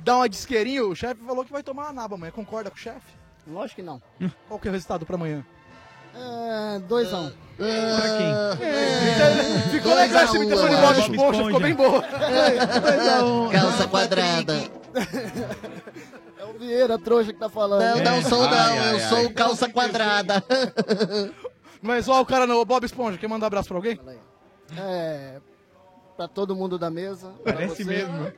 S15: dar uma disqueirinha? O chefe falou que vai tomar uma naba amanhã. Concorda com o chefe?
S24: Lógico que não.
S15: Qual que é o resultado pra amanhã?
S24: É, dois a um.
S15: É,
S24: É.
S15: Pra quem? Ficou legal
S18: um,
S15: essa
S24: um,
S15: imitação de Bob Esponja, ficou bem boa.
S18: É,
S24: Calça quadrada. É o Vieira, trouxa, que tá falando.
S15: Não, não sou, não, Ai, ai, eu ai. sou o
S24: calça quadrada.
S15: Mas ó, o cara no Bob Esponja, quer mandar um abraço pra alguém?
S24: É. Pra todo mundo da mesa. pra
S15: Parece
S24: você,
S15: É mesmo.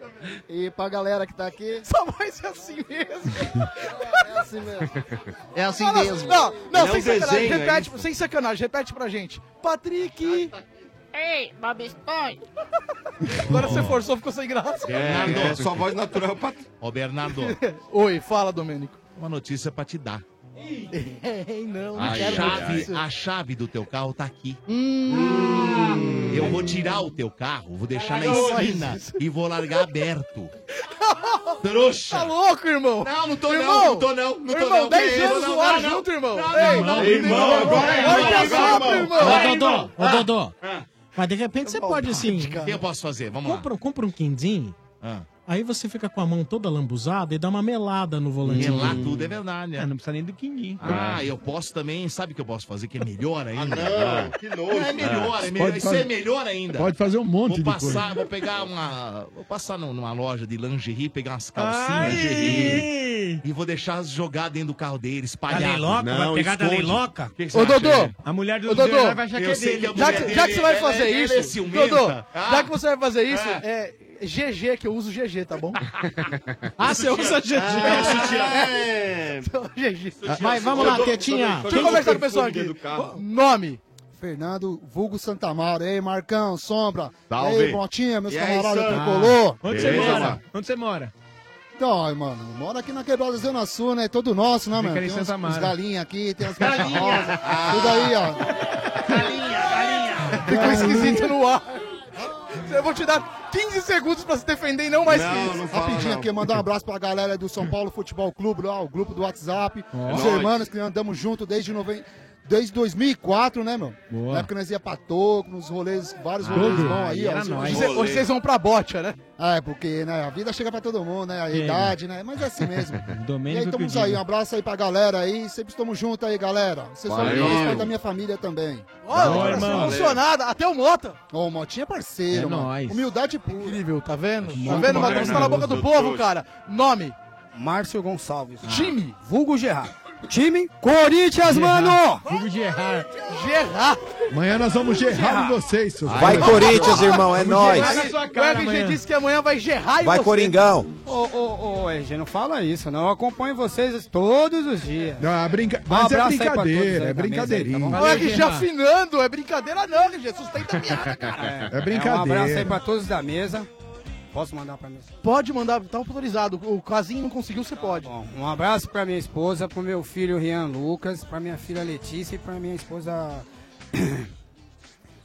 S24: E pra galera que tá aqui.
S15: Só vai ser assim mesmo.
S24: É assim mesmo.
S33: É assim
S15: Fala-
S33: mesmo.
S15: Não, não,
S33: Ele é
S15: sem
S33: um
S15: sacanagem,
S33: desenho, é
S15: repete, sem sacanagem, repete pra gente. Patrick!
S24: Ei, Bob Esponja.
S15: Agora você forçou, ficou sem graça.
S2: Bernardo.
S32: é, sua voz natural pra...
S2: Ô, Bernardo,
S15: Oi, fala, Domênico.
S2: uma notícia pra te dar.
S15: Ei, não, não
S2: A
S15: quero
S2: chave,
S15: isso.
S2: a chave do teu carro tá aqui. Eu vou tirar o teu carro, vou deixar na
S15: Não faz
S2: esquina e vou largar aberto. Trouxa!
S15: Tá louco, irmão?
S2: Não, não tô
S15: Irmão,
S2: não, não tô não, não tô
S15: irmão,
S2: não.
S15: 10
S2: Não,
S15: anos
S2: não,
S15: zoar
S2: não, não.
S15: junto, irmão.
S2: Não,
S15: Ei,
S2: não, não,
S15: irmão,
S2: não,
S15: agora é
S2: não,
S15: irmão,
S2: não,
S15: agora é
S2: não,
S15: irmão.
S2: não.
S15: Vai,
S12: Ô, Dodô, ô,
S2: Ah.
S12: Dodô. Mas de repente você pode, assim...
S2: O que eu posso fazer? Vamos lá.
S12: Compra, compra um quindim,
S2: Ah.
S12: aí você fica com a mão toda lambuzada e dá uma melada no volante.
S2: Melar tudo é verdade.
S7: Ah, não precisa nem do quindim.
S2: Ah, eu posso também. Sabe o que eu posso fazer que é melhor ainda?
S7: Ah, não, que nojo.
S2: é melhor, é
S7: Ah,
S2: melhor.
S7: pode
S2: Isso
S7: fazer-
S2: é melhor ainda.
S7: pode fazer um monte
S2: vou
S7: de
S2: passar,
S7: coisa.
S2: Vou pegar uma. Vou passar num- numa loja de lingerie, pegar umas
S7: Ai!
S2: calcinhas lingerie e vou deixar jogar dentro do carro dele, espalhar.
S7: Da leiloca? Vai pegar da leiloca?
S2: O que que você
S7: Ô,
S2: acha?
S7: Dodô! A mulher do
S15: Ô, Dodô,
S7: Leonardo vai achar que
S2: Eu
S7: é
S2: sei
S7: dele.
S2: que a
S15: Já
S2: mulher
S15: que,
S2: dele-
S15: já que você vai
S2: ela- ela
S15: fazer
S2: é
S15: isso,
S2: ciumenta.
S15: Dodô,
S2: Ah.
S15: já que você vai fazer isso, é GG, que eu uso GG, tá bom?
S12: Ah, você usa GG.
S15: É, GG.
S12: Vai, vamos lá, Tetinha.
S15: Deixa eu conversar com o pessoal aqui. Nome?
S24: Fernando Vulgo Santamaro. Ei, Marcão, Sombra.
S7: Salve.
S24: Ei,
S15: É,
S24: Brotinha, meus
S7: E aí,
S24: camaradas
S7: Sam?
S24: tricolor.
S7: Onde você Beleza, mora? mano. Onde você mora?
S24: Então, aí, mano, mora aqui na Quebrada Zona Sul, né? Todo nosso, né,
S7: Fica
S24: mano?
S7: ali em
S24: Tem uns,
S7: Santa Mara.
S24: uns galinhas aqui, tem uns
S7: Galinha!
S24: caixas rosa, tudo aí, ó.
S15: Ficou esquisito no ar. Eu vou te dar 15 segundos pra se defender e não mais que isso.
S24: Rapidinho aqui, mandar um abraço pra galera do São Paulo Futebol Clube, lá, o grupo do WhatsApp.
S7: Ó.
S24: Os
S7: É Nóis.
S24: irmãos que andamos junto desde, noven... desde 2004, né, meu?
S7: Boa.
S24: Na época nós ia pra Toco, nos rolês, vários
S7: Ah,
S24: rolês bons aí,
S7: aí era
S24: ó. Os-
S7: nóis.
S24: os-
S7: Hoje cê- hoje cês
S15: vão pra bocha, né?
S24: É, porque né, a vida chega pra todo mundo, né? A
S7: Chega.
S24: idade, né? Mas é assim mesmo. e
S7: Domênico
S24: aí, estamos
S7: que
S24: aí.
S7: diga.
S24: Um abraço aí pra galera aí. Sempre estamos juntos aí, galera. Vocês são
S7: Valeu.
S24: respeito da minha família também.
S15: Ó, Boa, irmão. emocionada, até o Mota.
S24: Ô, o Motinha é parceiro,
S15: É
S24: mano.
S15: nóis.
S24: Humildade pura.
S15: Incrível, tá vendo? Tá
S24: Muito
S15: vendo,
S24: bacana.
S15: Matheus? Tá na boca do povo, cara. Nome?
S30: Márcio Gonçalves.
S15: Time?
S30: Vulgo Gerard. Time? Corinthians, mano!
S7: Vulgo Gerard.
S15: Gerard.
S10: Amanhã nós vamos gerrar em vocês, seus
S8: Vai,
S10: filhos.
S8: Corinthians, irmão, é
S10: Vamos
S8: nóis.
S10: gerrar na sua cara
S15: o RG
S10: amanhã.
S15: disse que amanhã vai gerrar e
S8: Vai,
S15: você.
S8: Coringão.
S30: Ô, ô, ô, RG, não fala isso, não. Eu acompanho vocês todos os dias.
S10: Ah, brinca...
S30: Um
S10: Mas é
S30: abraço aí pra todos aí
S10: brincadeira,
S30: da
S10: é brincadeirinha.
S30: mesa aí, tá
S15: Não
S30: bom?
S15: é RG afinando, é brincadeira não, RG. Sustenta a piada, cara.
S10: É
S30: Um abraço aí
S10: brincadeira.
S30: pra todos da mesa. Posso mandar pra mesa?
S15: Pode mandar, tá autorizado. O Casinho não conseguiu, você pode.
S30: Um abraço pra minha esposa, pro meu filho Rian Lucas, pra minha filha Letícia e pra minha esposa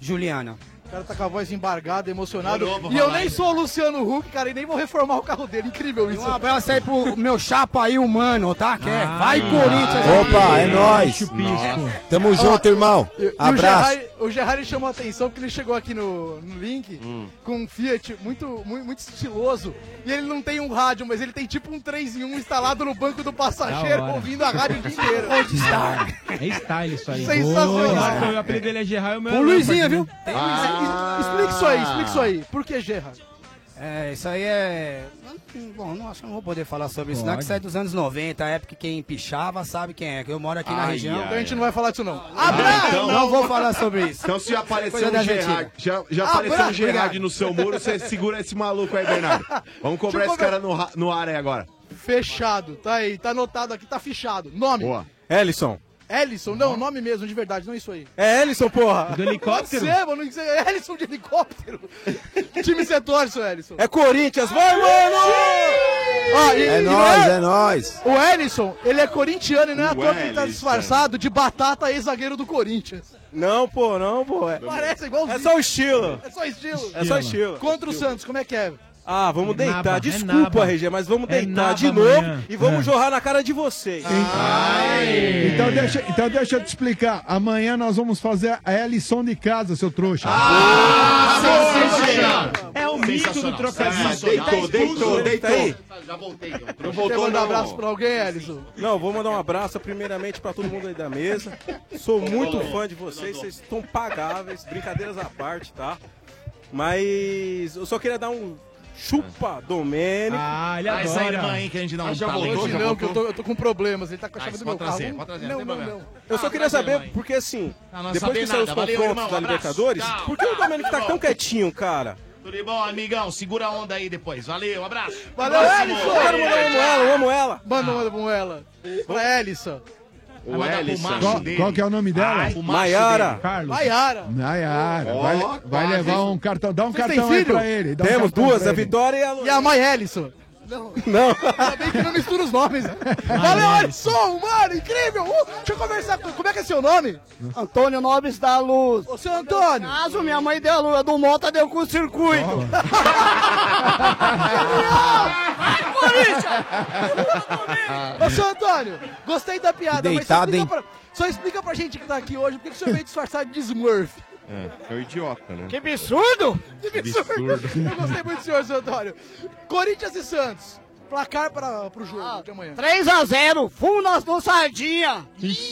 S30: Juliana.
S15: O cara tá com a voz embargada, emocionado.
S30: Olhou pra
S15: E eu
S30: falar
S15: nem
S30: ainda.
S15: sou o Luciano Huck, cara, e nem vou reformar o carro dele. Incrível
S30: E
S15: isso. Ah.
S30: um abraço aí pro meu chapa aí, humano, tá? Que é Vai Corinthians!
S8: Opa, é
S30: Aí.
S8: nóis. Tamo junto, irmão.
S15: E- e o
S8: Abraço.
S15: Gerrard- o Gerrard chamou a atenção porque ele chegou aqui no, no link com um Fiat muito, muito, muito estiloso. E ele não tem um rádio, mas ele tem tipo um 3 em 1 instalado no banco do passageiro,
S7: Da hora.
S15: ouvindo a rádio o dia inteiro.
S7: É style isso aí.
S15: Sensacional.
S7: Marcão, eu apelido dele é Gerard, o meu
S15: O
S7: é
S15: Luizinho,
S7: Lâmpada,
S15: viu?
S7: né?
S15: Explica isso aí, explica isso aí. Por que Gerrard?
S14: É, isso aí é. Bom, não acho que eu não vou poder falar sobre isso, não, que
S35: Pode.
S14: isso é dos anos 90, a época que quem pichava sabe quem é, que eu moro aqui na
S36: Ai,
S14: região.
S36: ai, Então a gente ai.
S14: não vai falar disso, não.
S36: Ah,
S14: não,
S36: então-
S14: vou falar sobre isso.
S6: Então se
S14: Isso é
S6: aparecer
S14: coisa da
S6: um
S14: Argentina.
S6: Gerard, já, já
S14: Ah,
S6: apareceu um
S14: obrigado.
S6: Gerard no seu muro, você segura esse maluco aí, Bernardo. Vamos cobrar
S15: Deixa eu
S6: esse cara no, ra- no ar aí agora.
S15: Fechado, tá aí, tá anotado aqui, tá fichado. Nome?
S6: Boa.
S8: Ellison.
S15: Ellison, não, nome mesmo, de verdade, não isso aí.
S8: É Ellison, porra.
S15: Não sei, mano, não sei, é Ellison de helicóptero. Que time você torce, seu Ellison?
S8: É Corinthians, vai, mano!
S15: Ó, e-
S8: É
S15: e
S8: nóis,
S15: não
S8: é nóis.
S15: O Ellison, ele é corintiano e não é à
S8: O
S15: toa que ele tá
S8: Ellison.
S15: disfarçado de batata ex-zagueiro do Corinthians.
S12: Não, pô, não, pô. É,
S15: Parece igualzinho.
S12: É só o estilo.
S15: É só estilo.
S12: É só estilo.
S15: Contra o Santos, como é que é?
S12: Ah, vamos
S15: É
S12: deitar.
S15: naba, é
S12: Desculpa,
S15: naba.
S12: RG, mas vamos
S15: É
S12: deitar
S15: naba
S12: de novo
S15: amanhã.
S12: e vamos
S37: É.
S12: jorrar na cara de vocês.
S10: Então deixa, então deixa eu te explicar. Amanhã nós vamos fazer a lição de casa, seu trouxa.
S2: Ah,
S16: sensacional.
S12: É o mito do tá
S16: trocadilho.
S7: É,
S12: Deitou, deitou, deitou.
S36: Já voltei.
S12: Não
S15: Quer mandar um abraço pra alguém, Ellison?
S12: Não, vou mandar um abraço primeiramente pra todo mundo aí da mesa. Sou é muito fã de vocês, vocês estão pagáveis, brincadeiras à parte, tá? Mas eu só queria dar um chupa Domênico. Ah,
S2: ele Ah, essa adora. irmã, hein, que a gente dá um Ah, já tapa voltou, aqui. já
S15: Não,
S12: não,
S15: que eu tô, eu tô com problemas, ele tá com a
S2: Ah,
S15: chave
S2: isso
S15: do meu
S2: pode trazer,
S15: carro.
S2: pode trazer,
S15: não,
S2: não tem
S15: não,
S2: problema.
S15: não.
S12: Eu só queria saber, porque assim,
S2: Não, não
S12: depois
S2: saber
S12: que saiu os
S2: nada. Valeu,
S12: confrontos
S2: irmão,
S12: da
S2: abraço.
S12: Libertadores,
S2: Tchau.
S12: por que o Domênico tá tão quietinho, cara?
S2: Tudo bom, amigão? Segura a onda aí depois. Valeu, abraço.
S15: Valeu,
S2: Próximo.
S15: Ellison!
S12: eu amo ela.
S15: Manda uma pra ela. Pra Ellison.
S2: O Ellison.
S10: Qual, qual que é o nome dela?
S2: Ah, o macho Maiara. dele.
S10: Carlos.
S15: Maiara.
S10: Maiara.
S15: Ó,
S10: vai, vai
S15: quase.
S10: levar um cartão. Dá um
S15: Vocês têm
S10: cartão aí
S15: filho?
S10: pra ele. dá um
S15: Temos
S10: cartão
S15: duas, é
S10: pra
S15: a
S10: ele.
S12: Vitória e a
S15: E a mãe Ellison.
S12: Não.
S15: Ainda bem que não mistura os nomes. Valeu, Alisson, mano, incrível. Uh, deixa eu conversar com Como é que é seu nome?
S1: Antônio Nobres da Luz.
S15: Ô, seu Antônio.
S1: Caso minha mãe deu a luz, é do Mota deu com o circuito.
S15: Ô, seu Antônio, gostei da piada,
S7: Deitado,
S15: mas só
S7: hein?
S15: explica, pra, só explica pra gente que tá aqui hoje por que que o senhor veio disfarçado de Smurf.
S7: É, é um idiota, né?
S15: absurdo! Que
S7: Que
S15: absurdo!
S7: absurdo.
S15: Eu gostei muito do senhor, seu Antônio. Corinthians e Santos. Placar para, pro jogo de amanhã.
S1: 3x0, full nas do Sardinha.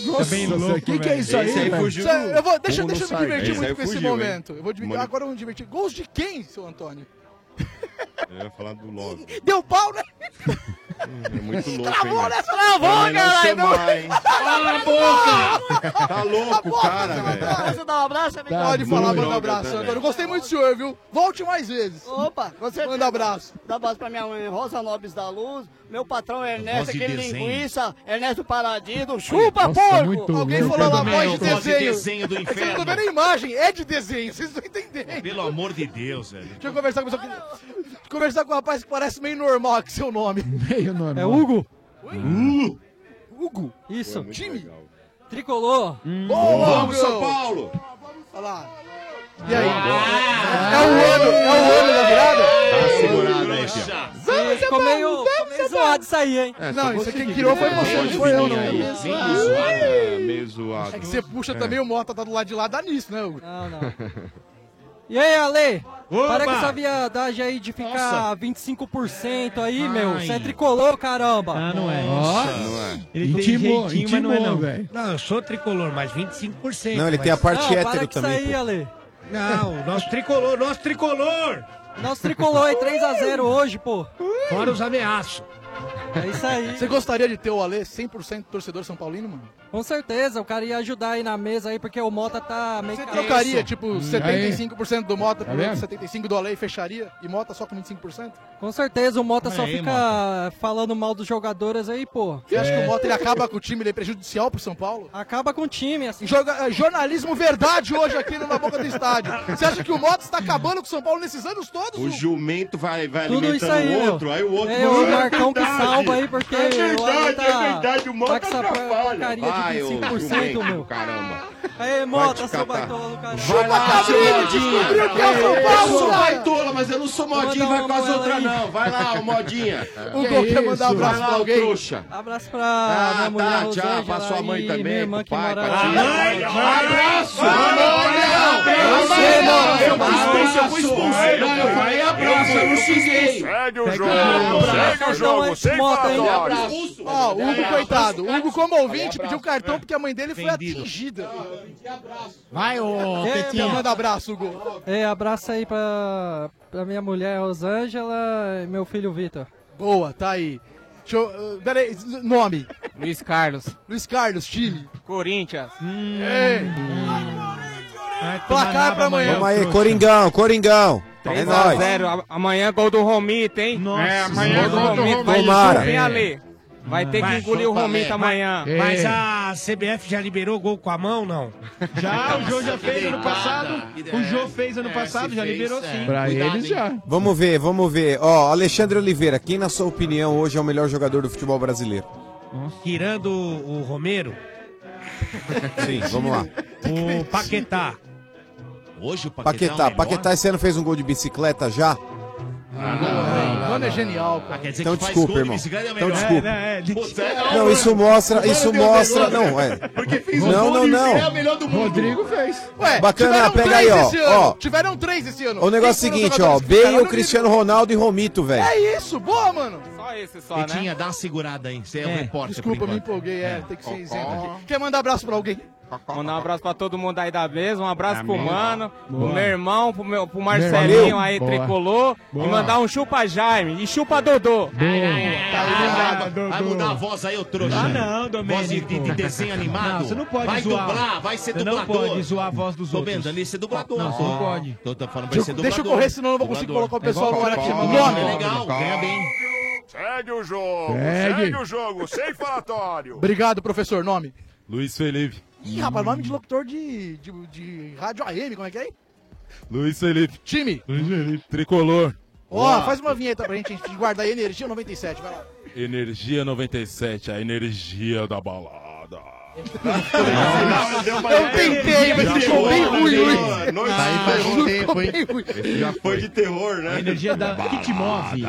S10: Nossa, o que, que é isso aí, velho?
S15: Isso é- eu vou- deixa, deixa eu me divertir
S7: Esse aí
S15: muito com esse
S7: fugiu, hein?
S15: momento. Eu vou dividir-
S7: Mano.
S15: agora eu vou me divertir. Gols de quem, seu Antônio?
S7: Eu ia falar do logo.
S15: Deu pau, né?
S7: É muito louco,
S15: Travou,
S7: hein?
S15: né? Travou,
S7: Também não
S15: caralho,
S7: sei
S15: não.
S7: mais, hein?
S1: Cala a boca!
S7: Tá louco, cara, velho.
S1: Você dá um abraço, amigo?
S15: Pode falar,
S7: muito
S15: manda um
S7: droga, tá,
S15: abraço, seu Antônio.
S7: velho.
S15: Gostei muito do senhor, viu? Volte mais vezes.
S1: Opa, com certeza.
S15: Manda um abraço.
S1: Dá um abraço pra minha mãe, Rosa Nobres da Luz, meu patrão é Ernesto,
S15: Voz de
S1: aquele
S15: desenho.
S1: linguiça, Ernesto Paradiso, chupa,
S15: Nossa,
S1: porco!
S15: muito Alguém louco. falou lá, voz de
S2: Voz de
S15: desenho.
S2: desenho do
S15: É que vocês não
S2: inferno.
S15: estão vendo a imagem, é de desenho, vocês não entendem.
S2: Pelo amor de Deus, velho.
S15: Deixa eu conversar com o pessoal que... Conversar com um rapaz que parece meio normal aqui, seu nome.
S10: Meio normal.
S15: É Hugo?
S10: Hugo.
S15: Hugo?
S1: é
S30: Isso.
S15: Time?
S30: Tricolor.
S15: Boa,
S30: Vamos,
S15: Hugo.
S30: São Paulo.
S15: Olha lá. E aí? É o ano, é o ano da virada?
S7: Segurada Tá aí, fiado.
S30: Vamos, Ficou meio, ficou meio zoado isso aí, hein?
S7: É, só
S15: Não, isso
S7: você
S15: aqui
S7: que
S15: tirou foi
S7: grita,
S15: você, não
S7: pode
S15: foi eu,
S7: vir
S15: não.
S7: aí, né? vem
S15: Meio zoado.
S7: zoada, Meio zoado.
S15: É que você puxa também o Mota, tá do lado de lá, dá nisso, né, Hugo?
S30: Não, não. E aí, Ale?
S15: Opa!
S30: Para com essa viadagem aí de ficar 25% aí, meu.
S38: Ai.
S30: Você é tricolor, caramba. Ah,
S38: não é.
S30: Nossa.
S38: Não
S7: é.
S38: Ele tem
S30: Intimou,
S38: jeitinho, mas não é
S30: intimou,
S38: não.
S30: velho.
S38: Não, eu sou tricolor, mas 25%.
S8: Não, ele tem a parte Não, para hétero
S38: hétero
S8: com isso também, aí, pô.
S30: Ale.
S38: Não, nosso tricolor, nosso tricolor.
S30: Nosso tricolor é 3x0 hoje, pô.
S38: Fora os ameaços.
S30: É isso aí.
S15: Você gostaria de ter o Alê 100% torcedor São Paulino, mano?
S30: Com certeza, o cara ia ajudar aí na mesa aí, porque o Mota tá meio
S15: Você
S30: que-
S15: trocaria, tipo,
S38: Hum,
S15: 75% do Mota
S30: Tá
S15: por
S30: vendo?
S15: 75% do Alê e fecharia? E Mota só com 25%?
S30: Com certeza, o Mota só
S15: Aí,
S30: fica falando mal dos jogadores aí, pô.
S15: Você acha que o Mota ele acaba com o time, ele é prejudicial pro São Paulo?
S30: Acaba com o time, assim.
S15: Joga- eh, jornalismo verdade hoje aqui no na boca do estádio. Você acha que o Mota está acabando com o São Paulo nesses anos todos?
S7: O jumento vai, vai
S30: Tudo
S7: Tá alimentando
S30: isso aí,
S7: o
S30: meu.
S7: outro, aí o outro...
S30: É, o
S7: "Ah,
S30: Marcão que
S7: verdade,
S30: salva aí, porque
S7: É
S30: o Ale
S7: verdade,
S30: tá-
S7: é verdade, o
S30: tá
S7: Mota
S30: com essa
S7: atrapalha.
S30: porcaria de
S7: Vai, ô
S30: 25%,
S7: jumento,
S30: meu.
S7: caramba.
S30: Aê,
S7: Vai te
S30: Mota, seu
S7: catar.
S30: baitola do caralho.
S7: Vai lá, seu
S15: é
S7: modinha.
S30: São
S7: Eu
S30: Paulo,
S7: sou
S30: cara.
S7: baitola, mas eu não sou modinha, vai com as outras não. Vai lá, ô modinha.
S30: O Gol quer mandar um abraço
S7: Vai lá,
S30: pra
S7: ô
S30: alguém?
S7: trouxa.
S30: Abraço pra
S7: Ah,
S30: minha mulher,
S7: tá, tchau,
S30: Rosângela,
S7: pra sua mãe
S30: e
S7: também,
S30: minha irmã
S7: pro
S30: que
S7: pai,
S30: mora
S7: pra tia.
S30: lá.
S7: Abraço! Abraço!
S30: Você, mano, seu baitola.
S7: Abraço! Eu conquistei seu
S39: fui expulso. Não, eu falei abraço, eu não xinguei.
S40: Segue
S39: Pega
S40: o jogo,
S39: lá, abraço.
S40: segue o jogo, sem
S39: Moto, hein?
S40: fatórios.
S39: Abraço.
S15: Ó, o Hugo, coitado. O Hugo, como ouvinte,
S39: Abraço.
S15: pediu cartão porque a mãe dele foi
S39: Vendido.
S15: atingida.
S12: Vai, ô
S15: É,
S12: Petinha.
S15: Manda abraço, Hugo.
S41: É, abraço aí pra, pra minha mulher Rosângela e meu filho Vitor.
S15: Boa, tá aí. Deixa eu, uh, peraí, z- nome.
S7: Luiz Carlos.
S15: Luiz Carlos, time. Hum.
S7: Corinthians.
S15: Ei.
S41: Hum.
S15: Placar pra amanhã.
S8: Vamos aí, Coringão, Coringão. É
S7: 3 a
S8: nóis.
S7: 0 A- Amanhã é gol do Romito, hein?
S8: É, amanhã é gol do
S7: Vai
S8: Romito. Tomara.
S7: chover ali. Vai ter que
S14: Vai,
S7: engolir o
S14: solta
S7: Romito
S14: mesmo.
S7: amanhã.
S14: Mas a CBF já liberou gol com a mão, não?
S7: Já,
S14: Já,
S7: o
S14: o
S7: Jô
S14: João
S7: já
S14: já
S7: fez
S14: fez
S7: ano
S14: ano passado.
S7: o
S14: O
S7: Jô
S14: João fez ano passado, já liberou sim.
S8: Vamos ver, vamos ver. Ó, Alexandre Oliveira, quem na sua opinião hoje é o melhor jogador do futebol brasileiro?
S14: Tirando o o Romero,
S8: Sim, vamos lá.
S14: o Paquetá.
S2: Hoje o
S14: é
S8: Paquetá, Paquetá esse ano fez um gol de bicicleta já?
S41: Ah,
S15: O Mano é genial, cara.
S2: quer
S8: Então desculpa, irmão. Então desculpa.
S16: é
S15: desculpa.
S8: Não, isso mostra, isso mostra, não, é.
S15: um
S8: Não, não, não.
S15: melhor do mundo. Rodrigo fez. Ué,
S8: Bacana,
S15: tiveram
S8: pega aí,
S15: três
S8: ó,
S15: esse ano.
S8: ó.
S15: Tiveram três esse ano.
S8: O negócio é o
S15: Quem foram os
S8: seguinte, ó,
S15: jogadores que ficaram
S8: Bale,
S15: no
S8: Cristiano Ronaldo e Romito,
S15: nível?
S8: velho.
S15: É isso, boa, mano.
S7: Só esse, só,
S2: Petinha, tinha dá uma segurada aí. Você é, um repórter.
S15: Desculpa,
S2: por
S15: me
S2: enquanto.
S15: empolguei, é,
S2: É.
S15: tem que
S2: Cocó.
S15: ser isento. Quer mandar abraço pra alguém?
S7: Mandar um abraço pra todo mundo aí da mesa, um abraço pro
S15: Amém.
S7: Mano,
S15: Boa.
S7: pro meu irmão, pro, meu, pro Marcelinho
S15: Valeu.
S7: aí,
S15: Boa.
S7: tricolor,
S15: Boa.
S7: e mandar um chupa Jaime e chupa Dodô.
S2: Vai, vai mudar a voz aí, ô trouxa.
S7: Ah,
S2: não, Domênico. Voz de, de- de desenho animado.
S7: Não, você não pode
S2: Vai
S7: zoar.
S2: dublar, vai ser
S7: Você não
S2: dublador.
S7: pode zoar a voz dos
S2: Tô
S7: outros.
S2: Tô vendo, ali ser dublador.
S7: Não, você não
S2: Ah,
S7: pode.
S2: Tô, tô falando, vai
S7: Deixa-
S2: ser dublador.
S7: deixa eu correr, senão eu não vou
S15: conseguir
S2: Dublador.
S15: colocar o pessoal
S2: É igual
S15: agora aqui.
S2: Cocó,
S15: Nome.
S2: É legal, ganha bem.
S40: Segue o jogo,
S15: Segue.
S40: segue o jogo, sem falatório.
S15: Obrigado, professor. Nome?
S16: Luiz Felipe.
S15: Ih, rapaz, nome de locutor de, de, de rádio AM, como é que é? aí?
S16: Luiz Felipe.
S15: Time.
S16: Luiz Felipe. Tricolor.
S15: Ó, faz um- uma vinheta pra gente, gente guardar aí, energia 97, vai lá.
S16: Energia 97, a energia da balada.
S15: Eu tentei, mas ficou bem ruim,
S24: hein?
S15: Luiz.
S24: Aí faz um tempo, hein?
S15: Esse
S24: Já foi de terror, né?
S15: energia da- que te move.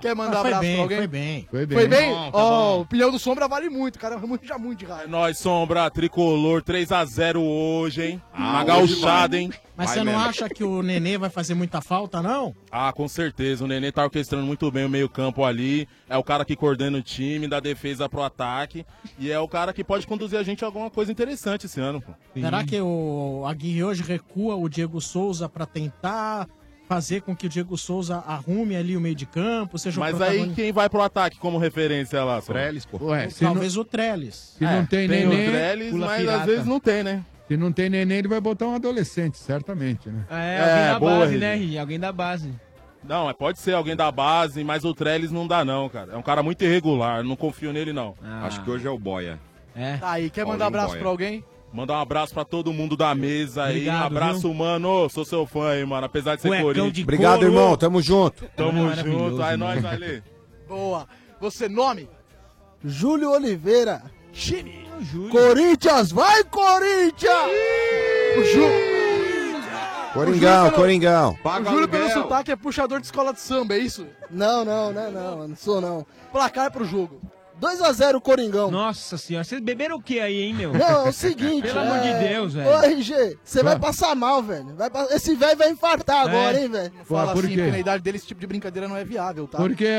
S15: Quer mandar
S24: Ah, foi
S15: abraço
S24: bem,
S15: pra alguém?
S24: foi
S15: bem.
S24: Foi bem.
S15: Foi bem?
S16: Tá bom, tá
S15: Ó,
S16: bom.
S15: o pneu do Sombra vale muito, cara, manja muito de rádio.
S16: Nós, Sombra, Tricolor, 3x0 hoje, hein?
S2: Ah,
S16: Uma
S12: hoje
S16: gauchada,
S12: vai.
S16: hein?
S12: Mas
S16: Vai
S12: você não
S16: mesmo.
S12: acha que o Nenê vai fazer muita falta, não?
S16: Ah, com certeza. O Nenê tá orquestrando muito bem o meio-campo ali. É o cara que coordena o time, da defesa pro ataque. E é o cara que pode conduzir a gente a alguma coisa interessante esse ano, pô.
S12: Será que o Aguirre hoje recua o Diego Souza pra tentar fazer com que o Diego Souza arrume ali o meio de campo, seja o
S16: Mas aí
S12: protagonista?
S16: quem vai pro ataque como referência lá? Trellis, pô.
S12: Talvez o Trellis.
S10: Se não tem,
S16: É, tem o
S10: neném.
S16: Trellis, pula mas às pirata. vezes não tem, né?
S10: Se não tem neném, ele vai botar um adolescente, certamente, né?
S7: É,
S16: alguém É, da boa, base,
S7: né, Ri? Alguém da base.
S16: Não, é, pode ser alguém da base, mas o Trellis não dá, não, cara. É um cara muito irregular, não confio nele, não.
S24: Acho que hoje é o Boia.
S15: Tá aí, quer mandar
S16: Paulinho
S15: abraço
S16: Boia.
S15: pra alguém?
S16: Mandar um abraço pra todo mundo da mesa aí. Um
S15: Obrigado,
S16: abraço,
S15: viu?
S16: mano. Sou seu fã aí, mano. Apesar de ser
S15: Cuecão
S16: é Corinthians.
S15: de
S8: Obrigado, irmão. Tamo junto.
S16: Tamo junto.
S40: é
S16: Aí nós,
S8: né?
S16: Ale.
S15: Boa. Você, nome?
S18: Júlio Oliveira.
S15: Time.
S18: Corinthians, vai Corinthians!
S15: O Ju...
S8: Coringão, Coringão.
S15: O Júlio, pelo sotaque, é puxador de escola de samba, é isso?
S18: Não, não, não, não, eu não sou não.
S15: Placar pro jogo.
S18: 2x0 Coringão.
S7: Nossa senhora, vocês beberam o que aí, hein, meu?
S18: Não, é o seguinte.
S7: Pelo amor de
S18: é,
S7: Deus,
S18: Ô,
S7: velho.
S18: RG, você vai
S7: Ah.
S18: passar mal, velho. Vai pa- Esse velho vai infartar agora, hein, velho.
S15: Não fala assim, porque na idade dele esse tipo de brincadeira não é viável, tá?
S10: Por quê?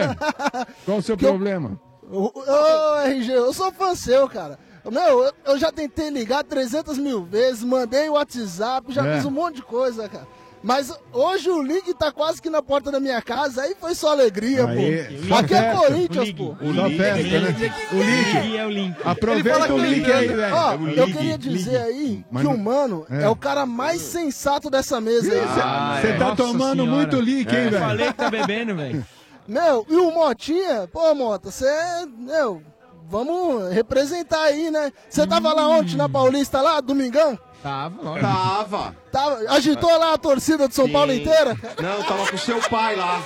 S10: Qual o seu problema?
S18: Ô, ô, RG, eu sou fã seu, cara. Não, eu, eu já tentei ligar 300 mil vezes, mandei o WhatsApp, já
S10: É.
S18: fiz um monte de coisa, cara. Mas hoje o link tá quase que na porta da minha casa, aí foi só alegria,
S10: Aí,
S18: pô.
S10: só
S18: Aqui é
S10: festa.
S18: Corinthians,
S10: O
S18: pô.
S10: link, Só festa, né? O link.
S7: é o link.
S18: Ele fala
S10: Aproveita
S18: que
S10: o
S18: eu
S10: link
S18: engano.
S10: aí, velho. É
S18: Ó, eu queria dizer aí
S10: Mas
S18: que
S10: não-
S18: o Mano é.
S10: É.
S18: o cara mais sensato dessa mesa aí.
S10: Você tá tomando muito link, hein, velho?
S7: tá bebendo, velho.
S18: Meu, e o Motinha? Pô, Mota, você é. Meu, vamos representar aí, né? Você tava lá ontem na Paulista, lá, domingão?
S7: Tava,
S24: Tava.
S18: Tava, agitou lá a torcida de São Paulo inteira?
S24: Não, tava com seu pai lá.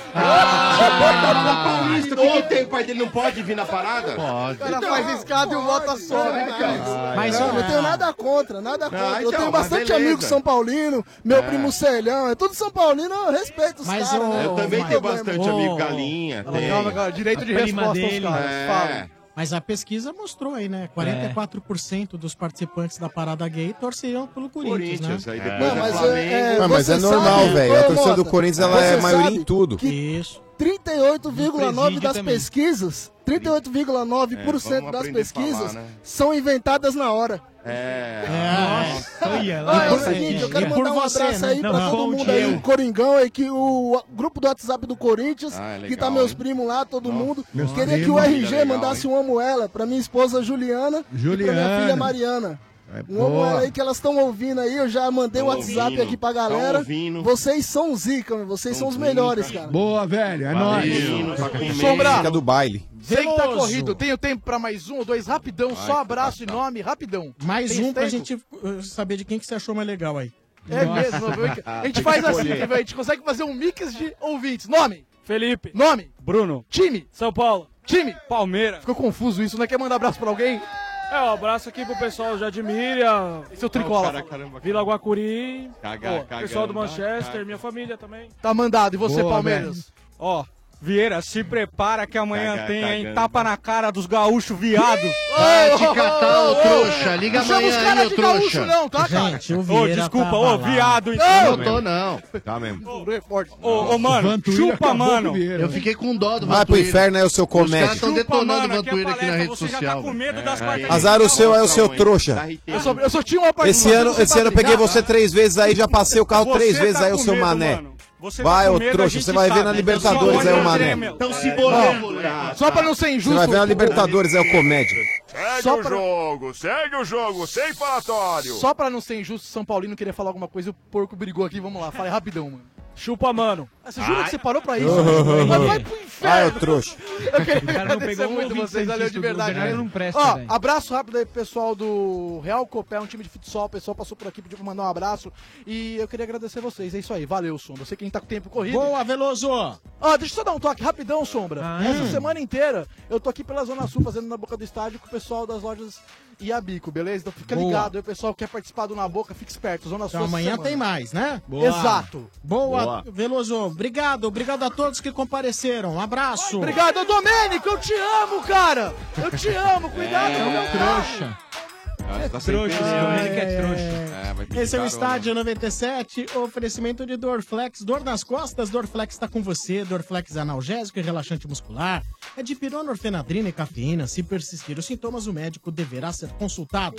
S18: Ah.
S24: Seu pai tava na Paulista. O que que tem? O pai dele não pode vir na parada? Pode.
S15: O cara faz escada e o Mota sobe, né, cara?
S18: Mas não, eu
S16: Ah.
S18: não tenho nada contra, nada contra. eu
S24: então, mas
S18: tenho bastante
S24: beleza.
S18: amigo São Paulino, meu
S24: É.
S18: primo Celhão, é tudo São Paulino, eu respeito os caras. né?
S24: Eu também
S15: é
S18: Não tem
S24: tenho
S18: problema.
S24: bastante amigo galinha.
S15: Calma, cara, direito de
S18: A prima
S15: resposta aos
S18: dele,
S15: caras.
S24: É.
S15: Fala.
S12: Mas a pesquisa mostrou aí, né? 44% dos participantes da parada gay torciam pelo Corinthians,
S16: Corinthians,
S12: né?
S16: aí
S12: É.
S16: depois Não, é mas Flamengo. é-
S8: Ah, mas
S16: você
S8: é normal,
S16: sabe,
S8: velho. A
S16: ô,
S8: torcida do
S16: Mota,
S8: Corinthians ela é
S16: você
S8: maioria
S16: sabe
S8: em tudo.
S12: Isso.
S18: 38,9% das
S12: também.
S18: pesquisas, 38,9%
S16: É, vamos
S18: das
S16: aprender a falar,
S18: pesquisas
S16: né?
S18: são inventadas na hora.
S16: É.
S18: Nossa,
S16: olha lá.
S18: Olha, é o
S16: Nossa,
S18: seguinte, eu
S16: que
S18: quero
S16: dia.
S18: mandar
S16: Por
S18: um
S16: você,
S18: abraço
S16: né?
S18: aí
S16: Não,
S18: pra
S16: não,
S18: todo
S16: bom
S18: mundo
S16: dia.
S18: aí. Coringão aí, que o grupo do WhatsApp do Corinthians,
S16: Ah, é
S18: que
S16: legal,
S18: tá meus
S16: hein?
S18: primos lá, todo mundo.
S16: meus
S18: Queria que o
S16: primos.
S18: RG
S16: Legal,
S18: mandasse um amo ela pra minha esposa Juliana, e pra minha
S10: Juliana.
S18: filha Mariana.
S16: É
S18: Um amo
S10: boa.
S18: ela aí que elas estão ouvindo aí, eu já mandei o
S10: Tão
S18: WhatsApp
S10: ouvindo,
S18: aqui pra
S10: tão
S18: galera.
S10: ouvindo.
S18: Vocês são zica, meu, vocês são os melhores, cara.
S29: Boa, velho. É
S18: menino,
S29: nóis.
S15: tá
S10: tá
S18: pra comer.
S15: Sombra.
S8: Fica do baile.
S15: Sei que tá
S12: Veloso.
S15: corrido, tenho tempo pra mais um ou dois, rapidão,
S12: Vai,
S15: só
S12: tá,
S15: abraço
S12: tá.
S15: e nome, rapidão.
S12: Mais
S15: Tem
S12: um pra
S15: tempo?
S12: gente uh, saber de quem que você achou mais legal aí.
S15: É mesmo, viu? a gente faz assim, quer ver? a gente consegue fazer um mix de ouvintes. Nome? Felipe. Nome? Bruno. Time? São Paulo. Time? Palmeiras. Ficou confuso isso, né? Quer mandar abraço pra alguém?
S30: É, um abraço aqui pro pessoal já de Miriam.
S15: Seu é tricola.
S30: Cara, caramba, Vila Guacuri.
S15: Caga-
S30: ó,
S15: cagando,
S30: pessoal do
S15: tá?
S30: Manchester,
S15: Caga.
S30: minha família também.
S15: Tá mandado. E você,
S7: Boa,
S15: Palmeiras?
S7: Ó, Vieira, se prepara que amanhã
S15: Caga-
S7: tem,
S8: Tá
S7: hein? Tá
S15: cagando.
S7: Tapa na cara dos gaúchos, viado.
S9: Vai te catar, ô trouxa. Liga
S7: Não chama os
S9: amanhã
S7: cara
S9: aí, ô
S7: de
S9: trouxa.
S7: gaúcho, não, tá, cara? Gente, o Vieira tá abalado.
S9: Não,
S7: Não,
S9: não
S7: não
S9: tô, não.
S6: Tá mesmo.
S7: Ô, ô, mano, chupa, mano.
S9: Eu fiquei com dó do
S8: Vai pro inferno, é o seu
S9: Os
S8: comédia.
S9: caras estão detonando o Vantuíra aqui na rede social.
S8: Azar o seu, é o seu
S9: Tá
S8: trouxa.
S15: Eu só, eu só tinha uma parte
S8: Esse ano,
S15: tá
S8: esse ano eu peguei você
S15: né?
S8: três vezes aí, já passei o carro três vezes aí, o seu mané. Vai, ô trouxa, você vai ver na
S7: é
S8: Libertadores aí, o mané.
S9: Então se
S15: Só pra não ser
S8: Você
S15: injusto.
S8: vai ver na
S7: é
S8: Libertadores aí, o comédia.
S22: Segue
S15: Só
S22: o
S15: pra-
S22: jogo, segue o jogo, sem falatório.
S15: Só pra não ser injusto, São Paulino queria falar alguma coisa, o porco brigou aqui, vamos lá, fala rapidão, mano. Chupa, mano. Você jura que você parou pra isso? mano? Mas vai pro inferno.
S8: Vai, ô trouxa.
S15: Eu queria
S8: O cara não
S15: agradecer
S8: pegou um
S15: muito
S8: ouvinte
S15: vocês, valeu de
S8: santista do
S15: verdade.
S8: Grêmio,
S15: mesmo.
S8: né? não presta,
S15: Ó,
S8: velho.
S15: abraço rápido aí pro pessoal do Real Copé, um time de futsal, o pessoal passou por aqui, pediu pra mandar um abraço. E eu queria agradecer vocês, é isso aí, valeu, Sombra. Você quem tá com tempo corrido.
S12: Boa, Veloso! Ah, hum.
S15: Ó, deixa eu só dar um toque rapidão, Sombra. Essa semana inteira eu tô aqui pela Zona Sul fazendo na boca do estádio com o pessoal das lojas Iabico, beleza? Então fica
S12: Boa.
S15: ligado aí, o pessoal que quer participar do Na Boca, fica esperto, Zona Sul.
S12: Então
S15: essa
S12: amanhã
S15: semana.
S12: tem mais, né?
S15: Boa. Exato.
S12: Boa,
S15: Boa.
S12: Veloso. Obrigado, obrigado a todos que compareceram. Um abraço.
S15: Obrigado, ô, Domênico, eu te amo, cara. Eu te amo, cuidado.
S12: É,
S15: com o meu
S12: é um
S15: carro.
S7: É
S16: Ah, tá sem pneu,
S12: Trouxa, esse
S16: hein?
S12: Domênico é trouxa.
S16: É, vai ter
S12: Esse é o
S16: carona.
S12: Estádio 97, oferecimento de Dorflex, dor nas costas, Dorflex está com você, Dorflex é analgésico e relaxante muscular, é de pirona, orfenadrina e cafeína, se persistir os sintomas, o médico deverá ser consultado.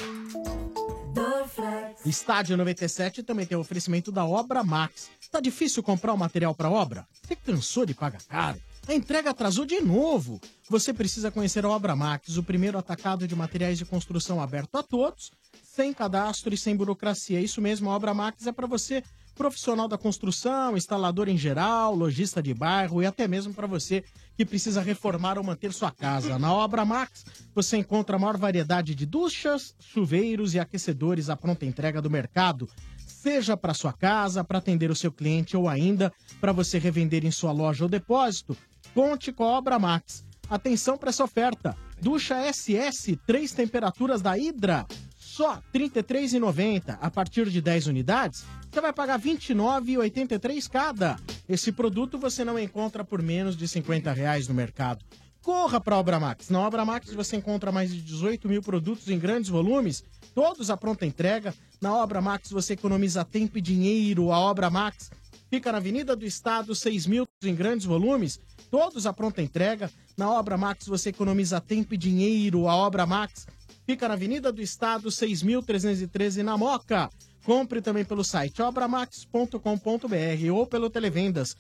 S12: Estádio 97 também tem o oferecimento da Obra Max. Tá difícil comprar o material para obra? Você cansou de pagar caro? A entrega atrasou de novo. Você precisa conhecer a Obra Max, o primeiro atacado de materiais de construção aberto a todos, sem cadastro e sem burocracia. Isso mesmo, a Obra Max é para você, profissional da construção, instalador em geral, lojista de bairro e até mesmo para você que precisa reformar ou manter sua casa. Na Obra Max, você encontra a maior variedade de duchas, chuveiros e aquecedores à pronta entrega do mercado. Seja para sua casa, para atender o seu cliente ou ainda para você revender em sua loja ou depósito, conte com a Obra Max. Atenção para essa oferta. Ducha SS, três temperaturas da Hidra, só R$ 33,90. A partir de 10 unidades, você vai pagar R$ 29,83 cada. Esse produto você não encontra por menos de R$ 50 reais no mercado. Corra para a Obra Max. Na Obra Max você encontra mais de 18 mil produtos em grandes volumes, todos à pronta entrega. Na Obra Max você economiza tempo e dinheiro. A Obra Max fica na Avenida do Estado, 6 mil em grandes volumes, todos à pronta entrega. Na Obra Max você economiza tempo e dinheiro. A Obra Max fica na Avenida do Estado, 6.313 na Moca. Compre também pelo site obramax.com.br ou pelo Televendas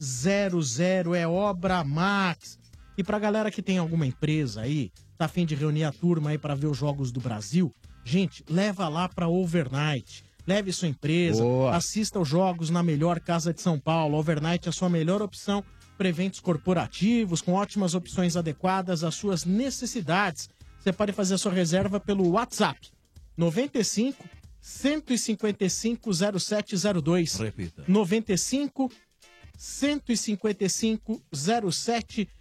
S12: 3003-3400 é Obra Max. E pra galera que tem alguma empresa aí, tá afim de reunir a turma aí pra ver os jogos do Brasil, gente, leva lá pra overnight. Leve sua empresa,
S10: Boa.
S12: assista os jogos na melhor casa de São Paulo. Overnight é a sua melhor opção para eventos corporativos, com ótimas opções adequadas às suas necessidades. Você pode fazer a sua reserva pelo WhatsApp 95 155 0702. um Repita. 95 155 0702.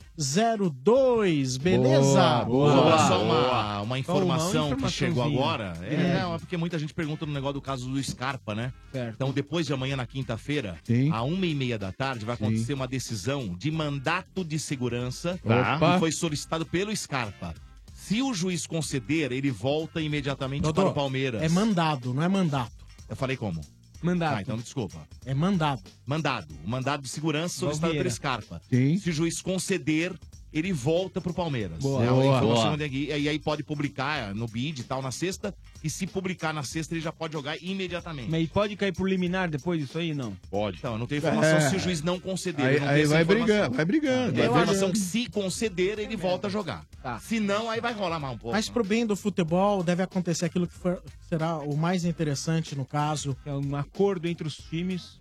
S12: 02, beleza?
S2: Boa, boa. Só uma, uma
S12: Ou
S2: informação
S12: uma
S2: que chegou agora. É,
S12: É.
S2: não, é porque muita gente pergunta no negócio do caso do Scarpa, né?
S12: Certo.
S2: Então, depois de amanhã, na quinta-feira,
S12: Sim.
S2: à uma e meia da tarde, vai acontecer uma decisão de mandato de segurança
S12: Tá. Opa.
S2: que foi solicitado pelo Scarpa. Se o juiz conceder, ele volta imediatamente
S12: Dodô,
S2: para o Palmeiras.
S12: É mandado, não é mandato.
S2: Eu falei como?
S12: Mandado.
S2: Ah, então desculpa.
S12: Tá, É mandado.
S2: Mandado. O mandado de segurança solicitado
S12: Valvieira.
S2: pelo Scarpa. Se o juiz conceder, ele volta pro Palmeiras.
S12: Boa.
S2: É uma
S12: Boa.
S2: informação
S12: Boa.
S2: que tem aqui. E aí- aí pode publicar é, no bid e tal na sexta. E se publicar na sexta, ele já pode jogar imediatamente.
S7: Mas pode cair por liminar depois disso aí, não?
S2: Pode. Então, eu não tenho informação
S7: É.
S2: se o juiz não conceder.
S7: Aí-
S2: eu não
S7: aí
S2: tenho essa
S7: vai
S2: informação.
S7: brigando, vai brigando,
S2: É a
S7: vai
S2: informação
S7: brigando.
S2: que se conceder, ele volta a jogar. Se não, aí vai rolar mais um pouco.
S12: Tá. Mas pro bem do futebol, deve acontecer aquilo que for- será o mais interessante no caso.
S7: É um acordo entre os times.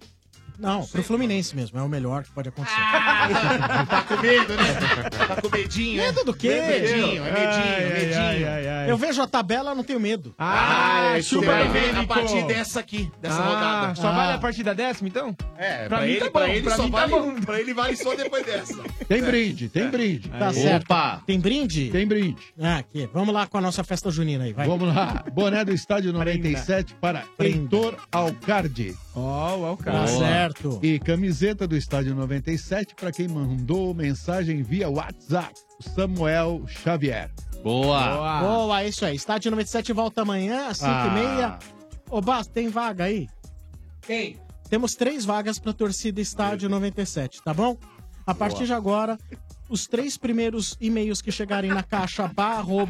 S12: Não, pro Fluminense mesmo, é o melhor que pode acontecer.
S2: tá com medo, né? Tá com medinho,
S12: Medo do quê?
S2: É medinho, é medinho, é medinho.
S12: Eu vejo a tabela, não tenho medo.
S7: Ah,
S2: Ah, isso vai ver a partir dessa aqui, dessa
S7: Ah,
S2: rodada.
S7: Só
S2: Ah.
S7: vale a partir da décima, então? É,
S2: pra ele- pra ele só
S7: tá
S2: vale- um, pra ele vale só depois dessa. É.
S12: Tem brinde, tem brinde. Tá
S29: Aí.
S12: certo.
S29: Opa.
S12: Tem brinde? Tem
S29: brinde.
S12: Ah, aqui. Vamos lá com a nossa festa junina aí, vai.
S29: Vamos lá. Boné do Estádio 97 para Heitor Alcardi.
S7: Ó, o
S12: Tá certo.
S29: E camiseta do Estádio 97 para quem mandou mensagem via WhatsApp. Samuel Xavier.
S12: Boa. Boa, é isso aí. Estádio 97 volta amanhã, às 5
S29: Ah.
S12: h 30 Ô, Bas, tem vaga aí? Tem. Temos três vagas pra torcida Estádio 97, tá bom? A partir de agora, os três primeiros e-mails que chegarem na
S7: Ah, já
S12: caixa
S7: acabou,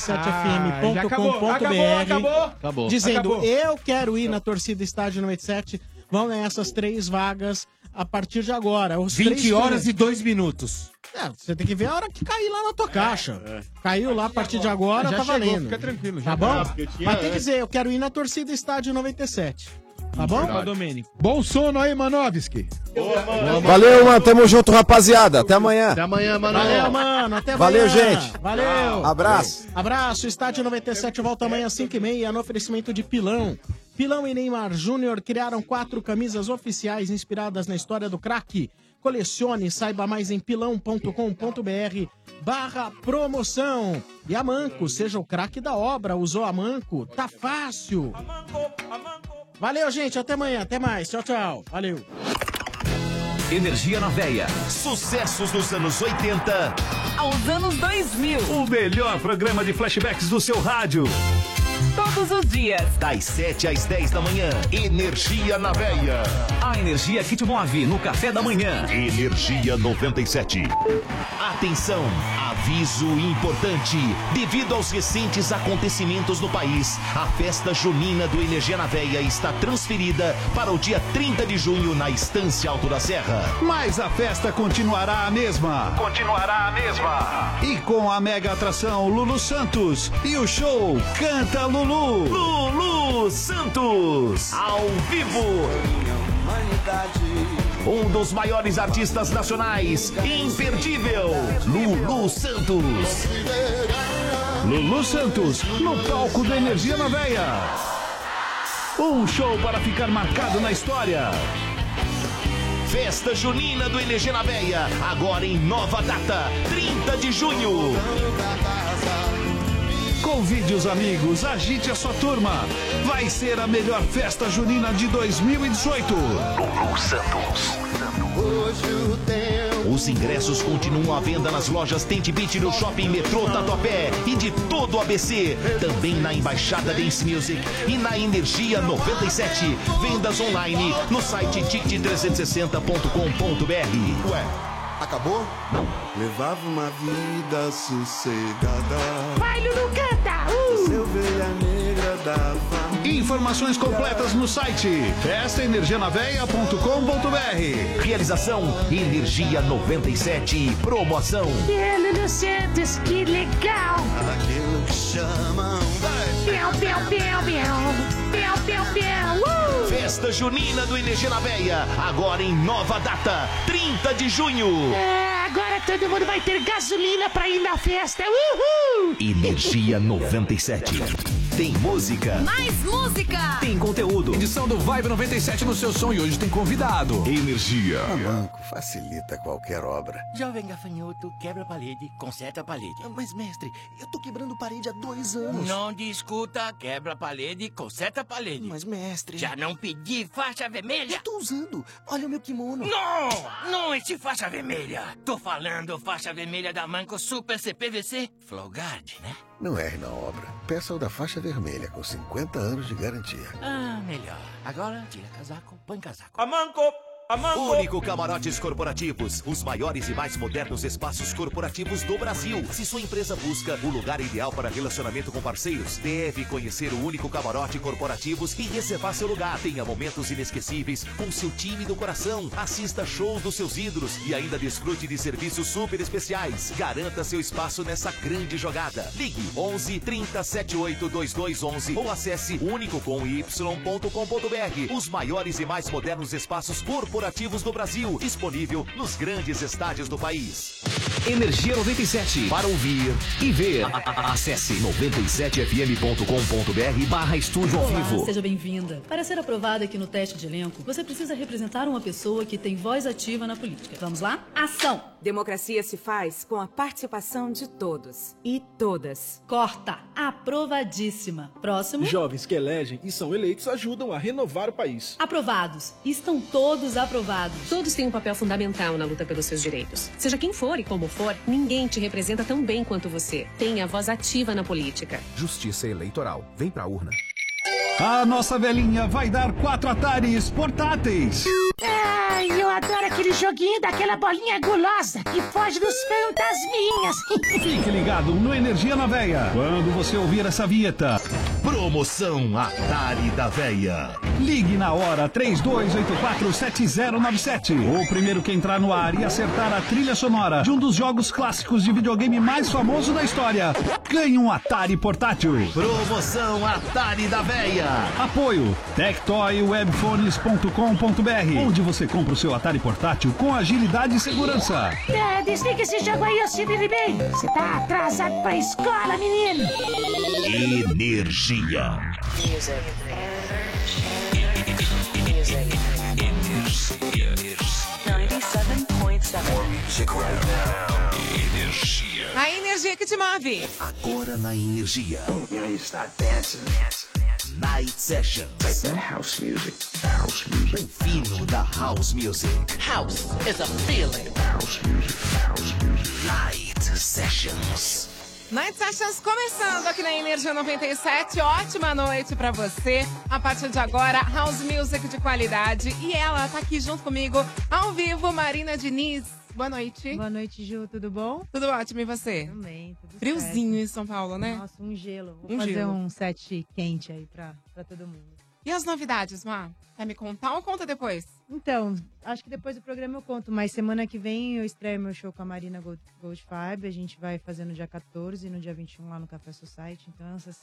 S7: acabou,
S12: bar@97fm.com.br
S7: acabou. Acabou.
S12: dizendo
S7: Acabou.
S12: eu quero ir na torcida Estádio 97, vão ganhar essas três vagas a partir de agora. Os
S7: 20 horas e É.
S12: 2 minutos. É, você tem que ver a hora que cair lá na tua caixa.
S2: É.
S12: Caiu lá a partir de agora,
S7: Já
S12: tá
S7: chegou,
S12: valendo.
S7: fica tranquilo, já
S12: Tá bom?
S7: tá, porque eu tinha-
S12: Mas tem que dizer, eu quero ir na torcida Estádio 97. Tá bom?
S7: Verdade. Domênico.
S29: Bom sono aí, Manovski.
S8: Valeu, mano. Tamo junto, rapaziada. Até amanhã.
S9: Até amanhã, mano.
S12: Valeu, mano. Até
S8: Valeu,
S12: amanhã.
S8: gente.
S12: Valeu.
S8: Abraço.
S12: Abraço. Estádio 97 volta amanhã às 5h30 no oferecimento de Pilão. Pilão e Neymar Júnior criaram quatro camisas oficiais inspiradas na história do craque. Colecione, saiba mais em pilão.com.br barra promoção. E a Manco, seja o craque da obra, usou a Manco, tá fácil. Valeu, gente, até amanhã, até mais, tchau, tchau, valeu.
S17: Energia na veia.
S2: Sucessos dos anos 80.
S24: Aos anos 2000.
S17: O melhor programa de flashbacks do seu rádio.
S24: Todos os dias.
S2: Das 7 às 10 da manhã, Energia na Veia.
S17: A energia que te move no café da manhã.
S2: Energia 97. Atenção, aviso importante. Devido aos recentes acontecimentos no país, a festa junina do Energia na Veia está transferida para o dia 30 de junho na Estância Alto da Serra.
S17: Mas a festa continuará a mesma. Continuará a mesma. E com a mega atração Lulu Santos e o show Canta Lulu. Lulu Santos. Ao vivo.
S2: Um dos maiores artistas nacionais, imperdível, Lulu Santos.
S17: Lulu Santos, no palco da Energia na Veia. Um show para ficar marcado na história.
S2: Festa Junina do Energia na Veia, agora em nova data, 30 de junho.
S17: Convide os amigos, agite a sua turma. Vai ser a melhor festa junina de 2018.
S2: Lulu Santos. Os ingressos continuam à venda nas lojas Tente Beat no Shopping Metrô Tatuapé e de todo o ABC. Também na Embaixada Dance Music e na Energia 97. Vendas online no site tit360.com.br. Ué, acabou? Não.
S28: Levava uma vida sossegada.
S19: Vai, Lulu, canta!
S28: Seu veia negra dava.
S17: Informações completas no site festaenergianaveia.com.br.
S2: Realização Energia 97. Promoção.
S19: Ele no Santos, que legal!
S28: Aquilo que chamam.
S19: Piau, piau, piau, piau! Piau, piau, piau! Uh!
S2: Festa Junina do Energia na Veia, agora em nova data, 30 de junho.
S19: É, agora todo mundo vai ter gasolina pra ir na festa! Uhul!
S2: Energia 97. Tem música.
S16: Mais música!
S2: Tem conteúdo. Edição do Vibe 97 no seu som e hoje tem convidado. Energia.
S18: O Ah, banco facilita qualquer obra.
S7: Jovem gafanhoto, quebra a parede, conserta a parede.
S18: Mas, mestre, eu tô quebrando parede há dois anos.
S7: Não discuta, quebra a parede, conserta a parede.
S18: Mas, mestre.
S7: Já não pedi faixa vermelha?
S18: Eu tô usando. Olha o meu kimono.
S7: Não! Não esse faixa vermelha. Tô falando faixa vermelha da Manco Super CPVC Flowguard, né?
S18: Não erre na obra. Peça o da faixa vermelha com 50 anos de garantia.
S7: Ah, melhor. Agora, tira casaco, põe casaco. A Manco! A
S2: Único Camarotes Corporativos, os maiores e mais modernos espaços corporativos do Brasil. Se sua empresa busca o lugar ideal para relacionamento com parceiros, deve conhecer o Único Camarote Corporativos e reservar seu lugar. Tenha momentos inesquecíveis com seu time do coração. Assista shows dos seus ídolos e ainda desfrute de serviços super especiais. Garanta seu espaço nessa grande jogada. Ligue 11 30 78 2211 ou acesse unicocomy.com.br. Os maiores e mais modernos espaços corporativos corporativos do Brasil, disponível nos grandes estádios do país. Energia 97, para ouvir e ver. Acesse 97fm.com.br barra estúdio ao
S24: Olá,
S2: vivo.
S24: seja bem-vinda. Para ser aprovada aqui no teste de elenco, você precisa representar uma pessoa que tem voz ativa na política. Vamos lá? Ação!
S16: Democracia se faz com a participação de todos e todas.
S24: Corta! Aprovadíssima. Próximo.
S15: Jovens que elegem e são eleitos ajudam a renovar o país.
S24: Aprovados. Estão todos aprovados.
S42: Todos têm um papel fundamental na luta pelos seus direitos. Seja quem for e como for, ninguém te representa tão bem quanto você. Tenha voz ativa na política.
S2: Justiça Eleitoral. Vem pra urna.
S17: A nossa velhinha vai dar quatro atares portáteis.
S43: Ai, É, eu adoro aquele joguinho daquela bolinha gulosa que foge dos fantasminhas.
S17: Fique ligado no Energia na Veia. Quando você ouvir essa vinheta.
S1: Promoção Atari da Veia.
S17: Ligue na hora 32847097. O primeiro que entrar no ar e acertar a trilha sonora de um dos jogos clássicos de videogame mais famoso da história, ganha um Atari portátil.
S1: Promoção Atari da Veia.
S17: Apoio tectoywebphones.com.br, onde você compra o seu Atari portátil com agilidade e segurança.
S43: Ah, desliga esse jogo aí, ô Cid Ribeiro. Você tá atrasado pra escola, menino.
S1: Energia.
S14: Energia.
S16: A energia que te move.
S14: Agora na energia. Night Session. House Music. House Music. O fino da House Music.
S7: House is a feeling.
S14: House Music. House Music. Night Sessions.
S16: Night Sessions começando aqui na Energia 97. Ótima noite pra você. A partir de agora, House Music de qualidade. E ela tá aqui junto comigo, ao vivo, Marina Diniz. Boa noite. Boa noite, Ju. Tudo bom? Tudo ótimo. E você?
S5: Também, tudo
S16: Friozinho em São Paulo, né?
S5: Nossa, um gelo. Vou
S16: Um
S5: fazer
S16: gelo.
S5: um set quente aí pra, pra todo mundo.
S16: E as novidades, Má? Quer me contar ou conta depois?
S5: Então, acho que depois do programa eu conto, mas semana que vem eu estreio meu show com a Marina Gold, Goldfibe. A gente vai fazer no dia 14 e no dia 21 lá no Café Society. Então, essas,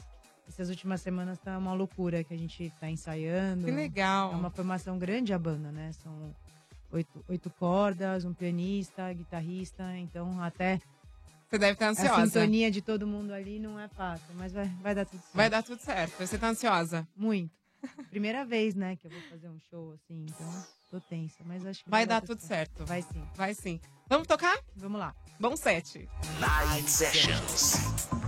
S5: essas últimas semanas tá uma loucura que a gente tá ensaiando.
S16: Que legal.
S5: É uma formação grande a banda, né? São oito, oito cordas, um pianista, guitarrista. Então, até
S16: Você deve estar
S5: a
S16: ansiosa.
S5: sintonia de todo mundo ali não é fácil, mas vai, vai dar tudo certo.
S16: Vai dar tudo certo. Você tá ansiosa?
S5: Muito. Primeira vez, né, que eu vou fazer um show assim, então tô tensa, mas acho que
S16: Vai dar tudo certo. Vai sim. Vai sim. Vamos tocar?
S5: Vamos lá.
S16: Bom set.
S14: Night Sessions.